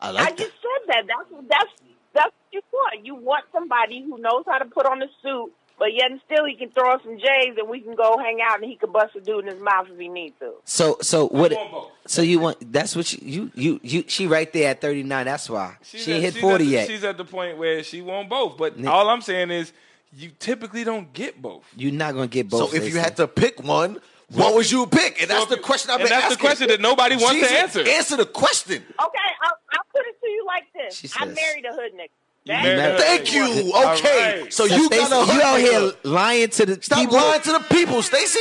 [SPEAKER 1] I
[SPEAKER 10] I
[SPEAKER 1] like
[SPEAKER 10] just
[SPEAKER 1] that.
[SPEAKER 10] said that. That's that's that's what you want. You want somebody who knows how to put on a suit, but yet and still he can throw on some J's and we can go hang out and he can bust a dude in his mouth if he needs to.
[SPEAKER 6] So so what?
[SPEAKER 2] want both.
[SPEAKER 6] So you want? That's what you you you, you she right there at thirty nine. That's why she ain't hit
[SPEAKER 2] she's
[SPEAKER 6] forty
[SPEAKER 2] at the,
[SPEAKER 6] yet.
[SPEAKER 2] She's at the point where she won both. But all I'm saying is, you typically don't get both.
[SPEAKER 6] You're not gonna get
[SPEAKER 1] So
[SPEAKER 6] both.
[SPEAKER 1] if you
[SPEAKER 6] Stacey.
[SPEAKER 1] had to pick one, what would you pick? And
[SPEAKER 2] So
[SPEAKER 1] that's
[SPEAKER 2] if
[SPEAKER 1] the
[SPEAKER 2] you-
[SPEAKER 1] question I've
[SPEAKER 2] and
[SPEAKER 1] been
[SPEAKER 2] that's the
[SPEAKER 1] asking.
[SPEAKER 2] question that nobody wants to
[SPEAKER 1] Jesus,
[SPEAKER 2] answer.
[SPEAKER 1] Answer the question.
[SPEAKER 10] Okay, I'll, I'll put it to you like this.
[SPEAKER 6] She
[SPEAKER 10] I
[SPEAKER 6] says-
[SPEAKER 10] married a hood nigga. That-
[SPEAKER 2] married
[SPEAKER 6] a hood
[SPEAKER 1] Thank
[SPEAKER 2] nigga.
[SPEAKER 1] you.
[SPEAKER 2] All
[SPEAKER 1] Okay.
[SPEAKER 2] right.
[SPEAKER 1] So,
[SPEAKER 6] So
[SPEAKER 1] you
[SPEAKER 6] Stacey,
[SPEAKER 1] got a hood
[SPEAKER 6] you out
[SPEAKER 1] nigga.
[SPEAKER 6] here lying to the
[SPEAKER 1] Stop
[SPEAKER 6] people.
[SPEAKER 1] lying to the people, Stacy.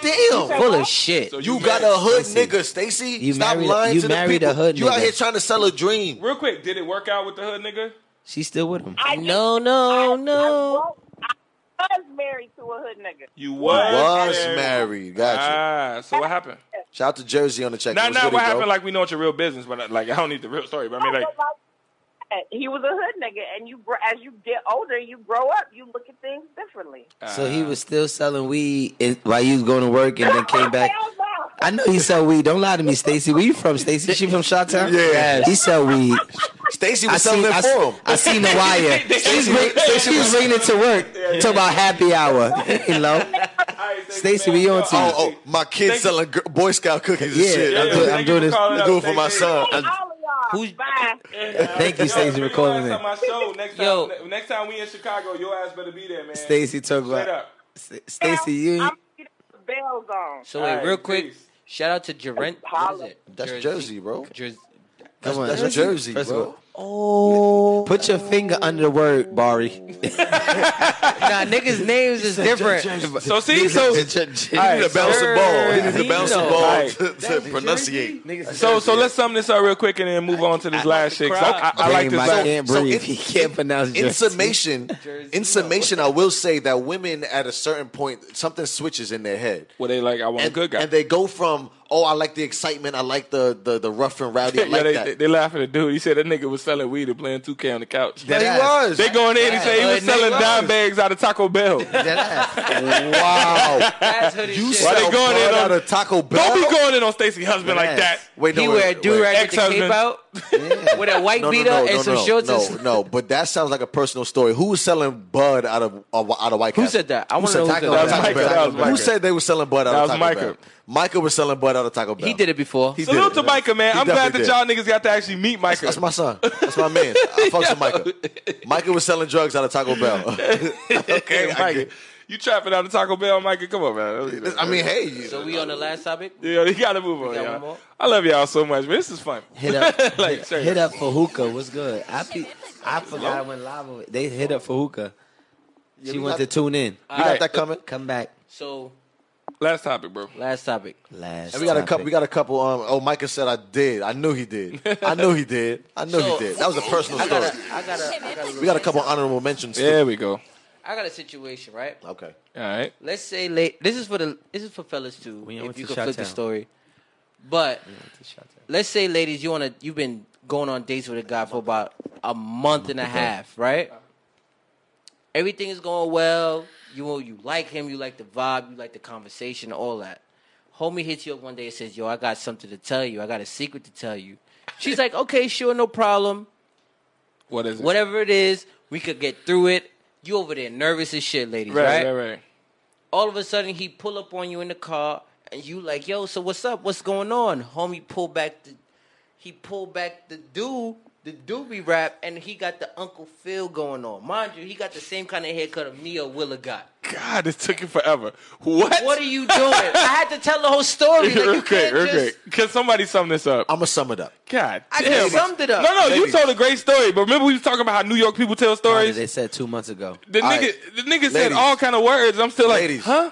[SPEAKER 6] Damn.
[SPEAKER 8] Full of shit.
[SPEAKER 2] So
[SPEAKER 1] You, got a
[SPEAKER 2] married-
[SPEAKER 1] hood
[SPEAKER 8] Stacey.
[SPEAKER 1] nigga, Stacy.
[SPEAKER 8] You
[SPEAKER 1] Stop
[SPEAKER 8] married-
[SPEAKER 1] lying
[SPEAKER 8] you
[SPEAKER 1] to the
[SPEAKER 8] married a
[SPEAKER 1] people.
[SPEAKER 8] hood
[SPEAKER 1] you out
[SPEAKER 8] nigga.
[SPEAKER 1] here trying to sell a dream.
[SPEAKER 2] Real quick, did it work out with the hood nigga?
[SPEAKER 8] She's still with him.
[SPEAKER 10] I
[SPEAKER 5] No, no,
[SPEAKER 1] Oh,
[SPEAKER 5] no.
[SPEAKER 10] Well, I was married to a hood nigga.
[SPEAKER 2] You
[SPEAKER 10] Was
[SPEAKER 1] Was married. Gotcha.
[SPEAKER 2] Ah, so what happened?
[SPEAKER 1] Shout out to Jersey on the check.
[SPEAKER 2] Not
[SPEAKER 1] What's
[SPEAKER 2] not
[SPEAKER 1] good,
[SPEAKER 2] what
[SPEAKER 1] bro?
[SPEAKER 2] happened. Like we know it's your real business, but uh, like I don't need the real story. But I mean, like
[SPEAKER 10] he was a hood nigga, and you gr- as you get older, you grow up, you look at things differently.
[SPEAKER 8] So he was still selling weed in- while you was going to work and then came back. Uh,
[SPEAKER 10] Hell no.
[SPEAKER 8] I know he sell weed. Don't lie to me, Stacy. Where you from, Stacy? She from Shot Town?
[SPEAKER 1] Yeah.
[SPEAKER 8] He sell weed.
[SPEAKER 1] Stacy
[SPEAKER 8] I
[SPEAKER 1] was selling
[SPEAKER 8] seen,
[SPEAKER 1] it
[SPEAKER 8] I,
[SPEAKER 1] for him.
[SPEAKER 8] I seen the wire. She's, bring, she's bringing it to work. Talk about happy hour. You know? Stacey, we on to you.
[SPEAKER 1] Oh, oh, my kids
[SPEAKER 2] Thank
[SPEAKER 1] selling gr- Boy Scout cookies
[SPEAKER 8] Yeah,
[SPEAKER 1] and shit.
[SPEAKER 8] yeah,
[SPEAKER 1] I'm
[SPEAKER 8] yeah.
[SPEAKER 1] doing-
[SPEAKER 8] I'm doing this-
[SPEAKER 1] I'm doing it for my son.
[SPEAKER 10] Hey, all of y'all.
[SPEAKER 5] Who's-
[SPEAKER 10] Bye.
[SPEAKER 8] Thank you, Stacey, for calling in.
[SPEAKER 2] My show. Next,
[SPEAKER 5] Yo.
[SPEAKER 2] time, ne- next time we in Chicago, your ass better be there, man.
[SPEAKER 8] Stacy talk
[SPEAKER 2] Straight
[SPEAKER 8] about
[SPEAKER 2] up.
[SPEAKER 8] Stacy, you
[SPEAKER 10] I'm getting the bells on.
[SPEAKER 5] So wait,
[SPEAKER 2] All
[SPEAKER 5] real
[SPEAKER 2] right,
[SPEAKER 5] quick,
[SPEAKER 2] peace.
[SPEAKER 5] shout out to Jerent. What is
[SPEAKER 10] Holla.
[SPEAKER 5] it?
[SPEAKER 1] That's Jersey, bro.
[SPEAKER 5] Jersey.
[SPEAKER 8] come on.
[SPEAKER 1] That's
[SPEAKER 8] let's-
[SPEAKER 1] Jersey,
[SPEAKER 8] first of
[SPEAKER 1] bro.
[SPEAKER 8] all,
[SPEAKER 5] Oh,
[SPEAKER 8] Put your finger under the word, Bari.
[SPEAKER 5] nah, niggas' names is different.
[SPEAKER 2] So see, so
[SPEAKER 1] He need to bounce a ball. He need to bounce a
[SPEAKER 5] Jersey.
[SPEAKER 1] ball
[SPEAKER 2] Alright.
[SPEAKER 1] to, to pronunciate.
[SPEAKER 2] so so let's sum this up real quick and then move on to this last shit. 'cause I, I, I
[SPEAKER 8] Damn,
[SPEAKER 2] like this.
[SPEAKER 8] I
[SPEAKER 2] last-
[SPEAKER 8] can't
[SPEAKER 1] so
[SPEAKER 8] breathe.
[SPEAKER 1] it-
[SPEAKER 8] he can't pronounce
[SPEAKER 1] In
[SPEAKER 8] Jersey.
[SPEAKER 1] summation, in summation, I will say that women at a certain point something switches in their head.
[SPEAKER 2] Well, they like I want a
[SPEAKER 1] And,
[SPEAKER 2] good guy.
[SPEAKER 1] and they go from oh, I like the excitement, I like the the, the rough and rowdy, I
[SPEAKER 2] yeah,
[SPEAKER 1] like
[SPEAKER 2] they,
[SPEAKER 1] that.
[SPEAKER 2] they, they laughing at the dude. He said that nigga was selling weed and playing 2K on the couch.
[SPEAKER 1] But he was.
[SPEAKER 2] They going in and say he was
[SPEAKER 1] Right.
[SPEAKER 2] selling
[SPEAKER 1] Right.
[SPEAKER 2] dime bags out of Taco Bell.
[SPEAKER 1] wow.
[SPEAKER 5] That's hoodie
[SPEAKER 1] You
[SPEAKER 5] shit.
[SPEAKER 2] Why they
[SPEAKER 1] sell
[SPEAKER 2] going
[SPEAKER 1] blood
[SPEAKER 2] in on-
[SPEAKER 1] out of Taco Bell?
[SPEAKER 2] Don't be going in on Stacy husband like that.
[SPEAKER 1] Wait, no,
[SPEAKER 5] he
[SPEAKER 1] wait,
[SPEAKER 5] wear a
[SPEAKER 1] wait.
[SPEAKER 5] do rag with the
[SPEAKER 2] Ex-husband.
[SPEAKER 5] cape out, with a white
[SPEAKER 1] No, no,
[SPEAKER 5] beater
[SPEAKER 1] no,
[SPEAKER 5] and
[SPEAKER 1] no,
[SPEAKER 5] some
[SPEAKER 1] no,
[SPEAKER 5] shorts.
[SPEAKER 1] No,
[SPEAKER 5] and
[SPEAKER 1] no, but that sounds like a personal story. Who was selling bud out of uh, out of White
[SPEAKER 5] Who
[SPEAKER 1] Castle?
[SPEAKER 5] said that? I
[SPEAKER 1] Who
[SPEAKER 5] wanna
[SPEAKER 1] said
[SPEAKER 5] know who
[SPEAKER 1] Taco
[SPEAKER 5] said
[SPEAKER 1] Bell?
[SPEAKER 5] that.
[SPEAKER 2] That was
[SPEAKER 1] Taco
[SPEAKER 2] Micah.
[SPEAKER 1] Bell.
[SPEAKER 2] That was
[SPEAKER 1] Who
[SPEAKER 2] Micah.
[SPEAKER 1] said they were selling bud out
[SPEAKER 2] That
[SPEAKER 1] of
[SPEAKER 2] was
[SPEAKER 1] Taco
[SPEAKER 2] Micah.
[SPEAKER 1] Bell? Michael was selling bud out of Taco Bell.
[SPEAKER 5] He did it before.
[SPEAKER 1] He
[SPEAKER 2] Salute
[SPEAKER 1] did
[SPEAKER 2] to
[SPEAKER 1] it.
[SPEAKER 2] Micah, man.
[SPEAKER 1] He
[SPEAKER 2] I'm glad that
[SPEAKER 1] definitely
[SPEAKER 2] y'all niggas got to actually meet Micah.
[SPEAKER 1] That's my son. That's my man. I fucks with Micah. Micah was selling drugs out of Taco Bell. okay,
[SPEAKER 2] Hey,
[SPEAKER 1] I,
[SPEAKER 2] Micah.
[SPEAKER 1] get-
[SPEAKER 2] You trapping out of Taco Bell, Micah? Come on, man.
[SPEAKER 1] I mean, hey, you-
[SPEAKER 5] so we on the last topic.
[SPEAKER 2] Yeah, you gotta move on,
[SPEAKER 5] got one
[SPEAKER 2] y'all.
[SPEAKER 5] more?
[SPEAKER 2] I love y'all so much, man. This is fun.
[SPEAKER 8] hit up,
[SPEAKER 2] Like,
[SPEAKER 8] hit,
[SPEAKER 2] seriously.
[SPEAKER 8] hit up for hookah. What's good? I pe- I forgot when lava. They hit up for hookah. She went to tune in.
[SPEAKER 1] we got
[SPEAKER 2] Alright.
[SPEAKER 1] that coming.
[SPEAKER 8] Come back.
[SPEAKER 5] So
[SPEAKER 2] Last topic, bro.
[SPEAKER 5] last topic.
[SPEAKER 8] Last.
[SPEAKER 1] And we got a couple.
[SPEAKER 8] topic.
[SPEAKER 1] We got a couple. Um, oh, Micah said I did. I knew he did. I knew he did. I knew
[SPEAKER 5] So-
[SPEAKER 1] he did. That was a personal
[SPEAKER 5] I got
[SPEAKER 1] story.
[SPEAKER 5] a, I got a, I got a,
[SPEAKER 1] We got a couple honorable mentions.
[SPEAKER 2] There we go. All
[SPEAKER 5] I got a situation, right?
[SPEAKER 1] Too. Okay.
[SPEAKER 2] right.
[SPEAKER 5] Let's say late. This is for the. This is for fellas too.
[SPEAKER 8] We went
[SPEAKER 5] if you
[SPEAKER 8] to
[SPEAKER 5] can flip the
[SPEAKER 8] Chi-Town.
[SPEAKER 5] story, but let's say, ladies, you wanna you've been going on dates with a guy for about a month and a half, right? Everything is going well. You you like him. You like the vibe. You like the conversation. All that. Homie hits you up one day and says, "Yo, I got something to tell you. I got a secret to tell you." She's like, "Okay, sure, no problem."
[SPEAKER 2] What is it?
[SPEAKER 5] Whatever it is, we could get through it. You over there nervous as shit, ladies,
[SPEAKER 2] Right,
[SPEAKER 5] right?
[SPEAKER 2] right, right.
[SPEAKER 5] all of a sudden he pull up on you in the car and you like yo so what's up what's going on homie pull back the he pulled back the do the doobie rap and he got the uncle phil going on mind you he got the same kind of haircut of me or willa got
[SPEAKER 2] God, this took you forever. What?
[SPEAKER 5] what are you doing i had to tell the whole story like, you
[SPEAKER 2] okay,
[SPEAKER 5] can't
[SPEAKER 2] okay.
[SPEAKER 5] just
[SPEAKER 2] Can somebody sum this up?
[SPEAKER 1] I'm gonna sum it up.
[SPEAKER 2] God
[SPEAKER 5] I
[SPEAKER 2] damn.
[SPEAKER 5] just summed it up.
[SPEAKER 2] No, no, you
[SPEAKER 1] Ladies.
[SPEAKER 2] told a great story, but remember we was talking about how New York people tell
[SPEAKER 8] Party
[SPEAKER 2] stories?
[SPEAKER 8] They said two months ago.
[SPEAKER 2] The
[SPEAKER 1] All
[SPEAKER 2] nigga,
[SPEAKER 1] right.
[SPEAKER 2] the nigga said
[SPEAKER 1] Ladies.
[SPEAKER 2] all kind of words. I'm still like,
[SPEAKER 1] Ladies.
[SPEAKER 2] huh?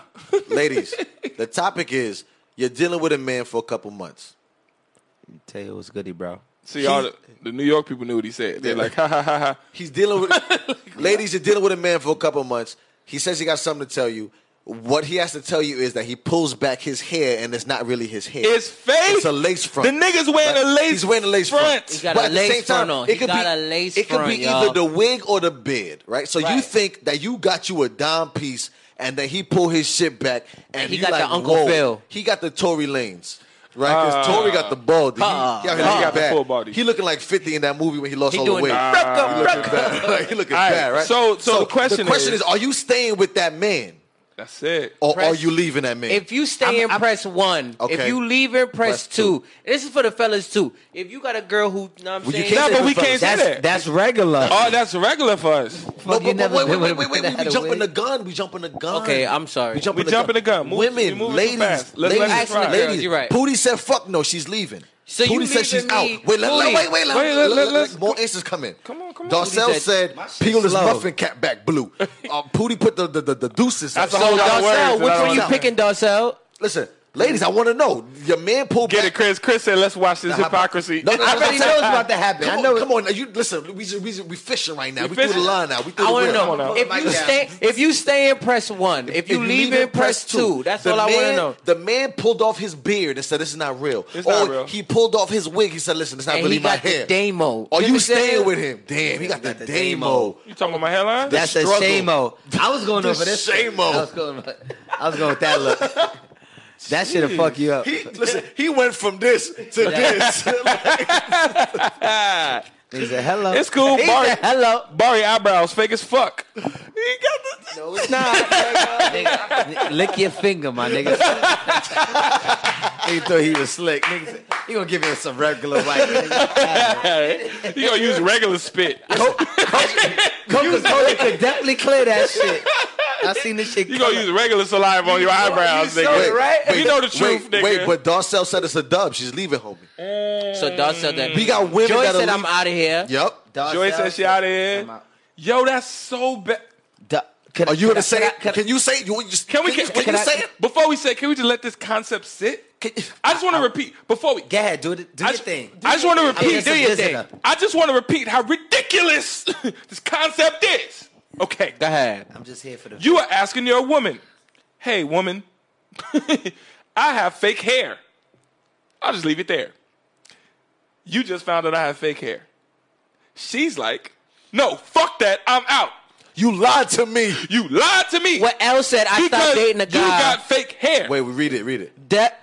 [SPEAKER 1] Ladies, the topic is you're dealing with a man for a couple months.
[SPEAKER 8] Tell you what's goody, bro.
[SPEAKER 2] See, y'all, the, the New York people knew what he said. They're like, ha ha ha ha.
[SPEAKER 1] He's dealing with ladies, you're dealing with a man for a couple months. He says he got something to tell you. What he has to tell you is that he pulls back his hair and it's not really his hair.
[SPEAKER 2] It's fake.
[SPEAKER 1] It's a lace front.
[SPEAKER 2] The nigga's wearing
[SPEAKER 1] Right?
[SPEAKER 2] a lace.
[SPEAKER 1] He's wearing a lace front.
[SPEAKER 5] He got
[SPEAKER 1] But
[SPEAKER 5] a
[SPEAKER 1] at the
[SPEAKER 5] lace
[SPEAKER 1] same time,
[SPEAKER 5] front on.
[SPEAKER 1] It
[SPEAKER 5] He
[SPEAKER 1] could
[SPEAKER 5] got
[SPEAKER 1] be,
[SPEAKER 5] a lace
[SPEAKER 1] It could
[SPEAKER 5] front,
[SPEAKER 1] be
[SPEAKER 5] y'all.
[SPEAKER 1] either the wig or the beard, right? So you
[SPEAKER 5] Right.
[SPEAKER 1] think that you got you a dime piece, and then he pull his shit back, and,
[SPEAKER 5] And he
[SPEAKER 1] you
[SPEAKER 5] got
[SPEAKER 1] like,
[SPEAKER 5] the Uncle
[SPEAKER 1] whoa,
[SPEAKER 5] Phil.
[SPEAKER 1] He got the Tory Lanes. Right, because
[SPEAKER 2] Ah.
[SPEAKER 1] Tory got the bald. He, he, out here
[SPEAKER 2] He
[SPEAKER 1] looking
[SPEAKER 2] got the
[SPEAKER 1] bad.
[SPEAKER 2] full body.
[SPEAKER 1] He looking like fifty in that movie when he lost
[SPEAKER 5] Uh-uh. He
[SPEAKER 1] all the
[SPEAKER 5] doing
[SPEAKER 1] weight.
[SPEAKER 5] the
[SPEAKER 2] Ah,
[SPEAKER 1] he looking bad. Like, he looking
[SPEAKER 2] All right,
[SPEAKER 1] bad, right?
[SPEAKER 2] so- so the question is-
[SPEAKER 1] are you staying with that man,
[SPEAKER 2] That's it.
[SPEAKER 1] or
[SPEAKER 5] Press-
[SPEAKER 1] are you leaving that man?
[SPEAKER 5] If you stay in, press one. If
[SPEAKER 1] Okay.
[SPEAKER 5] you leave in, press,
[SPEAKER 1] Press
[SPEAKER 5] two.
[SPEAKER 1] two.
[SPEAKER 5] This is for the fellas too. If you got a girl who, know what I'm
[SPEAKER 1] Well, you
[SPEAKER 5] saying,
[SPEAKER 1] can't
[SPEAKER 2] No,
[SPEAKER 1] say
[SPEAKER 2] but we
[SPEAKER 1] the
[SPEAKER 2] can't say
[SPEAKER 8] That's
[SPEAKER 2] that.
[SPEAKER 8] that's regular.
[SPEAKER 2] Oh, that's regular for us.
[SPEAKER 1] No,
[SPEAKER 8] Fuck, you
[SPEAKER 1] but, but
[SPEAKER 8] never
[SPEAKER 1] wait,
[SPEAKER 8] been
[SPEAKER 1] wait,
[SPEAKER 8] with
[SPEAKER 1] wait,
[SPEAKER 8] a
[SPEAKER 1] wait, wait,
[SPEAKER 8] man that
[SPEAKER 1] We
[SPEAKER 8] had a
[SPEAKER 1] jumping
[SPEAKER 8] wig.
[SPEAKER 1] the gun. We jumping the gun.
[SPEAKER 5] okay, I'm sorry.
[SPEAKER 1] We jumping
[SPEAKER 2] We jumping the gun. Move- we
[SPEAKER 1] Women,
[SPEAKER 2] moving too
[SPEAKER 1] ladies,
[SPEAKER 2] fast. Let's
[SPEAKER 1] ladies,
[SPEAKER 2] let it
[SPEAKER 5] Ask the
[SPEAKER 2] fly.
[SPEAKER 5] girls,
[SPEAKER 1] ladies.
[SPEAKER 5] you're right.
[SPEAKER 1] Pootie said, "Fuck no, she's leaving."
[SPEAKER 5] So you
[SPEAKER 1] Pootie said she's
[SPEAKER 5] leaving me-
[SPEAKER 1] out. Wait, let,
[SPEAKER 5] Pootie.
[SPEAKER 1] wait, wait, let,
[SPEAKER 2] Wait, let- let- let's-
[SPEAKER 1] more answers come in.
[SPEAKER 2] Come on, come on.
[SPEAKER 1] Darcel said, "Peel his muffin cap back blue." uh, Pootie put the the, the, the deuces.
[SPEAKER 2] That's a whole lot of words that I don't know.
[SPEAKER 1] Darcel? Listen, ladies, I want to know your man pulled
[SPEAKER 2] Get
[SPEAKER 1] back.
[SPEAKER 2] it, Chris. Chris said, let's watch this
[SPEAKER 1] Nah, how about-
[SPEAKER 2] hypocrisy.
[SPEAKER 1] No, no, no, no, no. Come
[SPEAKER 2] I
[SPEAKER 1] on,
[SPEAKER 2] know.
[SPEAKER 1] Come on, now, you listen. We we we fishing right now.
[SPEAKER 2] We
[SPEAKER 1] We through the
[SPEAKER 2] fishing.
[SPEAKER 1] line now. We through
[SPEAKER 5] I
[SPEAKER 1] the
[SPEAKER 5] want to
[SPEAKER 1] wheel.
[SPEAKER 5] know if you
[SPEAKER 1] Yeah.
[SPEAKER 5] stay if you stay in press one, if you leave in press two. That's
[SPEAKER 1] The
[SPEAKER 5] all I want to
[SPEAKER 1] man-
[SPEAKER 5] know.
[SPEAKER 1] The man pulled off his beard and said, "This is not real."
[SPEAKER 5] It's
[SPEAKER 1] or
[SPEAKER 5] not real.
[SPEAKER 1] he pulled off his wig. He said, "Listen, it's not
[SPEAKER 5] And
[SPEAKER 1] really
[SPEAKER 5] he
[SPEAKER 1] my
[SPEAKER 5] got the
[SPEAKER 1] hair."
[SPEAKER 5] Damo.
[SPEAKER 1] Are
[SPEAKER 5] You
[SPEAKER 1] you
[SPEAKER 5] understand?
[SPEAKER 1] staying with him? Damn, he got, the, Damo.
[SPEAKER 2] You talking about my hairline?
[SPEAKER 1] The
[SPEAKER 6] That's a
[SPEAKER 1] struggle.
[SPEAKER 6] shame-o. I was going
[SPEAKER 1] The
[SPEAKER 6] over this.
[SPEAKER 1] shame-o.
[SPEAKER 6] I was going. I was going with that look. That shit'll fuck you up.
[SPEAKER 1] He, listen, he went from this to this.
[SPEAKER 6] He said, hello.
[SPEAKER 2] It's cool.
[SPEAKER 6] He
[SPEAKER 2] Barry,
[SPEAKER 6] said, hello.
[SPEAKER 2] Barry eyebrows fake as fuck.
[SPEAKER 6] No, it's not. Nigga, Lick your finger, my nigga. Nigga thought he was slick. Nigga said, he gonna give you some regular white. Nigga.
[SPEAKER 2] you gonna use regular spit.
[SPEAKER 6] Coca Cola could definitely clear that shit. I seen this shit.
[SPEAKER 2] You gonna use regular saliva on your eyebrows, nigga.
[SPEAKER 1] Wait, wait,
[SPEAKER 2] You know the truth,
[SPEAKER 1] wait,
[SPEAKER 2] nigga.
[SPEAKER 1] Wait, but Darcel said it's a dub. She's leaving, homie.
[SPEAKER 5] So Darcel that
[SPEAKER 1] We got women
[SPEAKER 5] Joy
[SPEAKER 1] that
[SPEAKER 5] said I'm out of here.
[SPEAKER 1] Yep.
[SPEAKER 2] Joy said she out of here.
[SPEAKER 6] I'm out.
[SPEAKER 2] Yo, that's so bad.
[SPEAKER 1] Are Oh, you gonna say
[SPEAKER 6] Can I-
[SPEAKER 1] it? Can, you say it? You, you,
[SPEAKER 2] Can we
[SPEAKER 1] Can,
[SPEAKER 2] can,
[SPEAKER 1] you- can you
[SPEAKER 2] I-
[SPEAKER 1] say it?
[SPEAKER 2] Before we say, it, can we just let this concept sit? I just want to repeat before we.
[SPEAKER 6] Go ahead, do, the, do
[SPEAKER 2] I
[SPEAKER 6] your
[SPEAKER 2] just,
[SPEAKER 6] thing.
[SPEAKER 2] I just want to repeat.
[SPEAKER 6] just a
[SPEAKER 2] do your
[SPEAKER 6] visitor.
[SPEAKER 2] thing. I just want to repeat how ridiculous this concept is. Okay,
[SPEAKER 5] Go ahead.
[SPEAKER 6] I'm just here for the.
[SPEAKER 2] you are asking your woman, "Hey, woman, I have fake hair." I'll just leave it there. You just found out I have fake hair. She's like, "No, fuck that. I'm out.
[SPEAKER 1] You lied to me.
[SPEAKER 2] You lied to me."
[SPEAKER 5] What L said I
[SPEAKER 2] Because
[SPEAKER 5] stopped dating a
[SPEAKER 2] You
[SPEAKER 5] guy.
[SPEAKER 2] got fake hair.
[SPEAKER 1] Wait, we read it. Read it.
[SPEAKER 5] that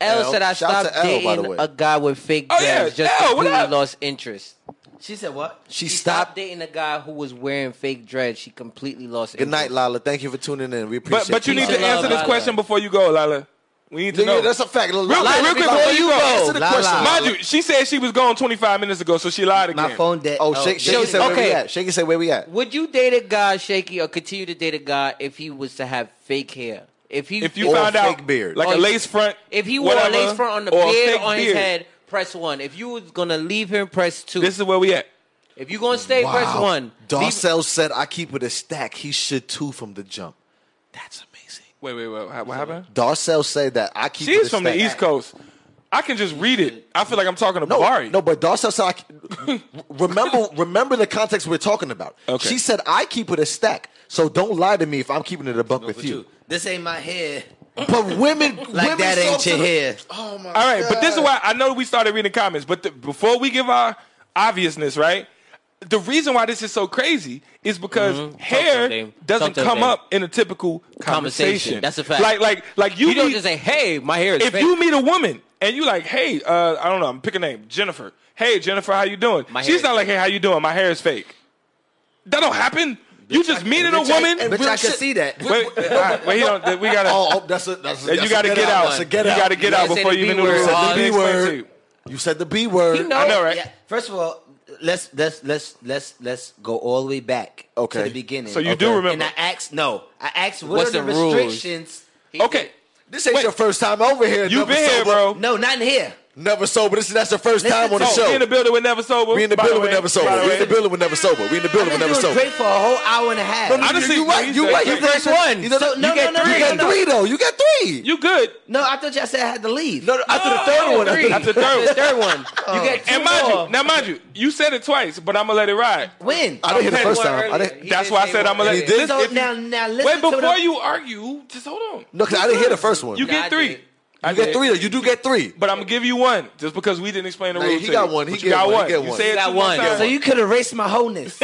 [SPEAKER 5] L,
[SPEAKER 1] L.
[SPEAKER 5] said I
[SPEAKER 1] Shout out
[SPEAKER 5] stopped
[SPEAKER 1] to L, by the
[SPEAKER 5] dating
[SPEAKER 1] way.
[SPEAKER 5] a guy with fake
[SPEAKER 2] Oh,
[SPEAKER 5] oh,
[SPEAKER 2] yeah,
[SPEAKER 5] just
[SPEAKER 2] L, what up?
[SPEAKER 5] completely lost interest.
[SPEAKER 6] She said what?
[SPEAKER 1] She,
[SPEAKER 5] She
[SPEAKER 1] stopped.
[SPEAKER 5] stopped dating a guy who was wearing fake dreads. She completely lost
[SPEAKER 1] Good night,
[SPEAKER 5] interest.
[SPEAKER 1] Lala. Thank you for tuning in. We appreciate
[SPEAKER 2] But but you need to
[SPEAKER 5] Lala,
[SPEAKER 2] answer this
[SPEAKER 5] Lala.
[SPEAKER 2] question before you go, Lala. We need to
[SPEAKER 1] Yeah,
[SPEAKER 2] know.
[SPEAKER 1] yeah, that's a fact. Real
[SPEAKER 2] quick, real quick, before you go.
[SPEAKER 1] Answer the
[SPEAKER 6] Lala.
[SPEAKER 1] question.
[SPEAKER 2] Mind you, she said she was gone 25 minutes ago, so she lied again.
[SPEAKER 6] My phone dead.
[SPEAKER 1] Oh, shake,
[SPEAKER 6] they-
[SPEAKER 1] shake it. Say where we
[SPEAKER 5] okay.
[SPEAKER 1] at. Shake it. Say where we at.
[SPEAKER 5] Would you date a guy shaky or continue to date a guy if he was to have fake hair? If he
[SPEAKER 2] If you
[SPEAKER 1] Or
[SPEAKER 2] found
[SPEAKER 1] a
[SPEAKER 2] out,
[SPEAKER 1] fake beard.
[SPEAKER 2] like
[SPEAKER 5] Or
[SPEAKER 2] a lace front,
[SPEAKER 5] Oh, if he wore
[SPEAKER 2] whatever,
[SPEAKER 5] a lace front on the
[SPEAKER 2] or a
[SPEAKER 5] beard
[SPEAKER 2] fake
[SPEAKER 5] on his
[SPEAKER 2] beard,
[SPEAKER 5] head, press one. If you was gonna leave him, press two.
[SPEAKER 2] This is where we at.
[SPEAKER 5] if you gonna stay, press one. Leave-
[SPEAKER 1] Darcel said, "I keep it a stack. He should too from the jump." That's amazing.
[SPEAKER 2] Wait, wait, wait. What, what happened?
[SPEAKER 1] Darcel said that I keep. it a
[SPEAKER 2] She's from the
[SPEAKER 1] stack.
[SPEAKER 2] East Coast. I can just read it. I feel like I'm talking to
[SPEAKER 1] No,
[SPEAKER 2] Bari.
[SPEAKER 1] no, but Darcel said, I, ke- "Remember, remember the context we're talking about."
[SPEAKER 2] Okay.
[SPEAKER 1] She said, "I keep it a stack." So don't lie to me if I'm keeping it a buck with
[SPEAKER 6] With you.
[SPEAKER 1] you.
[SPEAKER 6] This ain't my hair.
[SPEAKER 1] But women,
[SPEAKER 6] Like
[SPEAKER 1] women
[SPEAKER 6] that
[SPEAKER 1] so
[SPEAKER 6] ain't
[SPEAKER 1] to
[SPEAKER 6] your
[SPEAKER 1] the-
[SPEAKER 6] hair.
[SPEAKER 2] All right, but this is why I know we started reading comments, but the, before we give our obviousness, right? The reason why this is so crazy is because hair
[SPEAKER 5] Mm-hmm. Talk to them.
[SPEAKER 2] doesn't
[SPEAKER 5] Talk to them.
[SPEAKER 2] come up in a typical conversation.
[SPEAKER 5] Conversation. That's a fact.
[SPEAKER 2] Like, like, like you,
[SPEAKER 5] You don't
[SPEAKER 2] meet-
[SPEAKER 5] just say, "Hey, my hair is
[SPEAKER 2] if
[SPEAKER 5] fake."
[SPEAKER 2] you meet a woman and you like, hey, uh, I don't know, I'm picking a name, Jennifer. Hey, Jennifer, how you doing?
[SPEAKER 5] My hair
[SPEAKER 2] She's
[SPEAKER 5] is
[SPEAKER 2] not like, hey, how you doing? My hair is fake. That don't happen. You just meeted a
[SPEAKER 1] Bitch, I-
[SPEAKER 2] woman.
[SPEAKER 1] and
[SPEAKER 6] Bitch,
[SPEAKER 1] real
[SPEAKER 6] I can
[SPEAKER 1] shit-
[SPEAKER 6] see that.
[SPEAKER 2] Wait, all right, wait, he don't, we gotta.
[SPEAKER 1] Oh, oh, that's a that's. a-
[SPEAKER 2] you
[SPEAKER 1] that's
[SPEAKER 2] gotta
[SPEAKER 1] a
[SPEAKER 2] get out.
[SPEAKER 1] That's a get
[SPEAKER 2] you
[SPEAKER 1] out.
[SPEAKER 2] gotta get
[SPEAKER 5] You
[SPEAKER 2] out
[SPEAKER 5] gotta say
[SPEAKER 2] before
[SPEAKER 5] the
[SPEAKER 2] you even
[SPEAKER 5] B
[SPEAKER 2] know what
[SPEAKER 5] word.
[SPEAKER 2] it is.
[SPEAKER 5] Said the
[SPEAKER 2] Let me
[SPEAKER 1] B
[SPEAKER 2] explain
[SPEAKER 1] word.
[SPEAKER 2] to you.
[SPEAKER 1] You said the B word.
[SPEAKER 5] You know-
[SPEAKER 2] I know, right?
[SPEAKER 6] Yeah. First of all, let's let's let's let's let's go all the way back
[SPEAKER 1] Okay.
[SPEAKER 6] to the beginning.
[SPEAKER 2] So you do
[SPEAKER 6] Okay.
[SPEAKER 2] remember.
[SPEAKER 6] And I asked no. I asked what
[SPEAKER 5] What's
[SPEAKER 6] are the,
[SPEAKER 5] the rules?
[SPEAKER 6] restrictions?
[SPEAKER 2] Okay,
[SPEAKER 1] This ain't
[SPEAKER 2] Wait.
[SPEAKER 1] your first time over here.
[SPEAKER 2] you
[SPEAKER 1] Never
[SPEAKER 2] been here,
[SPEAKER 1] sober.
[SPEAKER 2] bro.
[SPEAKER 6] No, not in here.
[SPEAKER 1] Never sober. This is that's your first
[SPEAKER 6] Listen
[SPEAKER 1] time on the
[SPEAKER 2] Oh,
[SPEAKER 1] show.
[SPEAKER 2] we in the building with Never Sober.
[SPEAKER 1] We in the
[SPEAKER 2] by
[SPEAKER 1] building
[SPEAKER 2] way.
[SPEAKER 1] with never
[SPEAKER 2] By
[SPEAKER 1] sober. We in the
[SPEAKER 2] way.
[SPEAKER 1] building with never sober. We in the building
[SPEAKER 6] I've
[SPEAKER 1] with
[SPEAKER 6] been
[SPEAKER 1] never
[SPEAKER 6] doing
[SPEAKER 1] sober.
[SPEAKER 6] great for a whole hour and a half.
[SPEAKER 1] No, no,
[SPEAKER 2] Honestly,
[SPEAKER 1] you, you right.
[SPEAKER 2] he's
[SPEAKER 1] You
[SPEAKER 2] done
[SPEAKER 1] right. You
[SPEAKER 2] great.
[SPEAKER 1] first one.
[SPEAKER 5] You
[SPEAKER 1] No,
[SPEAKER 5] got
[SPEAKER 1] no, no, no,
[SPEAKER 5] three.
[SPEAKER 1] You got three though. You got three.
[SPEAKER 2] You good.
[SPEAKER 6] No, I thought y'all said I had to leave.
[SPEAKER 1] No, no, after the third one.
[SPEAKER 5] Three.
[SPEAKER 2] That's the third
[SPEAKER 5] The third one.
[SPEAKER 1] Oh.
[SPEAKER 5] You get two
[SPEAKER 2] And mind
[SPEAKER 5] more.
[SPEAKER 2] you, now mind you, you said it twice, but I'm gonna let it ride.
[SPEAKER 6] When?
[SPEAKER 1] I didn't hear the
[SPEAKER 2] Okay.
[SPEAKER 1] first
[SPEAKER 2] One
[SPEAKER 1] time. I
[SPEAKER 5] earlier.
[SPEAKER 1] didn't.
[SPEAKER 5] He
[SPEAKER 2] That's
[SPEAKER 5] did
[SPEAKER 2] why I
[SPEAKER 5] say
[SPEAKER 2] said
[SPEAKER 5] one
[SPEAKER 2] I'm gonna let
[SPEAKER 1] earlier.
[SPEAKER 2] it.
[SPEAKER 1] He
[SPEAKER 6] So
[SPEAKER 2] Listen, if
[SPEAKER 6] now,
[SPEAKER 2] you-
[SPEAKER 6] now listen
[SPEAKER 2] wait
[SPEAKER 6] to
[SPEAKER 2] before
[SPEAKER 6] the,
[SPEAKER 2] you argue. Just hold on.
[SPEAKER 1] No, because I didn't hear the first one.
[SPEAKER 2] You
[SPEAKER 1] You
[SPEAKER 2] get
[SPEAKER 5] I
[SPEAKER 2] three.
[SPEAKER 5] did.
[SPEAKER 2] I
[SPEAKER 1] get
[SPEAKER 2] did.
[SPEAKER 1] three though. You do get three.
[SPEAKER 2] But I'm gonna give you one just because we didn't explain the
[SPEAKER 1] Nah,
[SPEAKER 2] rules.
[SPEAKER 1] he
[SPEAKER 2] to
[SPEAKER 1] got
[SPEAKER 2] you.
[SPEAKER 1] one. He
[SPEAKER 2] But you
[SPEAKER 1] get
[SPEAKER 2] got
[SPEAKER 1] one. He
[SPEAKER 2] one.
[SPEAKER 1] get
[SPEAKER 2] You
[SPEAKER 1] one.
[SPEAKER 2] said
[SPEAKER 1] He
[SPEAKER 2] it
[SPEAKER 5] got
[SPEAKER 2] two more
[SPEAKER 5] one.
[SPEAKER 2] times.
[SPEAKER 6] So you could erase my wholeness.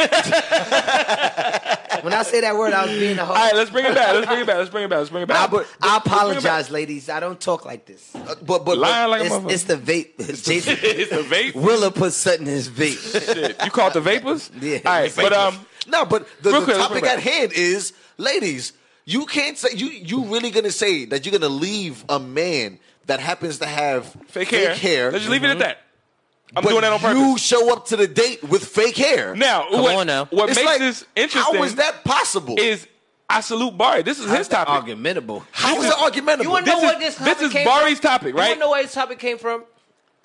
[SPEAKER 6] when I say that word, I was being a whole.
[SPEAKER 2] All right, let's bring it back. Let's bring it back. Let's bring it back. Let's bring it
[SPEAKER 6] I,
[SPEAKER 2] back.
[SPEAKER 6] I apologize, ladies. I don't talk like this.
[SPEAKER 1] Uh, But but
[SPEAKER 2] Lying like a
[SPEAKER 6] It's, it's
[SPEAKER 2] motherfucker.
[SPEAKER 6] the vape. Jason
[SPEAKER 2] It's the vape.
[SPEAKER 6] Willa put something in his vape.
[SPEAKER 2] Shit. You call it the vapors?
[SPEAKER 6] Yeah.
[SPEAKER 2] All right, but um,
[SPEAKER 1] No, but the,
[SPEAKER 2] Real
[SPEAKER 1] the
[SPEAKER 2] quick, real
[SPEAKER 1] topic
[SPEAKER 2] quick.
[SPEAKER 1] at hand is, ladies, you can't say you you really gonna say that you're gonna leave a man that happens to have
[SPEAKER 2] fake hair. Let's just leave
[SPEAKER 5] Mm-hmm.
[SPEAKER 2] it at that. I'm
[SPEAKER 1] but
[SPEAKER 2] doing that on purpose.
[SPEAKER 1] You show up to the date with fake hair.
[SPEAKER 2] Now,
[SPEAKER 5] Come
[SPEAKER 2] what,
[SPEAKER 5] on now.
[SPEAKER 2] what
[SPEAKER 1] It's
[SPEAKER 2] makes
[SPEAKER 1] like,
[SPEAKER 2] this interesting
[SPEAKER 1] How is that possible?
[SPEAKER 2] is I salute Barry. This is his topic.
[SPEAKER 6] Argumentable.
[SPEAKER 1] how is it argumentable?
[SPEAKER 5] You wanna
[SPEAKER 2] This
[SPEAKER 5] know
[SPEAKER 2] is-
[SPEAKER 5] what this
[SPEAKER 2] this
[SPEAKER 5] topic
[SPEAKER 2] is
[SPEAKER 5] came
[SPEAKER 2] Bari's
[SPEAKER 5] from?
[SPEAKER 2] topic,
[SPEAKER 5] You
[SPEAKER 2] right?
[SPEAKER 5] wanna know where this topic came from?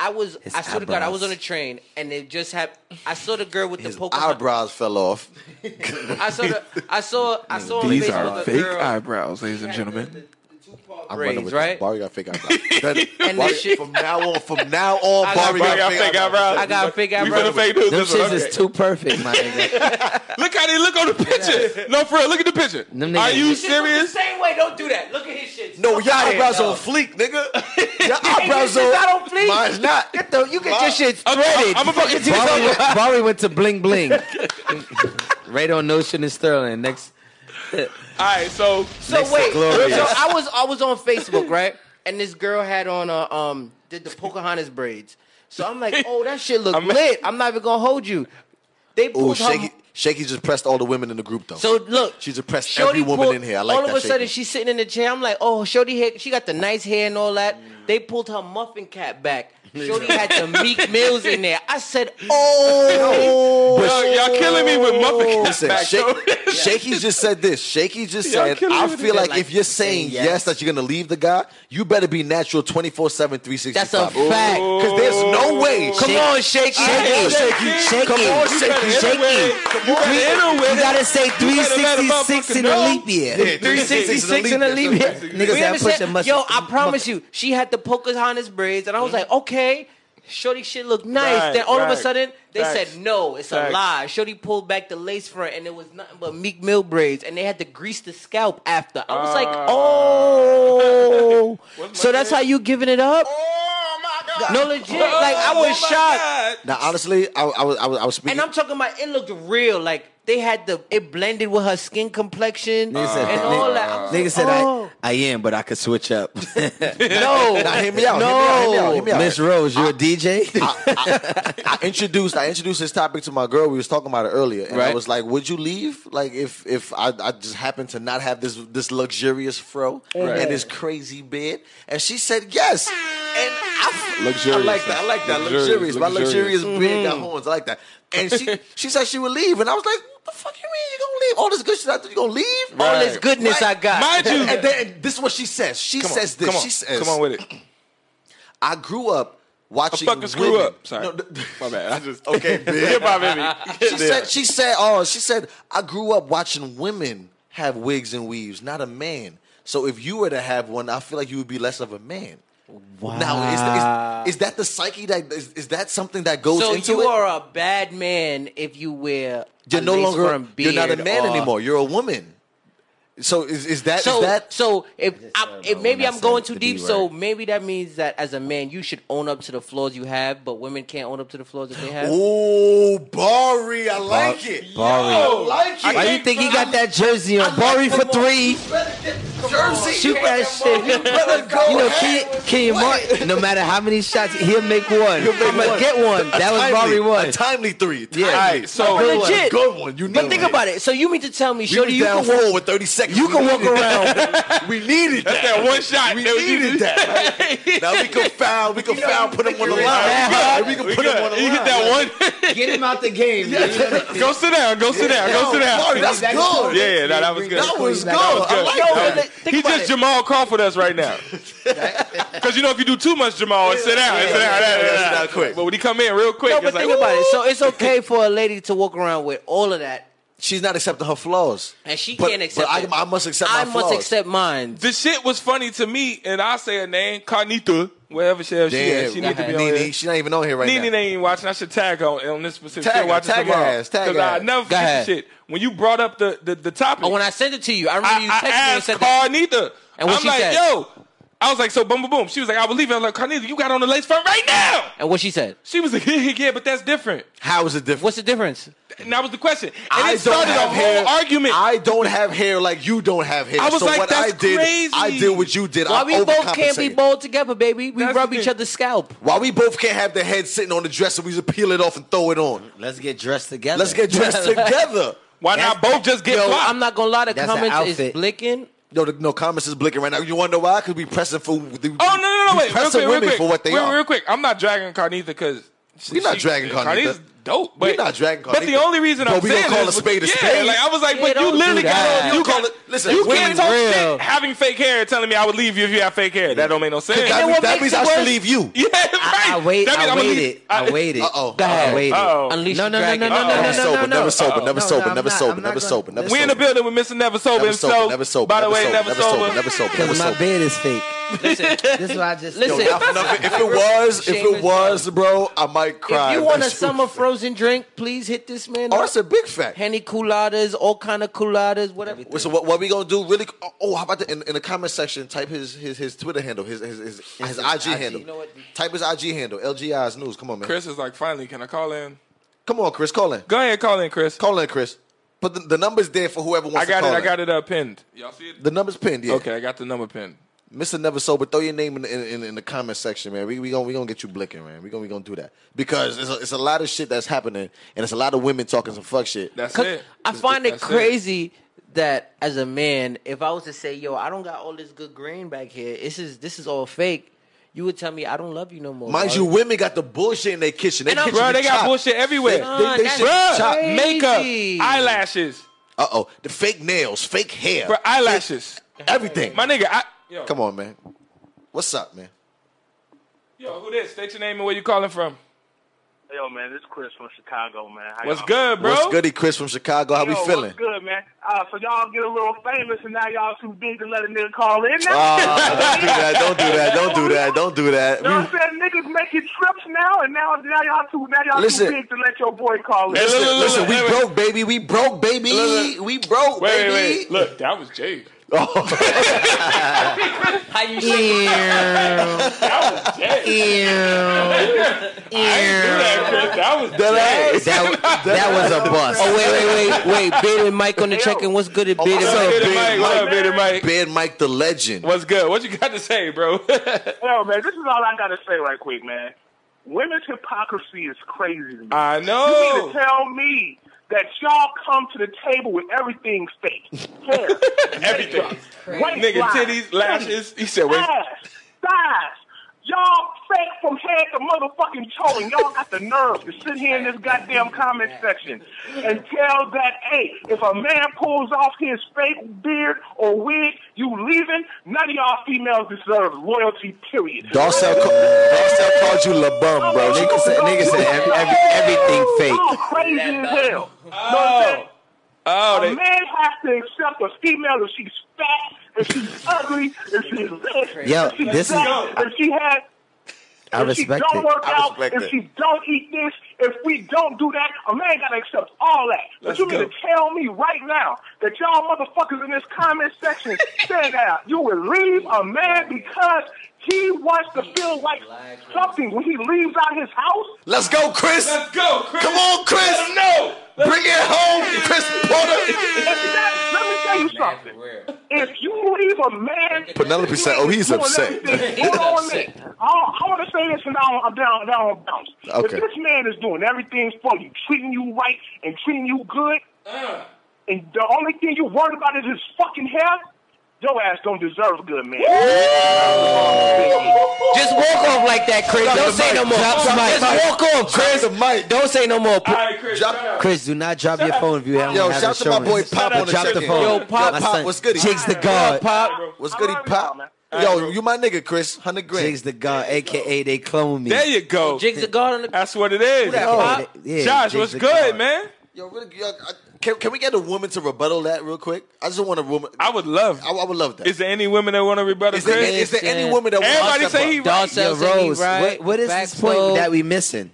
[SPEAKER 5] I was,
[SPEAKER 1] His
[SPEAKER 5] I swear to God, I was
[SPEAKER 1] eyebrows.
[SPEAKER 5] on a train and they just had. I saw the girl with the
[SPEAKER 1] His
[SPEAKER 5] poker.
[SPEAKER 1] eyebrows fell off.
[SPEAKER 5] I saw the, I saw, I saw on
[SPEAKER 2] These
[SPEAKER 5] the
[SPEAKER 2] are
[SPEAKER 5] Facebook
[SPEAKER 2] fake
[SPEAKER 5] a girl
[SPEAKER 2] eyebrows, ladies and gentlemen.
[SPEAKER 1] I'm
[SPEAKER 5] braids,
[SPEAKER 1] running with
[SPEAKER 5] right?
[SPEAKER 1] this. Barry got fake eyebrows. That-
[SPEAKER 5] And
[SPEAKER 1] Barry-
[SPEAKER 5] this shit-
[SPEAKER 1] from now on, from now on,
[SPEAKER 5] I got-
[SPEAKER 1] Barry got,
[SPEAKER 2] Barry got
[SPEAKER 1] fake
[SPEAKER 2] fake eyebrows.
[SPEAKER 5] I got fake
[SPEAKER 2] We finna
[SPEAKER 5] eyebrows.
[SPEAKER 2] fake this.
[SPEAKER 8] Them
[SPEAKER 2] this one.
[SPEAKER 8] shits is
[SPEAKER 2] Okay.
[SPEAKER 8] too perfect, my nigga.
[SPEAKER 2] Look how they look on the picture. No, for real, look at the picture.
[SPEAKER 8] Them
[SPEAKER 2] Are
[SPEAKER 8] niggas-
[SPEAKER 2] you
[SPEAKER 8] This
[SPEAKER 5] Shit look
[SPEAKER 2] serious?
[SPEAKER 5] The same way. Don't do that. Look at his shit.
[SPEAKER 1] No, your eyebrows
[SPEAKER 5] no.
[SPEAKER 1] on fleek, nigga. Your eyebrows
[SPEAKER 8] shit's
[SPEAKER 1] on.
[SPEAKER 8] not on fleek.
[SPEAKER 1] Mine's not.
[SPEAKER 8] Get the, you get your shit
[SPEAKER 2] I'm-
[SPEAKER 8] threaded.
[SPEAKER 2] I'm- I'm about to-
[SPEAKER 8] Barry, went- Barry went to bling bling. right on Notion and Sterling. Next,
[SPEAKER 2] All right, so
[SPEAKER 5] So
[SPEAKER 8] Next
[SPEAKER 5] wait,
[SPEAKER 8] to glorious.
[SPEAKER 5] so I was I was on Facebook, right? And this girl had on a um did the Pocahontas braids. So I'm like, oh, that shit look
[SPEAKER 2] I'm-
[SPEAKER 5] lit. I'm not even gonna hold you. They
[SPEAKER 1] Ooh,
[SPEAKER 5] pulled her.
[SPEAKER 1] shaky, shaky just pressed all the women in the group though.
[SPEAKER 5] So look,
[SPEAKER 1] She's oppressed
[SPEAKER 5] Shorty
[SPEAKER 1] every woman
[SPEAKER 5] pulled-
[SPEAKER 1] in here. I like
[SPEAKER 5] all
[SPEAKER 1] that.
[SPEAKER 5] of a sudden,
[SPEAKER 1] shaky.
[SPEAKER 5] she's sitting in the chair. I'm like, oh, Shorty, hair, she got the nice hair and all that. They pulled her muffin cap back. Shorty had the Meek Mills in there. I said, oh,
[SPEAKER 2] y'all, y'all killing me with muffin
[SPEAKER 1] Listen,
[SPEAKER 2] back.
[SPEAKER 1] Shak-
[SPEAKER 2] yo.
[SPEAKER 1] Shaky just said this. Shaky just
[SPEAKER 2] Y'all
[SPEAKER 1] said,
[SPEAKER 2] killing me
[SPEAKER 1] I
[SPEAKER 2] with
[SPEAKER 1] feel
[SPEAKER 2] that.
[SPEAKER 1] like, if you're saying yes. that you're going to leave the guy, you better be natural 24 7, 365.
[SPEAKER 5] that's a fact.
[SPEAKER 1] Because there's no way.
[SPEAKER 8] come on, shaky,
[SPEAKER 1] Shaky,
[SPEAKER 8] shaky, shaky,
[SPEAKER 1] Come on,
[SPEAKER 2] You
[SPEAKER 1] Shaky,
[SPEAKER 2] better hit her
[SPEAKER 1] Shaky.
[SPEAKER 2] with it. You better hit her with
[SPEAKER 8] You
[SPEAKER 2] it.
[SPEAKER 8] gotta say
[SPEAKER 2] better let a
[SPEAKER 8] 366 in
[SPEAKER 2] motherfucker
[SPEAKER 8] a
[SPEAKER 2] know.
[SPEAKER 8] leap year.
[SPEAKER 1] Yeah,
[SPEAKER 8] 366 in a leap year. Niggas
[SPEAKER 5] We
[SPEAKER 8] that push the
[SPEAKER 5] understand?
[SPEAKER 8] muscle.
[SPEAKER 5] Yo, uh, I promise you, she had the Pocahontas braids, and I was like,
[SPEAKER 1] Mm-hmm.
[SPEAKER 5] okay, Shorty shit looked nice.
[SPEAKER 2] Right,
[SPEAKER 5] then all of
[SPEAKER 2] right.
[SPEAKER 5] a sudden, they
[SPEAKER 2] Facts.
[SPEAKER 5] said, no, it's
[SPEAKER 2] Facts.
[SPEAKER 5] a lie. Shorty pulled back the lace front, and it was nothing but Meek Mill braids, and they had to grease the scalp after. I was like,
[SPEAKER 2] Ah.
[SPEAKER 5] oh.
[SPEAKER 2] What's my
[SPEAKER 5] so that's
[SPEAKER 2] name?
[SPEAKER 5] how you giving it up?
[SPEAKER 2] Oh my god.
[SPEAKER 5] No, legit. like, I was shocked.
[SPEAKER 1] Now, honestly, I, I, was, I, was, I was speaking.
[SPEAKER 5] And I'm talking about it looked real. Like, they had the, it blended with her skin complexion
[SPEAKER 8] Nigga said,
[SPEAKER 5] and all that. I was
[SPEAKER 8] nigga
[SPEAKER 5] like,
[SPEAKER 8] said
[SPEAKER 5] oh.
[SPEAKER 8] I, I am, but I could switch up.
[SPEAKER 5] no.
[SPEAKER 1] Now, hear me out. Hear me out. Hear
[SPEAKER 5] No.
[SPEAKER 1] me out. Hear me out.
[SPEAKER 8] Miss Rose, you're a DJ.
[SPEAKER 1] I introduced I introduced this topic to my girl. We was talking about it earlier, and I
[SPEAKER 8] Right.
[SPEAKER 1] was like, "Would you leave? Like, if if I, I just happen to not have this this luxurious fro and this crazy bed?" And she said, "Yes." And I,
[SPEAKER 2] Luxurious.
[SPEAKER 1] I like that. I like that. Luxurious.
[SPEAKER 2] Luxurious, Mm-hmm.
[SPEAKER 1] My luxurious bed got horns. I like that. And she she said she would leave, and I was like, "What the fuck you mean you gonna leave? All this good shit I thought you gonna leave?
[SPEAKER 5] All this goodness
[SPEAKER 1] Right.
[SPEAKER 5] I got.
[SPEAKER 2] Mind you,
[SPEAKER 1] And then this is what she says. She
[SPEAKER 2] Come on,
[SPEAKER 1] says this.
[SPEAKER 2] Come on,
[SPEAKER 1] She says,
[SPEAKER 2] come on with it.
[SPEAKER 1] I grew up
[SPEAKER 2] A
[SPEAKER 1] watching
[SPEAKER 2] fucking screw
[SPEAKER 1] women-
[SPEAKER 2] up. Sorry,
[SPEAKER 1] No, th-
[SPEAKER 2] my bad. I just
[SPEAKER 1] Okay, bitch.
[SPEAKER 2] Get my baby.
[SPEAKER 1] she said she said oh she said I grew up watching women have wigs and weaves, not a man. So if you were to have one, I feel like you would be less of a man. Wow. Now is, is, is that the psyche that is, is that something that goes
[SPEAKER 5] So
[SPEAKER 1] into
[SPEAKER 5] you
[SPEAKER 1] it?
[SPEAKER 5] are a bad man if you wear.
[SPEAKER 1] you're
[SPEAKER 5] a
[SPEAKER 1] no
[SPEAKER 5] lace
[SPEAKER 1] longer
[SPEAKER 5] front
[SPEAKER 1] you're not a
[SPEAKER 5] beard
[SPEAKER 1] man
[SPEAKER 5] or-
[SPEAKER 1] anymore. You're a woman. So is is that is
[SPEAKER 5] So
[SPEAKER 1] that
[SPEAKER 5] so if I,
[SPEAKER 8] about
[SPEAKER 5] if
[SPEAKER 8] when
[SPEAKER 5] maybe
[SPEAKER 8] I
[SPEAKER 5] I'm
[SPEAKER 8] said
[SPEAKER 5] going
[SPEAKER 8] the
[SPEAKER 5] too
[SPEAKER 8] B
[SPEAKER 5] deep,
[SPEAKER 8] word.
[SPEAKER 5] so maybe that means that as a man you should own up to the flaws you have, but women can't own up to the flaws that they have.
[SPEAKER 1] Oh, Bari, I like it.
[SPEAKER 8] Barry.
[SPEAKER 1] I like it.
[SPEAKER 8] Why you think he got that jersey on? Barry for three.
[SPEAKER 1] Jersey?
[SPEAKER 8] Shoot that shit.
[SPEAKER 1] better go
[SPEAKER 8] You know,
[SPEAKER 1] ahead.
[SPEAKER 8] Ken- Kenyon Martin, no matter how many shots, he'll make one. I'm going
[SPEAKER 1] one.
[SPEAKER 8] to get one. That was Barry
[SPEAKER 1] A
[SPEAKER 8] one.
[SPEAKER 1] timely three.
[SPEAKER 8] Yeah.
[SPEAKER 1] Timely.
[SPEAKER 2] All right, so
[SPEAKER 1] Good one.
[SPEAKER 5] Legit.
[SPEAKER 1] Good one. You need
[SPEAKER 5] But think
[SPEAKER 1] it.
[SPEAKER 5] about it. So you mean to tell me,
[SPEAKER 1] We was
[SPEAKER 5] Shorty, you
[SPEAKER 1] down
[SPEAKER 5] can walk,
[SPEAKER 1] four with 30 seconds.
[SPEAKER 8] You
[SPEAKER 1] We
[SPEAKER 8] can walk
[SPEAKER 1] needed
[SPEAKER 8] around.
[SPEAKER 1] around. we needed that.
[SPEAKER 2] That's that one shot.
[SPEAKER 1] We
[SPEAKER 2] that was-
[SPEAKER 1] needed that. right? now we can foul. We can foul. Put him on the line.
[SPEAKER 2] All right,
[SPEAKER 1] We
[SPEAKER 2] we
[SPEAKER 1] can
[SPEAKER 2] good.
[SPEAKER 1] put
[SPEAKER 2] We
[SPEAKER 1] him on
[SPEAKER 2] good.
[SPEAKER 1] the
[SPEAKER 2] You
[SPEAKER 1] line.
[SPEAKER 2] hit that one.
[SPEAKER 6] Get him out the game. man.
[SPEAKER 2] Go sit down. Go sit down. Go sit
[SPEAKER 1] Barry,
[SPEAKER 2] down.
[SPEAKER 1] that's
[SPEAKER 6] Back to
[SPEAKER 1] good.
[SPEAKER 6] Florida.
[SPEAKER 2] Yeah, yeah, no, that was good.
[SPEAKER 1] That was good.
[SPEAKER 2] That was
[SPEAKER 1] I
[SPEAKER 2] good.
[SPEAKER 1] like
[SPEAKER 2] That
[SPEAKER 1] that.
[SPEAKER 2] was good.
[SPEAKER 5] Think
[SPEAKER 2] He
[SPEAKER 5] about
[SPEAKER 2] just
[SPEAKER 5] it.
[SPEAKER 2] Jamal Crawford us right now. Because you know if you do too much Jamal, it's sit down, it's sit down,
[SPEAKER 1] yeah,
[SPEAKER 2] da- da-
[SPEAKER 1] yeah,
[SPEAKER 2] da-
[SPEAKER 1] sit
[SPEAKER 2] da.
[SPEAKER 1] down quick.
[SPEAKER 2] But when he come in real quick,
[SPEAKER 5] No,
[SPEAKER 2] it's
[SPEAKER 5] but
[SPEAKER 2] like,
[SPEAKER 5] think about it.
[SPEAKER 2] "Ooh."
[SPEAKER 5] So it's okay for a lady to walk around with all of that,
[SPEAKER 1] She's not accepting her flaws.
[SPEAKER 5] and she
[SPEAKER 1] But-
[SPEAKER 5] can't accept.
[SPEAKER 1] but I-
[SPEAKER 5] it.
[SPEAKER 1] I must accept
[SPEAKER 5] I
[SPEAKER 1] my
[SPEAKER 5] must
[SPEAKER 1] flaws.
[SPEAKER 5] accept mine.
[SPEAKER 2] The shit was funny to me, and I say her name, Carnita, wherever she is. She,
[SPEAKER 1] Damn,
[SPEAKER 2] is. she need to be on
[SPEAKER 1] Nene,
[SPEAKER 2] here.
[SPEAKER 1] She not even on here right
[SPEAKER 2] Nene
[SPEAKER 1] now.
[SPEAKER 2] ain't watching. I should tag her on, on this specific.
[SPEAKER 1] Tag
[SPEAKER 2] She'll
[SPEAKER 1] her,
[SPEAKER 2] watch it
[SPEAKER 1] tag her
[SPEAKER 2] tomorrow.
[SPEAKER 1] ass, tag her
[SPEAKER 2] I
[SPEAKER 1] ass.
[SPEAKER 2] never
[SPEAKER 5] Go
[SPEAKER 2] forget
[SPEAKER 5] ahead.
[SPEAKER 2] the shit. When you brought up the the, the topic,
[SPEAKER 5] But when I sent it to you, I remember
[SPEAKER 2] I,
[SPEAKER 5] you
[SPEAKER 2] I
[SPEAKER 5] texted me and
[SPEAKER 2] asked
[SPEAKER 5] said that.
[SPEAKER 2] Carnita,
[SPEAKER 5] And what
[SPEAKER 2] I'm
[SPEAKER 5] she
[SPEAKER 2] like,
[SPEAKER 5] said?
[SPEAKER 2] yo, I was like, so boom, boom, boom. She was like, I believe it. I was like, Carnita, you got on the lace front right now.
[SPEAKER 5] And what she said?
[SPEAKER 2] She was like, yeah, yeah, yeah, but that's different.
[SPEAKER 1] How is it different?
[SPEAKER 5] What's the difference?
[SPEAKER 2] And that was the question. And
[SPEAKER 1] I
[SPEAKER 2] it started a
[SPEAKER 1] don't have
[SPEAKER 2] whole
[SPEAKER 1] hair.
[SPEAKER 2] argument.
[SPEAKER 1] I don't have hair like you don't have hair.
[SPEAKER 2] I was
[SPEAKER 1] so
[SPEAKER 2] like,
[SPEAKER 1] what
[SPEAKER 2] that's
[SPEAKER 1] I did, I
[SPEAKER 2] crazy.
[SPEAKER 1] did what you did.
[SPEAKER 5] Why
[SPEAKER 1] I
[SPEAKER 5] we both can't be
[SPEAKER 1] overcompensated.
[SPEAKER 5] bold together, baby? We
[SPEAKER 2] That's
[SPEAKER 5] rub
[SPEAKER 2] the
[SPEAKER 5] each
[SPEAKER 2] thing.
[SPEAKER 5] other's scalp.
[SPEAKER 1] Why we both can't have the head sitting on the dresser, we just peel it off and throw it on.
[SPEAKER 8] Let's get dressed together.
[SPEAKER 1] Let's get dressed together.
[SPEAKER 2] Why not both just get
[SPEAKER 5] Yo,
[SPEAKER 2] blocked?
[SPEAKER 5] I'm not gonna lie, the
[SPEAKER 8] That's an
[SPEAKER 5] comments is
[SPEAKER 8] outfit.
[SPEAKER 5] blinking.
[SPEAKER 1] No, the, no comments is blinking right now. You wonder why? Because we pressing for. The,
[SPEAKER 2] Oh no no no! Wait, real
[SPEAKER 1] pressing
[SPEAKER 2] quick, real
[SPEAKER 1] women
[SPEAKER 2] quick.
[SPEAKER 1] for what they
[SPEAKER 2] real,
[SPEAKER 1] are.
[SPEAKER 2] real quick. I'm not dragging Carnita because
[SPEAKER 1] We not dragging Carnita.
[SPEAKER 2] dope. But
[SPEAKER 1] We're not dragging
[SPEAKER 2] But the
[SPEAKER 1] Carlito.
[SPEAKER 2] only reason
[SPEAKER 1] But
[SPEAKER 2] I'm
[SPEAKER 1] we
[SPEAKER 2] saying
[SPEAKER 1] gonna call
[SPEAKER 2] this
[SPEAKER 1] a spade a
[SPEAKER 2] was- yeah,
[SPEAKER 1] spade.
[SPEAKER 2] like I was like,
[SPEAKER 5] Yeah,
[SPEAKER 2] but you
[SPEAKER 5] don't do
[SPEAKER 2] literally
[SPEAKER 5] that.
[SPEAKER 2] got on.
[SPEAKER 1] You
[SPEAKER 2] You
[SPEAKER 1] call
[SPEAKER 2] got,
[SPEAKER 1] it- listen,
[SPEAKER 2] you
[SPEAKER 1] women
[SPEAKER 2] can't talk
[SPEAKER 5] real.
[SPEAKER 2] shit having fake hair and telling me I would leave you if you have fake hair. That don't make no sense.
[SPEAKER 1] That, means-
[SPEAKER 5] what
[SPEAKER 1] that means
[SPEAKER 5] makes it
[SPEAKER 1] I should
[SPEAKER 5] worse?
[SPEAKER 1] leave you.
[SPEAKER 2] yeah, right.
[SPEAKER 6] I wait.
[SPEAKER 2] That means
[SPEAKER 6] I
[SPEAKER 2] I'ma leave-
[SPEAKER 6] waited. I waited.
[SPEAKER 1] Uh oh.
[SPEAKER 5] Go ahead.
[SPEAKER 6] I waited.
[SPEAKER 2] Uh-oh.
[SPEAKER 5] Unleash
[SPEAKER 6] No,
[SPEAKER 5] the
[SPEAKER 6] no, no, no,
[SPEAKER 5] dragon.
[SPEAKER 6] no, no,
[SPEAKER 1] Never
[SPEAKER 6] no, no,
[SPEAKER 1] sober,
[SPEAKER 6] no,
[SPEAKER 1] never sober,
[SPEAKER 6] no,
[SPEAKER 1] never
[SPEAKER 6] no,
[SPEAKER 1] sober,
[SPEAKER 6] I'm
[SPEAKER 1] never
[SPEAKER 6] not-
[SPEAKER 1] sober,
[SPEAKER 6] I'm
[SPEAKER 1] never
[SPEAKER 6] not
[SPEAKER 1] sober,
[SPEAKER 6] gonna-
[SPEAKER 1] never
[SPEAKER 2] We in the
[SPEAKER 1] sober.
[SPEAKER 2] building with Mr. Never Sober
[SPEAKER 1] Never
[SPEAKER 2] himself.
[SPEAKER 1] sober, never sober,
[SPEAKER 2] By the
[SPEAKER 1] never
[SPEAKER 2] way,
[SPEAKER 1] sober,
[SPEAKER 2] never
[SPEAKER 1] never sober,
[SPEAKER 2] sober.
[SPEAKER 1] never sober, never
[SPEAKER 8] Because my
[SPEAKER 1] sober.
[SPEAKER 8] beard is fake.
[SPEAKER 5] Listen,
[SPEAKER 6] This is what I just
[SPEAKER 5] Listen.
[SPEAKER 6] Yo, y'all-
[SPEAKER 1] Now, if if it was, if it
[SPEAKER 5] Shameless
[SPEAKER 1] was, bro, I might cry.
[SPEAKER 5] if you want a
[SPEAKER 1] That's-
[SPEAKER 5] summer frozen drink, please hit this man.
[SPEAKER 1] oh,
[SPEAKER 5] up.
[SPEAKER 1] that's a big fact.
[SPEAKER 5] Henny coladas, all kind of coladas, whatever.
[SPEAKER 1] Well, So what, what we gonna do? Really? oh, Oh, how about the, in, in the comment section? Type his his, his Twitter handle, his his his, his IG, handle.
[SPEAKER 5] You know what?
[SPEAKER 1] Type his IG handle. LGI's news. Come on, man.
[SPEAKER 2] Chris is like, finally, can I call in?
[SPEAKER 1] Come on, Chris. Call in.
[SPEAKER 2] Go ahead, call in, Chris.
[SPEAKER 1] Call in, Chris. But the, the number's there for whoever wants
[SPEAKER 2] I got
[SPEAKER 1] to
[SPEAKER 2] it.
[SPEAKER 1] call
[SPEAKER 2] I got it uh, pinned. Y'all see it?
[SPEAKER 1] The number's pinned. Yeah.
[SPEAKER 2] Okay, I got the number pinned.
[SPEAKER 1] Mr. Never Sober, throw your name in, in, in, in the comment section, man. We we gonna we gonna get you blinking, man. We gonna we gonna do that because it's a, it's a lot of shit that's happening, and it's a lot of women talking some fuck shit.
[SPEAKER 2] That's
[SPEAKER 5] 'Cause
[SPEAKER 2] it.
[SPEAKER 5] I find it
[SPEAKER 2] That's
[SPEAKER 5] crazy that as a man, if I was to say, "Yo, I don't got all this good grain back here. This is this is all fake," you would tell me I don't love you no more.
[SPEAKER 1] Mind
[SPEAKER 5] dog.
[SPEAKER 1] you, women got the bullshit in their kitchen. They
[SPEAKER 5] And I'm-
[SPEAKER 1] kitchen
[SPEAKER 2] Bro,
[SPEAKER 1] be
[SPEAKER 2] they got
[SPEAKER 1] chopped.
[SPEAKER 2] bullshit everywhere.
[SPEAKER 5] Nah, that's
[SPEAKER 2] Bruh,
[SPEAKER 5] crazy.
[SPEAKER 2] makeup, eyelashes,
[SPEAKER 1] Uh oh, the fake nails, fake hair,
[SPEAKER 2] bro, eyelashes.
[SPEAKER 1] everything.
[SPEAKER 2] My nigga, I, yo,
[SPEAKER 1] Come on, man. What's up, man?
[SPEAKER 2] yo, who this? State your name and where you calling from.
[SPEAKER 11] Yo, man, this is Chris from Chicago, man. How
[SPEAKER 2] What's
[SPEAKER 11] y'all?
[SPEAKER 2] good, bro?
[SPEAKER 1] What's goody, Chris from Chicago? How
[SPEAKER 11] Yo,
[SPEAKER 1] we feeling?
[SPEAKER 11] What's good, man? Uh, so y'all get a little famous, and now y'all too big to let a nigga call in now.
[SPEAKER 2] Uh,
[SPEAKER 1] Ah, don't do that! Don't do that! Don't do that!
[SPEAKER 11] you know
[SPEAKER 1] Don't
[SPEAKER 11] what
[SPEAKER 1] do that!
[SPEAKER 11] I'm saying? Niggas making trips now, and now, now y'all too now y'all
[SPEAKER 1] Listen.
[SPEAKER 11] too big to let your boy call in.
[SPEAKER 1] We, listen,
[SPEAKER 2] Look, look,
[SPEAKER 1] listen,
[SPEAKER 2] look,
[SPEAKER 1] we
[SPEAKER 2] wait, wait.
[SPEAKER 1] broke, baby. We broke, baby.
[SPEAKER 2] Look,
[SPEAKER 1] We broke,
[SPEAKER 2] wait,
[SPEAKER 1] baby. Oh.
[SPEAKER 2] wait, wait. Look, that was Jay.
[SPEAKER 5] how you say
[SPEAKER 2] That was Jay. I didn't do that, Chris. That was
[SPEAKER 1] That,
[SPEAKER 2] Jay.
[SPEAKER 1] that, that was a bust.
[SPEAKER 5] Oh wait, wait, wait, wait! Beard and Mike on the check-in. What's good
[SPEAKER 8] Oh,
[SPEAKER 5] at Beard
[SPEAKER 1] what's
[SPEAKER 5] and
[SPEAKER 1] up,
[SPEAKER 5] Mike?
[SPEAKER 1] Big
[SPEAKER 2] Bearded Mike, What's up,
[SPEAKER 1] Mike.
[SPEAKER 2] Bearded Mike?
[SPEAKER 1] Big Mike the legend.
[SPEAKER 2] What's good? What you got to say, bro?
[SPEAKER 11] Yo, man, this is all I gotta say right quick, man. Women's hypocrisy is crazy. To me.
[SPEAKER 2] I
[SPEAKER 11] you mean to
[SPEAKER 2] know.
[SPEAKER 11] tell me that y'all come to the table with everything fake? Hair,
[SPEAKER 2] Everything.
[SPEAKER 11] waistline,
[SPEAKER 2] Nigga, titties, lashes. He said, wait.
[SPEAKER 11] ass, thighs. Y'all fake from head to motherfucking toe, and y'all got the nerve to sit here in this goddamn comment section and tell that, hey, if a man pulls off his fake beard or wig, you leaving. None of y'all females deserve loyalty, period.
[SPEAKER 1] Darcel, ca- Darcel called you LeBum, bro.
[SPEAKER 8] Nigga said, nigga said every, every, everything fake.
[SPEAKER 11] Y'all crazy as hell.
[SPEAKER 2] Oh. Oh,
[SPEAKER 11] A
[SPEAKER 2] they,
[SPEAKER 11] man has to accept a female if she's fat, if she's ugly, if she's lit,
[SPEAKER 8] Yo,
[SPEAKER 11] if she's
[SPEAKER 8] this is-
[SPEAKER 11] fat, if she has
[SPEAKER 8] I
[SPEAKER 11] if she
[SPEAKER 8] respect
[SPEAKER 11] don't
[SPEAKER 8] it.
[SPEAKER 11] work
[SPEAKER 1] I
[SPEAKER 11] out,
[SPEAKER 1] respect
[SPEAKER 11] if
[SPEAKER 1] it.
[SPEAKER 11] she don't eat this, if we don't do that, a man gotta accept all that.
[SPEAKER 2] Let's
[SPEAKER 11] but you
[SPEAKER 2] go.
[SPEAKER 11] mean to tell me right now that y'all motherfuckers in this comment section said that you would leave a man because he wants to feel like something when he leaves out his house?
[SPEAKER 1] Let's go, Chris.
[SPEAKER 2] let's go, Chris.
[SPEAKER 1] Come on, Chris.
[SPEAKER 2] Let 'em know.
[SPEAKER 1] Bring it home, Chris Porter.
[SPEAKER 11] If that, let me tell you something. If you leave a man,
[SPEAKER 1] Penelope said, "Oh, he's
[SPEAKER 11] doing
[SPEAKER 1] upset."
[SPEAKER 11] everything- Hold on a minute. I, I want to say this, and now I'm down, down on bounce.
[SPEAKER 1] Okay.
[SPEAKER 11] If this man is doing everything for you, treating you right and treating you good,
[SPEAKER 2] Uh.
[SPEAKER 11] and the only thing you worried about is his fucking hair, your ass don't deserve good, man.
[SPEAKER 5] Just walk off like that, Chris. Don't say no more.
[SPEAKER 8] Drop the mic.
[SPEAKER 5] Just walk off, Chris.
[SPEAKER 1] Chris, Mike.
[SPEAKER 5] Don't say no more.
[SPEAKER 2] All right, Chris.
[SPEAKER 1] Drop-
[SPEAKER 2] shut up.
[SPEAKER 8] Chris, do not drop your phone if you haven't
[SPEAKER 1] Yo,
[SPEAKER 8] have
[SPEAKER 1] shout out to my boy
[SPEAKER 8] insurance.
[SPEAKER 1] Pop on the
[SPEAKER 8] Drop the
[SPEAKER 1] check-in.
[SPEAKER 8] phone.
[SPEAKER 5] Yo, Pop.
[SPEAKER 8] My
[SPEAKER 1] Pop,
[SPEAKER 8] son,
[SPEAKER 1] what's good?
[SPEAKER 8] Jigs the God.
[SPEAKER 5] Pop.
[SPEAKER 1] What's good,
[SPEAKER 11] I love
[SPEAKER 1] Pop?
[SPEAKER 11] y'all, man.
[SPEAKER 1] Yo, you my nigga, Chris. Hundred
[SPEAKER 8] Jigs
[SPEAKER 1] grand.
[SPEAKER 8] the God, a.k.a. they clone me.
[SPEAKER 2] There you go.
[SPEAKER 5] Jigs the guard on the.
[SPEAKER 2] That's what it is.
[SPEAKER 1] that
[SPEAKER 8] Yo,
[SPEAKER 1] Pop?
[SPEAKER 8] they- yeah,
[SPEAKER 2] Josh,
[SPEAKER 8] Jigs
[SPEAKER 2] what's
[SPEAKER 8] the
[SPEAKER 2] good,
[SPEAKER 8] God.
[SPEAKER 2] man?
[SPEAKER 1] Yo, really, yo, I- can, can we get a woman to rebuttal that real quick? I just want a woman.
[SPEAKER 2] I would love.
[SPEAKER 1] I, I would love that.
[SPEAKER 2] Is there any women that want to rebuttal
[SPEAKER 1] Is there,
[SPEAKER 2] Chris?
[SPEAKER 1] is there any
[SPEAKER 5] Listen.
[SPEAKER 1] woman that wants
[SPEAKER 2] Everybody
[SPEAKER 1] to
[SPEAKER 2] say he right.
[SPEAKER 5] Darcel
[SPEAKER 8] Yo,
[SPEAKER 5] said he
[SPEAKER 8] Rose,
[SPEAKER 5] right.
[SPEAKER 8] what, what is
[SPEAKER 5] Back
[SPEAKER 8] this point
[SPEAKER 5] slow.
[SPEAKER 8] that we missing?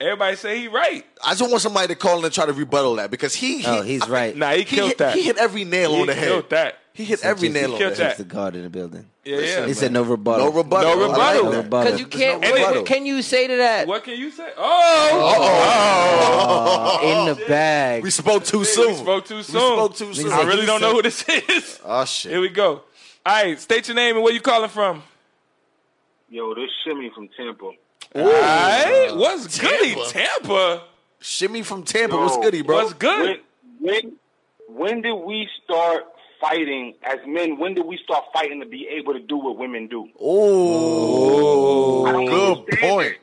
[SPEAKER 2] Everybody say he right.
[SPEAKER 1] I just want somebody to call in and try to rebuttal that because he, he
[SPEAKER 8] Oh, he's right.
[SPEAKER 2] Nah, he
[SPEAKER 1] he
[SPEAKER 2] killed
[SPEAKER 1] hit,
[SPEAKER 2] that.
[SPEAKER 1] he hit every nail
[SPEAKER 2] He
[SPEAKER 1] on the head.
[SPEAKER 2] killed that.
[SPEAKER 1] He hit every
[SPEAKER 8] Jigs-
[SPEAKER 1] nail on
[SPEAKER 2] killed
[SPEAKER 1] the
[SPEAKER 2] that.
[SPEAKER 1] head.
[SPEAKER 8] Jigs the God in the building.
[SPEAKER 2] Yeah,
[SPEAKER 1] Listen,
[SPEAKER 2] yeah.
[SPEAKER 8] He said no rebuttal.
[SPEAKER 1] No rebuttal.
[SPEAKER 2] No
[SPEAKER 1] I like
[SPEAKER 2] rebuttal.
[SPEAKER 1] that.
[SPEAKER 8] rebuttal.
[SPEAKER 5] Because you can't.
[SPEAKER 1] no
[SPEAKER 5] what
[SPEAKER 1] rebuttal.
[SPEAKER 5] can you say to that?
[SPEAKER 2] What can you say? Oh,
[SPEAKER 8] in
[SPEAKER 5] Oh,
[SPEAKER 8] the bag.
[SPEAKER 1] We spoke too soon.
[SPEAKER 2] we spoke too soon.
[SPEAKER 1] spoke too soon.
[SPEAKER 2] I really don't know who this is.
[SPEAKER 1] Oh shit.
[SPEAKER 2] Here we go. All right, state your name and where you calling from.
[SPEAKER 11] Yo, this shimmy from Temple.
[SPEAKER 2] All right, what's goody
[SPEAKER 1] Tampa.
[SPEAKER 2] Uh, Tampa?
[SPEAKER 1] Shimmy from Tampa. What's goody, bro?
[SPEAKER 2] What's Oh, good?
[SPEAKER 11] When, when when did we start fighting as men? When did we start fighting to be able to do what women do?
[SPEAKER 1] Oh,
[SPEAKER 11] I don't
[SPEAKER 1] good
[SPEAKER 11] understand
[SPEAKER 1] point.
[SPEAKER 11] it.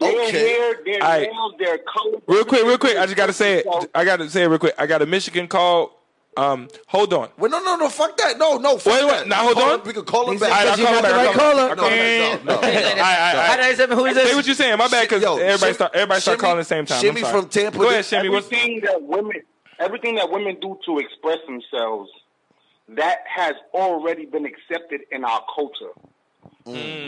[SPEAKER 11] They're
[SPEAKER 2] Okay.
[SPEAKER 11] hair, their
[SPEAKER 2] All right.
[SPEAKER 11] nails, their color.
[SPEAKER 2] Real quick, real quick. I just gotta say it. I gotta say it real quick. I got a Michigan call. Um, hold on.
[SPEAKER 1] Wait, no, no, no. Fuck that. No, no. Fuck
[SPEAKER 2] wait, wait.
[SPEAKER 1] that.
[SPEAKER 2] Now hold
[SPEAKER 1] Call
[SPEAKER 2] on.
[SPEAKER 1] him- we could call him
[SPEAKER 2] He
[SPEAKER 1] back.
[SPEAKER 2] said,
[SPEAKER 1] All right,
[SPEAKER 2] "'Cause
[SPEAKER 1] I'll
[SPEAKER 2] you're
[SPEAKER 1] call
[SPEAKER 2] not
[SPEAKER 1] him back. I'll
[SPEAKER 2] the
[SPEAKER 1] call him
[SPEAKER 2] right
[SPEAKER 1] back.
[SPEAKER 2] caller."
[SPEAKER 1] No, no, no. no.
[SPEAKER 2] Okay. All right, all right. Hi, 97, who is Say this? what you're saying. My bad, 'cause
[SPEAKER 1] Yo,
[SPEAKER 2] everybody
[SPEAKER 1] Shimmy-
[SPEAKER 2] start- everybody start
[SPEAKER 1] Shimmy-
[SPEAKER 2] calling at the same time. I'm
[SPEAKER 1] Shimmy
[SPEAKER 2] sorry.
[SPEAKER 1] from Tampa.
[SPEAKER 2] Go ahead, Shimmy. What's-
[SPEAKER 11] Everything that women, everything that women do to express themselves, that has already been accepted in our culture.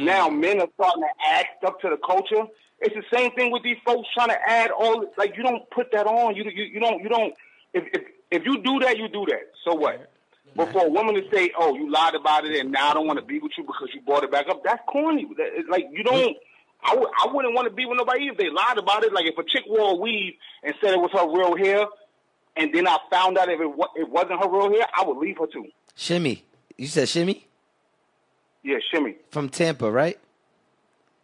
[SPEAKER 11] Now men are starting to add stuff to the culture. It's the same thing with these folks trying to add all. Like you don't put that on. You you, you don't you don't. If, if if you do that, you do that. So what? But for a woman to say, "Oh, you lied about it, and now I don't want to be with you because you brought it back up," that's corny. That- it's like you don't. I w- I wouldn't want to be with nobody if they lied about it. Like if a chick wore a weave and said it was her real hair, and then I found out if it wa- it wasn't her real hair, I would leave her too.
[SPEAKER 6] Shimmy. You said Shimmy
[SPEAKER 11] Yeah, shimmy.
[SPEAKER 6] from Tampa, right?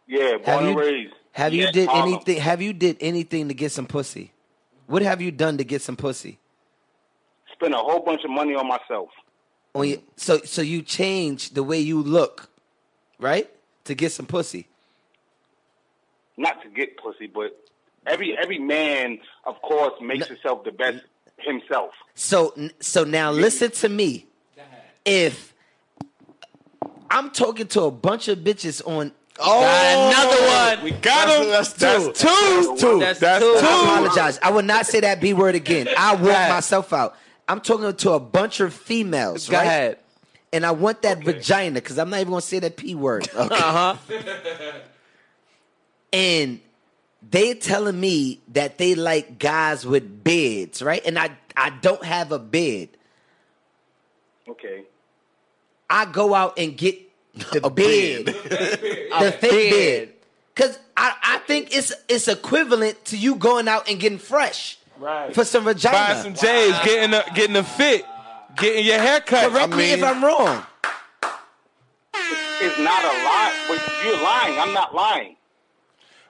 [SPEAKER 11] Yeah,
[SPEAKER 6] Have
[SPEAKER 11] born and
[SPEAKER 6] you-
[SPEAKER 11] raised.
[SPEAKER 6] Have
[SPEAKER 11] Yeah,
[SPEAKER 6] you did
[SPEAKER 11] Harlem.
[SPEAKER 6] anything? Have you did anything to get some pussy? What have you done to get some pussy?
[SPEAKER 11] Spent a whole bunch of money on myself.
[SPEAKER 6] When you, so so you change the way you look, right? To get some pussy.
[SPEAKER 11] not to get pussy, but every every man, of course, makes himself the best himself.
[SPEAKER 6] So so now listen to me. If I'm talking to a bunch of bitches on
[SPEAKER 2] Oh,
[SPEAKER 6] another one,
[SPEAKER 2] we got him. That's- that's two.
[SPEAKER 6] That's two.
[SPEAKER 2] That's two.
[SPEAKER 6] I apologize. I will not say that B word again. I walk
[SPEAKER 2] Right.
[SPEAKER 6] myself out. I'm talking to a bunch of females.
[SPEAKER 5] Go
[SPEAKER 6] right?
[SPEAKER 5] ahead.
[SPEAKER 6] And I want that vagina because I'm not even gonna say that p word.
[SPEAKER 5] Uh huh.
[SPEAKER 6] and they telling me that they like guys with beards, right? And I I don't have a beard.
[SPEAKER 11] Okay.
[SPEAKER 6] I go out and get the beard, the
[SPEAKER 5] A
[SPEAKER 6] thick
[SPEAKER 5] beard.
[SPEAKER 6] beard, because I, I think it's it's equivalent to you going out and getting fresh
[SPEAKER 2] Right.
[SPEAKER 6] for some vagina.
[SPEAKER 2] Buying some J's, getting a getting a fit, getting your haircut.
[SPEAKER 6] Correct me if I'm wrong.
[SPEAKER 11] It's not a lie, but you're lying. I'm not lying.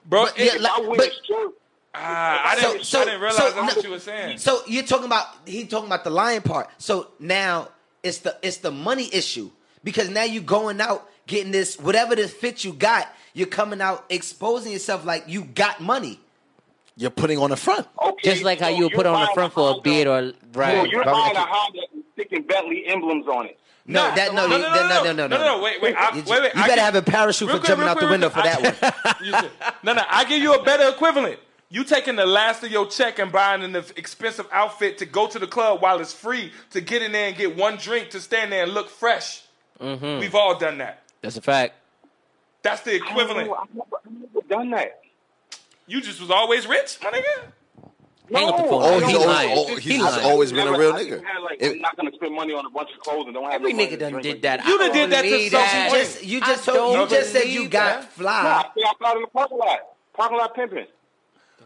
[SPEAKER 2] Bro,
[SPEAKER 6] But, yeah,
[SPEAKER 11] if
[SPEAKER 6] like-
[SPEAKER 11] I wear
[SPEAKER 6] but-
[SPEAKER 11] a shirt,
[SPEAKER 2] Ah, I
[SPEAKER 6] So-
[SPEAKER 2] didn't,
[SPEAKER 6] so-
[SPEAKER 2] I didn't realize
[SPEAKER 6] so
[SPEAKER 2] that's
[SPEAKER 6] no-
[SPEAKER 2] what you were saying.
[SPEAKER 6] So you're talking about he talking about the lion part. So now it's the it's the money issue because now you going out getting this whatever this fit you got. You're coming out exposing yourself like you got money.
[SPEAKER 1] You're putting on the front.
[SPEAKER 11] okay,
[SPEAKER 5] Just like how
[SPEAKER 11] so
[SPEAKER 5] you would put
[SPEAKER 11] you're
[SPEAKER 5] on the
[SPEAKER 11] buying
[SPEAKER 5] front for a
[SPEAKER 11] Honda-
[SPEAKER 5] beard or
[SPEAKER 11] No,
[SPEAKER 5] right.
[SPEAKER 11] you're buying a Honda and sticking Bentley emblems on it.
[SPEAKER 6] No, that no,
[SPEAKER 2] no,
[SPEAKER 6] you-
[SPEAKER 2] no,
[SPEAKER 6] that-
[SPEAKER 2] no,
[SPEAKER 6] no, no, no, no.
[SPEAKER 2] Wait, wait, I,
[SPEAKER 6] You,
[SPEAKER 2] wait, wait.
[SPEAKER 6] you
[SPEAKER 2] I
[SPEAKER 6] better
[SPEAKER 2] get-
[SPEAKER 6] have a parachute
[SPEAKER 2] Real
[SPEAKER 6] for
[SPEAKER 2] quick,
[SPEAKER 6] jumping
[SPEAKER 2] real
[SPEAKER 6] out the
[SPEAKER 2] quick,
[SPEAKER 6] window
[SPEAKER 2] real
[SPEAKER 6] for
[SPEAKER 2] quick.
[SPEAKER 6] that one.
[SPEAKER 2] You said- no, no, I give you a better equivalent. You taking the last of your check and buying an expensive outfit to go to the club while it's free to get in there and get one drink to stand there and look fresh.
[SPEAKER 6] Mm-hmm.
[SPEAKER 2] We've all done that.
[SPEAKER 5] That's a fact.
[SPEAKER 2] That's the
[SPEAKER 11] I don't
[SPEAKER 2] equivalent.
[SPEAKER 10] Oh.
[SPEAKER 11] know, I've never, I've never done that.
[SPEAKER 2] You just was always rich, my nigga.
[SPEAKER 5] Hang up the
[SPEAKER 11] No,
[SPEAKER 5] phone.
[SPEAKER 11] I
[SPEAKER 1] Oh,
[SPEAKER 5] He
[SPEAKER 1] he's,
[SPEAKER 11] don't-
[SPEAKER 1] always,
[SPEAKER 5] lying.
[SPEAKER 1] oh,
[SPEAKER 5] He
[SPEAKER 1] he's
[SPEAKER 5] lying.
[SPEAKER 1] always been a
[SPEAKER 11] Never-
[SPEAKER 1] real
[SPEAKER 11] I just
[SPEAKER 1] nigga.
[SPEAKER 11] Had, like,
[SPEAKER 1] If-
[SPEAKER 11] I'm not gonna spend money on a bunch of clothes and don't have
[SPEAKER 5] Every
[SPEAKER 11] no money
[SPEAKER 5] nigga
[SPEAKER 11] to
[SPEAKER 5] done
[SPEAKER 11] drink
[SPEAKER 5] did
[SPEAKER 11] with.
[SPEAKER 5] that.
[SPEAKER 2] You
[SPEAKER 5] I
[SPEAKER 2] done did
[SPEAKER 5] don't
[SPEAKER 2] that to
[SPEAKER 5] believe
[SPEAKER 2] some
[SPEAKER 5] that.
[SPEAKER 2] point.
[SPEAKER 6] Just- you
[SPEAKER 5] I
[SPEAKER 6] just told, you
[SPEAKER 5] don't
[SPEAKER 6] just said you
[SPEAKER 5] believe
[SPEAKER 6] got
[SPEAKER 5] that.
[SPEAKER 6] fly.
[SPEAKER 11] No, I stay outside in the parking lot. Parking lot pimping.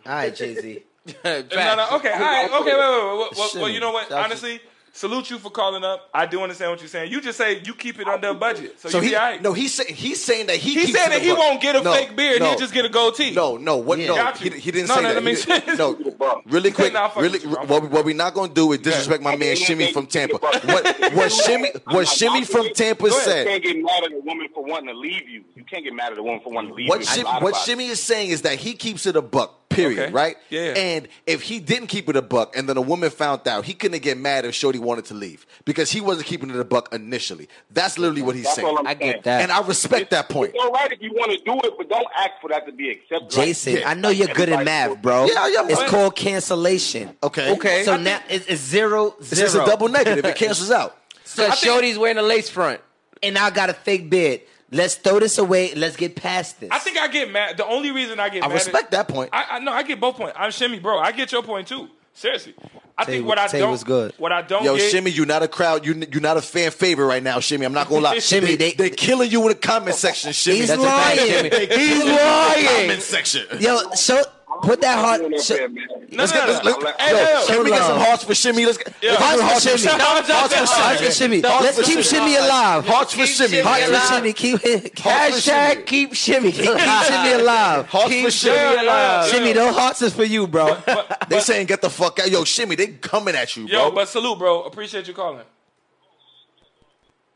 [SPEAKER 6] All right, Jay Z.
[SPEAKER 5] Fact.
[SPEAKER 2] No, no, okay, all right, okay, wait, wait, wait. Well, well, well, you know what?
[SPEAKER 6] Shit.
[SPEAKER 2] Honestly, salute you for calling up. I do understand what you're saying. You just say you keep it under a budget, so,
[SPEAKER 1] So
[SPEAKER 2] you
[SPEAKER 1] he
[SPEAKER 2] be all right.
[SPEAKER 1] no, he's saying he's saying that he
[SPEAKER 2] He
[SPEAKER 1] keeps it
[SPEAKER 2] said that
[SPEAKER 1] a
[SPEAKER 2] he
[SPEAKER 1] buck.
[SPEAKER 2] won't get a
[SPEAKER 1] No,
[SPEAKER 2] fake beard.
[SPEAKER 1] No,
[SPEAKER 2] He'll just get a goatee.
[SPEAKER 1] No, no, what? No,
[SPEAKER 2] Got
[SPEAKER 1] he,
[SPEAKER 2] you.
[SPEAKER 1] he didn't
[SPEAKER 2] No,
[SPEAKER 1] say
[SPEAKER 2] no,
[SPEAKER 1] that.
[SPEAKER 2] that makes
[SPEAKER 1] He didn't-
[SPEAKER 2] sense.
[SPEAKER 1] No, really quick,
[SPEAKER 2] Nah, fuck
[SPEAKER 1] really.
[SPEAKER 2] with you, bro.
[SPEAKER 1] What, what we not gonna do is disrespect my
[SPEAKER 11] Okay,
[SPEAKER 1] man
[SPEAKER 11] yeah,
[SPEAKER 1] Shimmy
[SPEAKER 11] they-
[SPEAKER 1] from
[SPEAKER 11] they-
[SPEAKER 1] Tampa.
[SPEAKER 11] but-
[SPEAKER 1] What what Shimmy
[SPEAKER 11] I'm
[SPEAKER 1] what
[SPEAKER 11] not-
[SPEAKER 1] Shimmy
[SPEAKER 11] I
[SPEAKER 1] from
[SPEAKER 11] can't-
[SPEAKER 1] Tampa
[SPEAKER 11] go ahead. You
[SPEAKER 1] said?
[SPEAKER 11] can't get mad at a woman for wanting to leave you. You can't get mad at a woman for wanting to leave
[SPEAKER 1] What
[SPEAKER 11] you.
[SPEAKER 1] Shim,
[SPEAKER 11] Lie
[SPEAKER 1] what
[SPEAKER 11] about it.
[SPEAKER 1] Shimmy is saying is that he keeps it a buck. Period.
[SPEAKER 2] Okay.
[SPEAKER 1] Right.
[SPEAKER 2] Yeah, yeah.
[SPEAKER 1] And if he didn't keep it a buck, and then a woman found out, he couldn't get mad if Shorty wanted to leave because he wasn't keeping it a buck initially. That's literally what he's
[SPEAKER 11] That's all
[SPEAKER 1] saying,
[SPEAKER 11] I'm
[SPEAKER 5] I
[SPEAKER 11] saying.
[SPEAKER 5] get that.
[SPEAKER 1] and I respect that point.
[SPEAKER 11] It's all right if you want to do it, but don't ask for that to be accepted.
[SPEAKER 6] Jason,
[SPEAKER 11] Like,
[SPEAKER 6] I know you're good in
[SPEAKER 11] everybody's-
[SPEAKER 6] math, bro.
[SPEAKER 1] Yeah, yeah,
[SPEAKER 6] It's
[SPEAKER 1] but-
[SPEAKER 6] called cancellation.
[SPEAKER 1] Okay.
[SPEAKER 5] Okay.
[SPEAKER 6] So
[SPEAKER 5] I
[SPEAKER 6] now it's, it's zero
[SPEAKER 1] It's just a
[SPEAKER 6] zero.
[SPEAKER 1] double negative. It cancels out.
[SPEAKER 5] So Shorty's wearing a lace front.
[SPEAKER 6] and I got a fake beard. Let's throw this away. Let's get past this.
[SPEAKER 2] I think I get mad. The only reason I get
[SPEAKER 1] I
[SPEAKER 2] mad is-
[SPEAKER 1] respect that point.
[SPEAKER 2] I, I no, I get both points. I'm Shimmy, bro. I get your point too. Seriously, I
[SPEAKER 6] Tay-
[SPEAKER 2] think what I
[SPEAKER 6] Tay
[SPEAKER 2] don't
[SPEAKER 6] was good.
[SPEAKER 2] what I don't
[SPEAKER 1] Yo,
[SPEAKER 2] get,
[SPEAKER 1] Shimmy, you're not a crowd. You you're not a fan favorite right now, Shimmy. I'm not gonna lie.
[SPEAKER 6] Shimmy,
[SPEAKER 1] they, they
[SPEAKER 6] they-
[SPEAKER 1] killing you in the comment section, Shimmy.
[SPEAKER 6] He's
[SPEAKER 5] a fact,
[SPEAKER 6] lying.
[SPEAKER 5] Jimmy.
[SPEAKER 6] He's lying.
[SPEAKER 1] Comment section.
[SPEAKER 6] Yo, show put that
[SPEAKER 11] I'm
[SPEAKER 6] heart.
[SPEAKER 11] not
[SPEAKER 6] Show,
[SPEAKER 11] doing that, man.
[SPEAKER 2] No, no, no,
[SPEAKER 1] Let's-
[SPEAKER 2] no.
[SPEAKER 1] let's-
[SPEAKER 2] Hey,
[SPEAKER 1] yo,
[SPEAKER 2] no,
[SPEAKER 1] can
[SPEAKER 6] Hold
[SPEAKER 1] we get some
[SPEAKER 6] on.
[SPEAKER 1] hearts for Shimmy? Let's get
[SPEAKER 2] Yeah.
[SPEAKER 1] hearts,
[SPEAKER 6] Hearts
[SPEAKER 1] for
[SPEAKER 6] for
[SPEAKER 1] Shimmy.
[SPEAKER 6] Shimmy.
[SPEAKER 1] Hearts for Shimmy.
[SPEAKER 6] heart for Shimmy.
[SPEAKER 1] Hearts
[SPEAKER 6] Let's
[SPEAKER 1] for
[SPEAKER 6] keep Shimmy alive.
[SPEAKER 1] Hearts for Shimmy.
[SPEAKER 6] Hearts
[SPEAKER 1] Hearts
[SPEAKER 6] for
[SPEAKER 1] for
[SPEAKER 6] Shimmy. Keep it.
[SPEAKER 1] Hearts for Shimmy.
[SPEAKER 6] Hashtag keep Shimmy. Keep Shimmy alive.
[SPEAKER 1] Hearts for
[SPEAKER 6] Keep
[SPEAKER 1] Shimmy.
[SPEAKER 2] alive.
[SPEAKER 6] Shimmy, those hearts is for you, bro.
[SPEAKER 1] They saying get the fuck out. Yo, Shimmy, they coming at you,
[SPEAKER 2] yo,
[SPEAKER 1] bro.
[SPEAKER 2] but salute, bro. Appreciate you calling.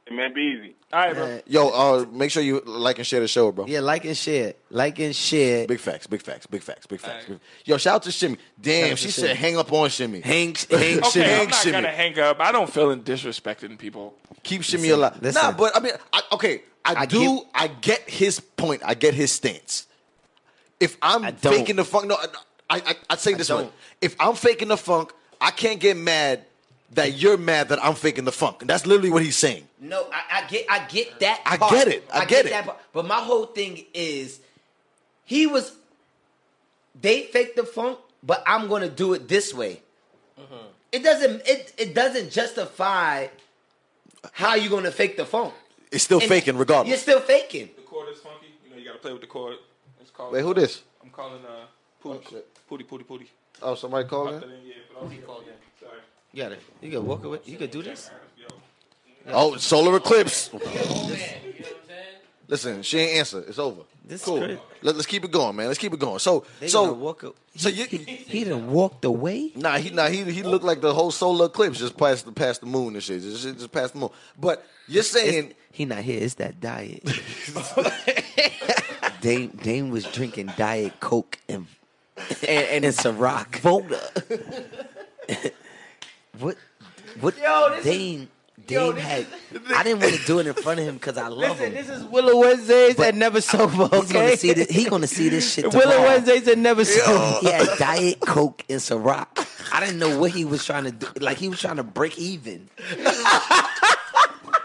[SPEAKER 12] It may be easy.
[SPEAKER 2] All right,
[SPEAKER 12] bro.
[SPEAKER 1] Yo, uh, make sure you like and share the show, bro.
[SPEAKER 6] Yeah, like and share. Like and share.
[SPEAKER 1] Big facts, big facts, big facts, big facts. big- Yo, shout out to Shimmy. Damn,
[SPEAKER 2] Shout out
[SPEAKER 1] she
[SPEAKER 2] to
[SPEAKER 1] said
[SPEAKER 2] Shimmy.
[SPEAKER 1] hang up on Shimmy.
[SPEAKER 6] Hang,
[SPEAKER 2] okay, I'm not gonna hang up. I don't feel in disrespecting people.
[SPEAKER 1] Keep Shimmy alive. Nah, but I mean, I, okay, I,
[SPEAKER 2] I
[SPEAKER 1] do,
[SPEAKER 2] get-
[SPEAKER 1] I get his point. I get his stance. If I'm
[SPEAKER 2] don't.
[SPEAKER 1] faking the funk, no, I, I, I say this one. If I'm faking the funk, I can't get mad that you're mad that I'm faking the funk. That's literally what he's saying.
[SPEAKER 6] No, I, I get I get that.
[SPEAKER 1] I
[SPEAKER 6] part.
[SPEAKER 1] get it. I get it.
[SPEAKER 6] That part. But my whole thing is, he was. They fake the funk, but I'm gonna do it this way. It doesn't. It it doesn't justify how you gonna fake the funk.
[SPEAKER 1] It's still
[SPEAKER 6] And
[SPEAKER 1] faking regardless.
[SPEAKER 6] You're still faking.
[SPEAKER 2] The chord is funky. You know, you gotta play with the chord. It's called,
[SPEAKER 1] Wait, who this?
[SPEAKER 2] I'm calling uh, Pooty. Pooty, Pooty, Pooty.
[SPEAKER 1] Oh, somebody calling?
[SPEAKER 6] You gotta. You could walk away. You could do this.
[SPEAKER 1] Oh, solar eclipse. Listen, she ain't answer. It's over.
[SPEAKER 6] This
[SPEAKER 1] cool.
[SPEAKER 6] crazy.
[SPEAKER 1] Let, us keep it going, man. Let's keep it going. So,
[SPEAKER 6] They
[SPEAKER 1] so
[SPEAKER 6] gonna walk up.
[SPEAKER 1] so you he,
[SPEAKER 6] didn't walked away.
[SPEAKER 1] Nah, he nah he he looked like the whole solar eclipse just past the past the moon and shit. Just, just past the moon. But you're saying
[SPEAKER 6] he not here. It's that diet. Dame Dame was drinking diet coke and and, and, and Ciroc. Voda. what? What?
[SPEAKER 8] Yo, this is-
[SPEAKER 6] Dame Dame had. I didn't want to do it in front of him because I love him.
[SPEAKER 5] This is Willow Wednesdays and never sober. Okay?
[SPEAKER 6] He's gonna see this. He gonna see this shit tomorrow.
[SPEAKER 5] Willow Wednesdays and never sober.
[SPEAKER 6] He had diet coke and Ciroc. I didn't know what he was trying to do. Like he was trying to break even.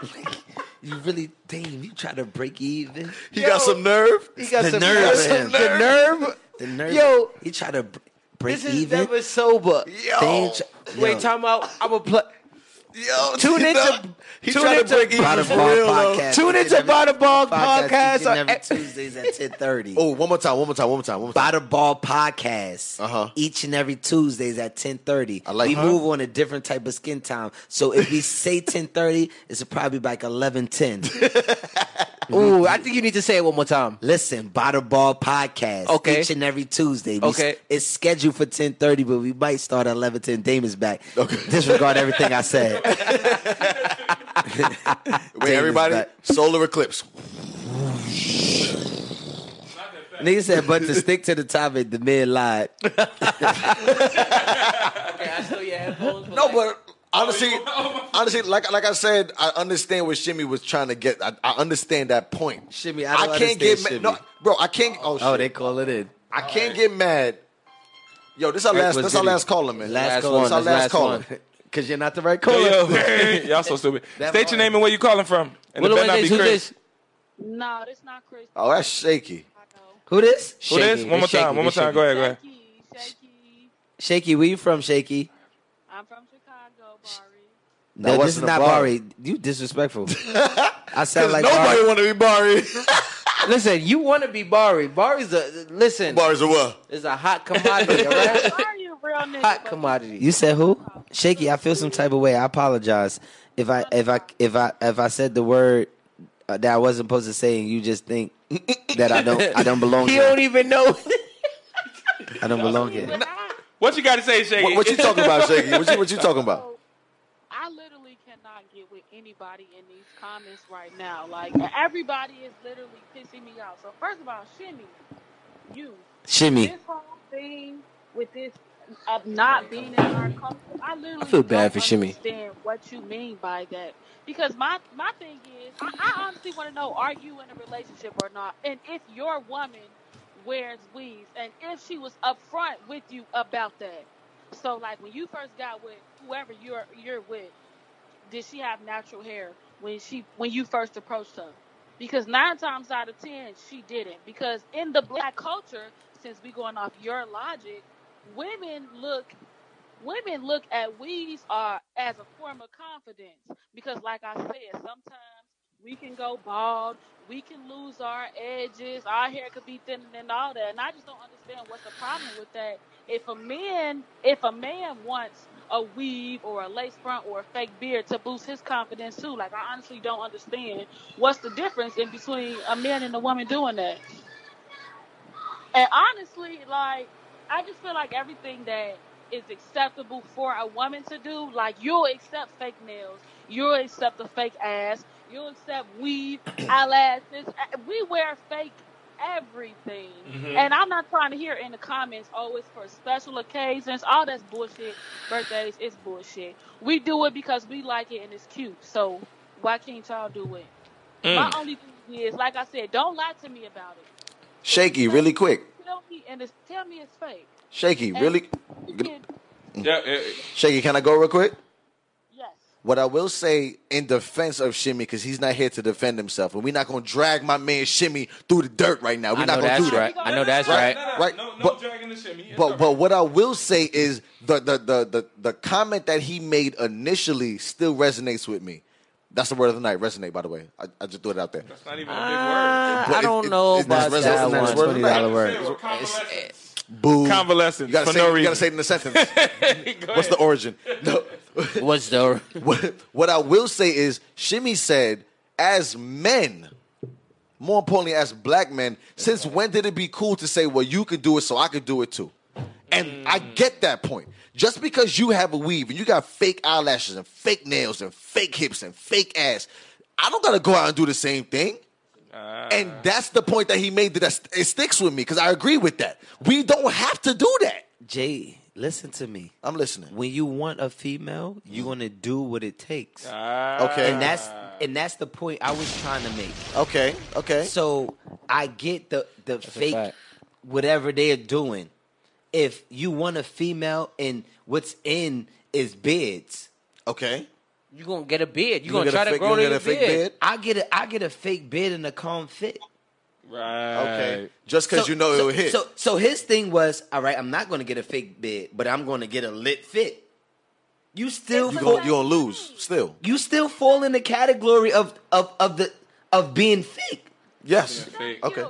[SPEAKER 6] Like, you really, damn, you trying to break even?
[SPEAKER 1] He got some nerve.
[SPEAKER 5] He got
[SPEAKER 6] the
[SPEAKER 5] some
[SPEAKER 6] nerve.
[SPEAKER 5] nerve.
[SPEAKER 6] of him.
[SPEAKER 5] The nerve.
[SPEAKER 6] The nerve.
[SPEAKER 5] Yo.
[SPEAKER 6] he tried to br- break
[SPEAKER 5] This is
[SPEAKER 6] even.
[SPEAKER 5] never sober.
[SPEAKER 6] They ain't tr- Yo.
[SPEAKER 5] Wait, time out. I'm a play.
[SPEAKER 1] Yo,
[SPEAKER 5] tune
[SPEAKER 6] he
[SPEAKER 5] into
[SPEAKER 6] not-
[SPEAKER 1] he
[SPEAKER 5] tune
[SPEAKER 1] tryna
[SPEAKER 5] into
[SPEAKER 1] break even
[SPEAKER 5] Bada
[SPEAKER 1] for
[SPEAKER 5] Bong
[SPEAKER 1] real, though.
[SPEAKER 5] podcast. Tune into
[SPEAKER 1] Every-
[SPEAKER 5] Bada Bong
[SPEAKER 1] podcast
[SPEAKER 5] podcast. uh, eh,
[SPEAKER 1] each and every
[SPEAKER 5] on-
[SPEAKER 6] Tuesdays at ten thirty.
[SPEAKER 1] Oh, one more time, one more time, one more time, one more time.
[SPEAKER 6] By the Ball podcast. Uh-huh. Each and every Tuesdays at 10:30. I like we
[SPEAKER 1] that.
[SPEAKER 6] move on a different type of skin time. So if we say 10:30, it's probably like 11:10.
[SPEAKER 5] Ooh, I think you need to say it one more time.
[SPEAKER 6] Listen, by the Ball podcast.
[SPEAKER 5] Okay.
[SPEAKER 6] Each and every Tuesday. We-
[SPEAKER 5] Okay.
[SPEAKER 6] It's scheduled for 10:30, but we might start at 11:10. Dame is back. Okay. Disregard everything I said.
[SPEAKER 1] Wait, everybody, solar eclipse.
[SPEAKER 6] Nigga said, but to stick to the topic, the man lied.
[SPEAKER 1] No, but Oh, honestly,
[SPEAKER 2] Oh
[SPEAKER 1] honestly, like like I said, I understand what Shimmy was trying to get. I, I understand that point.
[SPEAKER 6] Shimmy, I don't
[SPEAKER 1] can't
[SPEAKER 6] understand
[SPEAKER 1] get mad.
[SPEAKER 6] Shimmy.
[SPEAKER 1] No, bro, I can't. Oh, shit.
[SPEAKER 6] Oh, they call it in.
[SPEAKER 1] I can't get mad. Yo, this our
[SPEAKER 6] Right,
[SPEAKER 1] last.
[SPEAKER 6] was
[SPEAKER 1] This our
[SPEAKER 6] Diddy.
[SPEAKER 1] last caller, man.
[SPEAKER 6] Last,
[SPEAKER 1] This our
[SPEAKER 6] one.
[SPEAKER 1] last
[SPEAKER 6] Last
[SPEAKER 1] caller.
[SPEAKER 6] one. Cause you're not the right caller.
[SPEAKER 2] Yo, y'all so stupid.
[SPEAKER 6] That
[SPEAKER 2] State your name and where you calling from. And
[SPEAKER 6] Willow
[SPEAKER 2] it better not be
[SPEAKER 6] Wednesdays, who
[SPEAKER 2] Chris.
[SPEAKER 13] No, that's not Chris.
[SPEAKER 1] Oh, that's shaky.
[SPEAKER 6] Who this?
[SPEAKER 2] Who this? One more
[SPEAKER 6] Shaky,
[SPEAKER 2] time. One more
[SPEAKER 6] shaky.
[SPEAKER 2] time. Go ahead. Go ahead.
[SPEAKER 6] Shaky, where you from, Shaky?
[SPEAKER 13] I'm from Chicago, Barry.
[SPEAKER 1] That
[SPEAKER 6] No, this
[SPEAKER 1] wasn't
[SPEAKER 6] is
[SPEAKER 1] a
[SPEAKER 6] not
[SPEAKER 1] bar.
[SPEAKER 6] Barry. You disrespectful. I sound like
[SPEAKER 1] nobody
[SPEAKER 6] Bari.
[SPEAKER 1] want to be Bari.
[SPEAKER 5] Listen, you want to be Bari. Bari's a listen.
[SPEAKER 1] Bari's a what?
[SPEAKER 5] Is a hot commodity. all right? hot commodity.
[SPEAKER 6] You said who? Shaky. I feel some type of way. I apologize if I if I if I if I said the word uh, that I wasn't supposed to say, and you just think that I don't I don't belong
[SPEAKER 5] He
[SPEAKER 6] here.
[SPEAKER 5] don't even know.
[SPEAKER 6] I don't belong here.
[SPEAKER 2] What you got to say, Shaggy?
[SPEAKER 1] What, what you talking about, Shaky? What you what you talking about?
[SPEAKER 13] I literally cannot get with anybody in these comments right now. Like everybody is literally pissing me off. So first of all, shimmy, you
[SPEAKER 6] Shimmy.
[SPEAKER 13] This whole thing with this of not being in our culture, I literally
[SPEAKER 5] I feel bad
[SPEAKER 13] don't
[SPEAKER 5] for Shimmy.
[SPEAKER 13] Understand what you mean by that? Because my my thing is, I, I honestly want to know: Are you in a relationship or not? And if your woman wears weaves, and if she was upfront with you about that. So like when you first got with whoever you're you're with, did she have natural hair when she when you first approached her? Because nine times out of ten she didn't. Because in the black culture, since we going off your logic, women look women look at weaves are as a form of confidence. Because like I said, sometimes we can go bald, we can lose our edges, our hair could be thinning and all that. And I just don't understand what's the problem with that. If a man if a man wants a weave or a lace front or a fake beard to boost his confidence too, like I honestly don't understand what's the difference in between a man and a woman doing that. And honestly, like I just feel like everything that is acceptable for a woman to do, like you'll accept fake nails, You'll accept a fake ass. You'll accept weave, eyelashes. Uh, We wear fake everything.
[SPEAKER 14] Mhm.
[SPEAKER 13] And I'm not trying to hear in the comments, oh, it's for special occasions. All that's bullshit. Birthdays, it's bullshit. We do it because we like it and it's cute. So why can't y'all do it? My
[SPEAKER 1] Mm.
[SPEAKER 13] only thing is, like I said, don't lie to me about it.
[SPEAKER 1] Shaky, really quick.
[SPEAKER 13] Tell me, and it's, tell me it's fake.
[SPEAKER 1] Shaky,
[SPEAKER 13] And
[SPEAKER 1] really.
[SPEAKER 13] you can-
[SPEAKER 2] Yeah.
[SPEAKER 1] Shaky, can I go real quick?
[SPEAKER 13] Yes.
[SPEAKER 1] What I will say in defense of Shimmy, because he's not here to defend himself, and we're not gonna drag my man Shimmy through the dirt right now. We're
[SPEAKER 15] I
[SPEAKER 1] not
[SPEAKER 15] know
[SPEAKER 1] gonna
[SPEAKER 15] that's
[SPEAKER 1] do
[SPEAKER 15] right.
[SPEAKER 1] that.
[SPEAKER 15] I know that's right.
[SPEAKER 1] Right.
[SPEAKER 2] No, no dragging the shimmy.
[SPEAKER 1] But but what I will say is the the, the the the comment that he made initially still resonates with me. That's the word of the night. Resonate, by the way. I, I just threw it out there.
[SPEAKER 2] That's not even
[SPEAKER 5] Uh,
[SPEAKER 1] But
[SPEAKER 5] I
[SPEAKER 1] it-
[SPEAKER 5] don't
[SPEAKER 1] it-
[SPEAKER 5] know
[SPEAKER 1] it's not
[SPEAKER 5] about that
[SPEAKER 1] resonate, it's
[SPEAKER 5] one.
[SPEAKER 1] word of the night. Boo.
[SPEAKER 2] Convalescence.
[SPEAKER 1] You gotta
[SPEAKER 2] for
[SPEAKER 1] say
[SPEAKER 2] no
[SPEAKER 1] you
[SPEAKER 2] reason.
[SPEAKER 1] gotta say it in a sentence. What's the origin? No.
[SPEAKER 5] What's the
[SPEAKER 1] what, what I will say is Shimmy said, as men, more importantly as black men, since when did it be cool to say, well, you could do it, so I could do it too? And I get that point. Just because you have a weave and you got fake eyelashes and fake nails and fake hips and fake ass, I don't gotta go out and do the same thing. and that's the point that he made that that's- it sticks with me because I agree with that. We don't have to do that.
[SPEAKER 6] Jay, listen to me.
[SPEAKER 1] I'm listening.
[SPEAKER 6] When you want a female,
[SPEAKER 5] Mm.
[SPEAKER 6] you're gonna do what it takes.
[SPEAKER 5] Ah.
[SPEAKER 1] Okay.
[SPEAKER 6] And that's and that's the point I was trying to make.
[SPEAKER 1] Okay. Okay.
[SPEAKER 6] So I get the the fake
[SPEAKER 16] fact.
[SPEAKER 6] whatever they're doing. If you want a female and what's in is beards.
[SPEAKER 1] Okay.
[SPEAKER 5] You gonna get a beard. You, gonna, try to grow your beard.
[SPEAKER 6] I get a I get a fake beard and a comb fit.
[SPEAKER 2] Right.
[SPEAKER 1] Okay. Uh, Just because
[SPEAKER 6] So-
[SPEAKER 1] you know
[SPEAKER 6] so,
[SPEAKER 1] it'll hit.
[SPEAKER 6] So so his thing was, all right, I'm not gonna get a fake beard, but I'm gonna get a lit fit. You still
[SPEAKER 1] you
[SPEAKER 6] fall,
[SPEAKER 1] gonna you gonna lose still.
[SPEAKER 6] you still fall in the category of of of the of being fake.
[SPEAKER 1] Yes.
[SPEAKER 13] Okay.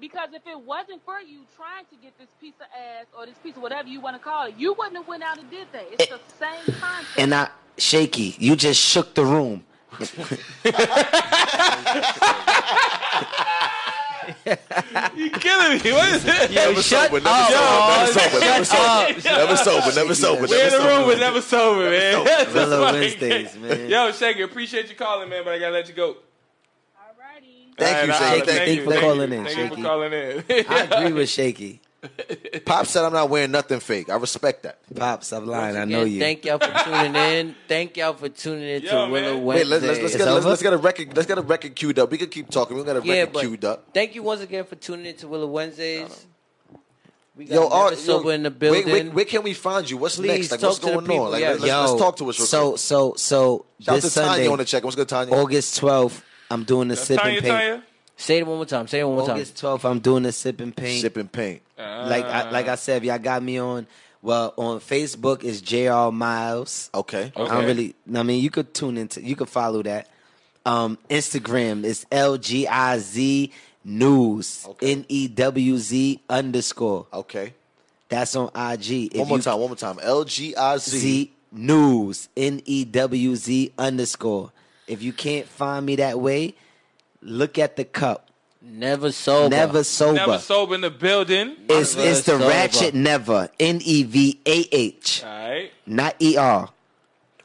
[SPEAKER 13] Because if it wasn't for you trying to get this piece of ass or this piece of whatever you want to call it, you wouldn't have went out and did that. It's the same concept.
[SPEAKER 6] And I shaky, you just shook the room.
[SPEAKER 2] You killing me? What is this?
[SPEAKER 1] Yo, Never shut sober, never up. sober, never sober, never sober, never sober, never sober,
[SPEAKER 2] We're in
[SPEAKER 1] never
[SPEAKER 2] the
[SPEAKER 1] sober.
[SPEAKER 2] room, but never sober, man. That's
[SPEAKER 1] Hello,
[SPEAKER 2] what I
[SPEAKER 1] Wednesdays,
[SPEAKER 2] get.
[SPEAKER 1] man.
[SPEAKER 2] Yo, Shaky, appreciate you calling, man, but I gotta let you go.
[SPEAKER 1] Thank you,
[SPEAKER 2] All right,
[SPEAKER 1] Shaky.
[SPEAKER 2] I'll-
[SPEAKER 1] Thank you for
[SPEAKER 2] thank
[SPEAKER 1] calling in,
[SPEAKER 2] Thank you for
[SPEAKER 1] Shaky.
[SPEAKER 2] calling in.
[SPEAKER 1] I agree
[SPEAKER 6] with Shaky.
[SPEAKER 1] Pop said I'm not wearing nothing fake. I respect that.
[SPEAKER 6] Pop, stop lying.
[SPEAKER 1] I
[SPEAKER 5] Again, Thank y'all for tuning in. Thank y'all for tuning in
[SPEAKER 1] Yo,
[SPEAKER 5] to Willow
[SPEAKER 1] man.
[SPEAKER 5] Wednesday.
[SPEAKER 1] Wait, let's, let's, let's, get, let's, let's get a record. Let's get a record queued up. We can keep talking. We got a
[SPEAKER 5] Yeah,
[SPEAKER 1] record
[SPEAKER 5] but-
[SPEAKER 1] queued up.
[SPEAKER 5] Thank you once again for tuning in to Willow Wednesdays. We got
[SPEAKER 1] Yo,
[SPEAKER 5] Never
[SPEAKER 1] all yo,
[SPEAKER 5] sober in the
[SPEAKER 1] where- where-
[SPEAKER 5] building.
[SPEAKER 1] Where, can we find you? What's next?
[SPEAKER 5] Please
[SPEAKER 1] Like,
[SPEAKER 5] talk
[SPEAKER 1] what's
[SPEAKER 5] to the
[SPEAKER 1] going
[SPEAKER 5] people,
[SPEAKER 1] on? Like,
[SPEAKER 5] yeah.
[SPEAKER 1] let's, let's- let's talk to us. Real
[SPEAKER 6] so,
[SPEAKER 1] quick.
[SPEAKER 6] So, so,
[SPEAKER 1] Shout out
[SPEAKER 6] this
[SPEAKER 1] to Tanya
[SPEAKER 6] Sunday,
[SPEAKER 1] on the check. What's good, Tanya?
[SPEAKER 6] August 12th, I'm doing the sip and paint.
[SPEAKER 5] Say it one more time. Say it one more time.
[SPEAKER 6] August 12th, I'm doing the sip and paint. Sip
[SPEAKER 1] and paint.
[SPEAKER 5] Uh,
[SPEAKER 6] Like, I, like
[SPEAKER 5] Ah.
[SPEAKER 6] I said, if y'all got me on, well, on Facebook is JR Miles.
[SPEAKER 1] Okay.
[SPEAKER 6] I don't
[SPEAKER 1] Okay.
[SPEAKER 6] really, I mean, you could tune into, you could follow that. Um, Instagram is LGIZ News. N E W Z underscore.
[SPEAKER 5] Um,
[SPEAKER 1] Okay.
[SPEAKER 6] That's on IG.
[SPEAKER 1] One more time. One more time. L G I Z.
[SPEAKER 6] Z News. N E W Z underscore. If you can't find me that way, look at the cup.
[SPEAKER 5] Never sober.
[SPEAKER 6] Never sober.
[SPEAKER 2] Uh, Never sober in the building.
[SPEAKER 6] It's, it's the ratchet never. N E V A H.
[SPEAKER 2] All right.
[SPEAKER 6] Not E R.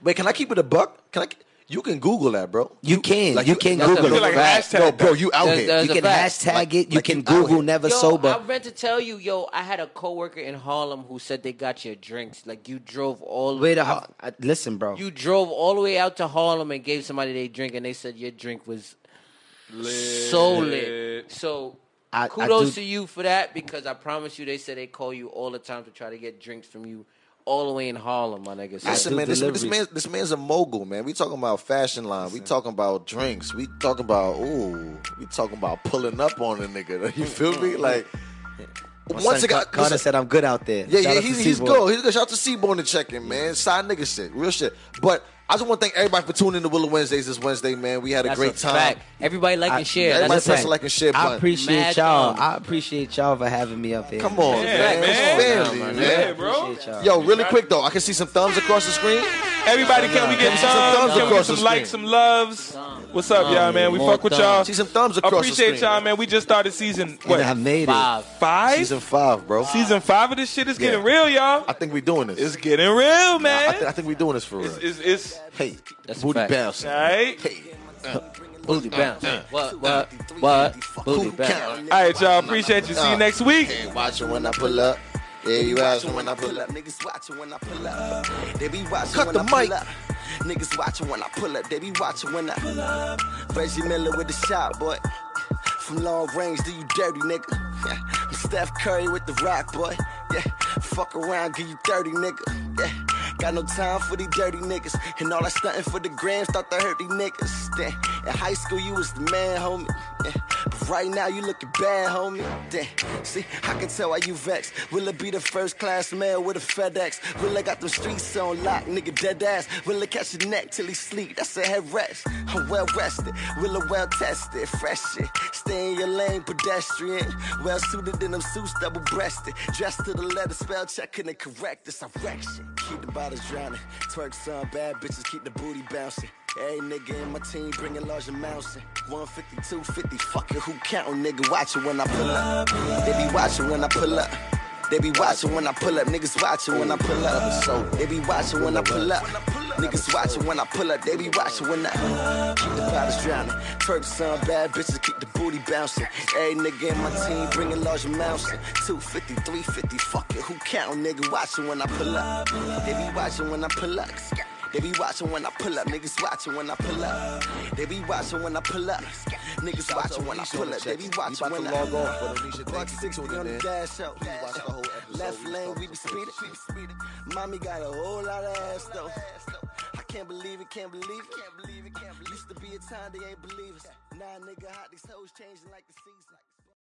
[SPEAKER 1] Wait, can I keep it a buck? Can I? You can Google that, bro.
[SPEAKER 6] You can. you can
[SPEAKER 1] that's a
[SPEAKER 6] Google it.
[SPEAKER 1] fact. No, bro, you out
[SPEAKER 5] There's-
[SPEAKER 1] here.
[SPEAKER 5] there's
[SPEAKER 6] you
[SPEAKER 5] a
[SPEAKER 6] can
[SPEAKER 5] fact.
[SPEAKER 6] hashtag it. You can Google never
[SPEAKER 5] yo, I
[SPEAKER 6] sober.
[SPEAKER 5] meant to tell you, yo, I had a coworker in Harlem who said they got your drinks. Like you drove all
[SPEAKER 6] Wait a
[SPEAKER 5] I-
[SPEAKER 6] ho- I- Listen, bro.
[SPEAKER 5] You drove all the way out to Harlem and gave somebody their drink, and they said your drink was so lit. So
[SPEAKER 6] I- I
[SPEAKER 5] kudos
[SPEAKER 6] do-
[SPEAKER 5] to you for that because I promise you, they said they call you all the time to try to get drinks from you all the way in Harlem, my nigga. So-
[SPEAKER 1] Listen, man, this, this man, this man's a mogul, man. We talking about fashion line. We talking about drinks. We talking about ooh. We talking about pulling up on a nigga. You feel me? Like
[SPEAKER 6] Mm-hmm. My
[SPEAKER 1] once
[SPEAKER 6] son
[SPEAKER 1] again,
[SPEAKER 6] Car- Carter said I'm good out there.
[SPEAKER 1] Yeah,
[SPEAKER 6] Shout
[SPEAKER 1] yeah,
[SPEAKER 6] out to
[SPEAKER 1] he's, he's
[SPEAKER 6] Seaboard.
[SPEAKER 1] good. He's good. Shout out to Seaborn to check in, man. Side nigga shit, real shit. But I just want to thank everybody for tuning in to Willow Wednesdays this Wednesday, man. We had a
[SPEAKER 5] That's
[SPEAKER 1] great time.
[SPEAKER 5] fact. Everybody like
[SPEAKER 1] I-
[SPEAKER 5] and share.
[SPEAKER 1] Everybody
[SPEAKER 5] That's a
[SPEAKER 1] press
[SPEAKER 5] fact.
[SPEAKER 1] the like and share button.
[SPEAKER 6] I appreciate
[SPEAKER 5] Mad
[SPEAKER 6] y'all.
[SPEAKER 5] thumbs.
[SPEAKER 6] I appreciate y'all for having me up here.
[SPEAKER 1] Come on, man.
[SPEAKER 6] Appreciate
[SPEAKER 1] It's
[SPEAKER 6] y'all,
[SPEAKER 1] family,
[SPEAKER 6] man.
[SPEAKER 1] man.
[SPEAKER 6] Appreciate y'all.
[SPEAKER 1] Yo, really quick though, I can see some thumbs across the screen.
[SPEAKER 2] Everybody, can we get
[SPEAKER 1] Some
[SPEAKER 2] thumbs?
[SPEAKER 1] thumbs
[SPEAKER 2] Can we get
[SPEAKER 1] across the
[SPEAKER 2] some likes, some loves? What's up, y'all, man? We
[SPEAKER 1] More
[SPEAKER 2] fuck with
[SPEAKER 1] thumbs.
[SPEAKER 2] y'all.
[SPEAKER 1] See some thumbs across the
[SPEAKER 2] Uh, Appreciate
[SPEAKER 1] screen.
[SPEAKER 2] y'all, man. We just started season what?
[SPEAKER 1] I made it.
[SPEAKER 2] Five. Five?
[SPEAKER 1] Season five, bro.
[SPEAKER 2] Season five of this shit is getting real, y'all.
[SPEAKER 1] I think we doing this.
[SPEAKER 2] It's getting real, man.
[SPEAKER 1] I, thi- I think we doing this for real.
[SPEAKER 2] It's, it's,
[SPEAKER 1] hey, booty bounce.
[SPEAKER 2] All right.
[SPEAKER 5] Booty bounce. What? What?
[SPEAKER 1] What?
[SPEAKER 5] Booty bounce.
[SPEAKER 2] All right, y'all. Appreciate you. See you next week.
[SPEAKER 1] Watch it when I pull up. Yeah, you ask when I pull up.
[SPEAKER 6] Niggas watching when I pull up. They be watching
[SPEAKER 1] Cut
[SPEAKER 6] when
[SPEAKER 1] the
[SPEAKER 6] I pull
[SPEAKER 1] mic.
[SPEAKER 6] up. Niggas watching when I pull up. They be watching when I pull up. Reggie Miller with the shot, boy. From long range, do you dirty, nigga? Yeah. I'm Steph Curry with the rock, boy. Yeah. Fuck around, give you dirty, nigga. Yeah. Got no time for these dirty niggas. And all that stunting for the grams thought that hurt these niggas. Damn. In high school, you was the man, homie. Yeah. But right now, you looking bad, homie. Damn. See, I can tell why you vexed. Will it be the first class man with a FedEx? Will I got them streets on lock, nigga dead ass? Will I catch your neck till he sleep? That's a head rest. I'm well rested. Will I well tested? Fresh shit. Stay in your lane, pedestrian. Well suited in them suits, double breasted. Dressed to the letter, spell checking and correct this direction. Keep the bottles drowning. Twerk some bad bitches, keep the booty bouncing. Hey nigga in my team bringing large amounts in. 150, 250, fucking who counting, nigga. Watch it when I pull up. They be watching when I pull up. They be watching when I pull up. Niggas watching when I pull up. They be watching when I pull up. Niggas watching when I pull up. They be watching when I keep the bottles drowning. Turk some bad bitches keep the booty bouncing. Hey nigga in my team bringing large amounts in. 250, 350, fucking who counting, nigga. Watching when I pull up. They be watching when I pull up. They be watching when I pull up, niggas watching when I pull up. They be watching when I pull up, niggas watching when I pull up. They be watching when I log off. Buck sixty on the dash out. Left lane, we be speeding. Mommy got a whole lot of ass though. I can't believe it, can't believe it, can't believe it, can't believe it. Used to be a time they ain't believe us. Nah, nigga, hot these hoes changing like the season.